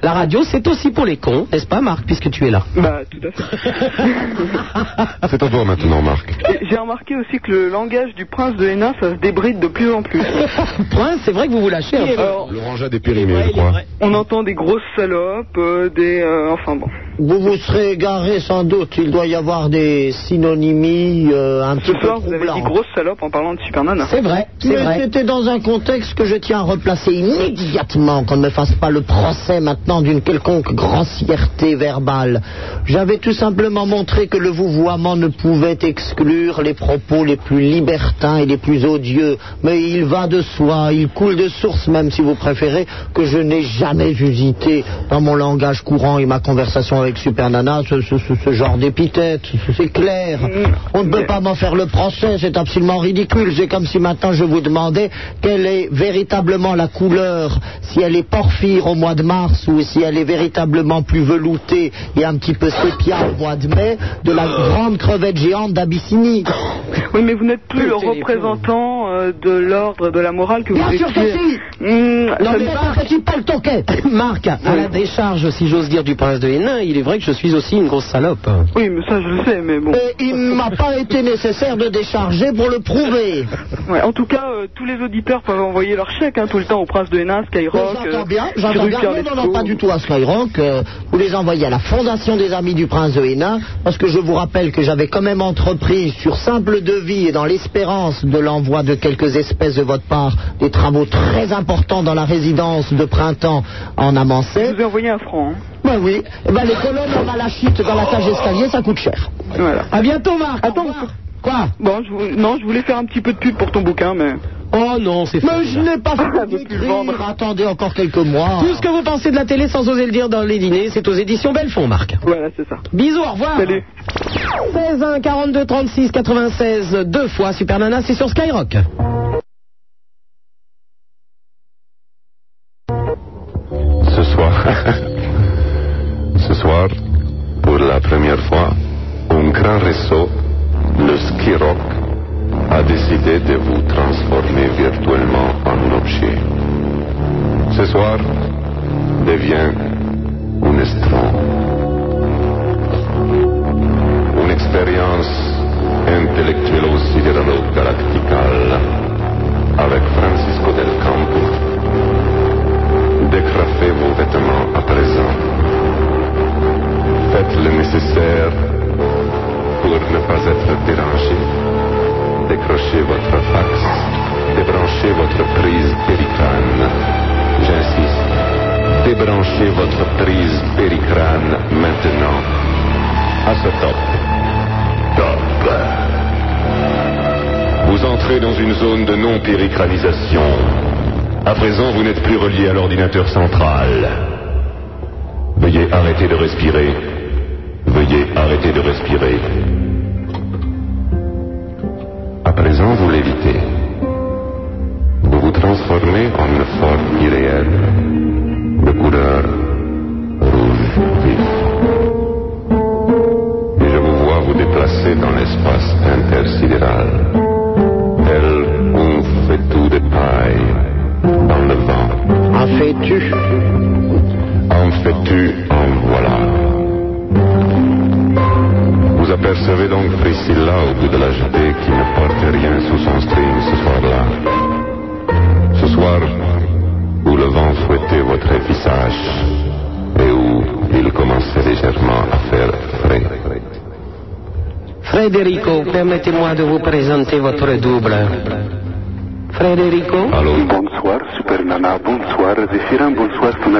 [SPEAKER 3] La radio, c'est aussi pour les cons, n'est-ce pas, Marc, puisque tu es là
[SPEAKER 5] Bah, tout à fait.
[SPEAKER 7] C'est à toi maintenant, Marc.
[SPEAKER 5] Et J'ai remarqué aussi que le langage du prince de Hénin, ça se débride de plus en plus.
[SPEAKER 3] Prince, c'est vrai que vous vous lâchez un peu.
[SPEAKER 5] Alors,
[SPEAKER 7] L'orangeade est périmée, je crois.
[SPEAKER 5] on entend des grosses salopes, euh, des... euh, enfin bon.
[SPEAKER 4] Vous vous serez égaré sans doute, il doit y avoir des synonymies euh, un
[SPEAKER 5] Ce
[SPEAKER 4] petit peu
[SPEAKER 5] soir, vous avez dit
[SPEAKER 4] troublantes.
[SPEAKER 5] grosses salopes en parlant de Superman.
[SPEAKER 3] hein. C'est vrai, c'est
[SPEAKER 4] Mais
[SPEAKER 3] vrai.
[SPEAKER 4] c'était dans un contexte que je tiens à replacer immédiatement, qu'on ne me fasse pas le procès maintenant d'une quelconque grossièreté verbale. J'avais tout simplement montré que le vouvoiement ne pouvait exclure les propos les plus libertins et les plus odieux. Mais il va de soi, il coule de source même si vous préférez, que je n'ai jamais usité dans mon langage courant et ma conversation avec Super Nana ce, ce- ce- ce genre d'épithète. C'est clair.
[SPEAKER 5] Mm.
[SPEAKER 4] On ne peut pas m'en faire le procès, c'est absolument ridicule. C'est comme si maintenant je vous demandais quelle est véritablement la couleur, si elle est porphyre au mois de mars ou si elle est véritablement plus veloutée et un petit peu sépia au mois de mai de la grande crevette géante d'Abyssinie.
[SPEAKER 5] Oh. Oui, mais vous n'êtes plus le
[SPEAKER 4] téléphone.
[SPEAKER 5] représentant euh, de l'ordre, de la morale que
[SPEAKER 4] Bien
[SPEAKER 5] vous
[SPEAKER 4] sûr que
[SPEAKER 5] étiez.
[SPEAKER 4] si.
[SPEAKER 5] Mmh,
[SPEAKER 4] Non,
[SPEAKER 5] ça
[SPEAKER 4] mais
[SPEAKER 5] me-
[SPEAKER 4] pas, petit pas le toquet.
[SPEAKER 3] Marc, à la décharge, si j'ose dire, du prince de Hénin, il est vrai que je suis aussi une grosse salope.
[SPEAKER 5] Oui, mais ça je le sais, mais bon.
[SPEAKER 4] Et il ne m'a pas été nécessaire de décharger pour le prouver.
[SPEAKER 5] Ouais, en tout cas, euh, tous les auditeurs peuvent envoyer leur chèque hein, tout le temps au prince de Hénin, Skyrock.
[SPEAKER 4] J'entends
[SPEAKER 5] euh,
[SPEAKER 4] bien, j'entends bien.
[SPEAKER 5] Drucker,
[SPEAKER 4] Non, non, non,
[SPEAKER 5] Lescaut.
[SPEAKER 4] pas du tout à Skyrock. euh, vous les envoyez à la Fondation des Amis du Prince de Hénin, parce que je vous rappelle que j'avais quand même entrepris, sur simple devis et dans l'espérance de l'envoi de quelques espèces de votre part, des travaux très importants dans la résidence de printemps en
[SPEAKER 5] Je
[SPEAKER 4] Amancé.
[SPEAKER 5] vous ai envoyé un franc. hein.
[SPEAKER 4] Ben oui, eh ben les colonnes en malachite dans la cage escalier, ça coûte cher.
[SPEAKER 5] Voilà.
[SPEAKER 3] À bientôt, Marc.
[SPEAKER 5] Attends,
[SPEAKER 3] Quoi
[SPEAKER 5] bon, je vou- non, je voulais faire un petit peu de pub pour ton bouquin, mais.
[SPEAKER 3] Oh non, c'est
[SPEAKER 4] Mais je n'ai pas fait vendre. Attendez encore quelques mois.
[SPEAKER 3] Tout ce que vous pensez de la télé sans oser le dire dans les dîners, c'est aux éditions Belfond, Marc.
[SPEAKER 26] Voilà, c'est ça.
[SPEAKER 3] Bisous, au revoir. Salut. 16 1 42 36 96 deux fois Super Nana, c'est sur Skyrock.
[SPEAKER 27] Ce soir, ce soir, pour la première fois, un grand réseau, le ski rock, a décidé de vous transformer virtuellement en objet. Ce soir, devient un estron. Une expérience intellectuelo-sidéralo-galacticale avec Francisco del Campo. Décrafez vos vêtements à présent. Faites le nécessaire pour ne pas être dérangé. Décrochez votre fax. Débranchez votre prise péricrâne. J'insiste. Débranchez votre prise péricrâne maintenant. À ce top. Top.
[SPEAKER 2] Vous entrez dans une zone de non-péricranisation. À présent, vous n'êtes plus relié à l'ordinateur central. Veuillez arrêter de respirer. Veuillez arrêter de respirer.
[SPEAKER 27] À présent, vous l'évitez. Vous vous transformez en une forme irréelle de couleur rouge vif. Et je vous vois vous déplacer dans l'espace intersidéral, tel un fétou de paille dans le vent.
[SPEAKER 4] En fais-tu
[SPEAKER 27] En fais-tu, en voilà. Vous apercevez donc Priscilla au bout de la jetée qui ne porte rien sous son string ce soir-là. Ce soir, où le vent fouettait votre visage et où il commençait légèrement à faire frais.
[SPEAKER 3] Frédérico, permettez-moi de vous présenter votre double. Frédérico
[SPEAKER 27] Allô
[SPEAKER 11] Bonsoir, Super Nana, bonsoir, Zéphirin, bonsoir, son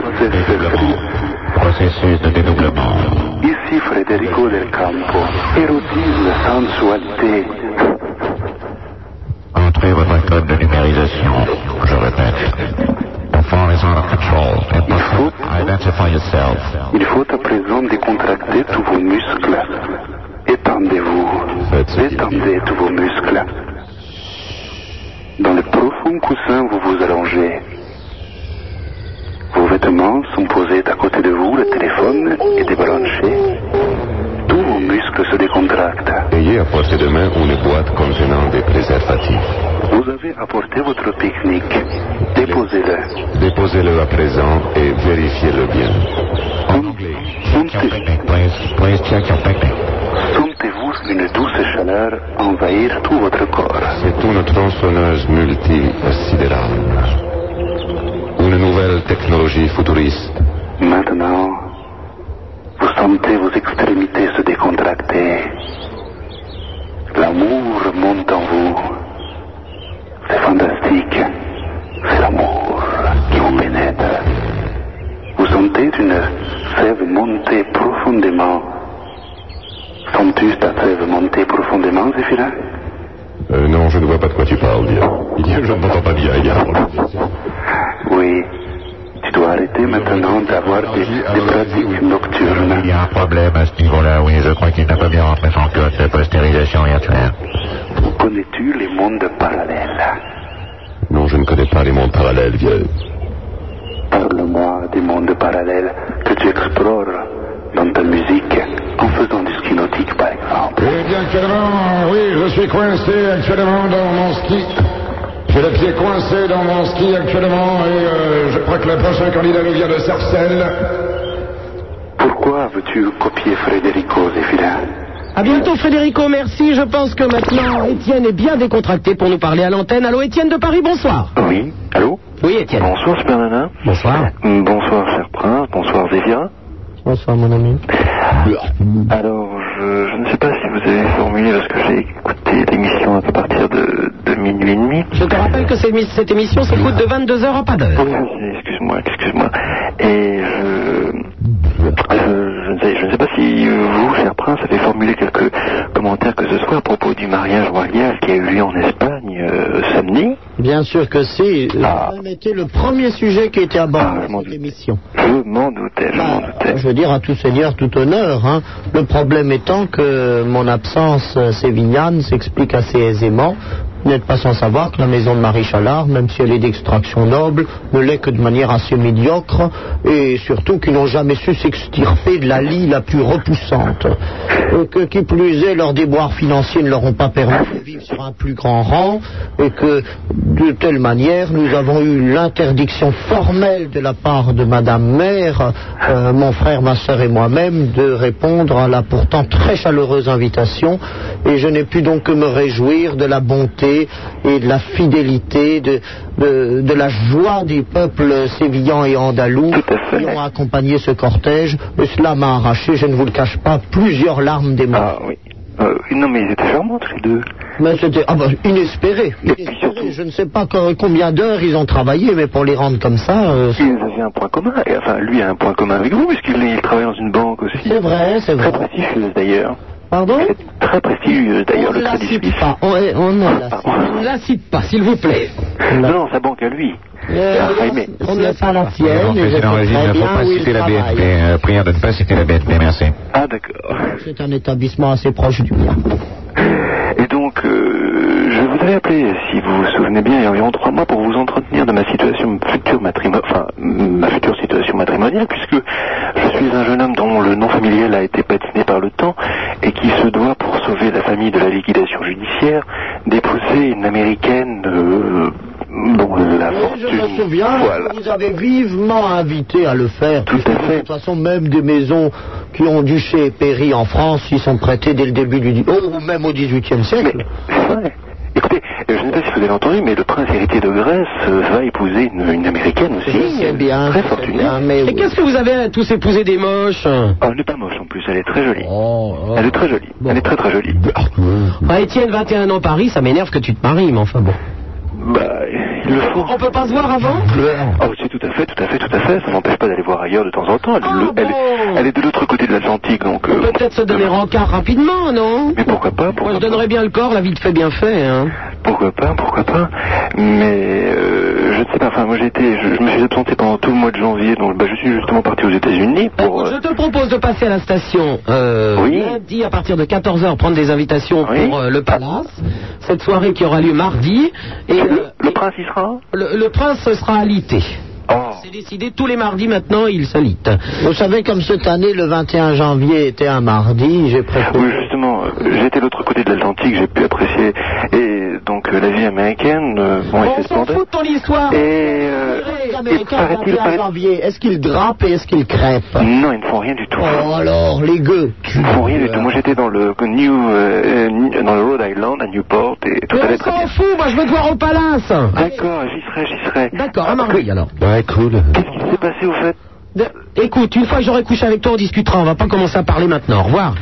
[SPEAKER 27] Processus de dédoublement.
[SPEAKER 11] Ici Federico del Campo, érotisme, sensualité.
[SPEAKER 1] Entrez votre code de numérisation. Je répète. The phone is out of control. It must identify yourself.
[SPEAKER 11] Il faut à présent décontracter tous vos muscles. Étendez-vous, étendez tous vos muscles. Dans le profond coussin, vous vous allongez. Vos vêtements sont posés à côté de vous, le téléphone est débranché. Tous vos muscles se décontractent.
[SPEAKER 27] Ayez à portée de main une boîte contenant des préservatifs.
[SPEAKER 11] Vous avez apporté votre pique-nique. Déposez-le.
[SPEAKER 27] Déposez-le à présent et vérifiez-le bien.
[SPEAKER 11] Sentez-vous une douce chaleur envahir tout votre corps.
[SPEAKER 27] C'est une tronçonneuse multisidérale. Une nouvelle technologie futuriste.
[SPEAKER 11] Maintenant, vous sentez vos extrémités se décontracter. L'amour monte en vous. C'est fantastique. C'est l'amour qui vous pénètre. Vous sentez une sève monter profondément. Sens-tu ta sève monter profondément, Zéphirin
[SPEAKER 27] Euh, non, je ne vois pas de quoi tu parles, bien. Je ne m'entends pas bien, il y a un problème.
[SPEAKER 11] Oui. Tu dois arrêter maintenant d'avoir des, des pratiques nocturnes.
[SPEAKER 1] Il y a un problème à ce niveau-là, oui. Je crois qu'il n'a pas bien rentré son code de postérisation virtuelle.
[SPEAKER 11] Connais-tu les mondes parallèles
[SPEAKER 27] Non, je ne connais pas les mondes parallèles, vieux.
[SPEAKER 11] Parle-moi des mondes parallèles que tu explores dans ta musique en faisant du ski nautique, par exemple.
[SPEAKER 2] Eh bien, actuellement, oui, je suis coincé actuellement dans mon ski. J'ai le pied coincé dans mon ski actuellement et euh, je crois que le prochain candidat nous vient de Sarcelles.
[SPEAKER 11] Pourquoi veux-tu copier Frédérico Zéphirin
[SPEAKER 3] À bientôt, Frédérico, merci. Je pense que maintenant, Étienne est bien décontracté pour nous parler à l'antenne. Allô, Étienne de Paris, bonsoir.
[SPEAKER 5] Oui, allô
[SPEAKER 3] Oui, Étienne.
[SPEAKER 5] Bonsoir, Super Nana.
[SPEAKER 3] Bonsoir.
[SPEAKER 5] Mm, Bonsoir, cher prince. Bonsoir, Zéphirin.
[SPEAKER 4] Bonsoir, mon ami.
[SPEAKER 5] Alors, je, je ne sais pas si vous avez formulé parce que j'ai écouté l'émission à partir de, de minuit et demi.
[SPEAKER 3] Je te rappelle que cette émi- cette émission s'écoute de 22h à pas d'heure.
[SPEAKER 5] Oui, oui, excuse-moi, excuse-moi. Et je, je, je ne sais, je ne sais pas si vous, cher prince, avez formulé quelques commentaires que ce soit à propos du mariage royal qui a eu lieu en Espagne euh, samedi.
[SPEAKER 4] Bien bien sûr que si. Le problème était le premier sujet qui était abordé dans cette émission.
[SPEAKER 5] Je m'en doutais, je
[SPEAKER 3] Bah,
[SPEAKER 5] m'en doutais.
[SPEAKER 4] Je veux dire à tout seigneur, tout honneur. hein. Le problème étant que mon absence euh, sévillane s'explique assez aisément. Vous n'êtes pas sans savoir que la maison de Marie Chalard, même si elle est d'extraction noble, ne l'est que de manière assez médiocre et surtout qu'ils n'ont jamais su s'extirper de la lie la plus repoussante. Et que qui plus est, leurs déboires financiers ne leur ont pas permis de vivre sur un plus grand rang et que de telle manière, nous avons eu l'interdiction formelle de la part de Madame Mère, euh, mon frère, ma sœur et moi-même, de répondre à la pourtant très chaleureuse invitation. Et je n'ai pu donc que me réjouir de la bonté et de la fidélité, de, de- de la joie des peuples sévillans et andalous qui ont accompagné ce cortège. Et cela m'a arraché, je ne vous le cache pas, plusieurs larmes des morts.
[SPEAKER 5] Euh, non, mais ils étaient charmants tous les deux.
[SPEAKER 4] Mais c'était ah ben, inespéré. Inespéré. Je ne sais pas co- combien d'heures ils ont travaillé, mais pour les rendre comme ça, euh,
[SPEAKER 5] Ils avaient un point commun, et enfin lui a un point commun avec vous, puisqu'il il travaille dans une banque aussi.
[SPEAKER 4] C'est vrai, c'est vrai.
[SPEAKER 5] Très prestigieuse d'ailleurs.
[SPEAKER 4] Pardon
[SPEAKER 5] Très prestigieuse d'ailleurs, le
[SPEAKER 4] la
[SPEAKER 5] Crédit
[SPEAKER 4] cite
[SPEAKER 5] Suisse. Ah,
[SPEAKER 4] pas. On, on ne la cite-
[SPEAKER 3] Ne la cite pas, s'il vous plaît.
[SPEAKER 5] Non, sa banque à lui.
[SPEAKER 4] Euh,
[SPEAKER 5] Ah, mais-
[SPEAKER 4] on ne pas la tienne. et je sais
[SPEAKER 1] Président
[SPEAKER 4] très
[SPEAKER 1] Régine, il ne faut
[SPEAKER 4] bien
[SPEAKER 1] pas
[SPEAKER 4] où il
[SPEAKER 1] citer la
[SPEAKER 4] travaille.
[SPEAKER 1] BNP. euh, Prière de ne pas citer la BNP, merci.
[SPEAKER 11] Ah,
[SPEAKER 4] C'est un établissement assez proche du mien.
[SPEAKER 5] Et donc, euh, je vous avais appelé, si vous vous souvenez bien, il y a environ trois mois pour vous entretenir de ma situation future matrimoniale, enfin, ma future situation matrimoniale, puisque je suis un jeune homme dont le nom familial a été patiné par le temps et qui se doit, pour sauver la famille de la liquidation judiciaire, d'épouser une américaine euh, dont la
[SPEAKER 4] Je me
[SPEAKER 5] fortune...
[SPEAKER 4] souviens, vous avez vivement invité à le faire. Tout à fait. De toute façon, même des maisons qui ont duché et péri en France, ils sont prêtées dès le début du... Oh, ou même au XVIIIe siècle.
[SPEAKER 5] Je ne sais pas si vous avez entendu, mais le prince héritier de Grèce euh, va épouser une, une américaine aussi,
[SPEAKER 4] bien,
[SPEAKER 5] très fortunée.
[SPEAKER 3] Et qu'est-ce que vous avez à tous épouser des moches
[SPEAKER 5] Ah, elle n'est pas moche en plus, elle est très jolie.
[SPEAKER 4] Oh,
[SPEAKER 5] Elle est très jolie. Elle est très très jolie.
[SPEAKER 3] Ah, Étienne, 21 ans Paris, ça m'énerve que tu te maries, mais enfin bon.
[SPEAKER 5] Bah, il le faut.
[SPEAKER 3] On peut pas se voir avant
[SPEAKER 5] Ah, c'est tout à fait, tout à fait, tout à fait. Ça n'empêche pas d'aller voir ailleurs de temps en temps. Elle, le- elle est- elle est de l'autre côté de l'Atlantique, donc. euh,
[SPEAKER 3] Peut-être se donner rencard rapidement, non
[SPEAKER 5] Mais pourquoi pas
[SPEAKER 3] Moi, je donnerais bien le corps, la vie te fait bien fait, hein.
[SPEAKER 5] Pourquoi pas, pourquoi pas. Mais euh, je ne sais pas. Enfin, moi j'étais, je, je me suis absenté pendant tout le mois de janvier, donc bah, je suis justement parti aux États-Unis pour. euh,
[SPEAKER 3] Je te propose de passer à la station euh, lundi à partir de 14h, prendre des invitations pour euh, le Palace. Cette soirée qui aura lieu mardi. Et, le,
[SPEAKER 5] prince y sera
[SPEAKER 3] le, prince sera alité. C'est décidé, tous les mardis maintenant, il s'alite.
[SPEAKER 4] Oh. Vous savez, comme cette année, le 21 janvier était un mardi, j'ai préféré...
[SPEAKER 5] Oui, justement, euh, j'étais de l'autre côté de l'Atlantique, j'ai pu apprécier. Et donc, euh, la vie américaine, euh, bon, elle fait splendide.
[SPEAKER 4] ton histoire
[SPEAKER 5] Et... euh,
[SPEAKER 4] L'Américain, 21 janvier, est-ce qu'il drape et est-ce qu'il crêpe
[SPEAKER 5] Non, ils ne font rien du tout.
[SPEAKER 4] Oh alors, les gueux
[SPEAKER 5] Ils ne font rien du tout. Moi, j'étais dans le New, euh, euh, dans le Rhode Island, à Newport, et tout allait très bien.
[SPEAKER 3] Fou, moi je veux te voir au Palace
[SPEAKER 5] D'accord, j'y serai, j'y serai.
[SPEAKER 3] D'accord, à mardi alors.
[SPEAKER 5] Ouais, cool. Qu'est-ce qui s'est passé au fait
[SPEAKER 3] De- Écoute, une fois que j'aurai couché avec toi, on discutera. On va pas commencer à parler maintenant. Au revoir.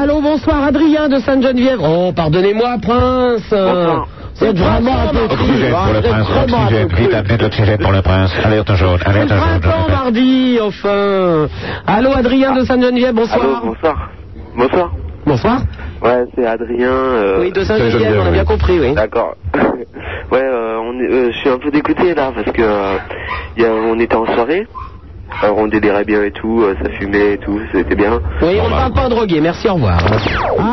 [SPEAKER 3] Allô, bonsoir, Adrien de Sainte-Geneviève. Oh, pardonnez-moi, prince. Euh, Vous êtes vraiment un peu
[SPEAKER 1] Oxygène pour le prince, oxygène, vite, amenez de l'oxygène pour le prince. Alerte jaune, alerte jaune.
[SPEAKER 3] Printemps mardi, enfin. Allô, Adrien de Sainte-Geneviève, bonsoir.
[SPEAKER 5] bonsoir. Bonsoir.
[SPEAKER 3] Bonsoir.
[SPEAKER 11] Ouais, c'est Adrien. euh,
[SPEAKER 3] Oui, de Saint-Geneviève, on a bien compris, oui.
[SPEAKER 11] D'accord. ouais, euh, on est- euh, je suis un peu dégoûté là parce que euh, y a- on était en soirée. Alors on délirait bien et tout, euh, ça fumait et tout, c'était bien.
[SPEAKER 3] Oui, on ne parle pas drogué, merci, au revoir.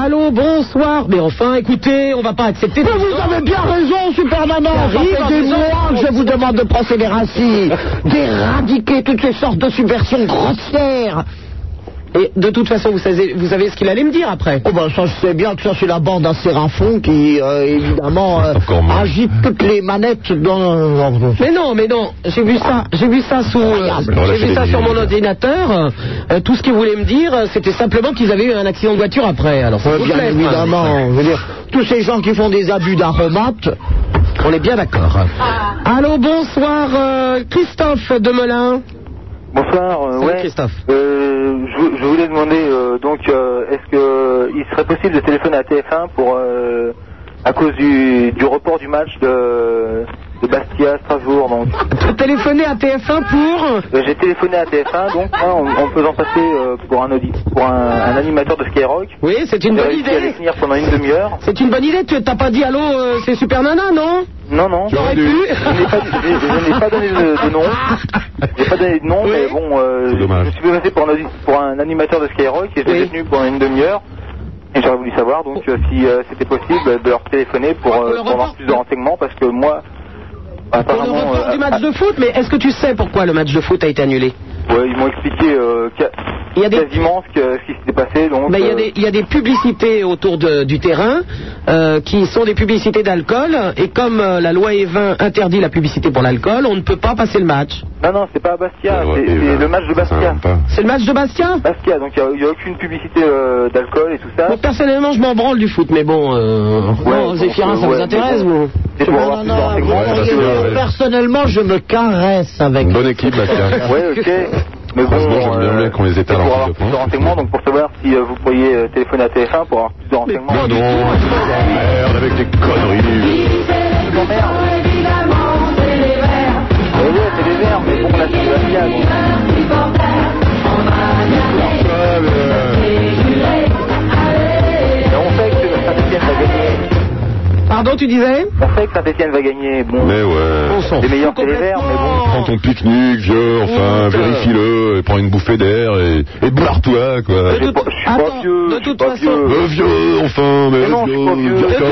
[SPEAKER 3] Allô, bonsoir. Mais enfin, écoutez, on va pas accepter.
[SPEAKER 4] Mais vous avez bien raison, super maman. Ça
[SPEAKER 3] Arrive,
[SPEAKER 4] fait des
[SPEAKER 3] raison.
[SPEAKER 4] mois que je vous demande de penser les racines, d'éradiquer toutes ces sortes de subversions grossières.
[SPEAKER 3] Et de toute façon, vous savez, vous savez ce qu'il allait me dire après
[SPEAKER 4] Oh ben ça, je sais bien que ça, c'est la bande à Sérafon qui, euh,
[SPEAKER 7] Ah,
[SPEAKER 4] évidemment, euh, agite toutes les manettes dans...
[SPEAKER 3] Mais non, mais non, j'ai vu ça, j'ai vu ça sous, euh, j'ai vu ça sur
[SPEAKER 7] Ah,
[SPEAKER 3] mon ordinateur. Euh, tout ce qu'ils voulaient me dire, euh, c'était simplement qu'ils avaient eu un accident de voiture après. Alors, ça
[SPEAKER 4] Ouais,
[SPEAKER 3] vous
[SPEAKER 4] bien
[SPEAKER 3] plaît, hein.
[SPEAKER 4] évidemment, je veux dire, tous ces gens qui font des abus d'aromates,
[SPEAKER 3] on est bien d'accord. Allô, bonsoir, euh, Christophe Demelin.
[SPEAKER 28] Bonsoir, euh, ouais.
[SPEAKER 3] Christophe.
[SPEAKER 28] Euh, je, vou- je voulais demander, euh, donc, euh, est-ce que il serait possible de téléphoner à TF1 pour, euh, à cause du, du report du match de,
[SPEAKER 5] de Bastia à Strasbourg. Donc.
[SPEAKER 3] T'as téléphoné à TF1 pour
[SPEAKER 5] Euh, J'ai téléphoné à TF1 donc hein, en, en me faisant passer euh, pour un audi- pour un, un animateur de Skyrock.
[SPEAKER 3] Oui, c'est une
[SPEAKER 5] J'ai
[SPEAKER 3] bonne
[SPEAKER 5] réussi
[SPEAKER 3] idée.
[SPEAKER 5] à les tenir pendant une demi-heure.
[SPEAKER 3] C'est une bonne idée, tu t'as pas dit allô, euh, c'est Super Nana, non
[SPEAKER 5] Non, non.
[SPEAKER 3] J'aurais pu.
[SPEAKER 5] Je n'ai pas, je- je n'ai pas donné de, de nom. J'ai pas donné de nom, mais bon, euh, je suis passé pour un, audi- pour un animateur de Skyrock et je l'ai détenu pendant une demi-heure. Et j'aurais voulu savoir donc euh, si euh, c'était possible de leur téléphoner pour, euh, pour avoir plus de renseignements parce que moi, apparemment, euh,
[SPEAKER 3] Du match de foot, mais est-ce que tu sais pourquoi le match de foot a été annulé
[SPEAKER 5] ouais, ils m'ont expliqué euh, ca- quasiment ce, que- ce qui s'était passé. Donc,
[SPEAKER 3] Ben, Il y, a
[SPEAKER 5] euh,
[SPEAKER 3] des- il y a des publicités autour de- du terrain euh, qui sont des publicités d'alcool, et comme euh, la loi E20 interdit la publicité pour l'alcool, on ne peut pas passer le match.
[SPEAKER 5] Non, non, c'est pas à Bastia, c'est c'est le match de Bastia.
[SPEAKER 3] C'est le match de Bastia
[SPEAKER 5] Bastia, donc il n'y a, aucune publicité euh, d'alcool et tout ça.
[SPEAKER 3] Bon, personnellement, je m'en branle du foot, mais bon, euh,
[SPEAKER 5] Ouais,
[SPEAKER 3] oh,
[SPEAKER 5] donc,
[SPEAKER 3] Zéphirin, ça
[SPEAKER 5] ouais,
[SPEAKER 3] vous intéresse, vous
[SPEAKER 5] C'est pour avoir plus de renseignements.
[SPEAKER 4] Personnellement, je me caresse avec.
[SPEAKER 7] Bonne équipe, Bastia.
[SPEAKER 5] Ouais, ok. Mais Ah, bon, j'aime bien bien qu'on les étale pour avoir plus de renseignements, donc pour savoir si euh, vous pourriez euh, téléphoner à TF1 pour avoir plus de renseignements. Non,
[SPEAKER 29] Merde, avec des conneries.
[SPEAKER 5] c'est des verres, mais bon, là, c'est Bastia, donc. Et on sait que Saint-Etienne va gagner.
[SPEAKER 3] Pardon, tu disais
[SPEAKER 5] On sait que Saint-Etienne va gagner. Bon,
[SPEAKER 29] Mais ouais.
[SPEAKER 5] les meilleurs, c'est les verts, mais bon.
[SPEAKER 7] Prends ton pique-nique, vieux, enfin, vérifie-le, et prends une bouffée d'air, et, et bourre-toi, quoi.
[SPEAKER 5] de toute façon.
[SPEAKER 7] Euh, vieux, enfin, mais, vieux,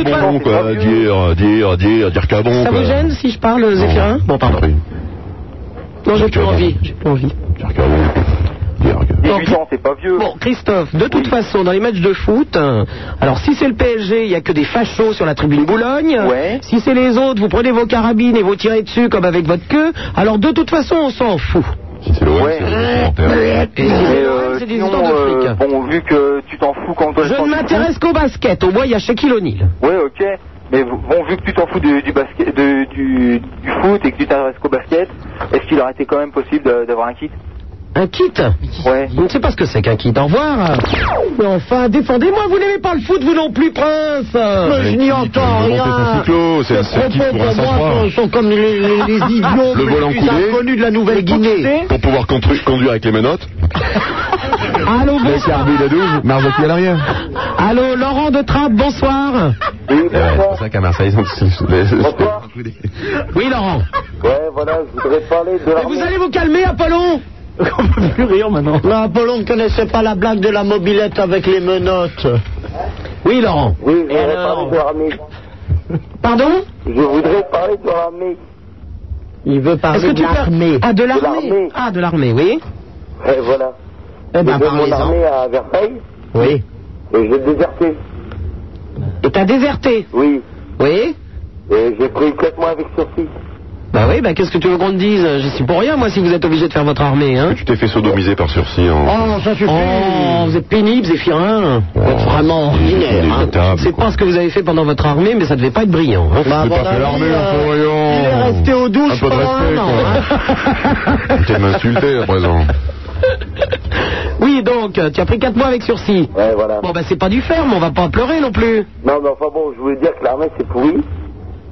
[SPEAKER 7] dire qu'un bonbon, quoi, dire, dire, dire, dire
[SPEAKER 29] Ah
[SPEAKER 7] qu'un bon,
[SPEAKER 3] Ça
[SPEAKER 29] bah.
[SPEAKER 7] quoi.
[SPEAKER 3] vous gêne si je parle, Zéphirin
[SPEAKER 7] Bon, pardon.
[SPEAKER 3] Non, j'ai plus envie. J'ai plus envie.
[SPEAKER 5] 18 ans, c'est pas vieux.
[SPEAKER 3] Bon, Christophe, de toute façon, dans les matchs de foot, euh, alors si c'est le PSG, il n'y a que des fachos sur la tribune Boulogne. Si c'est les autres, vous prenez vos carabines et vous tirez dessus comme avec votre queue. Alors de toute façon, on s'en fout.
[SPEAKER 5] Ouais.
[SPEAKER 3] Et si c'est l'OM, c'est des histoires de fric.
[SPEAKER 5] euh, Bon, vu que tu t'en fous quand toi
[SPEAKER 3] Je ne m'intéresse qu'au basket. Au moins, il y a Shaquille O'Neal.
[SPEAKER 5] Ouais, ok. Mais bon, vu que tu t'en fous du, du basket, de- du, du foot et que tu t'intéresses qu'au basket, est-ce qu'il aurait été quand même possible de- d'avoir un kit
[SPEAKER 3] Un kit
[SPEAKER 5] Ouais.
[SPEAKER 3] Je ne sais pas ce que c'est qu'un kit. Au revoir. Mais enfin, défendez-moi, vous n'aimez pas le foot, vous non plus, Prince.
[SPEAKER 7] Mais je n'y entends rien. cyclo, c'est un circuit pour un sang-froid.
[SPEAKER 4] sont comme les, les- les idiots
[SPEAKER 7] Le volant
[SPEAKER 4] plus
[SPEAKER 7] coulé.
[SPEAKER 4] inconnus de la Nouvelle-Guinée.
[SPEAKER 7] Pour pouvoir contru- conduire avec les menottes.
[SPEAKER 3] Allô,
[SPEAKER 7] Le carbu de 12, Marzotti à l'arrière.
[SPEAKER 3] Allô, Laurent de Trappe, bonsoir.
[SPEAKER 7] Eh ouais, c'est pour ça qu'à Marseille, ils ont
[SPEAKER 3] Oui, Laurent.
[SPEAKER 14] Ouais, voilà, je voudrais parler de
[SPEAKER 3] Mais vous allez vous calmer, Apollon
[SPEAKER 4] On peut plus rire maintenant. Mais Apollon ne connaissait pas la blague de la mobilette avec les menottes.
[SPEAKER 3] Oui, Laurent.
[SPEAKER 14] Oui, je voudrais parler de l'armée.
[SPEAKER 3] Pardon
[SPEAKER 14] Je voudrais parler de l'armée.
[SPEAKER 4] Il veut parler
[SPEAKER 3] Est-ce que
[SPEAKER 4] de
[SPEAKER 3] tu parles-
[SPEAKER 4] l'armée.
[SPEAKER 3] Ah, de
[SPEAKER 14] De l'armée.
[SPEAKER 3] l'armée. Ah, de l'armée, oui.
[SPEAKER 14] Et voilà.
[SPEAKER 4] Eh
[SPEAKER 14] J'ai
[SPEAKER 4] ben,
[SPEAKER 14] fait mon
[SPEAKER 4] parlez-en.
[SPEAKER 14] armée à Versailles
[SPEAKER 4] Oui.
[SPEAKER 14] et j'ai déserté.
[SPEAKER 3] Et t'as déserté
[SPEAKER 14] Oui.
[SPEAKER 3] Oui
[SPEAKER 14] Et j'ai pris 4 mois avec Sophie.
[SPEAKER 3] Bah oui, bah qu'est-ce que tu veux qu'on te dise Je suis pour rien, moi, si vous êtes obligé de faire votre armée, hein.
[SPEAKER 7] Tu t'es fait sodomiser par sursis en.
[SPEAKER 4] Oh, ça suffit.
[SPEAKER 3] Oh, vous êtes pénible, Zéphirin. Vous êtes vraiment ordinaire. hein. C'est pas ce que vous avez fait pendant votre armée, mais ça devait pas être brillant. hein.
[SPEAKER 4] Bah, à mon avis, euh, Il est resté aux douches
[SPEAKER 7] peu de
[SPEAKER 4] pendant un
[SPEAKER 7] respect,
[SPEAKER 4] an. hein.
[SPEAKER 7] Tu vas m'insulter à présent.
[SPEAKER 3] Oui, donc, euh, tu as pris 4 mois avec sursis.
[SPEAKER 14] Ouais, voilà.
[SPEAKER 3] Bon, bah c'est pas du ferme, on va pas pleurer non plus.
[SPEAKER 14] Non, mais enfin bon, je voulais dire que l'armée c'est pourri.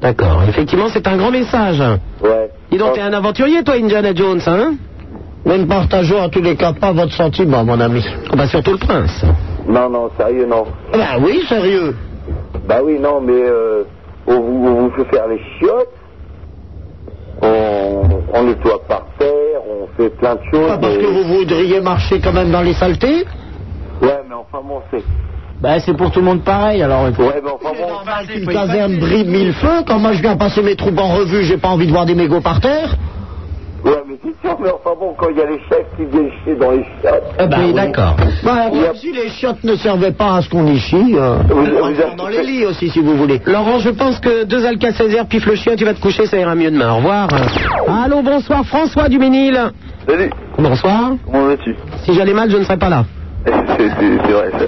[SPEAKER 3] D'accord, effectivement, c'est un grand message.
[SPEAKER 14] Ouais.
[SPEAKER 3] Dis donc, t'es un aventurier, toi, Indiana Jones, hein
[SPEAKER 4] Mais ne partageons en tous les cas pas votre sentiment, mon ami.
[SPEAKER 3] Bah surtout le prince.
[SPEAKER 14] Non, non, sérieux, non.
[SPEAKER 3] Eh ben,
[SPEAKER 4] Bah oui, sérieux.
[SPEAKER 14] Bah oui, non, mais euh, on, vous, on vous fait faire les chiottes. On, on nettoie par terre, on fait plein de choses.
[SPEAKER 3] Ah,
[SPEAKER 4] Pas parce
[SPEAKER 14] mais-
[SPEAKER 4] que vous voudriez marcher quand même dans les saletés
[SPEAKER 14] Ouais, mais enfin bon, c'est.
[SPEAKER 4] Bah c'est pour tout le monde pareil, alors. euh, Ah,
[SPEAKER 14] Ouais, mais enfin bon.
[SPEAKER 4] Une caserne brille mille feux, quand moi je viens passer mes troupes en revue, j'ai pas envie de voir des mégots par terre.
[SPEAKER 14] Ouais, mais c'est sûr, mais enfin bon, quand il y a les chefs qui viennent chier dans les chiottes.
[SPEAKER 3] Ah
[SPEAKER 4] Eh ben, oui,
[SPEAKER 3] d'accord.
[SPEAKER 4] Bah, comme si les chiottes ne servaient pas à ce qu'on y chie, euh,
[SPEAKER 14] Vous-
[SPEAKER 4] on
[SPEAKER 14] vous
[SPEAKER 4] va
[SPEAKER 14] avez-
[SPEAKER 4] dans les lits aussi si vous voulez.
[SPEAKER 3] Laurent, je pense que deux Alka-Césaire pif le chien, tu vas te coucher, ça ira mieux demain. Au revoir. Allô, bonsoir, François Duménil.
[SPEAKER 5] Salut,
[SPEAKER 3] Bonsoir.
[SPEAKER 5] comment vas-tu
[SPEAKER 3] Si j'allais mal, je ne serais pas là.
[SPEAKER 5] C'est c'est- c'est vrai, ça.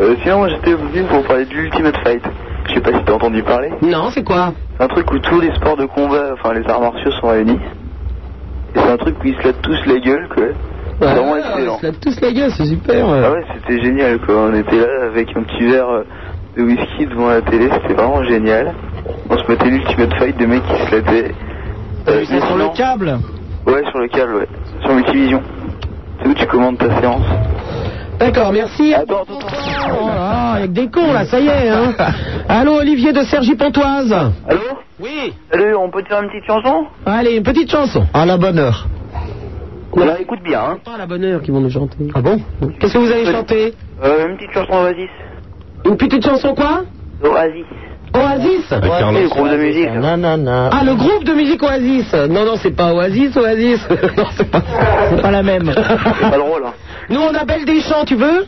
[SPEAKER 5] Euh, sinon, moi, j'étais venu pour parler de l'Ultimate Fight. Je sais pas si t'as entendu parler.
[SPEAKER 3] Non, c'est quoi
[SPEAKER 5] C'est un truc où tous les sports de combat, enfin, les arts martiaux sont réunis. Et c'est un truc où ils se lèvent tous la gueule, quoi. C'est vraiment excellent.
[SPEAKER 3] Ah, se lèvent tous les gars, c'est super.
[SPEAKER 5] Ah ouais, c'était génial quoi. On était là avec un petit verre euh, de whisky devant la télé, c'était vraiment génial.
[SPEAKER 11] On se mettait l'ultimate fight de mecs qui se lataient. Euh,
[SPEAKER 3] C'est sur le câble
[SPEAKER 11] Ouais, sur le câble, ouais. Sur Multivision. C'est où tu commandes ta séance
[SPEAKER 3] D'accord,
[SPEAKER 5] Ah,
[SPEAKER 3] merci. Attends, attends, avec des cons là, ça y est. Hein. Allô, Olivier de Sergi Pontoise.
[SPEAKER 14] Allô Oui Salut, on peut te faire une petite chanson
[SPEAKER 3] Allez, une petite chanson. À la bonne heure.
[SPEAKER 14] Voilà, écoute bien, hein.
[SPEAKER 3] Pas à la bonne heure qu'ils vont nous chanter. Ah bon Qu'est-ce que vous allez chanter
[SPEAKER 14] Euh, une petite chanson Oasis.
[SPEAKER 3] Une petite chanson quoi
[SPEAKER 14] Oasis.
[SPEAKER 3] Oasis
[SPEAKER 14] Oasis, le groupe de musique.
[SPEAKER 3] Ah, le groupe de musique Oasis. Non, non, c'est pas Oasis, Oasis. non, c'est pas, c'est pas la même.
[SPEAKER 14] C'est pas drôle, hein.
[SPEAKER 3] Nous, on a Belle des Champs, tu veux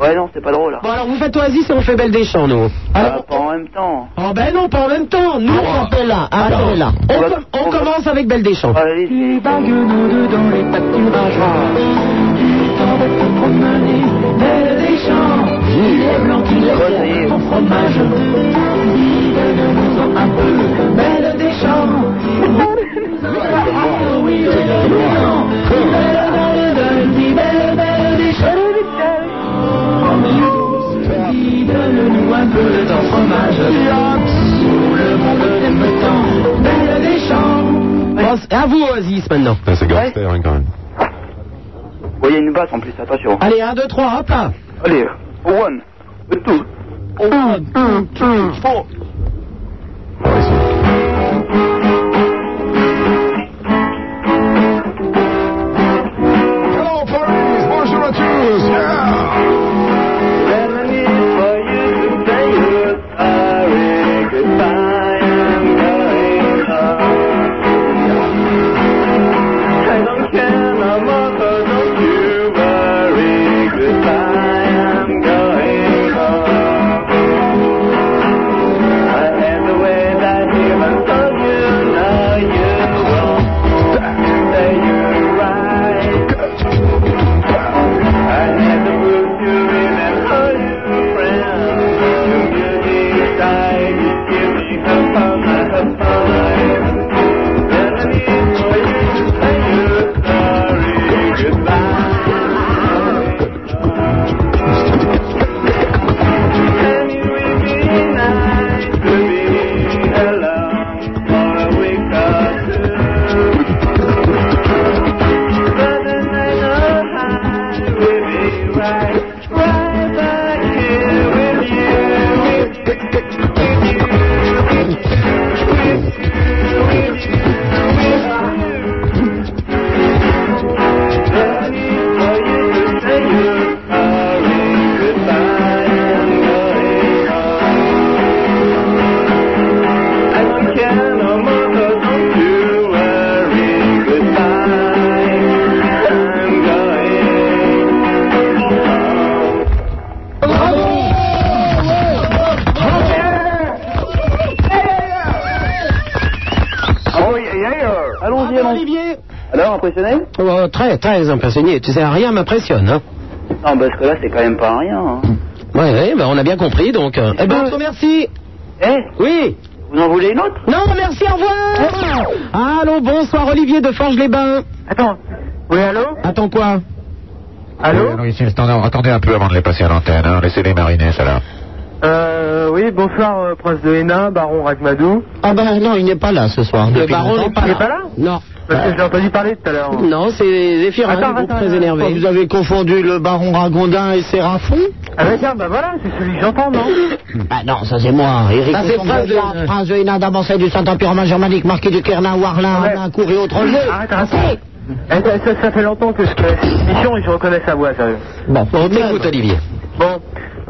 [SPEAKER 14] Ouais, non, c'est pas drôle, hein.
[SPEAKER 3] Bon, alors vous faites Oasis et on fait Belle des Champs, nous.
[SPEAKER 14] Ah, pas en même temps. Ah.
[SPEAKER 3] Oh, ben non, pas en même temps. Nous, on fait là. Attends, là. On, com- on commence avec Belle des Champs.
[SPEAKER 14] Allez,
[SPEAKER 1] dans les pâturages. Il est temps de te promener, belle des champs. Les blancs qui les en fromage. Dis-le-nous un peu, belle des champs. Oh oui, oui, oui, non. Belle, belle, belle, dis belle, belle des champs. Dis-le-nous un peu de ton fromage. Sous le monde aime tant, belle des champs.
[SPEAKER 3] Bon, c'est- à Ah, vous, Oasis, maintenant.
[SPEAKER 30] C'est gangster, hein, quand même.
[SPEAKER 14] Ouais, il y a une basse en plus, attention.
[SPEAKER 3] Allez, 1, 2, 3, hop là.
[SPEAKER 14] Allez, one, two,
[SPEAKER 3] one,
[SPEAKER 14] two, four.
[SPEAKER 2] Hello, Paris! Bonjour à tous!
[SPEAKER 3] Ah,
[SPEAKER 14] Allons-y, allons-y. Alors, impressionné
[SPEAKER 3] Oh, très, très impressionné. Tu sais, rien m'impressionne. Hein.
[SPEAKER 14] Non, parce que là, c'est quand même pas un rien. hein.
[SPEAKER 3] Ouais, ouais, bah, on a bien compris, donc. euh, Eh ben, on te remercie.
[SPEAKER 14] Eh
[SPEAKER 3] Oui
[SPEAKER 14] Vous en voulez une autre Eh.
[SPEAKER 3] Non, merci, au revoir. Allô, bonsoir, Olivier de Forge-les-Bains. Attends.
[SPEAKER 14] Oui, allô
[SPEAKER 3] Attends quoi
[SPEAKER 5] Allô
[SPEAKER 31] Oui, c'est le standard. Attendez un peu avant de les passer à l'antenne, hein. Laissez-les mariner, ça là.
[SPEAKER 5] Euh, oui, bonsoir, euh, prince de Hénin, baron Ragmadou.
[SPEAKER 4] Ah ben non, il n'est pas là ce soir.
[SPEAKER 5] Le
[SPEAKER 4] depuis
[SPEAKER 5] baron
[SPEAKER 4] longtemps.
[SPEAKER 5] n'est pas Il est là. pas là
[SPEAKER 3] Non.
[SPEAKER 5] Parce que j'ai entendu parler tout à l'heure.
[SPEAKER 3] Non, c'est Zéphirin,
[SPEAKER 5] Attends,
[SPEAKER 3] du groupe
[SPEAKER 5] attends,
[SPEAKER 3] très
[SPEAKER 5] attends.
[SPEAKER 3] énervé.
[SPEAKER 4] Vous avez confondu le baron Ragondin et Sérafon
[SPEAKER 5] Ah bah tiens, bah voilà, c'est celui que j'entends, non
[SPEAKER 14] Hmm.
[SPEAKER 4] Ah non, ça c'est moi, Eric.
[SPEAKER 3] Ça, c'est
[SPEAKER 4] Lesson,
[SPEAKER 3] Prince de-
[SPEAKER 4] Bouillard, Prince de Hénin, d'Avancée du Saint-Empire romain germanique, marqué du Kernin, Warlin,
[SPEAKER 5] Ouais.
[SPEAKER 4] Hanin, Cour et autres jeux.
[SPEAKER 5] Arrête, arrête. Eh, Ça, ça- ça fait longtemps que je fais cette émission et je reconnais sa voix, sérieux.
[SPEAKER 4] Bon,
[SPEAKER 3] on t'écoute, Olivier.
[SPEAKER 5] Bon,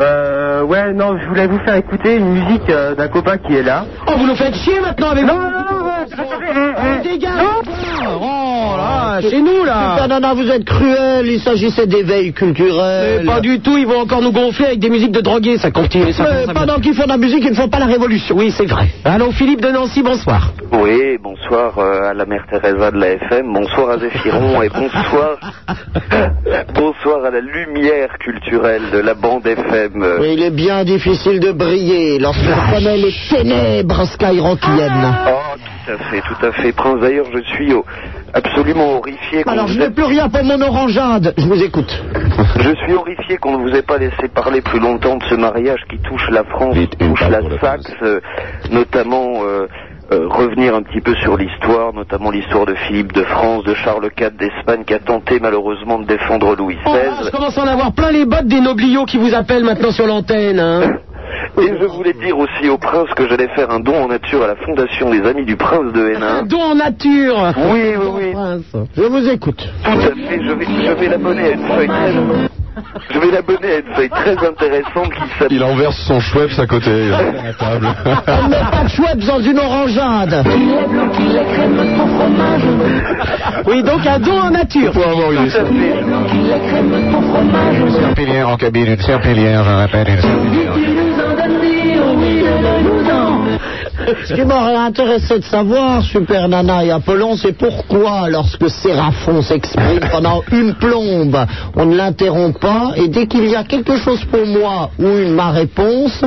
[SPEAKER 5] euh, ouais, non, je voulais vous faire écouter une musique euh, d'un copain qui est là.
[SPEAKER 3] Oh, vous nous faites chier maintenant avec
[SPEAKER 5] Non, non, non, ouais,
[SPEAKER 3] Oh, dégage Oh là, chez nous là
[SPEAKER 4] Putain, non, non, vous êtes cruel, il s'agissait d'éveil culturel.
[SPEAKER 3] Mais Pas du tout, ils vont encore nous gonfler avec des musiques de drogués, ça continue. Ça
[SPEAKER 4] Mais
[SPEAKER 3] ça-
[SPEAKER 4] pendant qu'ils font de la musique, ils ne font pas la révolution.
[SPEAKER 3] Oui, c'est vrai. Allô, Philippe de Nancy, bonsoir.
[SPEAKER 14] Oui, bonsoir euh, à la mère Teresa de la FM, bonsoir à Zéphiron et bonsoir bonsoir à la lumière culturelle de la bande FM. euh,
[SPEAKER 4] Oui, il est bien difficile de briller
[SPEAKER 3] Ah,
[SPEAKER 4] lorsqu'on connaît les ténèbres skyrockiennes.
[SPEAKER 14] Oh, tout à fait, tout à fait. Prince, d'ailleurs, je suis au- absolument horrifié. quand
[SPEAKER 4] Alors,
[SPEAKER 14] vous
[SPEAKER 4] je n'ai
[SPEAKER 14] êtes-
[SPEAKER 4] plus rien pour mon orangeade. Je vous écoute.
[SPEAKER 14] Je suis horrifié qu'on ne vous ait pas laissé parler plus longtemps de ce mariage qui touche la France, qui touche la Saxe, euh, notamment euh, euh, revenir un petit peu sur l'histoire, notamment l'histoire de Philippe de France, de Charles IV d'Espagne qui a tenté malheureusement de défendre Louis
[SPEAKER 3] Je
[SPEAKER 14] XVI.
[SPEAKER 3] commence à en avoir plein les bottes des nobliaux qui vous appellent maintenant sur l'antenne. hein.
[SPEAKER 14] Et je voulais dire aussi au prince que j'allais faire un don en nature à la fondation des Amis du Prince de Hénin.
[SPEAKER 3] Don en nature. Ah,
[SPEAKER 14] Oui, oui,
[SPEAKER 3] oui. Je vous écoute.
[SPEAKER 14] Tout à fait, je vais, je vais l'abonner à une feuille très... Je vais l'abonner à une feuille très intéressante qui s'appelle...
[SPEAKER 32] Il enverse son Schweppes à côté euh, à la table.
[SPEAKER 3] On met pas de chouette dans une orangeade. Oui, donc un don en nature.
[SPEAKER 7] Serpillière en cabine, une serpillière, je répète, une serpillière.
[SPEAKER 4] Ce qui m'aurait intéressé de savoir, Super Nana et Apollon, c'est pourquoi, lorsque Séraphon s'exprime pendant une plombe, on ne l'interrompt pas, et dès qu'il y a quelque chose pour moi ou une ma réponse,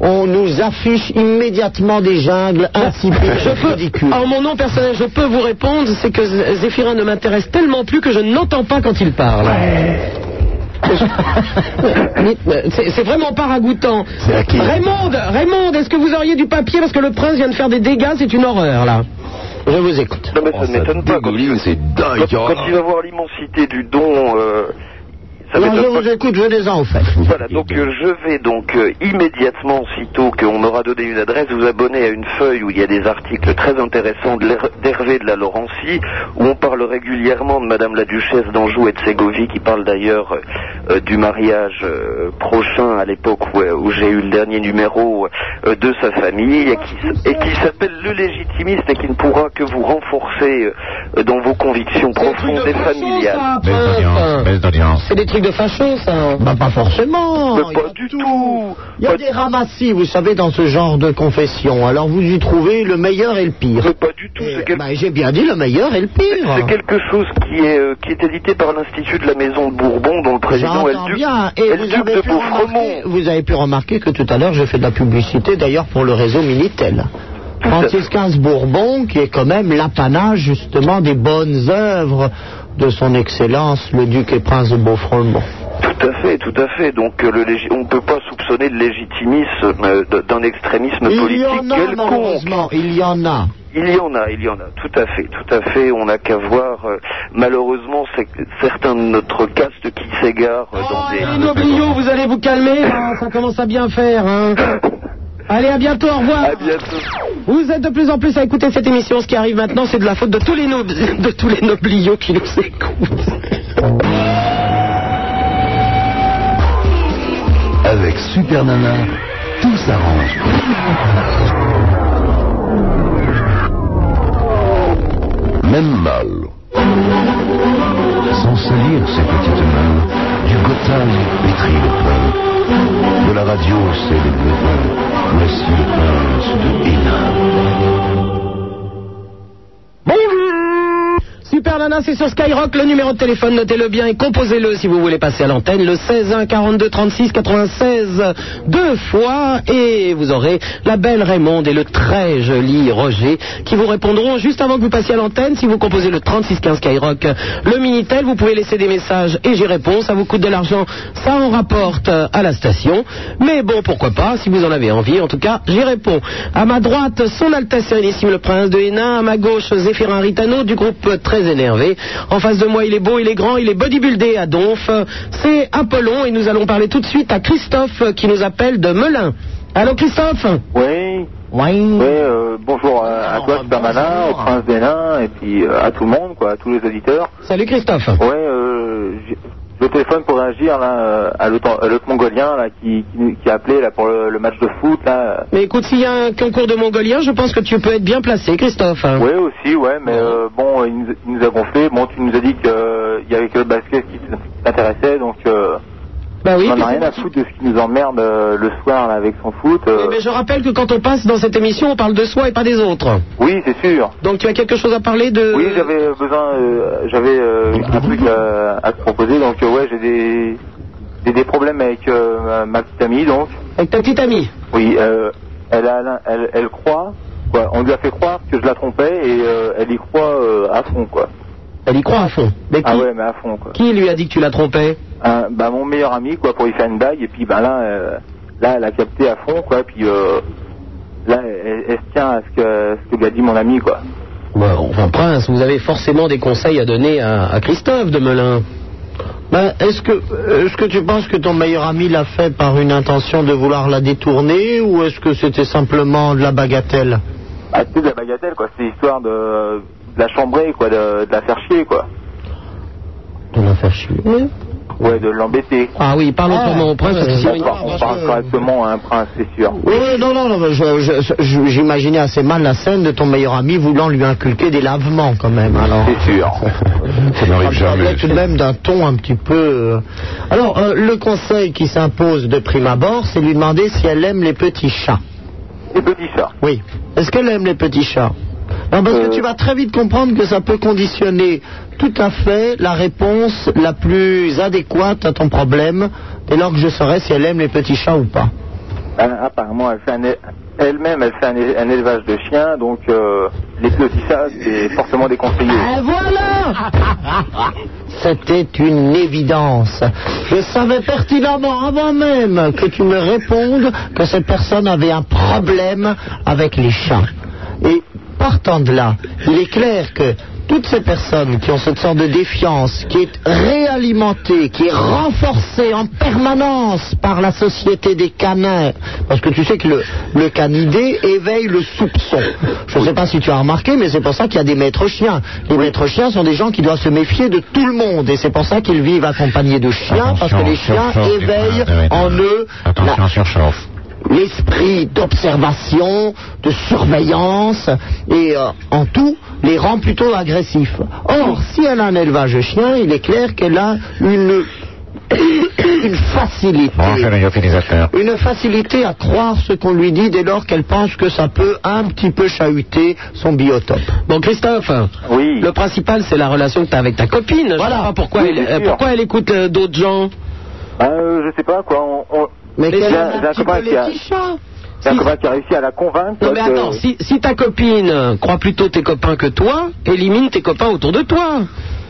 [SPEAKER 4] on nous affiche immédiatement des jungles insipides.
[SPEAKER 3] Je peux, en mon nom personnel, je peux vous répondre, c'est que Z- Zéphirin ne m'intéresse tellement plus que je n'entends pas quand il parle. Mais, euh, c'est c'est vraiment pas ragoûtant. Raymond, Raymond, est-ce que vous auriez du papier parce que le prince vient de faire des dégâts, c'est une horreur là.
[SPEAKER 4] Je vous écoute.
[SPEAKER 14] Non, mais ça ne m'étonne pas. Quand, quand- quand il va voir l'immensité du don, euh, ça
[SPEAKER 4] Non,
[SPEAKER 14] m'étonne
[SPEAKER 4] je
[SPEAKER 14] pas.
[SPEAKER 4] vous écoute, venez-en au fait.
[SPEAKER 14] Voilà, donc euh, je vais donc euh, immédiatement, aussitôt qu'on m'aura donné une adresse, vous abonner à une feuille où il y a des articles très intéressants de l'Her- d'Hervé de la Laurentie, où on parle régulièrement de Madame la Duchesse d'Anjou et de Ségovie, qui parle d'ailleurs euh, euh, du mariage euh, prochain à l'époque où, euh, où j'ai eu le dernier numéro euh, de sa famille, et qui, et qui s'appelle Le Légitimiste et qui ne pourra que vous renforcer euh, dans vos convictions profondes et familiales. Hein.
[SPEAKER 4] C'est des trucs de fachos, ça Bah, pas forcément
[SPEAKER 14] Mais
[SPEAKER 4] Il y a- Il y a des ramassis, vous savez, dans ce genre de confession. Alors vous y trouvez le meilleur et le pire.
[SPEAKER 14] pas du tout.
[SPEAKER 4] Eh ben, J'ai bien dit le meilleur et le pire.
[SPEAKER 14] C'est quelque chose qui est, euh, qui est édité par l'Institut de la Maison de Bourbon, dont le président est le
[SPEAKER 4] J'entends
[SPEAKER 14] duc,
[SPEAKER 4] bien.
[SPEAKER 14] est
[SPEAKER 4] Et
[SPEAKER 14] le
[SPEAKER 4] vous
[SPEAKER 14] duc de
[SPEAKER 4] avez, pu remarquer, vous avez pu remarquer que tout à l'heure, j'ai fait de la publicité, d'ailleurs, pour le réseau Minitel. Francis XV Bourbon, qui est quand même l'apanage, justement, des bonnes œuvres de son Excellence, le duc et prince de Beaufremont.
[SPEAKER 14] Tout à fait, tout à fait. Donc euh, le légi- on ne peut pas soupçonner de légitimisme, euh, d- d'un extrémisme
[SPEAKER 4] Il y
[SPEAKER 14] politique
[SPEAKER 4] en a,
[SPEAKER 14] quelconque.
[SPEAKER 4] malheureusement, il y en a.
[SPEAKER 14] Il y en a, il y en a, tout à fait, tout à fait. On n'a qu'à voir, euh, malheureusement, c'est- certains de notre caste qui s'égarent euh, dans des...
[SPEAKER 3] Les nobliaux, vous allez vous calmer, là, ça commence à bien faire. hein. Allez, à bientôt, au revoir. Vous êtes de plus en plus à écouter cette émission. Ce qui arrive maintenant, c'est de la faute de tous les, nob- de tous les nobliaux qui nous écoutent.
[SPEAKER 1] Avec Super Nana, tout s'arrange. Même mal. Sans salir ses petites mains, du gottal pétrit le pain. De la radio, c'est le levain. Voici le prince de Hénin.
[SPEAKER 3] Super Nana, c'est sur Skyrock. Le numéro de téléphone, notez-le bien et composez-le si vous voulez passer à l'antenne. Le 16 1 42 36 96 deux fois. Et vous aurez la belle Raymond et le très joli Roger qui vous répondront juste avant que vous passiez à l'antenne. Si vous composez le 36 15 Skyrock, le Minitel, vous pouvez laisser des messages et j'y réponds. Ça vous coûte de l'argent. Ça, on rapporte euh, à la station. Mais bon, pourquoi pas, si vous en avez envie. En tout cas, j'y réponds. À ma droite, son Altesse Sérénissime le Prince de Hénin. À ma gauche, Zéphirin Ritano du groupe Très Énervé. En face de moi, il est beau, il est grand, il est bodybuildé à Donf. C'est Apollon et nous allons parler tout de suite à Christophe euh, qui nous appelle de Melun. Allô Christophe
[SPEAKER 5] Oui. Oui, euh, bonjour à, à
[SPEAKER 3] euh,
[SPEAKER 5] toi, Supermana, au prince d'Hénin, et puis euh, à tout le monde, quoi, à tous les auditeurs.
[SPEAKER 3] Salut Christophe.
[SPEAKER 5] Ouais, euh, j'ai- le téléphone pour réagir là, euh, à l'autre à l'autre mongolien là, qui, qui, qui a appelé là, pour le, le match de foot. Là.
[SPEAKER 3] Mais écoute, s'il y a un concours de mongolien, je pense que tu peux être bien placé Christophe. hein.
[SPEAKER 5] Oui, aussi, ouais, mais euh, bon, il nous, il nous a gonflé. Bon, tu nous as dit qu'il y avait que le basket qui t'intéressait, donc euh,
[SPEAKER 3] Bah oui,
[SPEAKER 5] on
[SPEAKER 3] mais
[SPEAKER 5] n'a rien
[SPEAKER 3] c'est-
[SPEAKER 5] à foutre de ce qui nous emmerde euh, le soir là, avec son foot. euh.
[SPEAKER 3] Mais je rappelle que quand on passe dans cette émission, on parle de soi et pas des autres.
[SPEAKER 5] Oui, c'est sûr.
[SPEAKER 3] Donc tu as quelque chose à parler de...
[SPEAKER 5] Oui, j'avais besoin, euh, j'avais euh, un truc euh, à te proposer, donc euh, ouais, j'ai des, des, des problèmes avec euh, ma- ma petite amie, donc.
[SPEAKER 3] Avec ta petite amie
[SPEAKER 5] Oui, euh, elle, a, l'in- elle, elle croit, quoi, on lui a fait croire que je la trompais et euh, elle y croit euh, à fond, quoi.
[SPEAKER 3] Elle y croit à fond. Mais qui,
[SPEAKER 33] Ah ouais, mais à fond, quoi.
[SPEAKER 3] qui lui a dit que tu l'as trompé
[SPEAKER 33] Un- bah, mon meilleur ami, quoi, pour lui faire une bague, et puis, bah, là, euh, là, elle a capté à fond, quoi, puis, euh, là, elle, elle se tient à ce que, ce que lui a dit mon ami, quoi.
[SPEAKER 3] Bah, Enfin, Prince, vous avez forcément des conseils à donner à, à Christophe de Melun.
[SPEAKER 4] Ben, est-ce que, est-ce que tu penses que ton meilleur ami l'a fait par une intention de vouloir la détourner ou est-ce que c'était simplement de la bagatelle
[SPEAKER 33] Bah, c'est de la bagatelle, quoi. C'est histoire de, de la chambrer, quoi, de, de la faire chier, quoi.
[SPEAKER 4] De la faire chier.
[SPEAKER 33] Ouais, de l'embêter.
[SPEAKER 3] Ah oui, parlons
[SPEAKER 33] pour
[SPEAKER 3] clairement au prince, parce que sinon, il-
[SPEAKER 33] on parle correctement à un prince, c'est sûr.
[SPEAKER 4] Oui, oui, non, non, non mais je- je- je- j'imaginais assez mal la scène de ton meilleur ami voulant lui inculquer des lavements quand même. Alors.
[SPEAKER 33] C'est sûr.
[SPEAKER 4] Ça n'arrive jamais. Tout de même d'un ton un petit peu. euh. Alors, euh, le conseil qui s'impose de prime abord, c'est lui demander si elle aime les petits chats.
[SPEAKER 33] Les petits chats Euh.
[SPEAKER 4] Oui. Est-ce qu'elle aime les petits chats Non, parce que tu vas très vite comprendre que ça peut conditionner tout à fait la réponse la plus adéquate à ton problème, dès lors que je saurai si elle aime les petits chats ou pas.
[SPEAKER 33] Euh, apparemment, elle fait un é- elle-même, elle fait un, é- un élevage de chiens, donc euh, les clotissades, c'est forcément déconseillé.
[SPEAKER 3] Ah
[SPEAKER 4] voilà C'était une évidence. Je savais pertinemment avant même que tu me répondes que cette personne avait un problème avec les chats. Et partant de là, il est clair que toutes ces personnes qui ont cette sorte de défiance, qui est réalimentée, qui est renforcée en permanence par la société des canins, parce que tu sais que le, le canidé éveille le soupçon. Je ne sais pas si tu as remarqué, mais c'est pour ça qu'il y a des maîtres chiens. Les maîtres chiens sont des gens qui doivent se méfier de tout le monde, et c'est pour ça qu'ils vivent accompagnés de chiens, parce que les chiens
[SPEAKER 27] surchauffe des
[SPEAKER 4] éveillent
[SPEAKER 27] prédateurs.
[SPEAKER 4] en eux
[SPEAKER 27] Attention, surchauffe.
[SPEAKER 4] l'esprit d'observation, de surveillance, et euh, en tout, les rend plutôt agressifs. Or, si elle a un élevage de chiens, il est clair qu'elle a une, une facilité. Une facilité à croire ce qu'on lui dit dès lors qu'elle pense que ça peut un petit peu chahuter son biotope.
[SPEAKER 3] Bon, Christophe,
[SPEAKER 33] oui.
[SPEAKER 3] le principal, c'est la relation que tu as avec ta copine. Voilà. Je sais pas pourquoi,
[SPEAKER 33] Oui,
[SPEAKER 3] elle,
[SPEAKER 33] c'est
[SPEAKER 3] euh,
[SPEAKER 33] sûr.
[SPEAKER 3] pourquoi elle écoute euh, d'autres gens
[SPEAKER 33] Euh, je sais pas quoi. On, on-
[SPEAKER 3] Mais
[SPEAKER 33] J'ai
[SPEAKER 3] quel
[SPEAKER 33] un-
[SPEAKER 3] est
[SPEAKER 33] j'ai un
[SPEAKER 3] petit
[SPEAKER 33] copain
[SPEAKER 3] peu
[SPEAKER 33] qui a-
[SPEAKER 3] les petits chats
[SPEAKER 33] j'ai un copain qui a réussi à la convaincre.
[SPEAKER 3] Non mais
[SPEAKER 33] que-
[SPEAKER 3] attends, si, si ta copine euh, croit plutôt tes copains que toi, élimine tes copains autour de toi.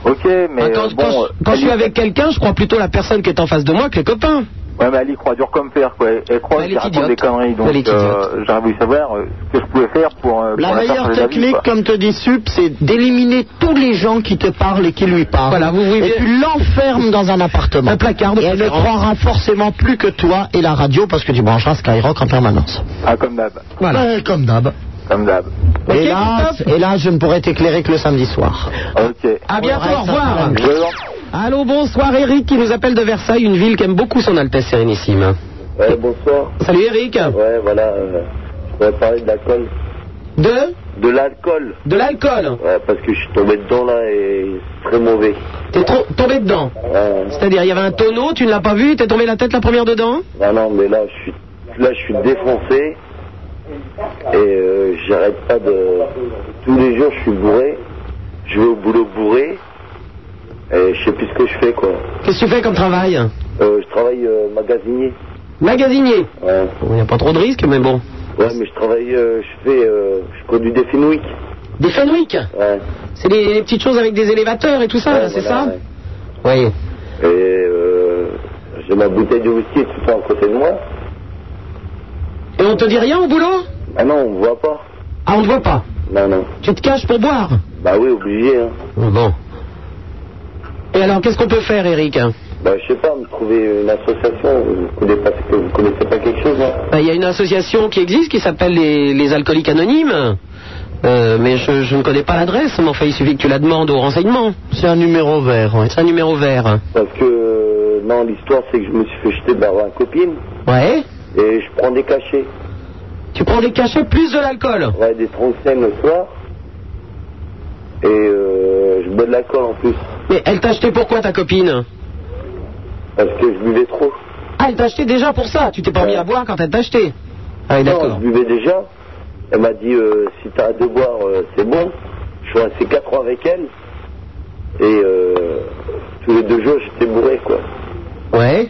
[SPEAKER 33] Ok, mais
[SPEAKER 3] Hein, quand,
[SPEAKER 33] euh,
[SPEAKER 3] quand
[SPEAKER 33] bon,
[SPEAKER 3] je- quand je suis avec quelqu'un, je crois plutôt la personne qui est en face de moi que les copains.
[SPEAKER 33] Ouais, mais elle y croit dur comme fer, quoi. Elle, elle croit
[SPEAKER 3] Elle
[SPEAKER 33] qu'il
[SPEAKER 3] est
[SPEAKER 33] raconte
[SPEAKER 3] idiote.
[SPEAKER 33] des conneries, donc
[SPEAKER 3] Elle est
[SPEAKER 33] euh, j'aurais voulu savoir euh, ce que je pouvais faire pour. euh,
[SPEAKER 4] La
[SPEAKER 33] pour faire
[SPEAKER 4] meilleure
[SPEAKER 33] changer d'avis,
[SPEAKER 4] technique,
[SPEAKER 33] quoi.
[SPEAKER 4] comme te dit Sup, c'est d'éliminer tous les gens qui te parlent et qui lui parlent.
[SPEAKER 3] Voilà, vous vivez-
[SPEAKER 4] Et tu l'enfermes dans un appartement.
[SPEAKER 3] Un placard de
[SPEAKER 4] Et elle ne
[SPEAKER 3] préférence.
[SPEAKER 4] croira forcément plus que toi et la radio parce que tu brancheras Skyrock en permanence.
[SPEAKER 33] Ah, comme d'hab.
[SPEAKER 4] Voilà. comme d'hab.
[SPEAKER 33] Comme d'hab.
[SPEAKER 4] et, là, et là, je ne pourrais t'éclairer que le samedi soir.
[SPEAKER 33] Ok.
[SPEAKER 3] À bientôt,
[SPEAKER 4] Ouais,
[SPEAKER 3] au revoir.
[SPEAKER 4] ça, ça va.
[SPEAKER 3] Allô, bonsoir Eric qui nous appelle de Versailles, une ville qui aime beaucoup son Altesse Sérénissime.
[SPEAKER 14] Ouais, bonsoir.
[SPEAKER 3] Salut Eric.
[SPEAKER 14] Ouais, voilà. euh, je voudrais parler de l'alcool.
[SPEAKER 3] De
[SPEAKER 14] De l'alcool
[SPEAKER 3] De l'alcool
[SPEAKER 14] Ouais, parce que je suis tombé dedans là et c'est très mauvais.
[SPEAKER 3] T'es trop tombé dedans.
[SPEAKER 14] Ouais.
[SPEAKER 3] C'est-à-dire, il y avait un tonneau, tu ne l'as pas vu, t'es tombé la tête la première dedans
[SPEAKER 14] Ah non, mais là, je suis, là, je suis défoncé et euh, j'arrête pas de. Tous les jours, je suis bourré. Je vais au boulot bourré et je sais plus ce que je fais quoi.
[SPEAKER 3] Qu'est-ce que tu fais comme travail
[SPEAKER 14] Euh, je travaille euh, magasinier.
[SPEAKER 3] Magasinier.
[SPEAKER 14] Ouais.
[SPEAKER 3] Il n'y a pas trop de risques, mais bon.
[SPEAKER 14] Ouais, mais je travaille, euh, je fais, euh, je conduis des Finwick.
[SPEAKER 3] Des Fenwick
[SPEAKER 14] Ouais.
[SPEAKER 3] C'est les, les petites choses avec des élévateurs et tout ça, là, c'est ça Oui.
[SPEAKER 14] Et euh, j'ai ma bouteille de whisky tout le temps à côté de moi.
[SPEAKER 3] Et on te dit rien au boulot
[SPEAKER 14] Ah non, on me voit pas.
[SPEAKER 3] Ah, on ne voit pas.
[SPEAKER 14] Non, non.
[SPEAKER 3] Tu te caches pour boire
[SPEAKER 14] Bah oui, obligé. Hein.
[SPEAKER 3] Bon. Et alors, qu'est-ce qu'on peut faire, Eric hein
[SPEAKER 14] Bah je sais pas, me trouver une association. Vous connaissez pas, vous connaissez pas quelque chose hein
[SPEAKER 3] Ben, Il y a une association qui existe qui s'appelle les, les Alcooliques Anonymes. Euh, mais je, je ne connais pas l'adresse, mais enfin, il suffit que tu la demandes au renseignement.
[SPEAKER 4] C'est un numéro vert, oui.
[SPEAKER 3] C'est un numéro vert.
[SPEAKER 14] Parce que euh, non, l'histoire c'est que je me suis fait jeter par ma copine
[SPEAKER 3] Ouais
[SPEAKER 14] et je prends des cachets.
[SPEAKER 3] Tu prends des cachets plus de l'alcool
[SPEAKER 14] Ouais, des troncènes le soir. Et euh, je bois de l'alcool en plus
[SPEAKER 3] Mais elle t'a acheté pourquoi, ta copine
[SPEAKER 14] parce que je buvais trop.
[SPEAKER 3] Ah, elle t'a acheté déjà pour ça Tu t'es pas mis à boire quand elle t'a acheté Ah,
[SPEAKER 14] Non,
[SPEAKER 3] oui, d'accord.
[SPEAKER 14] je buvais déjà. Elle m'a dit euh, si t'as de boire, euh, c'est bon. Je suis resté 4 ans avec elle. Et euh, tous les deux jours, j'étais bourré, quoi.
[SPEAKER 3] Ouais.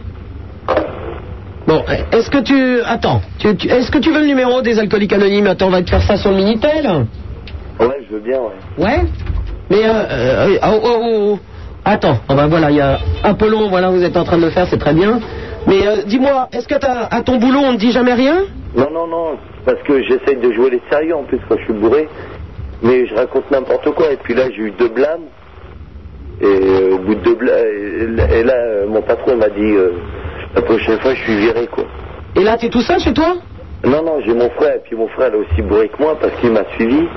[SPEAKER 3] Bon, est-ce que tu... Attends, tu- tu- est-ce que tu veux le numéro des Alcooliques Anonymes Attends, on va te faire ça sur le Minitel
[SPEAKER 14] Ouais, je veux bien, ouais.
[SPEAKER 3] Ouais Mais euh, euh, oh, oh, oh, oh. attends, ah ben voilà, il y a Apollon, voilà, vous êtes en train de le faire, c'est très bien. Mais euh, dis-moi, est-ce que t'as- à ton boulot on ne dit jamais rien
[SPEAKER 14] Non, non, non, parce que j'essaye de jouer les sérieux en plus quand je suis bourré, mais je raconte n'importe quoi. Et puis là, j'ai eu deux blâmes, et euh, au bout de deux blâmes, et là, euh, mon patron m'a dit euh, la prochaine fois, je suis viré quoi.
[SPEAKER 3] Et là, t'es tout seul chez toi
[SPEAKER 14] Non, non, j'ai mon frère, et puis mon frère, il est aussi bourré que moi parce qu'il m'a suivi.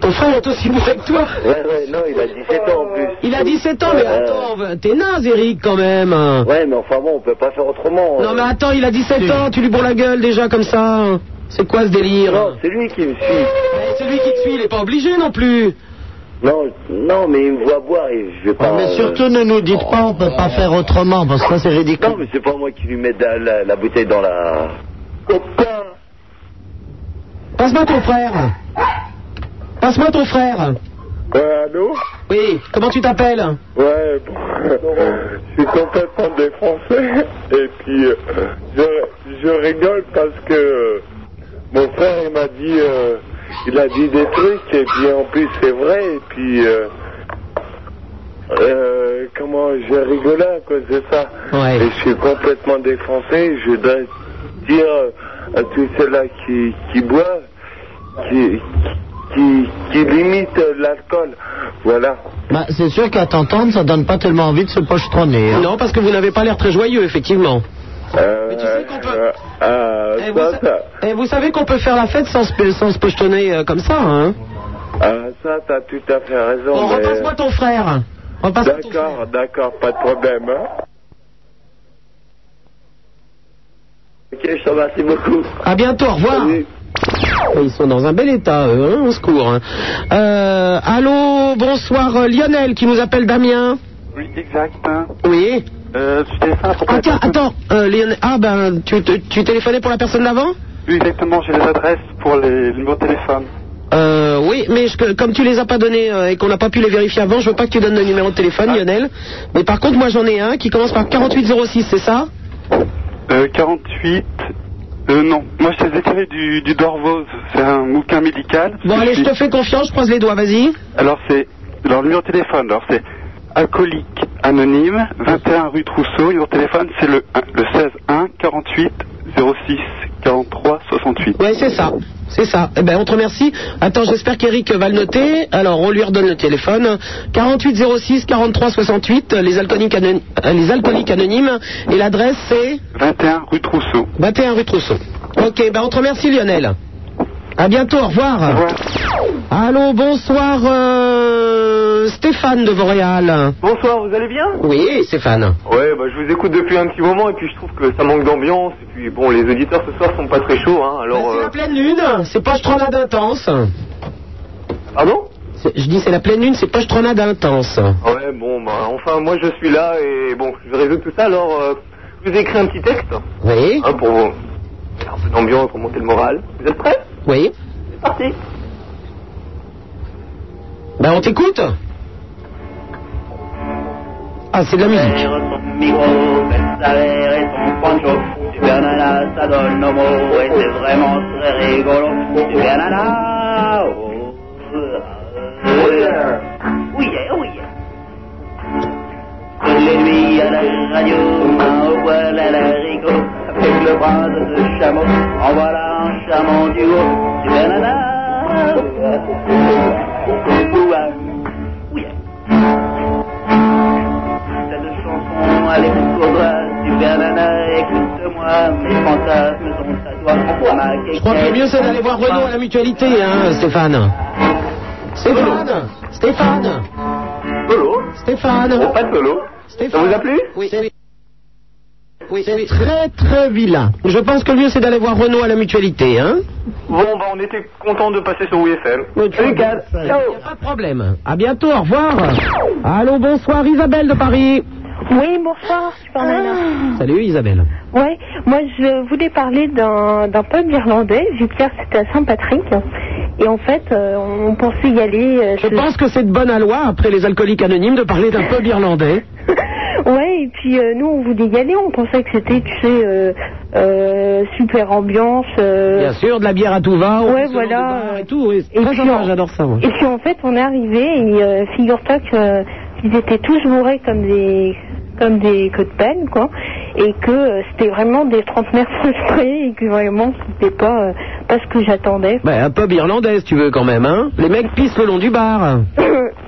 [SPEAKER 3] Ton frère est aussi bourré que toi
[SPEAKER 14] Ouais, ouais, non, il a 17 ans en plus.
[SPEAKER 3] Il a 17 ans, mais
[SPEAKER 14] Ouais,
[SPEAKER 3] attends, t'es naze, Eric, quand même.
[SPEAKER 14] Ouais, mais enfin bon, on peut pas faire autrement. euh.
[SPEAKER 3] Non, mais attends, il a 17 ans, tu lui bourres la gueule déjà comme ça. C'est quoi ce délire
[SPEAKER 14] Non, c'est lui qui me suit.
[SPEAKER 3] C'est lui qui te suit, il est pas obligé non plus.
[SPEAKER 14] Non, non, mais il me voit boire et
[SPEAKER 33] Oh.
[SPEAKER 14] je vais pas.
[SPEAKER 4] Ah,
[SPEAKER 14] euh,
[SPEAKER 4] Mais surtout, ne nous dites pas, on peut pas faire autrement, parce que ça, c'est ridicule.
[SPEAKER 14] Non, mais c'est pas moi qui lui mets de la, la- la bouteille dans la.
[SPEAKER 3] Passe-moi ton frère. Passe-moi ton frère.
[SPEAKER 5] Euh, allô
[SPEAKER 3] Oui, comment tu t'appelles
[SPEAKER 5] Ouais, bon, euh, je suis complètement défoncé. Et puis, euh, je, je rigole parce que euh, mon frère, il m'a dit, euh, il a dit des trucs, et puis en plus, c'est vrai. Et puis, euh, euh, comment, j'ai rigolé à cause de ça. Et je suis complètement défoncé. Je dois dire à tous ceux-là qui, qui boivent, qui, qui, qui limitent l'alcool. Voilà.
[SPEAKER 4] Bah, c'est sûr qu'à t'entendre, ça donne pas tellement envie de se pochetronner. hein.
[SPEAKER 3] Non, parce que vous n'avez pas l'air très joyeux, effectivement.
[SPEAKER 5] Euh, euh, euh,
[SPEAKER 3] Eh, vous,
[SPEAKER 5] ça,
[SPEAKER 3] sa-
[SPEAKER 5] ça,
[SPEAKER 3] eh, vous savez qu'on peut faire la fête sans se, sans se pochetonner euh, comme ça, hein
[SPEAKER 5] euh, ça, t'as tout à fait raison.
[SPEAKER 3] Bon,
[SPEAKER 5] mais-
[SPEAKER 3] repasse-moi ton frère. Repasse-moi ton frère.
[SPEAKER 5] D'accord, d'accord, pas de problème. hein.
[SPEAKER 14] Ok, je te remercie beaucoup.
[SPEAKER 3] À bientôt, au revoir. Ils sont dans un bel état, eux, hein, on se court. hein. Euh, allô, bonsoir euh, Lionel qui nous appelle Damien.
[SPEAKER 11] Oui, exact.
[SPEAKER 1] hein.
[SPEAKER 3] Oui.
[SPEAKER 11] Euh, tu téléphones pour
[SPEAKER 3] Ah, tiens, attends, euh, Lionel. Ah ben, tu, tu, tu téléphonais pour la personne d'avant
[SPEAKER 11] Oui, exactement, j'ai les adresses pour les numéros de téléphone.
[SPEAKER 3] Euh, oui, mais je- comme tu les as pas donnés euh, et qu'on n'a pas pu les vérifier avant, je veux pas que tu donnes le numéro de téléphone, Lionel. Mais par contre, moi j'en ai un qui commence par 4806, c'est ça
[SPEAKER 11] Euh, 48. Euh, non, moi je t'ai écrit du, du Dorvose, c'est un bouquin médical.
[SPEAKER 3] Bon, allez, je te fais confiance, je croise les doigts, vas-y.
[SPEAKER 11] Alors c'est. Alors le numéro de téléphone, alors c'est Alcoolique Anonyme, 21 rue Trousseau, numéro de téléphone c'est le, un- le 16 1 48 06 43 68.
[SPEAKER 3] Ouais, c'est ça. C'est ça. Eh ben, on te remercie. Attends, j'espère qu'Eric va le noter. Alors, on lui redonne le téléphone. 48 06 43 68, les alcooliques, anony- euh, les alcooliques anonymes. Et l'adresse, c'est
[SPEAKER 11] 21 rue Trousseau.
[SPEAKER 3] 21 rue Trousseau. Ok, ben, on te remercie, Lionel. À bientôt, au revoir. Allô, bonsoir, euh, Stéphane de Voreal.
[SPEAKER 34] Bonsoir, vous allez bien
[SPEAKER 3] Oui, Stéphane.
[SPEAKER 34] Ouais, bah, je vous écoute depuis un petit moment et puis je trouve que ça manque d'ambiance. Et puis bon, les auditeurs ce soir sont pas très chauds, hein, alors.
[SPEAKER 3] C'est
[SPEAKER 34] euh,
[SPEAKER 3] la pleine lune, c'est pas tronade intense.
[SPEAKER 34] Ah bon
[SPEAKER 3] C'est- Je dis c'est la pleine lune, c'est pas tronade intense.
[SPEAKER 34] Ouais, bon, bah, enfin, moi je suis là et bon, je vais résoudre tout ça. Alors, euh, je vous ai écrit un petit texte.
[SPEAKER 3] Oui.
[SPEAKER 34] Hein, pour vous. Un peu d'ambiance, pour monter le moral. Vous êtes prêts
[SPEAKER 3] Oui.
[SPEAKER 34] C'est parti.
[SPEAKER 3] Ben, on t'écoute Ah, c'est de la musique.
[SPEAKER 1] micro, belle salaire et son poncho. Super Nana, ça donne nos mots et c'est vraiment très rigolo. Super Nana, oh, oh yeah, oui, yeah, oui. yeah. Toutes les nuits à la radio, main au poil à la rico, avec le bras de ce chameau, en voilà un charmant duo. Super Nana, oh, ah, oui, yeah. Cette chanson, elle est pour toi, super nana, écoute-moi, mes fantasmes sont à toi.
[SPEAKER 3] Je crois que le mieux c'est d'aller voir Renaud à la mutualité, hein, Stéphane. Stéphane Stéphane
[SPEAKER 34] Solo
[SPEAKER 3] Stéphane
[SPEAKER 34] Pas de solo
[SPEAKER 3] Stéphane
[SPEAKER 34] Ça vous a plu
[SPEAKER 3] Oui. C'est- Oui, c'est très très vilain. Je pense que le mieux c'est d'aller voir Renaud à la mutualité, hein.
[SPEAKER 34] Bon, bah, on était content de passer sur WFM. Salut, Kat. Ciao.
[SPEAKER 3] Pas de problème. À bientôt, au revoir. Allô, bonsoir Isabelle de Paris.
[SPEAKER 6] Oui, bonsoir, super nana.
[SPEAKER 3] Salut Isabelle.
[SPEAKER 6] Ouais, moi je voulais parler d'un d'un pub irlandais. J'ai hier c'était à Saint-Patrick. Et en fait, euh, on pensait y aller. euh,
[SPEAKER 3] Je
[SPEAKER 6] ce-
[SPEAKER 3] pense que c'est de bonne loi, après les alcooliques anonymes, de parler d'un pub irlandais.
[SPEAKER 6] Ouais, et puis euh, nous on voulait y aller. On pensait que c'était, tu sais, euh, euh, super ambiance. euh,
[SPEAKER 3] Bien sûr, de la bière à tout va. on
[SPEAKER 6] Ouais,
[SPEAKER 3] fait selon
[SPEAKER 6] voilà. euh,
[SPEAKER 3] des bars Et tout, oui, c'est très
[SPEAKER 6] puis,
[SPEAKER 3] sympa,
[SPEAKER 6] on-
[SPEAKER 3] Ah, j'adore ça. moi.
[SPEAKER 6] Et puis en fait, on est arrivé et euh, figure-toi que, euh, qu'ils étaient tous bourrés comme des comme des queues de peine, quoi. Et que euh, c'était vraiment des trentenaires frustrés et que vraiment c'était pas euh, pas ce que j'attendais.
[SPEAKER 3] Ben, un pub irlandais, si tu veux, quand même, hein. Les mecs pissent le long du bar.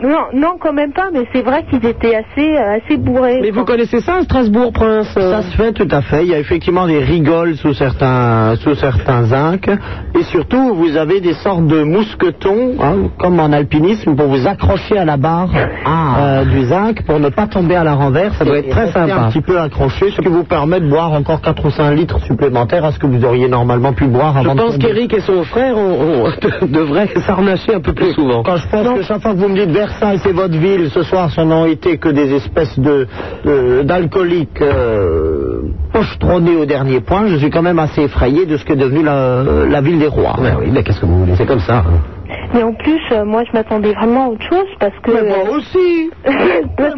[SPEAKER 6] non, non, quand même pas, mais c'est vrai qu'ils étaient assez euh, assez bourrés.
[SPEAKER 3] Mais vous connaissez ça, Strasbourg, Prince
[SPEAKER 4] Ça se fait tout à fait. Il y a effectivement des rigoles sous certains, sous certains zincs. Et surtout, vous avez des sortes de mousquetons, hein, comme en alpinisme, pour vous accrocher à la barre euh, du zinc pour ne pas tomber à la renverse.
[SPEAKER 3] Ça doit être
[SPEAKER 4] Et
[SPEAKER 3] très
[SPEAKER 4] rester
[SPEAKER 3] sympa.
[SPEAKER 4] un petit peu accroché, ce qui vous permet de boire encore 4 ou 5 litres supplémentaires à ce que vous auriez normalement pu boire
[SPEAKER 3] Je
[SPEAKER 4] Ah, avant
[SPEAKER 3] pense
[SPEAKER 4] de tomber.
[SPEAKER 3] qu'Eric et son frère ont- ont- devraient s'arnacher un peu plus souvent.
[SPEAKER 4] Quand je pense que chaque fois que vous me dites Versailles, c'est votre ville, ce soir, ce n'ont été que des espèces de euh, d'alcooliques euh, pochetronnés au dernier point, je suis quand même assez effrayé de ce qu'est devenue la, euh, la ville des rois.
[SPEAKER 3] Ben oui, mais qu'est-ce que vous voulez C'est comme ça. hein.
[SPEAKER 6] Mais en plus, euh, moi, je m'attendais vraiment à autre chose parce que. Mais moi
[SPEAKER 4] aussi.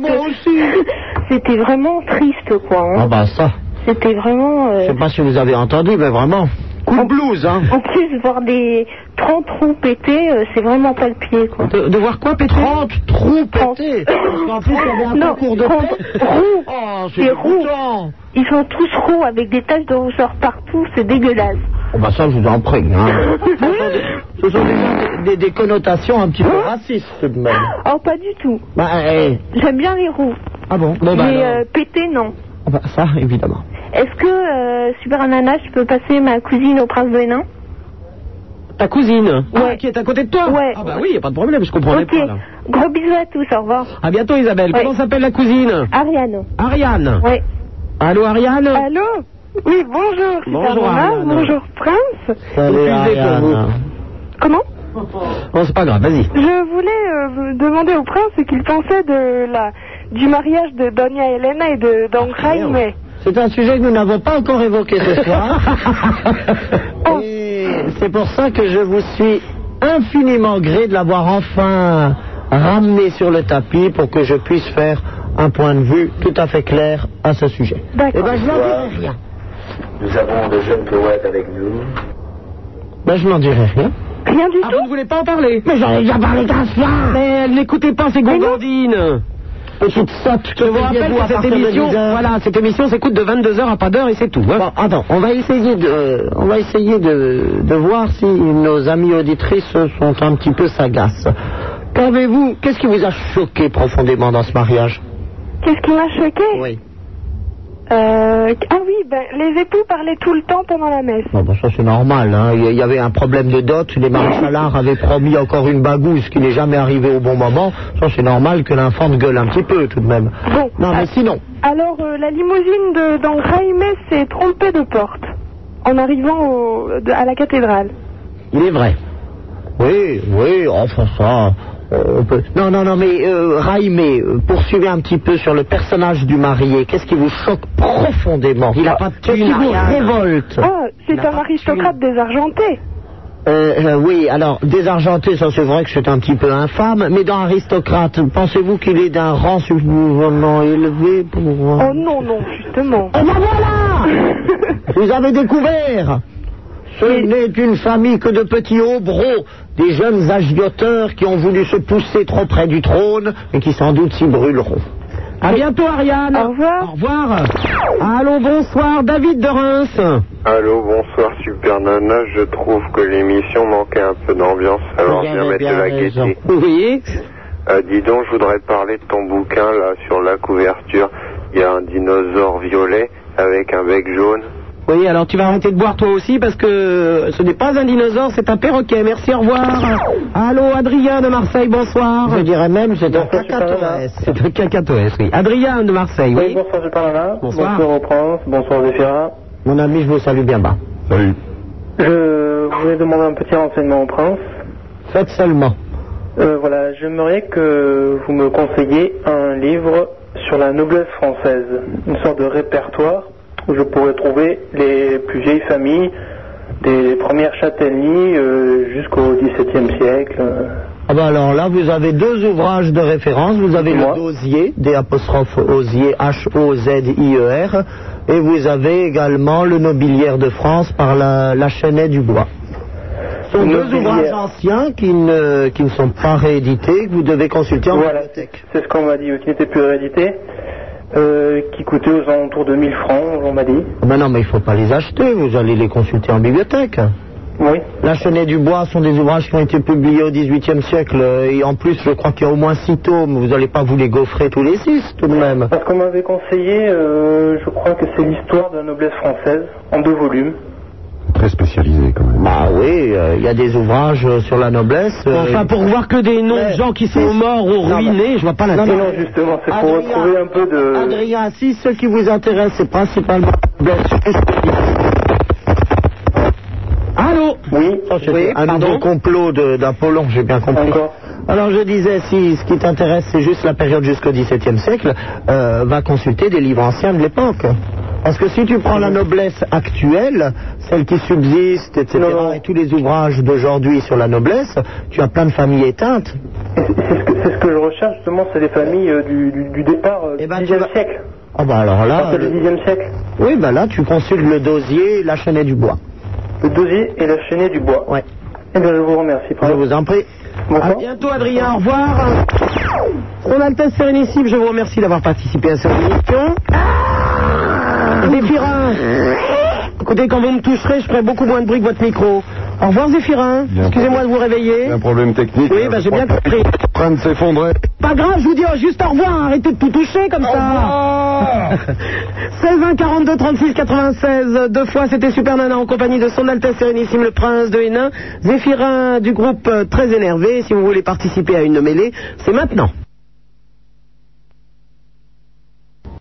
[SPEAKER 6] moi aussi. C'était vraiment triste, quoi. hein.
[SPEAKER 4] Ah bah ça,
[SPEAKER 6] C'était vraiment. euh,
[SPEAKER 4] je sais pas si vous avez entendu, mais vraiment, coup de blouse, hein.
[SPEAKER 6] En plus, voir des 30 trous pétés, euh, c'est vraiment pas le pied, quoi.
[SPEAKER 3] De, voir quoi péter
[SPEAKER 4] 30 trous pétés En plus, il y avait un
[SPEAKER 6] Non,
[SPEAKER 4] concours de
[SPEAKER 6] 30
[SPEAKER 4] paix.
[SPEAKER 6] roux.
[SPEAKER 4] Oh,
[SPEAKER 6] Des
[SPEAKER 4] c'est
[SPEAKER 6] roux.
[SPEAKER 4] dégoûtant.
[SPEAKER 6] Ils sont tous roux avec des taches de rousseur partout, c'est dégueulasse.
[SPEAKER 4] Oh bah ça, je vous en prègne, hein. Ce sont des, des- des connotations un petit peu racistes, tout de même.
[SPEAKER 6] Oh, pas du tout.
[SPEAKER 4] Bah, eh,
[SPEAKER 6] J'aime bien les roux.
[SPEAKER 4] Ah bon Bon, bah,
[SPEAKER 6] mais
[SPEAKER 4] alors.
[SPEAKER 6] euh, pétés, non.
[SPEAKER 4] Ah bah, ça, évidemment.
[SPEAKER 6] Est-ce que, euh, Super Nana, je peux passer ma cousine au Prince de Hénin
[SPEAKER 3] Ta cousine ah, qui est à côté de toi
[SPEAKER 6] Ouais.
[SPEAKER 3] Ah bah oui, y a pas de problème, je comprends
[SPEAKER 6] Ok.
[SPEAKER 3] pas là.
[SPEAKER 6] Gros bisous à tous, au revoir.
[SPEAKER 3] À bientôt Isabelle.
[SPEAKER 6] Ouais.
[SPEAKER 3] Comment s'appelle la
[SPEAKER 4] Euh.
[SPEAKER 3] cousine
[SPEAKER 6] Ariane.
[SPEAKER 3] Ariane.
[SPEAKER 6] Ouais.
[SPEAKER 3] Allô Ariane
[SPEAKER 6] Allô Oui, bonjour.
[SPEAKER 3] Bonjour,
[SPEAKER 6] Superman,
[SPEAKER 3] Ariane.
[SPEAKER 6] Bonjour, Prince.
[SPEAKER 3] Excusez
[SPEAKER 6] Ariane.
[SPEAKER 3] pour vous.
[SPEAKER 6] Comment
[SPEAKER 3] Bon, c'est pas grave, vas-y.
[SPEAKER 1] Je voulais euh, vous demander au prince ce qu'il pensait de la, du mariage de Donia Elena et de
[SPEAKER 4] Ah,
[SPEAKER 1] Don Jaime.
[SPEAKER 4] C'est un sujet que nous n'avons pas encore évoqué ce soir. Et c'est pour ça que je vous suis infiniment gré de l'avoir enfin ramené sur le tapis pour que je puisse faire un point de vue tout à fait clair à ce sujet.
[SPEAKER 1] D'accord.
[SPEAKER 4] Eh ben, je n'en dirai rien.
[SPEAKER 14] Nous avons de jeunes poètes avec nous.
[SPEAKER 4] Ben, je n'en dirai rien.
[SPEAKER 6] Rien du
[SPEAKER 3] tout Vous ne voulez pas en parler
[SPEAKER 4] Mais j'en ai déjà parlé d'un soir.
[SPEAKER 3] Mais elle n'écoutez pas, c'est gondandine
[SPEAKER 4] Petite sotte,
[SPEAKER 3] Je vous rappelle que cette émission, voilà, cette émission s'écoute de 22h à pas d'heure et c'est tout. hein.
[SPEAKER 4] Bon, attends, on va essayer de, euh, on va essayer de, de voir si nos amis auditrices sont un petit peu sagaces. Qu'avez-vous, qu'est-ce qui vous a choqué profondément dans ce mariage
[SPEAKER 1] Qu'est-ce qui m'a choqué
[SPEAKER 4] Oui.
[SPEAKER 1] Euh, ah oui, ben, les époux parlaient tout le temps pendant la messe.
[SPEAKER 4] Bon, ben, ça c'est normal. hein. Il y- il y avait un problème de dot. Les maréchalards avaient promis encore une bagousse qui n'est jamais arrivée au bon moment. Ça c'est normal que l'enfant gueule un petit peu tout de même.
[SPEAKER 1] Bon.
[SPEAKER 4] Non, mais sinon.
[SPEAKER 1] Alors, euh, la limousine de Don Jaime s'est trompée de porte en arrivant au- de- à la cathédrale.
[SPEAKER 4] Il est vrai. Oui, oui, enfin ça. euh, on peut- Non, non, non, mais euh, Raimé, euh, poursuivez un petit peu sur le personnage du marié. Qu'est-ce qui vous choque profondément
[SPEAKER 3] Il a pas de
[SPEAKER 4] Qu'est-ce qui
[SPEAKER 3] thune,
[SPEAKER 4] vous
[SPEAKER 3] Ariane.
[SPEAKER 4] révolte
[SPEAKER 1] Ah, c'est un aristocrate désargenté.
[SPEAKER 4] Euh, euh, Oui, alors, désargenté, ça c'est vrai que c'est un petit peu infâme, mais dans aristocrate, pensez-vous qu'il est d'un rang suffisamment élevé pour...
[SPEAKER 1] Oh non, non, justement.
[SPEAKER 4] Oh ben voilà Vous avez découvert Ce n'est une famille que de petits hobereaux, des jeunes agioteurs qui ont voulu se pousser trop près du trône et qui sans doute s'y brûleront.
[SPEAKER 3] À bientôt Ariane. Au revoir. Au revoir. Allô, bonsoir David de Reims.
[SPEAKER 11] Allô, bonsoir Super Nana, je trouve que l'émission manquait un peu d'ambiance, alors
[SPEAKER 4] Vous
[SPEAKER 11] viens
[SPEAKER 4] avez
[SPEAKER 11] mettre
[SPEAKER 4] bien
[SPEAKER 11] de la
[SPEAKER 4] raison.
[SPEAKER 11] gaieté.
[SPEAKER 3] Oui.
[SPEAKER 11] Euh, dis donc, je voudrais parler de ton bouquin là sur la couverture. Il y a un dinosaure violet avec un bec jaune.
[SPEAKER 3] Oui, alors tu vas arrêter de boire toi aussi parce que ce n'est pas un dinosaure, c'est un perroquet. Merci, au revoir. Allô, Adrien de Marseille, bonsoir.
[SPEAKER 4] Je dirais même c'est un cacatoès.
[SPEAKER 3] C'est un cacatoès, oui. Adrien de Marseille, oui.
[SPEAKER 5] bonsoir Super Nana,
[SPEAKER 3] Bonsoir.
[SPEAKER 5] au prince, bonsoir Zéphira.
[SPEAKER 4] Mon ami, je vous salue bien bas.
[SPEAKER 35] Salut.
[SPEAKER 5] Je voulais demander un petit renseignement au prince.
[SPEAKER 4] Faites seulement.
[SPEAKER 5] Euh, voilà, j'aimerais que vous me conseilliez un livre sur la noblesse française, une sorte de répertoire où je pourrais trouver les plus vieilles familles, des premières châtaignies euh, jusqu'au XVIIe siècle. euh.
[SPEAKER 4] Ah ben alors là, vous avez deux ouvrages de référence. Vous avez le Dozier, D apostrophe Osier, H-O-Z-I-E-R, E et vous avez également le Nobiliaire de France par la, la Chenet du Bois. Ce sont deux ouvrages anciens qui ne, qui ne sont pas réédités, que vous devez consulter en
[SPEAKER 8] Voilà, c'est ce qu'on m'a dit, euh, qui n'était plus réédité, euh, qui coûtait aux alentours de 1000 francs, on m'a dit.
[SPEAKER 4] Ben non, mais il ne faut pas les acheter, vous allez les consulter en bibliothèque.
[SPEAKER 8] Oui.
[SPEAKER 4] La Chenet du Bois sont des ouvrages qui ont été publiés au XVIIIe siècle, euh, et en plus, je crois qu'il y a au moins six tomes, vous n'allez pas vous les gaufrer tous les six, tout de même.
[SPEAKER 8] Parce qu'on m'avait conseillé, euh, je crois que c'est l'histoire de la noblesse française, en deux volumes.
[SPEAKER 4] Très spécialisé, quand même. Bah oui, euh, il y a des ouvrages euh, sur la noblesse. euh,
[SPEAKER 3] Enfin, pour voir que des noms de gens qui sont morts ou ruinés, je vois pas la
[SPEAKER 4] Non,
[SPEAKER 3] tête.
[SPEAKER 4] non,
[SPEAKER 8] justement,
[SPEAKER 4] c'est pour Adrien. retrouver
[SPEAKER 8] un peu de...
[SPEAKER 4] Adrien, si ce qui vous intéresse, c'est principalement la noblesse.
[SPEAKER 3] Allô
[SPEAKER 4] Oui, oui Oh, un nouveau complot de- d'Apollon, j'ai bien compris. Alors je disais, si ce qui t'intéresse, c'est juste la période jusqu'au XVIIe siècle, euh, va consulter des livres anciens de l'époque. Parce que si tu prends la noblesse actuelle, celle qui subsiste, etc., et tous les ouvrages d'aujourd'hui sur la noblesse, tu as plein de familles éteintes.
[SPEAKER 8] C'est ce que je recherche, justement, c'est les familles euh, du, du- du départ
[SPEAKER 4] Eh
[SPEAKER 8] euh, du XIXe siècle.
[SPEAKER 4] ben, Ah bah alors
[SPEAKER 8] À
[SPEAKER 4] là...
[SPEAKER 8] partir du XIXe siècle.
[SPEAKER 4] Oui, bah là, tu consultes le dosier et la chenet du bois.
[SPEAKER 8] Le dosier et la chenet du bois.
[SPEAKER 4] Ouais.
[SPEAKER 8] Eh bien, je vous remercie.
[SPEAKER 4] Je vous en prie.
[SPEAKER 3] À bientôt, Adrien. Au revoir. Son Altesse Sérénissime, je vous remercie d'avoir participé à cette émission. Zéphirin. Écoutez, quand vous me toucherez, je ferai beaucoup moins de bruit que votre micro. Au revoir, Zéphirin. Excusez-moi de vous réveiller.
[SPEAKER 2] Un problème technique.
[SPEAKER 3] Oui, bah, j'ai bien compris.
[SPEAKER 2] En train de s'effondrer.
[SPEAKER 3] Pas grave, je vous dis oh, juste au revoir, arrêtez de tout toucher comme ça. 16 1 42 36 96, deux fois c'était Super Nana en compagnie de son Altesse Sérénissime le Prince de Hénin, Zéphirin du groupe euh, Très Énervé. Si vous voulez participer à une mêlée, c'est maintenant.